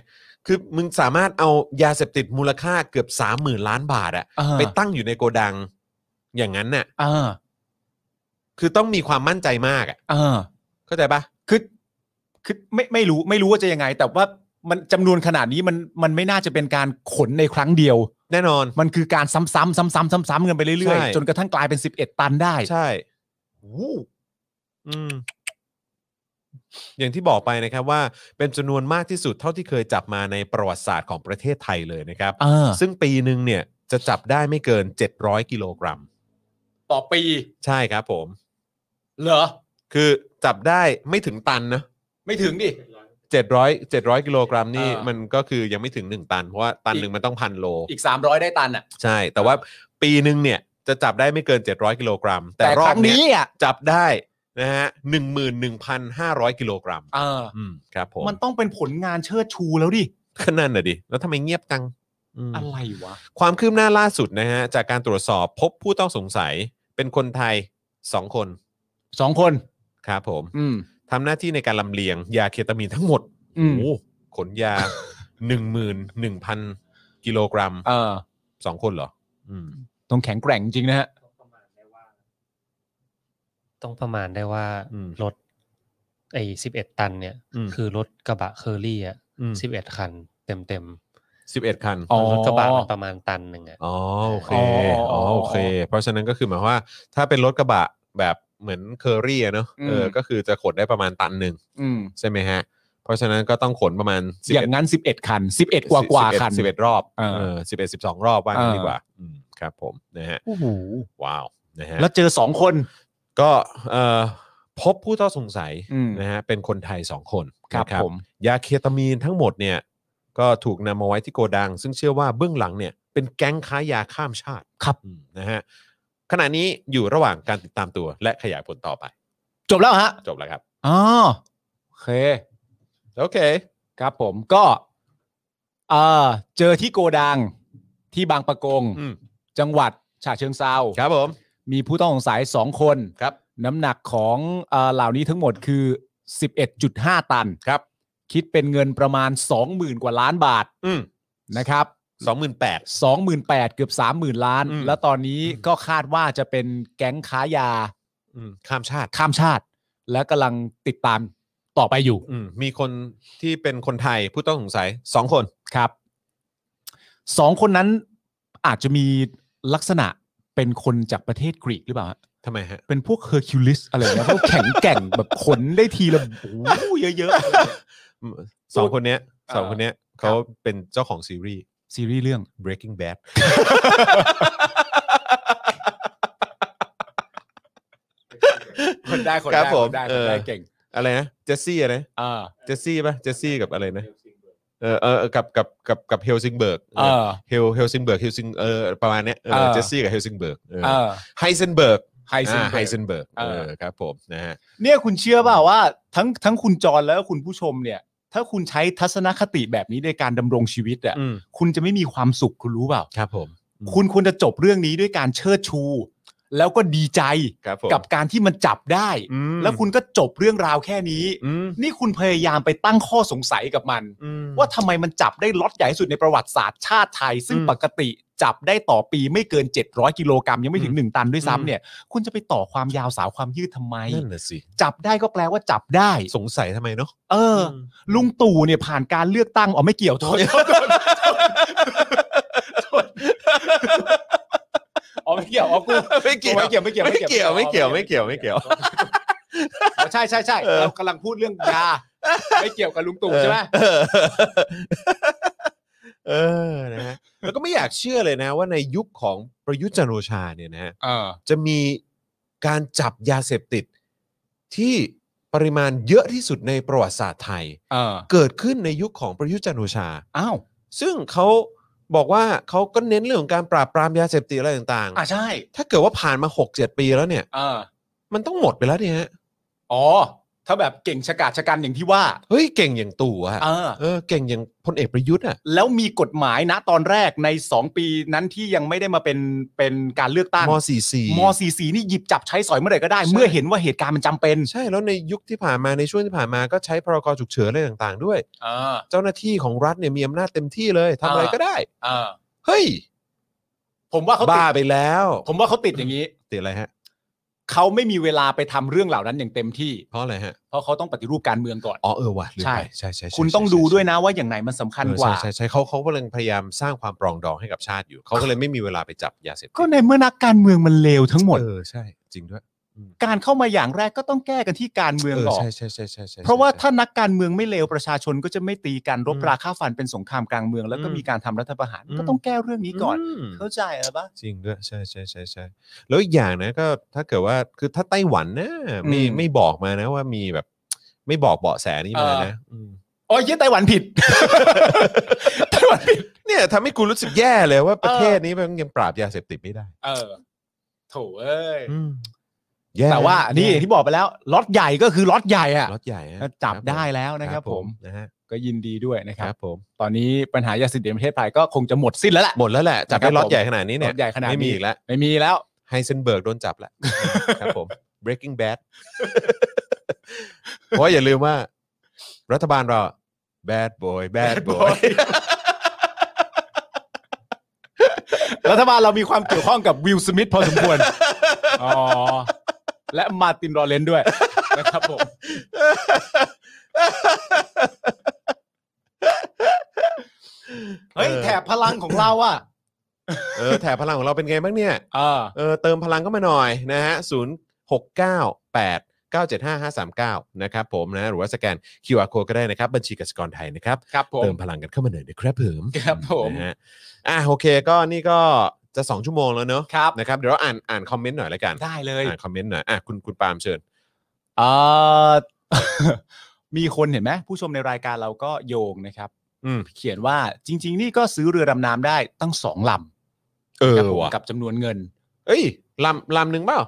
S2: คือมึงสามารถเอายาเสพติดมูลค่าเกือบ 30,000 ล้านบาทอะ
S3: อ่า
S2: ไปตั้งอยู่ในโกดัง อย่างนั้นน่ะ
S3: อ่า
S2: คือต้องมีความมั่นใจมากอะ
S3: อ่า
S2: เข้าใจปะ
S3: คือคือไม่ไม่รู้ไม่รู้ว่าจะยังไง แต่ว่ามันจำนวนขนาดนี้มันมันไม่น่าจะเป็นการขนในครั้งเดียว
S2: แน่นอน
S3: มันคือการซ้ำๆซ้ำๆซ้ำๆกันไปเรื่อย
S2: ใช่
S3: ๆ จนกระทั่งกลายเป็น 11 ตันได้
S2: ใช่วู้อืม อย่างที่บอกไปนะครับว่าเป็นจำนวนมากที่สุดเท่าที่เคยจับมาในประวัติศาสตร์ของประเทศไทยเลยนะครับ
S3: เออ
S2: ซึ่งปีหนึ่งเนี่ยจะจับได้ไม่เกิน 700 กิโลกรัม
S3: ต่อปี
S2: ใช่ครับผม
S3: เหรอ
S2: คือจับได้ไม่ถึงตันนะ
S3: ไม่ถึงดิ
S2: 700 700กิโลกรัมนี่
S3: อ่ามั
S2: มันก็คือยังไม่ถึง 1 ตัน เพราะว่าตันหนึ่งมันต้องพันโล
S3: อีก 300 ได้ตันอ่ะ
S2: ใช่ แต่ว่าปีหนึ่งเนี่ยจะจับได้ไม่เกิน 700กิโลกรัม แต่
S3: แต่
S2: ร
S3: ค
S2: อบ
S3: รั้ง
S2: เนี้
S3: นี้
S2: ย
S3: อ่ะ
S2: จับได้นะฮะ11,500กิโลกรัม
S3: เออ
S2: อืมครับผม
S3: มันต้องเป็นผลงานเชิดชูแล้วดิ
S2: ขนาดน่ะดิ แล้วทำไมเงียบจังอืม
S3: อะไรวะ
S2: ความคืบหน้าล่าสุดนะฮะ จากการตรวจสอบพบผู้ต้องสงสัยเป็นคนไทย 2 คน
S3: สองคน
S2: ครับผม
S3: อืม
S2: ทำหน้าที่ในการลำเลียง ยาเคตามีนทั้งหมด
S3: อืม
S2: โอ้ขนยา 11,000 กิโลกรัม
S3: เออ
S2: 2 คนเหรออืม
S3: ต้องแข็งแกร่งจริงนะฮะ
S6: ต้องประมาณได้ว่า
S2: อืม
S6: รถไอ้สิบเอ็ดตันเนี่ย
S2: อืม
S6: คือรถกระบะเคอรี่อ่ะ
S2: อืม
S6: สิบเอ็ดคัน เต็มเต็ม
S2: 11 คัน
S6: ๆรถกระบะมันประมาณตันหนึ่งอ่ะ
S2: อ๋อโอเค
S3: อ๋ออ๋
S2: อ๋อ
S3: อ
S2: โอเค เพราะฉะนั้นก็คือหมายความว่า ถ้าเป็นรถกระบะแบบเหมือนเคอรี่อะเนอะ
S3: อืม
S2: เออก็คือจะขนได้ประมาณตันหนึ่ง
S3: อืม
S2: ใช่ไหมฮะ เพราะฉะนั้นก็ต้องขนประมาณ11
S3: อย่างนั้น 11 คัน 11 กว่ากว่าคัน
S2: สิบเอ็ดรอบ
S3: เออ
S2: สิบเอ็ดสิบสองรอบว่างั้น
S3: เออ
S2: ดีกว่าอืมครับผมนะฮะ
S3: โอ้โห
S2: ว้าวนะฮะ
S3: แล้วเจอ 2 คน
S2: ก็เอ่อพบผู้ต้องสงสัย
S3: อืม
S2: นะฮะเป็นคนไทย 2 คน
S3: ครับ
S2: นะ
S3: ผม
S2: ยาเคตามีนทั้งหมดเนี่ยก็ถูกนำมาไว้ที่โกดัง ซึ่งเชื่อว่าเบื้องหลังเนี่ยเป็นแก๊งค้ายาข้ามชาติ
S3: ครับ
S2: อืมนะฮะขณะนี้อยู่ระหว่างการติดตามตัวและขยายผลต่อไป
S3: จบแล้วฮะ
S2: จบแล้วครับ
S3: อ๋อโอเค
S2: โอเค
S3: ครับผมก็เออเจอที่โกดังที่บางปะกง
S2: อืม
S3: จังหวัดฉะเชิงเซา
S2: ครับผม
S3: มีผู้ต้องสงสัย 2 คน
S2: ครับ
S3: น้ำหนักของเอ่อเหล่านี้ทั้งหมดคือ 11.5 ตัน
S2: ครับ
S3: คิดเป็นเงินประมาณ 20,000 กว่าล้านบาท
S2: อืม
S3: นะครับ
S2: สองหมื่นแปด
S3: 28,000เกือบ 30,000 ล้าน
S2: อืม
S3: แล้วตอนนี้ก็คาดว่าจะเป็นแก๊งค้ายา
S2: ข้ามชาติ
S3: ข้ามชาติ และกำลังติดตามต่อไปอยู่
S2: อืมมีคนที่เป็นคนไทยผู้ต้องสงสัยสองคน
S3: ครับสองคนนั้นอาจจะมีลักษณะเป็นคนจากประเทศกรีกหรือเปล่าฮะ
S2: ทำไมฮะ
S3: เป็นพวกเฮอร์คิวลิสอะไรนะพวกแข็งแกร่งแบบขนได้ทีละโอ้โหเยอะ
S2: สองคนเนี้ย
S3: า
S2: สองคนเนี้ยเขาเป็นเจ้าของซีรีส์
S3: ๆ [LAUGHS] ซีรีส์เรื่อง
S2: Breaking Bad
S3: คนได้คน
S2: ครับ
S3: ได้
S2: ผม
S3: คนได้
S2: เอ
S3: คน
S2: อ
S3: ได้เก่ง
S2: อะไรนะ เจสซี่อะไร
S3: เออ
S2: เจสซี่ป่ะ เจสซี่กับอะไรนะ เออเออเออกับกับกับกับเฮลซิงเบิร์ก
S3: เออ
S2: เฮลเฮลซิงเบิร์กเฮลซิงเออประมาณเนี้ยเออ
S3: เออ
S2: เจสซี่กับเฮลซิงเบิร์ก
S3: เออ
S2: ไฮเซนเบิร์ก
S3: ไฮเซน
S2: ไฮ
S3: เบิร์ก
S2: เซนเบิร์กเอ
S3: เอ
S2: อ
S3: อ
S2: ครับผมนะฮะ
S3: เนี่ยคุณเชื่อเปล่าว่าทั้งทั้งคุณจรแล้วก็คุณผู้ชมเนี่ย ถ้าคุณใช้ทัศนคติแบบนี้ในการดำรงชีวิตอ่ะ
S2: อืม
S3: คุณจะไม่มีความสุขคุณรู้เปล่า
S2: ครับผม อืม
S3: คุณควรจะจบเรื่องนี้ด้วยการเชิดชู แล้วก็ดีใจ
S2: ครับผม
S3: กับการที่มันจับได้
S2: อืม
S3: แล้วคุณก็จบเรื่องราวแค่นี้
S2: อืม
S3: นี่คุณพยายามไปตั้งข้อสงสัยกับมัน
S2: อืม
S3: ว่าทำไมมันจับได้ล็อตใหญ่ที่สุดในประวัติศาสตร์ชาติไทย ซึ่ง
S2: อืม
S3: ปกติจับได้ต่อปีไม่เกิน 700 กิโลกรัมยังไม่ถึ
S2: อื
S3: ง
S2: ม
S3: 1 ตันด้วย
S2: อืม
S3: ซ้ำเนี่ย คุณจะไปต่อความยาวสาวความยืดทำไม
S2: นั่นน่ะสิ
S3: จับได้ก็แปลว่าจับได้
S2: สงสัยทำไมเนาะ
S3: เออ ลุงตู่เนี่ยผ่านการเลือกตั้งอ๋อไม่เกี่ยวโทษอ๋อไม่ [LAUGHS] เกี่ยวอ๋อกู
S2: ไม่เกี่ยว
S3: ไม่เกี่ยวไม่เกี่ยว
S2: ไม่เกี่ยวไม่เกี่ยวไม่เกี่ยวไม่เกี่ยว
S3: อ๋อใช่ใช่ใช่
S2: เออ
S3: เรากำลังพูดเรื่องยาไม่เกี่ยวกับลุงตู่ใช่ไหม
S2: เออเออนะฮะแล้วก็ไม่อยากเชื่อเลยนะว่าในยุคของประยุทธ์จันทร์โอชาเนี่ยนะฮะ
S3: เออ
S2: จะมีการจับยาเสพติดที่ปริมาณเยอะที่สุดในประวัติศาสตร์ไทย
S3: เออ
S2: เกิดขึ้นในยุคของประยุทธ์จันทร์โอชา
S3: อ้าว
S2: ซึ่งเขาบอกว่าเขาก็เน้นเรื่องของการปราบปรามยาเสพติดอะไรต่าง
S3: อ่ะใช่
S2: ๆ ถ้าเกิดว่าผ่านมา 6-7 ปีแล้วเนี่ย
S3: เออ
S2: มันต้องหมดไปแล้วเนี่ยฮะ
S3: อ๋อ ถ้าแบบเก่งชะกาจชะกันอย่างที่ว่า
S2: เฮ้ยเก่งอย่างตู่อะ
S3: เออ
S2: เออเก่งอย่างพลเอกประยุทธ์อะ
S3: แล้วมีกฎหมายนะตอนแรกใน 2 ปีนั้นที่ยังไม่ได้มาเป็นเป็นการเลือกตั้ง
S2: ม .44
S3: ม .44 นี่หยิบจับใช้สอยเมื่อไหร่ก็ได้
S2: ใช่
S3: เมื่อเห็นว่าเหตุการณ์มันจำเป็น
S2: ใช่แล้วในยุคที่ผ่านมาในช่วงที่ผ่านมาก็ใช้พรกฉุกเฉินอะไรต่างๆ ด้วย
S3: เออ
S2: เจ้าหน้าที่ของรัฐเนี่ยมีอำนาจเต็มที่เลยทำอะไร
S3: อ่า
S2: ก็ได้
S3: เออ
S2: เฮ้ย
S3: ผมว่าเขาติ
S2: บ้า
S3: ด
S2: ไปแล้ว
S3: ผมว่าเขาติดอย่างนี้
S2: ติดอะไรฮะ
S3: เขาไม่มีเวลาไปทำเรื่องเหล่านั้นอย่างเต็มที่
S2: เพราะอะไรฮะ
S3: เพราะเขาต้องปฏิรูปการเมืองก่อน
S2: อ๋อเออว่ะลืม
S3: ใช่
S2: ไปใช่ใช่ใช่
S3: คุณต้อง
S2: ใช่
S3: ดูด้วย
S2: ใช่
S3: นะว่าอย่างไหนมันสำคัญกว่า
S2: เออใช่ใช่ใช่เขาเขากำลังพยายามสร้างความปรองดองให้กับชาติอยู่ เขาก็เลยไม่มีเวลาไปจับยาเสพติด
S3: ก็ในเมื่อนักการเมืองมันเลวทั้งหมด
S2: เออใช่จริงด้วยอื
S3: การเข้ามาอย่างแรกก็ต้องแก้กันที่การเมือง
S2: เออ
S3: ก่อน
S2: ใช่ใช่ใช่ใช่ใช่
S3: เพราะว่าถ้านักการเมืองไม่เลวประชาชนก็จะไม่ตีกันรบ
S2: อืม
S3: ราค่าฟันเป็นสงครามกลางเมือง แล้วก็
S2: อืม
S3: มีการทำรัฐประหาร
S2: อืม
S3: ก็ต้องแก้เรื่องนี้ก่อน
S2: ม
S3: เข้าใจหรือปะ
S2: จริงด้วยใช่ใช่ใช่ใช่แล้วอีกอย่างนะก็ถ้าเกิดว่าคือถ้าไต้หวันนะไม่
S3: อืม
S2: ไม่บอกมานะว่ามีแบบ ไม่บอกเบาะแสนี้มา
S3: เออ
S2: นะม
S3: อ๋อเยี่ยไต้หวันผิด ไต้หวันผิด
S2: เนี่ยทำให้กูรู้สึกแย่เลยว่าประ
S3: เออ
S2: เทศนี้มันยังปราบยาเสพติดไม่ได้
S3: เออโถเอ้ย
S2: อืมแย่
S3: แต่ว่านี่อย่างที่บอกไปแล้วล็อตใหญ่ก็คือล็อตใหญ่อะ
S2: ล็อตใหญ่ฮะ
S3: จับ
S2: ครัผม
S3: ได้แล้วนะครับผม
S2: นะฮะ
S3: ก็ยินดีด้วยนะค
S2: ค
S3: รั
S2: รับ บผม
S3: ตอนนี้ปัญหายาเสพติดในประเทศไทยก็คงจะหมดสิ้นแล้วแหละ
S2: หมดแล้วแหละจับ
S3: ครั
S2: ได้
S3: บผม
S2: ล็อตใหญ่ขนาดนี้เนี่ย
S3: ล็อตใหญ่ขนาด
S2: ไม่มี
S3: นี้
S2: อีกแล้ว
S3: ไม่มีแล้ว
S2: ไฮเซนเบิร์กโดนจับแล้วครับผม breaking bad [LAUGHS] เพราะอย่าลืมว่า รัฐบาลเรา bad boy bad boy
S3: [LAUGHS] รัฐบาลเรามีความเกี่ยวข้องกับวิลสมิธพอสมควร อ๋อ และมาร์ตินรอเลนด้วย [LAUGHS] นะครับผม เฮ้ย แถบพลังของเราอ่ะ
S2: เออแถบพลังของเราเป็นไงบ้างเนี่ย
S3: เออ
S2: เออเติมพลังเข้ามาหน่อยนะฮะศูนย์หกเก้าแปดเก้าเจ็ดห้าห้าสามเก้านะครับผมนะ หรือว่าสแกน QR code ก็ได้นะครับ บัญชีกสิกรไทยนะครับ
S3: ครับผม
S2: เติมพลังกันเข้ามาหน่อยนะครับเผม
S3: ครับผม
S2: นะฮะอ่ะโอเคก็นี่ก็จะ 2 ชั่วโมงแล้วเนอะ
S3: ครับ
S2: นะครับ เดี๋ยวเราอ่านอ่านคอมเมนต์หน่อยละกัน
S3: ได้เลย
S2: อ่านคอมเมนต์หน่อยอ่ะคุณคุณปาล์มเชิญ
S3: เออ [LAUGHS] มีคนเห็นไหมผู้ชมในรายการเราก็โยงนะครับ
S2: อืม
S3: เขียนว่าจริง ๆ นี่ก็ซื้อเรือดำน้ำได้ตั้งสองล
S2: เออ
S3: ำครับผม
S2: ว่ะ
S3: กับจำนวนเงิน
S2: เอ้ยลำลำหนึ่งเปล่า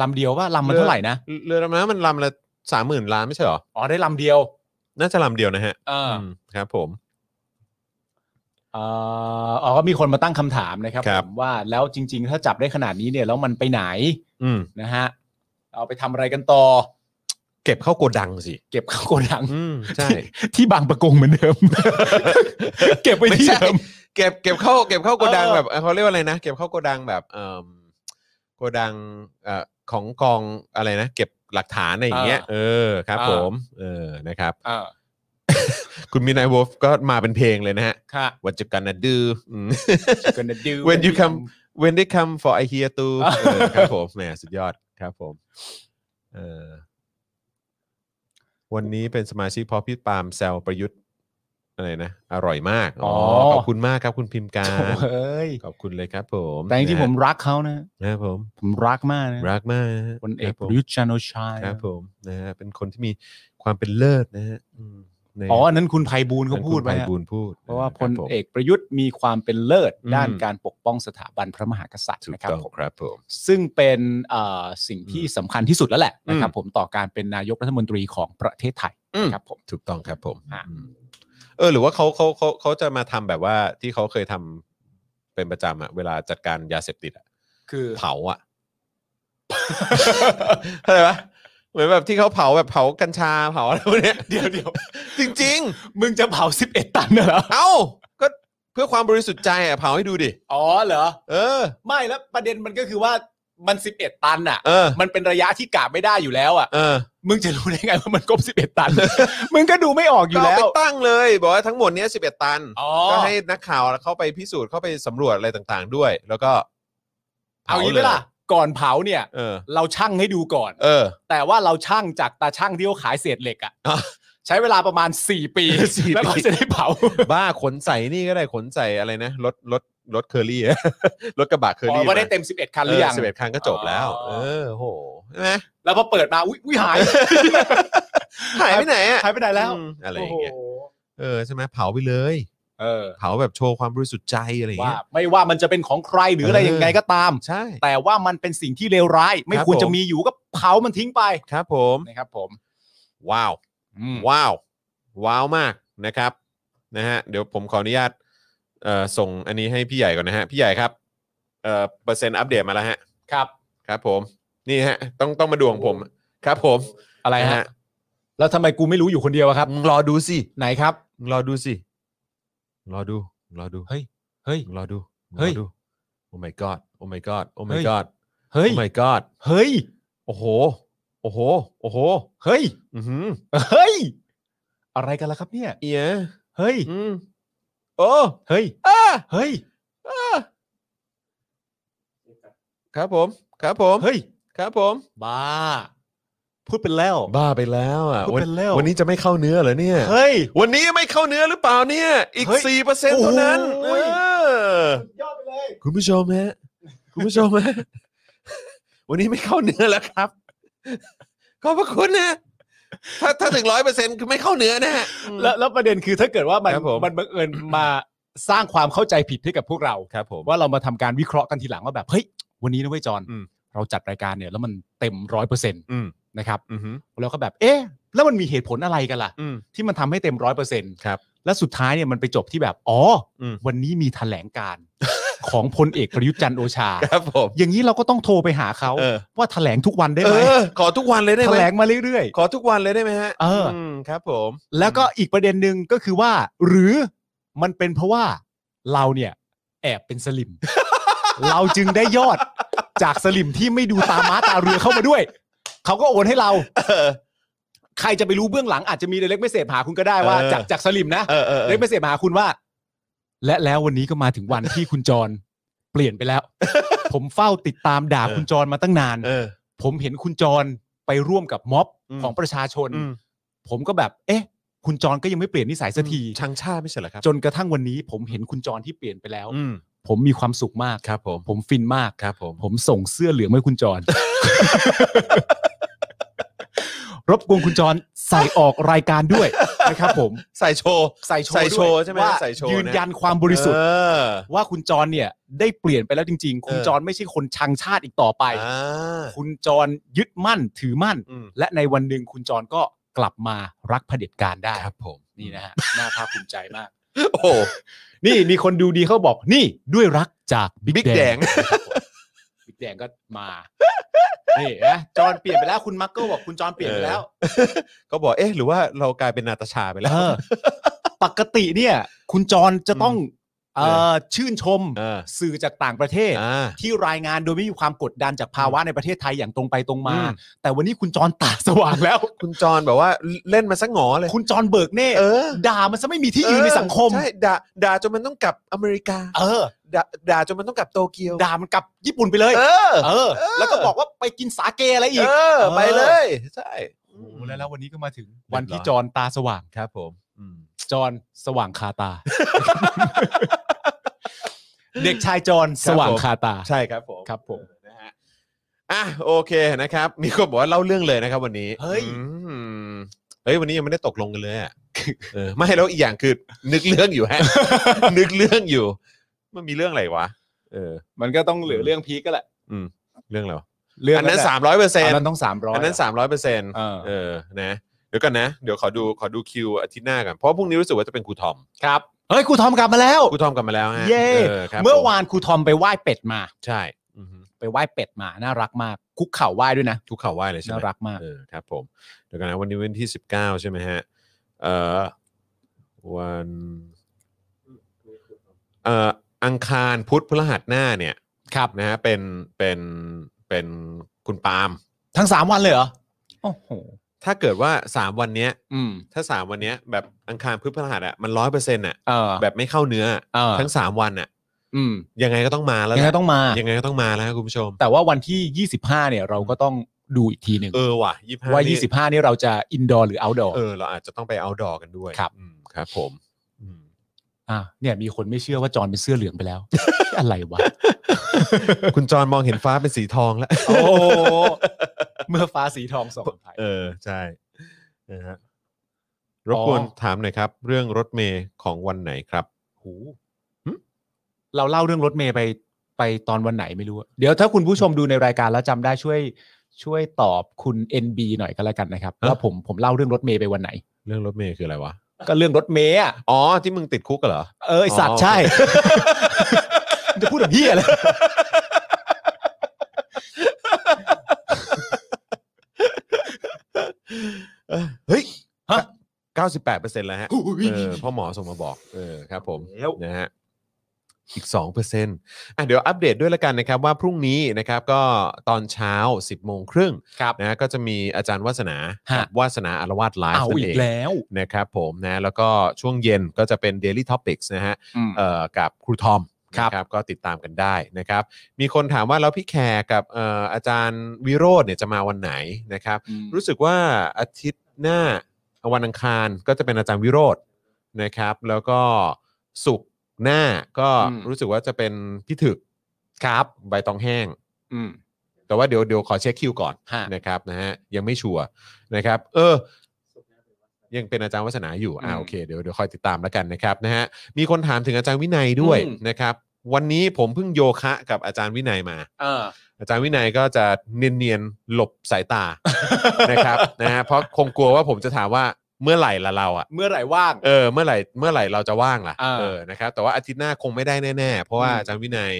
S3: ลำเดียวว่าลำมันเท่าไหร่นะ
S2: เรือลำน้ำมันลำละสามหมื่นล้านไม่ใช่เหรอ
S3: อ๋อได้ลำเดียว
S2: น่าจะลำเดียวนะฮะ
S3: เออ
S2: มครับผม
S3: เอ่ออ๋อก็มีคนมาตั้งคำถามนะครับ
S2: ครับ
S3: ผมว่าแล้วจริง ๆ ถ้าจับได้ขนาดนี้เนี่ยแล้วมันไปไหน
S2: อืม
S3: นะฮะเอาไปทำอะไรกันต่อ
S2: เก็บเข้าโกดังสิ
S3: เก็บเข้าโกดัง
S2: อืมใช่
S3: ที่ที่บางประกงเหมือนเดิม เก็บไว้ที่เดิม
S2: เก็บเก็บเข้าเก็บเข้าโกดัง
S3: เออ
S2: แบบเอ่อเขาเรียกว่าอะไรนะ เก็บเข้าโกดังแบบเอ่มโกดังเอ่อของกองอะไรนะ เก็บหลักฐานอะไรอย่างเงี้ยเออครับผม เออนะครับ
S3: อ่า
S2: คุณมินาย w ว l ฟก็มาเป็นเพลงเลยนะฮะ
S3: ค่ะ
S2: What you gonna do อืม
S3: gonna do
S2: When you come When they come for I hear to เออครับผมแหมสุดยอดครับผมเออวันนี้เป็นสมาชิกเพอพี่ปาล์มแซวประยุทธ์อะไรนะ อร่อยมากอ๋อ
S3: อ
S2: ขอบคุณมากครับคุณพิมพ์กา
S3: โถ
S2: ร
S3: เอ้ย
S2: ขอบคุณเลยครับผม
S3: แต่จริงๆผมรักเขานะ
S2: นะครับผม
S3: ผมรักมากนะ
S2: รักมากะฮะ
S3: คนเอ
S2: ครั
S3: ก
S2: บ
S3: ป
S2: ผม
S3: ระยุทธ์จันทร์โอชา
S2: ครับผมนะฮะเป็นคนที่มีความเป็นเลิศนะฮะอืมใน
S3: อ๋ออันนั้นคุณไพบูลย์เขา
S2: นั้น
S3: พูด
S2: คุณ
S3: ไว้
S2: ไพ
S3: ฮะ
S2: บูลย์พูด
S3: เพราะว่าพ
S2: ค
S3: ล
S2: บผม
S3: เอกประยุทธ์มีความเป็นเลิศ
S2: อืม
S3: ด้านการปกป้องสถาบันพระมหากษัตริย์
S2: ถูก
S3: นะครับ
S2: ต้อง
S3: ผม
S2: ครับผม
S3: ซึ่งเป็นเอ่อสิ่งที่สำคัญที่สุดแล้วแหละ
S2: อืม
S3: นะครับผมต่อการเป็นนายกรัฐมนตรีของประเทศไทยนะครับผม
S2: ถูกต้องครับผม
S3: ฮะ
S2: อืมเออ หรือว่าเขาเขาเขาเขาจะมาทำแบบว่าที่เขาเคยทำเป็นประจำอะเวลาจัดการยาเสพติดอะ
S3: คือ
S2: เผาอะ [LAUGHS] เข้าใจปะเหมือนแบบที่เขาเผาแบบเผากัญชาเผาอะไรพวกเนี้ย [LAUGHS]
S3: เดี๋ยวเดี๋ยว
S2: จริง
S3: มึงจะเผา 11 ตันเหรอ
S2: ๆ เอ้าก็เพื่อความบริสุทธิ์ใจอะเผาให้ดูดิ
S3: อ๋อเหรอ
S2: เออ
S3: ไม่แล้วประเด็นมันก็คือว่ามัน 11 ตันอ่ะ
S2: เออ
S3: มันเป็นระยะที่กะไม่ได้อยู่แล้วอ่ะ
S2: เออ
S3: มึงจะรู้ได้ไงว่ามันครบ11 ตัน มึงก็ดูไม่ออกอ
S2: ก็
S3: ยู่
S2: เอา
S3: แล้
S2: ไป
S3: ว
S2: ตั้งเลย บอกว่าทั้งหมดเนี้ย11 ตัน
S3: อ๋อ
S2: ก็ให้นักข่าวเข้าไปพิสูจน์เข้าไปสำรวจอะไรต่างๆด้วย แล้วก็
S3: เอางี้ไหมล่ะ ก่อนเผาเนี่ย
S2: เออ
S3: เราชั่งให้ดูก่อน
S2: เออ
S3: แต่ว่าเราช่างจากตาช่างที่เขาขายเศษเหล็กอ่ะ
S2: อ่ะ
S3: ใช้เวลาประมาณ 4 ปี
S2: สี่ปี
S3: แล้วก็จะได้เผา
S2: บ้าขนใส่นี่ก็ได้ขนใส่อะไรนะรถรถรถเคอรี่ [LAUGHS] รถกระบะเคอ
S3: อ๋อ
S2: รี่
S3: ว่าได้เต็ม 11 คันหรือยัง
S2: สิบเอ็ดครั้งก็จบแล้ว
S3: อ๋อ
S2: เออโหใช่ไหม
S3: แล้วพอเปิดมา อุ้ยอุ๊ย
S2: [LAUGHS]
S3: หาย
S2: หายไปไหนอ่ะ
S3: หายไปไหนแล้ว
S2: อืมอะไรอย่างเงี้ย
S3: โโห
S2: เออใช่ไหมเผาไปเลย
S3: เออ
S2: เผาแบบโชว์ความบริสุทธิ์ใจอะไรอย่าง
S3: ว่า
S2: เงี้ย
S3: ไม่ว่ามันจะเป็นของใครหรืออะไร
S2: เออ
S3: ยังไงก็ตาม
S2: ใช่
S3: แต่ว่ามันเป็นสิ่งที่เลวร้าย ไม่
S2: ครับ
S3: ควร
S2: ผม
S3: จะมีอยู่ก็เผามันทิ้งไป
S2: ครับผม
S3: นะครับผม
S2: ว้าว
S3: อืม
S2: ว้าว ว้าวมากนะครับนะฮะเดี๋ยวผมขออนุญาตเอ่อส่งอันนี้ให้พี่ใหญ่ก่อนนะฮะ พี่ใหญ่ครับเอ่อเปอร์เซ็นต์อัปเดตมาแล้วฮะ
S3: ครับ
S2: ครับ ผมนี่ฮะ ต้องต้องมาดูของผมครับ ผม
S3: อะไร
S2: น
S3: ฮะแล้วทำไมกูไม่รู้อยู่คนเดียวอะครับ
S2: มึงรอดูสิ
S3: ไหนครับ
S2: มึงรอดูสิมึงรอดูมึงรอดู
S3: เฮ้ยเฮ้ย
S2: มึงรอดูมึง
S3: เฮ้
S2: รอย ดูโอ้ my god โอ้ my god โอ้
S3: เฮ้
S2: my
S3: ย
S2: god
S3: เฮ้ย
S2: โอ้ my god
S3: เฮ้ย
S2: โอ้โห โอ้โห โอ้โห
S3: เฮ้ย
S2: อือหือ
S3: เฮ้ย อะไรกันล่ะครับเนี่ย
S2: เอีย
S3: เฮ้ย
S2: อืมโอ้
S3: เฮ้ย
S2: อ้า
S3: เฮ้ย
S2: ครับผมครับผม
S3: เฮ้ย
S2: ครับผม
S3: บ้า พูดเป็นแล้ว
S2: บ้าไปแล้วอ่ะ
S3: พูดเป็นแล้ว
S2: วันนี้จะไม่เข้าเนื้อเหรอเนี่ย
S3: เฮ้ย
S2: วันนี้ไม่เข้าเนื้อหรือเปล่าเนี่ย อีก
S3: เฮ้ย
S2: 4%เท่านั้น
S3: โอ้
S2: เอย อ
S3: อดไปเลย
S2: คุณผู้ชมฮะคุณผู้ชมฮะ [LAUGHS] วันนี้ไม่เข้าเนื้อแล้วครับ ขอบพระคุณนะ ถ้าถ้าถึง 100%คือไม่เข้าเนื้อนะฮะ
S3: แล้วแล้วประเด็นคือถ้าเกิดว่ามัน
S2: ครับผม
S3: มันบังเอิญมาสร้างความเข้าใจผิดให้กับพวกเรา
S2: ครับผม
S3: ว่าเรามาทำการวิเคราะห์กันทีหลังว่าแบบเฮ้ยวันนี้นะเว้ยจอน
S2: อืม
S3: เราจัดรายการเนี่ยแล้วมันเต็มร้อยเปอร์เซ็นต์
S2: อืม
S3: นะครับ
S2: อือหือ
S3: แล้วก็แบบเอ๊ะแล้วมันมีเหตุผลอะไรกันล่ะ
S2: อืม
S3: ที่มันทำให้เต็มร้อยเปอร์เซ็นต์
S2: ครับ
S3: และสุดท้ายเนี่ยมันไปจบที่แบบอ๋ออ
S2: ม
S3: วันนี้มีแถลงการณ์ [LAUGHS] ของพลเอกประยุทธ์จันทร์โอชา
S2: ครับผม
S3: อย่างนี้เราก็ต้องโทรไปหาเขา
S2: เออ
S3: ว่าแถลงทุกวันได้
S2: เอ
S3: ไหม
S2: อ ขอทุกวันเลยได้
S3: แถ
S2: ไหม
S3: ลงมาเรื่อย
S2: ขอทุกวันเลยได้ไหมฮะ
S3: เอออื
S2: มครับผม
S3: ๆ แล้วก็อีกประเด็นหนึ่งก็คือว่า หรือมันเป็นเพราะว่าเราเนี่ยแอบเป็นสลิ
S2: [LAUGHS]
S3: ม เราจึงได้ยอดจากสลิมที่ไม่ดูตาม้าตาเรือเข้ามาด้วย เขาก็โอนให้เรา ใครจะไปรู้เบื้องหลังอาจจะมีเล็กไม่เสพหาคุณก็ได้ว่า
S2: เออ
S3: จากจากสลิมนะ
S2: เออเออเออ
S3: เล็กไม่เสพหาคุณว่า และแล้ววันนี้ก็มาถึงวันที่คุณจรเปลี่ยนไปแล้ว
S2: [LAUGHS]
S3: ผมเฝ้าติดตามด่าคุณจรมาตั้งนาน
S2: เออ
S3: ผมเห็นคุณจรไปร่วมกับม็อบ
S2: อืม
S3: ของประชาชน
S2: อืม
S3: ผมก็แบบ เอ๊ะ คุณจรก็ยังไม่เปลี่ยนนิสัยสักที
S2: ชังชาติไม่ใช่เหรอครับ
S3: จนกระทั่งวันนี้ ผมเห็นคุณจรที่เปลี่ยนไปแล้ว
S2: อืม
S3: ผมมีความสุขมาก
S2: ครับผม
S3: ผมฟินมาก
S2: ครับผม
S3: ผมส่งเสื้อเหลืองให้คุณจ
S2: [LAUGHS]
S3: ร รบกวนคุณจรใส่ออกรายการด้วย [LAUGHS] นะครับผม
S2: ใส่โชว์
S3: ใส่โช
S2: ใส่
S3: ว์
S2: โชว์
S3: ด้วย
S2: ใช่ไหม
S3: ว่า
S2: ใส่โชว์นะ
S3: ยืนยันความบริสุท
S2: เอ
S3: ธิ์
S2: อ
S3: ว่าคุณจรเนี่ยได้เปลี่ยนไปแล้วจริง ๆ คุณ
S2: เออ
S3: จรไม่ใช่คนชังชาติอีกต่อไป
S2: อ่า
S3: คุณจรยึดมั่นถือมั่น
S2: อืม
S3: และในวันหนึ่งคุณจรก็กลับมารักเผด็จการได้
S2: ครับผม
S3: นี่นะฮะ น่าภาคภูมิใจมาก
S2: โอ้โห
S3: นี่มีคนดูดีเขาบอกนี่ด้วยรักจาก
S2: บิ๊
S3: บิ๊
S2: กแดง
S3: บิ๊กแดงก็มา [LAUGHS] นี่นะจรเปลี่ยนไปแล้วคุณมักเกิลบอกคุณจรเปลี่ยนไปแล้ว
S2: ก็บอกเอ๊ะหรือว่าเรากลายเป็นนาตาชาไปแล้ว
S3: เออปกติเนี่ย คุณจรจะต้องเอ่อชื่นชม
S2: เออ
S3: สื่อจากต่างประเทศ
S2: อ่า
S3: ที่รายงานโดยไม่มีความกดดันจากภาวะในประเทศไทยอย่างตรงไปตรงมา
S2: อืม
S3: แต่วันนี้คุณจรตาสว่างแล้ว
S2: คุณจรแบบว่าเล่นมาสักหงอเลย
S3: คุณจรเบิกเน่
S2: เออ
S3: ด่ามันซะไม่มีที่ยืนในสังคม
S2: ใช่ด่าด่าจนมันต้องกลับอเมริกา
S3: เออ
S2: ด่าด่าจนมันต้องกลับโตเกียว
S3: ด่ามันกลับญี่ปุ่นไปเลย
S2: เออ
S3: เออ
S2: เออ
S3: แล้วก็บอกว่าไปกินสาเกอะไรอีก
S2: เออ ไปเลยใช่
S3: โอ้โหแล้วแล้ววันนี้ก็มาถึงวันที่จรตาสว่าง
S2: ครับผมอืม
S3: จรสว่างคาตา [LAUGHS] เด็กชายจรสว่างคาตา
S2: ใช่ครับผม
S3: ครับผม
S2: นะฮะอ่ะโอเคนะครับ มีคนบอกว่าเล่าเรื่องเลยนะครับ วันนี้
S3: เฮ้ย
S2: อืมเฮ้ยวันนี้ยังไม่ได้ตกลงกันเลยอะเออไม่แล้วอีกอย่างคือ นึกเรื่องอยู่
S3: [LAUGHS]
S2: ฮะ นึกเรื่องอยู่ มันมีเรื่องอะไรวะเออ
S3: มันก็ต้องเหลือเรื่องพีกก็แหละ
S2: เรื่องอะไรวะ
S3: เรื่อง
S2: อันนั้น
S3: แหละ
S2: สามร้อยเปอร์เซ็น
S3: อั
S2: ต์
S3: นนั้นต้องสามร้อย
S2: อันนั้นสามร้อยเปอร์เซ็นต์
S3: เออ
S2: เออ นะ เดี๋ยวกันนะ เดี๋ยวขอดูขอดูคิวอาทิตย์หน้ากัน เพราะพรุ่งนี้รู้สึกว่าจะเป็นครูทอม
S3: ครับเฮ้ยครูทอมกลับมาแล้ว
S2: ครูทอมกลับมาแล้วฮะ
S3: เย่
S2: ออครับ
S3: เมื่อวานครูทอมไปไหว้เป็ดมา
S2: ใช่อือฮึ
S3: ไปไหว้เป็ดมา น่ารักมาก คุกเข่าไหว้ด้วยนะ
S2: ทุกข่าวไหว้เลยใช่ไหม
S3: น่ารักมาก
S2: เออ ครับผม เดี๋ยวกันนะ วันนี้วันที่สิบเก้าใช่ไหมฮะ เอ่อ วัน เอ่อ อังคารพุธพฤหัสหน้าเนี่ย
S3: ครับ
S2: นะฮะ เป็น เป็น เป็นคุณปาล์ม
S3: ทั้งสามวันเลยเหรอ โอ้โห
S2: ถ้าเกิดว่าสามวันเนี้ย
S3: อืม
S2: ถ้าสามวันเนี้ยแบบอังคารพุธพฤหัสอ่ะ มันร้อยเปอร์เซ็นต์อ่ะ
S3: เออ
S2: แบบไม่เข้าเนื้อ
S3: เออ
S2: ทั้ง 3 วันน่ะ
S3: อืม
S2: ยังไงก็ต้องมาแล้ว
S3: ยังไง
S2: แหละ
S3: ต้องมา
S2: ยังไงก็ต้องมาแล้วครับคุณผู้ชม
S3: แต่ว่าวันที่ 25 เนี่ย เราก็ต้องดูอีกทีหนึ่ง
S2: เออว่ะยี่ห้า
S3: ว่า 25 นี่เราจะอินดอร์หรือเอาท์ดอร์
S2: เออเราอาจจะต้องไปเอาดอกันด้วย
S3: ครับ
S2: อืมครับ ผมอืม
S3: อ่ะเนี่ยมีคนไม่เชื่อว่าจอนเป็นเสื้อเหลืองไปแล้ว [LAUGHS] อะไรวะ
S2: [LAUGHS] คุณจรมองเห็นฟ้าเป็นสีทองแล้ว
S3: โอ้เมื่อฟ้าสีทองสองไทย
S2: [LAUGHS] เออใช่นะฮะรบกวน
S3: อ๋อ
S2: ถามหน่อยครับ เรื่องรถเมย์ของวันไหนครับ
S3: หูเราเล่าเรื่องรถเมย์ไปไปตอนวันไหนไม่รู้อะเดี๋ยวถ้าคุณผู้ชมดูในรายการแล้วจำได้ช่วย ช่วยตอบคุณ NB หน่อยก็แล้วกันนะครับ
S2: ฮะ
S3: ว่าผมผมเล่าเรื่องรถเมย์ไปวันไหน
S2: เรื่องรถเมย์คืออะไรวะ
S3: ก็เรื่องรถเมย์อะ
S2: อ๋อที่มึงติดคุกกันเหรอ
S3: เออไอสัต
S2: อ๋
S3: ว์
S2: อ
S3: ใช่ จะพูดแบบเฮียเลย
S2: เออเฮ้ย
S3: ฮะ
S2: 98%แล้วฮะ
S3: หูย
S2: เออพ่อหมอส่งมาบอกเออครับผม
S3: แล้ว
S2: นะฮะอีก 2%อ่ะเดี๋ยวอัปเดตด้วยละกันนะครับ ว่าพรุ่งนี้นะครับก็ตอนเช้า 10 โมงครึ่ง
S3: ครับ
S2: นะฮะก็จะมีอาจารย์วัสนา
S3: ฮะ
S2: กับวาสนาอารวาสไลฟ์
S3: เอา
S2: นั่
S3: อี
S2: น
S3: ก
S2: เอง
S3: แล้ว
S2: นะครับผมนะแล้วก็ช่วงเย็นก็จะเป็น Daily Topics นะฮะ
S3: อืม
S2: เอ่อกับครูทอม
S3: ครับ
S2: นะก็ติดตามกันได้นะครับ มีคนถามว่าแล้วพี่แขกกับเอ่ออาจารย์วิโรจน์เนี่ยจะมาวันไหนนะครับ รู้สึกว่าอาทิตย์หน้าวันอังคารก็จะเป็นอาจารย์วิโรจน์นะครับ แล้วก็ศุกร์หน้าก็
S3: อืม
S2: รู้สึกว่าจะเป็นพี่ถึก
S3: ครับ
S2: ใบตองแห้ง
S3: อืม
S2: แต่ว่าเดี๋ยวเดี๋ยวขอเช็คคิวก่อน
S3: ฮะ
S2: นะครับนะฮะยังไม่ชัวร์นะครับ เออ ยังเป็นอาจารย์วัฒนาอยู่อ่า
S3: อืม
S2: โอเคเดี๋ยวเดี๋ยวคอยติดตามแล้วกันนะครับนะฮะมีคนถามถึงอาจารย์วินัยด้วย
S3: อืม
S2: นะครับ วันนี้ผมเพิ่งโยคะกับอาจารย์วินัยมา
S3: เออ
S2: อาจารย์วินัยก็จะเนียนๆหลบสายตา นะครับนะฮะเพราะคงกลัวว่าผมจะถามว่าเมื่อไหร่ละเราอ่ะ
S3: เมื่อไหร่ว่าง
S2: เออเมื่อไหร่เมื่อไหร่เราจะว่างล่ะ
S3: อ่า
S2: เออนะครับแต่ว่าอาทิตย์หน้าคงไม่ได้แน่ๆ เพราะว่า
S3: อืม
S2: อาจารย์วินัย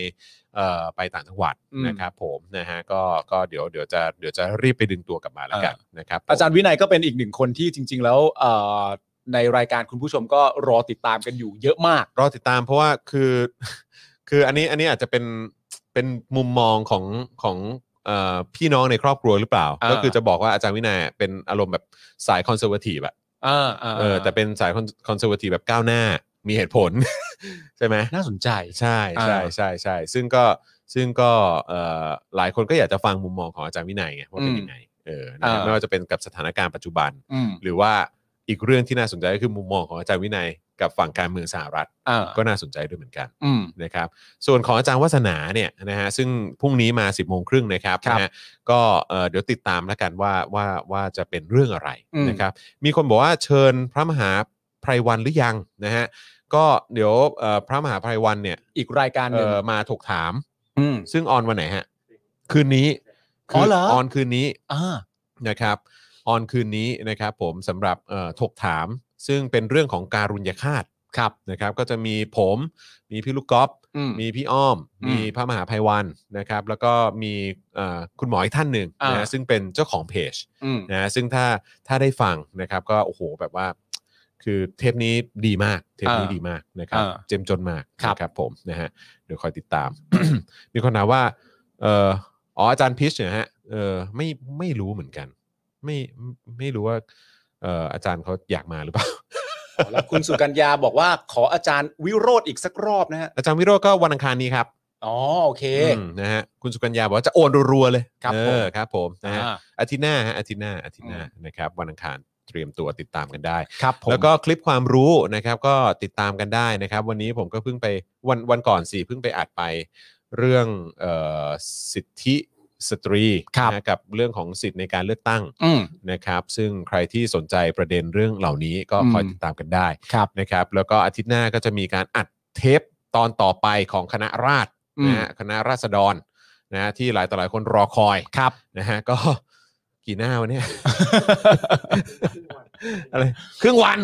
S2: เอ่อไปต่างจังหวัด
S3: อืม
S2: นะครับผมนะฮะก็ก็เดี๋ยวเดี๋ยวจะเดี๋ยวจะรีบไปดึงตัวกลับมาแล้วกันนะครับผม
S3: อาจารย์วินัยก็เป็นอีกหนึ่งคนที่จริง ๆ แล้วเอ่อในรายการคุณผู้ชมก็รอติดตามกันอยู่เยอะมาก
S2: รอติดตามเพราะว่าคือ คืออันนี้อันนี้อาจจะเป็นเป็นมุมมองของของเอ่อพี่น้องในครอบครัวหรือเปล่า
S3: อ่า
S2: ก็คือจะบอกว่าอาจารย์วินัยเป็นอารมณ์แบบสายคอนเซอร์วทีฟอะ
S3: อ่า
S2: เออแต่เป็นสายคอนเซอร์วทีแบบก้าวหน้ามีเหตุผล [LAUGHS] ใช่ไหม
S3: น่าสนใจ
S2: ใช่ใช่
S3: อ่า
S2: ใช่ใช่ซึ่งก็ซึ่งก็เอ่อหลายคนก็อยากจะฟังมุมมองของอาจารย์วินัยไงว่าเป็น
S3: อืม
S2: ยังไงเออนะครับ
S3: อ่า
S2: ไม่ว่าจะเป็นกับสถานการณ์ปัจจุบัน
S3: อืม
S2: หรือว่าอีกเรื่องที่น่าสนใจก็คือมุมมองของอาจารย์วินัยกับฝั่งการเมืองสหรัฐ
S3: อ่า
S2: ก็น่าสนใจด้วยเหมือนกัน
S3: อืม
S2: นะครับส่วนของอาจารย์วัฒนาเนี่ยนะฮะซึ่งพรุ่งนี้มา 10บโมงครึ่งนะครับ
S3: ครับ
S2: นะฮะก็เอ่อเดี๋ยวติดตามแล้วกันว่าว่าว่าจะเป็นเรื่องอะไร
S3: อืม
S2: นะครับมีคนบอกว่าเชิญพระมหาไพรวันหรือยังนะฮะก็เดี๋ยวเอ่อพระมหาไพรวันเนี่ย
S3: อีกรายการหนึ่ง
S2: เอ่อมาถกถาม
S3: อืม
S2: ซึ่งออนวันไหนฮะคืนนี้
S3: อ๋อเหรอ
S2: ออนคืนนี้
S3: อ่า
S2: นะครับออนคืนนี้นะครับผมสำหรับเอ่อถกถาม ซึ่งเป็นเรื่องของการุญยฆาตครับนะครับก็จะมีผมมีพี่ลูกกอล์ฟ
S3: อืม
S2: มีพี่อ้อม
S3: อืม
S2: มีพระมหาภัยวันนะครับแล้วก็มีเอ่อคุณหมออีกท่านหนึ่ง
S3: อ่า
S2: นะฮะซึ่งเป็นเจ้าของเพจ
S3: อืม
S2: นะฮะซึ่งถ้าถ้าได้ฟังนะครับก็โอ้โหแบบว่า คือเทปนี้ดีมาก เทปนี้
S3: อ่า
S2: ดีมากนะครับ
S3: อ่า
S2: เจมจนมาก
S3: ครับ
S2: นะครับผมนะฮะเดี๋ยวคอยติดตาม [COUGHS] มีคนถามว่าเอ่ออ๋ออาจารย์พิชเนี่ยฮะเออไม่ไม่รู้เหมือนกัน ไม่ไม่ไม่รู้ว่าเอ่ออาจารย์เขาอยากมาหรือเปล่า [LAUGHS]
S3: อ๋อแล้วคุณสุกัญญาบอกว่าขออาจารย์วิโรธอีกสักรอบนะฮะ
S2: อาจารย์วิโรจน์ก็วันอังคารนี้ครับ
S3: อ๋อโอเค
S2: อืมนะฮะคุณสุกัญญาบอกว่าจะโอนรัวๆเลย
S3: ครับ
S2: เอ
S3: ผม
S2: อครับผมนะฮะ
S3: อ่า
S2: อาทิตย์หน้าฮะอาทิตย์หน้าอาทิตย์หน้า
S3: อืม
S2: นะครับวันอังคารเตรียมตัวติดตามกันได้
S3: ครับผม
S2: แล้วก็คลิปความรู้นะครับก็ติดตามกันได้นะครับ วันนี้ผมก็เพิ่งไปวันวันก่อนสิเพิ่งไปอัดไปเรื่องเออสิทธิสตรี
S3: ครับ
S2: นะกับเรื่องของสิทธิในการเลือกตั้ง
S3: อืม
S2: นะครับซึ่งใครที่สนใจประเด็นเรื่องเหล่านี้ก็
S3: อืม
S2: คอยติดตามกันได้
S3: ครับ
S2: นะครับ แล้วก็อาทิตย์หน้าก็จะมีการอัดเทปตอนต่อไปของคณะราษฎร
S3: อืม
S2: นะฮะคณะราษฎรนะฮะที่หลายต่อหลายคนรอคอย
S3: ครับ
S2: นะฮะก็กี่หน้าวะ
S3: [LAUGHS]
S2: เนี่ย อะไรครึ่งวัน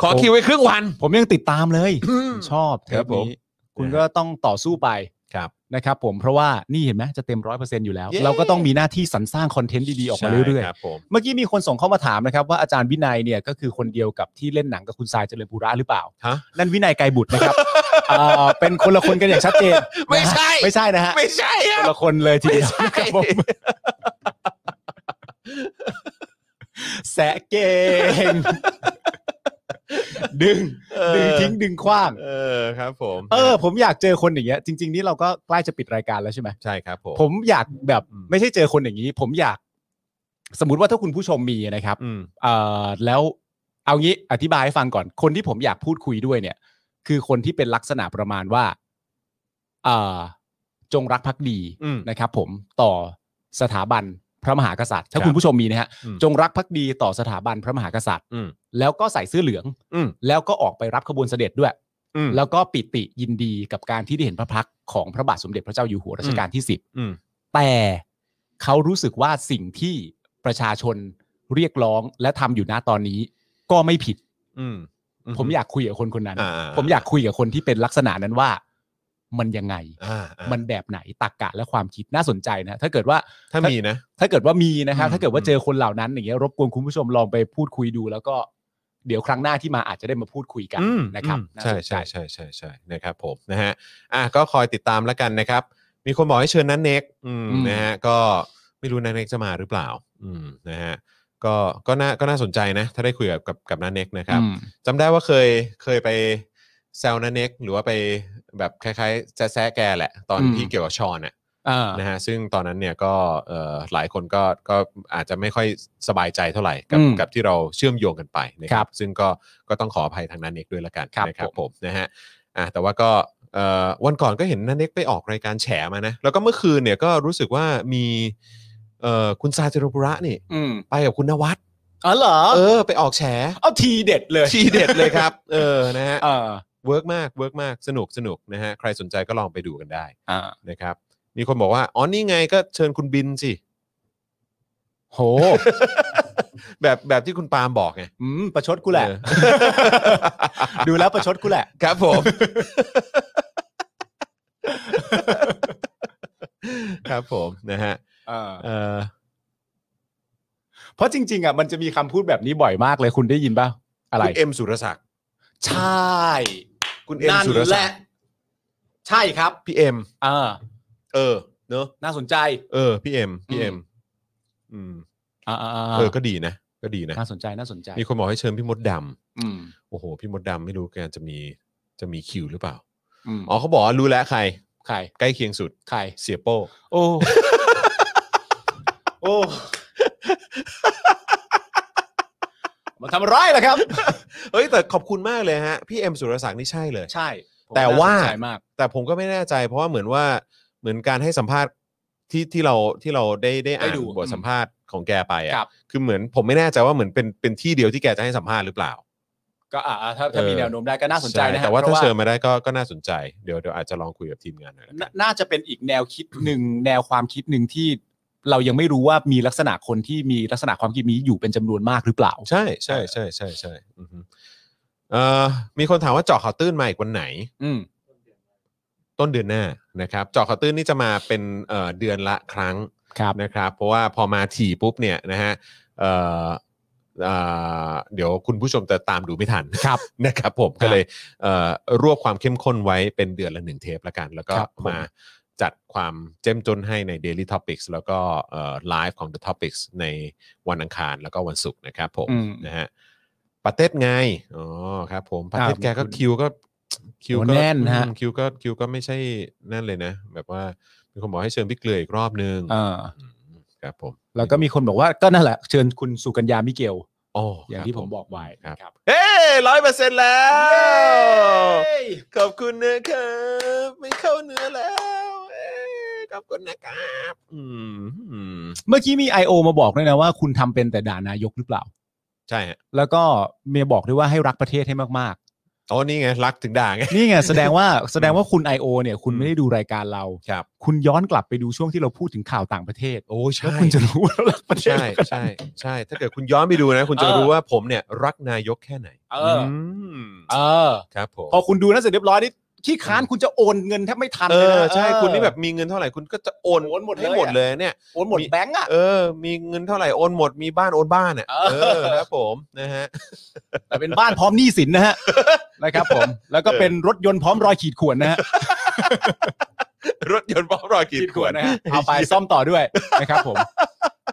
S2: ขอคิวไว้ครึ่งวัน
S3: ผมยังติดตามเลย ชอบเท
S2: ครั
S3: ป
S2: บผม
S3: นี้คุณ
S2: นะฮะ
S3: ก็ต้องต่อสู้ไป
S2: ครับ
S3: นะครับผมเพราะว่านี่เห็นไหมจะเต็มร้อยเปอร์เซ็นต์อยู่แล้ว
S2: เย้
S3: เราก็ต้องมีหน้าที่สรรสร้างคอนเทนต์ดีๆ ออกมาเรื่อย
S2: ใช่ครับผม
S3: ๆ เมื่อกี้มีคนส่งเข้ามาถามนะครับว่าอาจารย์วินัยเนี่ยก็คือคนเดียวกับที่เล่นหนังกับคุณทรายเจริญปุระหรือเปล่า
S2: ฮะ
S3: นั่นวินัยไกรบุตรนะครับ [LAUGHS] เอ่อเป็นคนละคนกันอย่างชัดเจน
S2: [LAUGHS] ไม่ใช่
S3: นะฮะไม่ใช่นะฮะ
S2: ไม่ใช่
S3: ค
S2: อะ
S3: นละคนเลยทีเดียวครับ
S2: [LAUGHS]
S3: ผมแสะเก่ง [LAUGHS] ดึง ดึงทิ้งดึงขว้าง
S2: เออครับผม
S3: เออ ผมอยากเจอคนอย่างเงี้ยจริง ๆ นี่เราก็ใกล้จะปิดรายการแล้วใช่ไหม
S2: ใช่ครับผม
S3: ผมอยากแบบ
S2: อืม
S3: ไม่ใช่เจอคนอย่างนี้ ผมอยาก สมมติว่าถ้าคุณผู้ชมมีนะครับ
S2: อืม
S3: เอ่อแล้วเอางี้อธิบายให้ฟังก่อน คนที่ผมอยากพูดคุยด้วยเนี่ย คือคนที่เป็นลักษณะประมาณว่าเอ่อจงรักภักดี
S2: อืม
S3: นะครับ ผมต่อสถาบันพระมหากษัตริย์ ถ้า
S2: ครับ
S3: คุณผู้ชมมีนะฮะ
S2: อืม
S3: จงรักภักดีต่อสถาบันพระมหากษัตริย์
S2: อืม
S3: แล้วก็ใส่เสื้อเหลือง
S2: อืม
S3: แล้วก็ออกไปรับขบวนเสด็จด้วย
S2: อืม
S3: แล้วก็ปิติยินดีกับการที่ได้เห็นพระพักตร์ของพระบาทสมเด็จพระเจ้าอยู่หัวรัชกาลที่
S2: อืม
S3: 10 แต่เขารู้สึกว่าสิ่งที่ประชาชนเรียกร้องและทำอยู่ณตอนนี้ ก็ไม่ผิด
S2: อืมอื
S3: ผมอยากคุยกับคนคนนั้น
S2: อ่า
S3: ผมอยากคุยกับคนที่เป็นลักษณะนั้นว่ามันยังไง
S2: อ่าอ่า
S3: มันแบบไหนตรกกะและความคิดน่าสนใจนะถ้าเกิดว่า
S2: ถ้ามีนะ
S3: ถ้าเกิดว่ามีนะครับ
S2: อืม
S3: ถ้าเกิดว่า
S2: อืม
S3: เจอคนเหล่านั้นอย่างเงี้ยรบกวนคุณผู้ชมลองไปพูดคุยดู แล้วก็เดี๋ยวครั้งหน้าที่มาอาจจะได้มาพูดคุยกัน
S2: อืม
S3: นะครับ
S2: อืม
S3: น่า
S2: ใช่
S3: สนจ
S2: ใช่ใช่ใช่ใช่นะครับผมนะฮะอ่ะก็คอยติดตามแล้วกันนะครับ มีคนบอกให้เชิญนันเน็กอืม
S3: อืม
S2: นะฮะก็ไม่รู้นันเน็กจะมาหรือเปล่า อืมนะฮะก็ก็น่าก็น่าสนใจนะ ถ้าได้คุยกับกับกับนันเน็กนะครับ
S3: อืม
S2: จำได้ว่าเคยเคยไปแซวนาเน็กหรือว่าไป แบบคล้ายๆแซะๆแกแหละ ตอน
S3: อืม
S2: ที่เกี่ยวกับชอนน่ะ
S3: อ่า
S2: นะฮะซึ่งตอนนั้นเนี่ยก็เอ่อหลายคนก็ก็อาจจะไม่ค่อยสบายใจเท่าไหร่กับ
S3: อืม
S2: กับที่เราเชื่อมโยงกันไปนะค
S3: ครั
S2: รับบ ซึ่งก็ก็ต้องขออภัยทางนั้นเอกด้วยละกัน
S3: ครับ
S2: นะครับผมนะฮะอ่ะแต่ว่าก็เอ่อวันก่อนก็เห็นนันเอกไปออกรายการแฉมานะแล้วก็เมื่อคืนเนี่ยก็รู้สึกว่ามีเอ่อคุณซาจิโรบุระนี่
S3: ืม
S2: ไปกับคุณนวัด
S3: อ๋อเหรอ
S2: เออไปออกแฉ
S3: เอาทีเด็ดเลย
S2: ทีเด็ดเลย
S3: [LAUGHS]
S2: ครับ เออ นะฮะ
S3: เออ
S2: เวิร์กมาก เวิร์กมาก สนุก สนุกนะฮะ ใครสนใจก็ลองไปดูกันได้
S3: อ่า
S2: นะครับ มีคนบอกว่า อ๋อ นี่ไงก็เชิญคุณบินสิ
S3: โห
S2: แบบแบบที่คุณปาล์มบอกไง
S3: อืม ประชดกูแหละ ดูแล้วประชดกูแหละ
S2: ครับผม ครับผมนะฮะ เออ
S3: เพราะจริง ๆอ่ะมันจะมีคำพูดแบบนี้บ่อยมากเลยคุณได้ยินป่ะ อะไร
S2: คุณเอ็มสุรศักดิ์
S3: ใช่
S2: คุณเอ็มสุรศักดิ์
S3: ใช่ครับ
S2: พี่เอ็ม
S3: อ่า
S2: เออ เนอะ
S3: น่าสนใจ
S2: เออ พี่เอ็มพี่เอ็มอืม
S3: อ่า
S2: เออ ก็ดีนะ ก็ดีนะ
S3: น่าสนใจน่าสนใจ
S2: มีคนบอกให้เชิญพี่มดดำ
S3: อืม
S2: โอ้โห พี่มดดำไม่รู้แกจะมีจะมีคิวหรือเปล่า
S3: อืม
S2: อ๋อเขาบอกว่ารู้แล้วใคร
S3: ใคร
S2: ใกล้เคียงสุด
S3: ใคร
S2: เสียโป้
S3: โอ้ โอ้มาทำร้ายเหรอครับ
S2: เฮ้ยแต่ขอบคุณมากเลยฮะ พี่เอ็มสุรศักดิ์นี่ใช่เลย
S3: ใช่ผม
S2: แต่ว่า
S3: น่สนใจมาก
S2: แต่ผมก็ไม่แน่ใจ เพราะว่าเหมือนว่าเหมือนการให้สัมภาษณ์ที่ที่เราที่เราได้ได้อ่า
S3: ได้
S2: น
S3: ดู
S2: บทสัมภาษณ์ของแกไปอ่ะ
S3: ครับ
S2: คือเหมือนผมไม่แน่ใจว่าเหมือนเป็นเป็นที่เดียวที่แกจะให้สัมภาษณ์หรือเปล่า
S3: ก็อ่าถ้าถ้ามี
S2: เออ
S3: แนวโน้มได้ก็น่าสนใจนะฮะ
S2: แต่ว่า
S3: เพ
S2: ถ้า
S3: ระ
S2: เชิญมาได้ก็ก็น่าสนใจเดี๋ยวเดี๋ยวอาจจะลองคุยกับทีมงานหน่อยละ
S3: น
S2: กัน
S3: น่าจะเป็นอีกแนวคิดหนึ่ง แนวความคิดหนึ่งที่เรายังไม่รู้ว่ามีลักษณะคนที่มีลักษณะความคิดนี้อยู่เป็นจำนวนมากหรือเปล่า
S2: ใช่ใช่ใช่ใช่ใช่อือฮึเอ่อมีคนถามว่าเจาะข่าวตื้นมาอีกวันไหน
S3: อืม
S2: ต้นเดือนหน้านะครับเจาะข่าวตื้นนี่จะมาเป็นเอ่อเดือนละครั้ง
S3: ครับ
S2: นะครับ เพราะว่าพอมาถี่ปุ๊บเนี่ยนะฮะเอ่อเอ่อเดี๋ยวคุณผู้ชมจะตามดูไม่ทัน
S3: ครับ
S2: [LAUGHS] นะครับผมก็เลยเอ่อรวบความเข้มข้นไว้เป็นเดือนละหนึ่งเทปละกัน แล้วก็
S3: ครับผม
S2: มาจัดความเจ้มจนให้ใน Daily Topics แล้วก็ไลฟ์ของ The Topics ในวันอังคารแล้วก็วันศุกร์นะครับผม
S3: อืม
S2: นะฮะปาเต็ดไงอ๋อครับผมปาเต็ด
S3: อ่า
S2: แกก็คิวก็คิวก็
S3: แน่นฮะ
S2: อืมคิวก็คิวก็ไม่ใช่นั่นเลยนะ แบบว่ามีคนบอกให้เชิญพี่เกลืออีกรอบนึง
S3: เอ่า
S2: อืมครับผม
S3: แล้วก็มีคนบอกว่าก็นั่นแหละเชิญคุณสุกัญญามิเกล
S2: อ๋อ
S3: อ
S2: ค
S3: ย่าง
S2: รับ
S3: ที่ผมบอกไว้
S2: ครับ
S3: ครับ
S2: เฮ้ร้อยเปอร์เซ็นต์แล้ว
S3: เฮ้ย
S2: ขอบคุณนะครับ ไม่เข้าเนื้อแล้วเอ้ยขอบคุณนะครับอืมอืม
S3: เมื่อกี้มี I.O. มาบอกด้วยนะว่าคุณทำเป็นแต่ด่านายกหรือเปล่า
S2: ใช่ฮะ
S3: แล้วก็เมียบอกด้วยว่าให้รักประเทศให้มาก
S2: โอ้นี่ไง รักถึงด่าไง
S3: ๆ นี่ไงแสดง
S2: [LAUGHS]
S3: ว่าแสดงว่าคุณ I.O. เนี่ยคุณ
S2: อืม
S3: ไม่ได้ดูรายการเรา
S2: ครับ
S3: คุณย้อนกลับไปดูช่วงที่เราพูดถึงข่าวต่างประเทศ
S2: โอ้ใช่
S3: แล้วคุณจะรู้ว่าเรารักประเทศ
S2: ใช่ใช่ใช่ ถ้าเกิดคุณย้อนไปดูนะ คุณจะ
S3: เออ
S2: รู้ว่าผมเนี่ย รักนายกแค่ไหน
S3: เอออื
S2: ม
S3: เออ
S2: ครับผม
S3: พอคุณดูนั้นเสร็จเรียบร้อยนี่ขี้ค้านคุณจะโอนเงินแทบไม่ทัน
S2: เอ
S3: เลย
S2: อ
S3: นะ
S2: ใช่คุณนี่แบบมีเงินเท่าไหร่คุณก็จะโอน
S3: โอนหมดเลย
S2: ให้หมด
S3: อะ
S2: เลยเนี่ย
S3: โอนหมด
S2: มี
S3: แบงก์อ่ะ
S2: เออ มีเงินเท่าไหร่โอนหมดมีบ้านโอนบ้านอ่ะ
S3: เออ
S2: เออครับผมนะฮะ
S3: แต่เป็นบ้านพร้อมหนี้สิน [LAUGHS] นะฮะ นะครับผม แล้วก็เป็นรถยนต์พร้อมรอยขีดข่วน [LAUGHS] นะฮะ
S2: รถยนต์บ้ารอยกีดขวด
S3: นะฮะเอาไปซ่อมต่อด้วยนะครับ [LAUGHS] ผม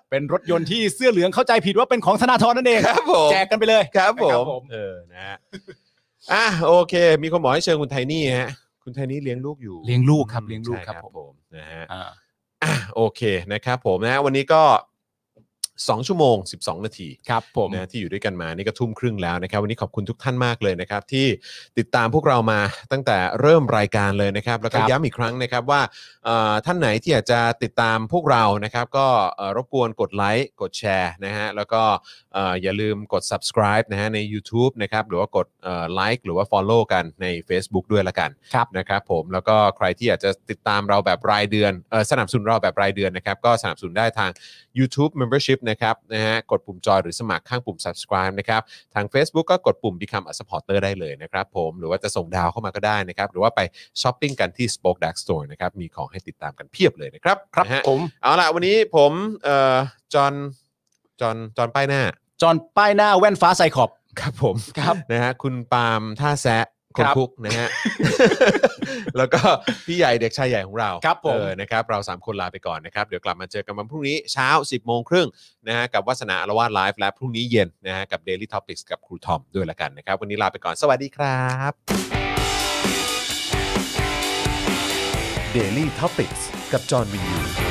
S3: เป็นรถยนต์ที่เสื้อเหลืองเข้าใจผิดว่าเป็นของธนาธรนั่นเอง
S2: ครับผม
S3: แจกกันไปเลย
S2: ครับผ
S3: นะครั
S2: ม
S3: บผม
S2: เออนะฮะอ่ะโอเค มีคนบอกให้เชิญคุณไทนี่ฮะคุณไทนี่เลี้ยงลูกอยู่
S3: เลี้ยงลูกครับเลี้ยงลูก
S2: ใช่
S3: ครับผม
S2: ผมนะฮะ
S3: อ่า
S2: อ่ะโอเคนะครับผมนะฮะวันนี้ก็ 2 ชั่วโมง 12 นาที
S3: ครับผม
S2: นะที่อยู่ด้วยกันมานี่ก็ทุ่มครึ่งแล้วนะครับ วันนี้ขอบคุณทุกท่านมากเลยนะครับ ที่ติดตามพวกเรามาตั้งแต่เริ่มรายการเลยนะครับ แล้วก็
S3: ครับ
S2: ย้ำอีกครั้งนะครับว่าเอ่อท่านไหนที่อยากจะติดตามพวกเรานะครับ ก็เอ่อรบกวนกดไลค์กดแชร์นะฮะแล้วก็ เอ่ออย่าลืมกด subscribe นะฮะใน YouTube นะครับหรือว่ากดไลค์หรือว่า Follow กันใน Facebook ด้วยละกัน
S3: ครับ
S2: นะครับผมแล้วก็ใครที่อยากจะติดตามเราแบบรายเดือนเอ่อสนับสนุนเราแบบรายเดือนนะครับก็สนับสนุนได้ทาง YouTube Membership นะครับนะฮะกดปุ่มจอยหรือสมัครข้างปุ่ม subscribe นะครับทาง Facebook ก็กดปุ่ม Become a supporter ได้เลยนะครับผมหรือว่าจะส่งดาวเข้ามาก็ได้นะครับหรือว่าไปช้อปปิ้งกันที่ Spoke Dark Store นะครับมีของให้ติดตามกันเพียบเลยนะครับ
S3: ครับ
S2: นะฮะ
S3: ผม
S2: เอาล่ะวันนี้ผมเอ่อจอห์นจอห์นจอห์นป้ายหน้า
S3: จอนป้ายหน้าแว่นฟ้าไซคอบ
S2: ครับผม
S3: ครับ
S2: นะฮะคุณปาล์มท่าแซะคน
S3: ครับ
S2: คุกนะ
S3: [LAUGHS]
S2: ฮะ แล้วก็พี่ใหญ่เด็กชายใหญ่ของเรา
S3: ครับผม
S2: เออนะครับ เรา 3 คนลาไปก่อนนะครับ เดี๋ยวกลับมาเจอกันวันพรุ่งนี้เช้า 10 โมงครึ่งนะฮะกับวัสนาอารวาสไลฟ์และพรุ่งนี้เย็นนะฮะกับ Daily Topics กับครูทอมด้วยละกันนะครับ วันนี้ลาไปก่อนสวัสดีครับ
S1: Daily t o p i c กกับจอห์นวินยู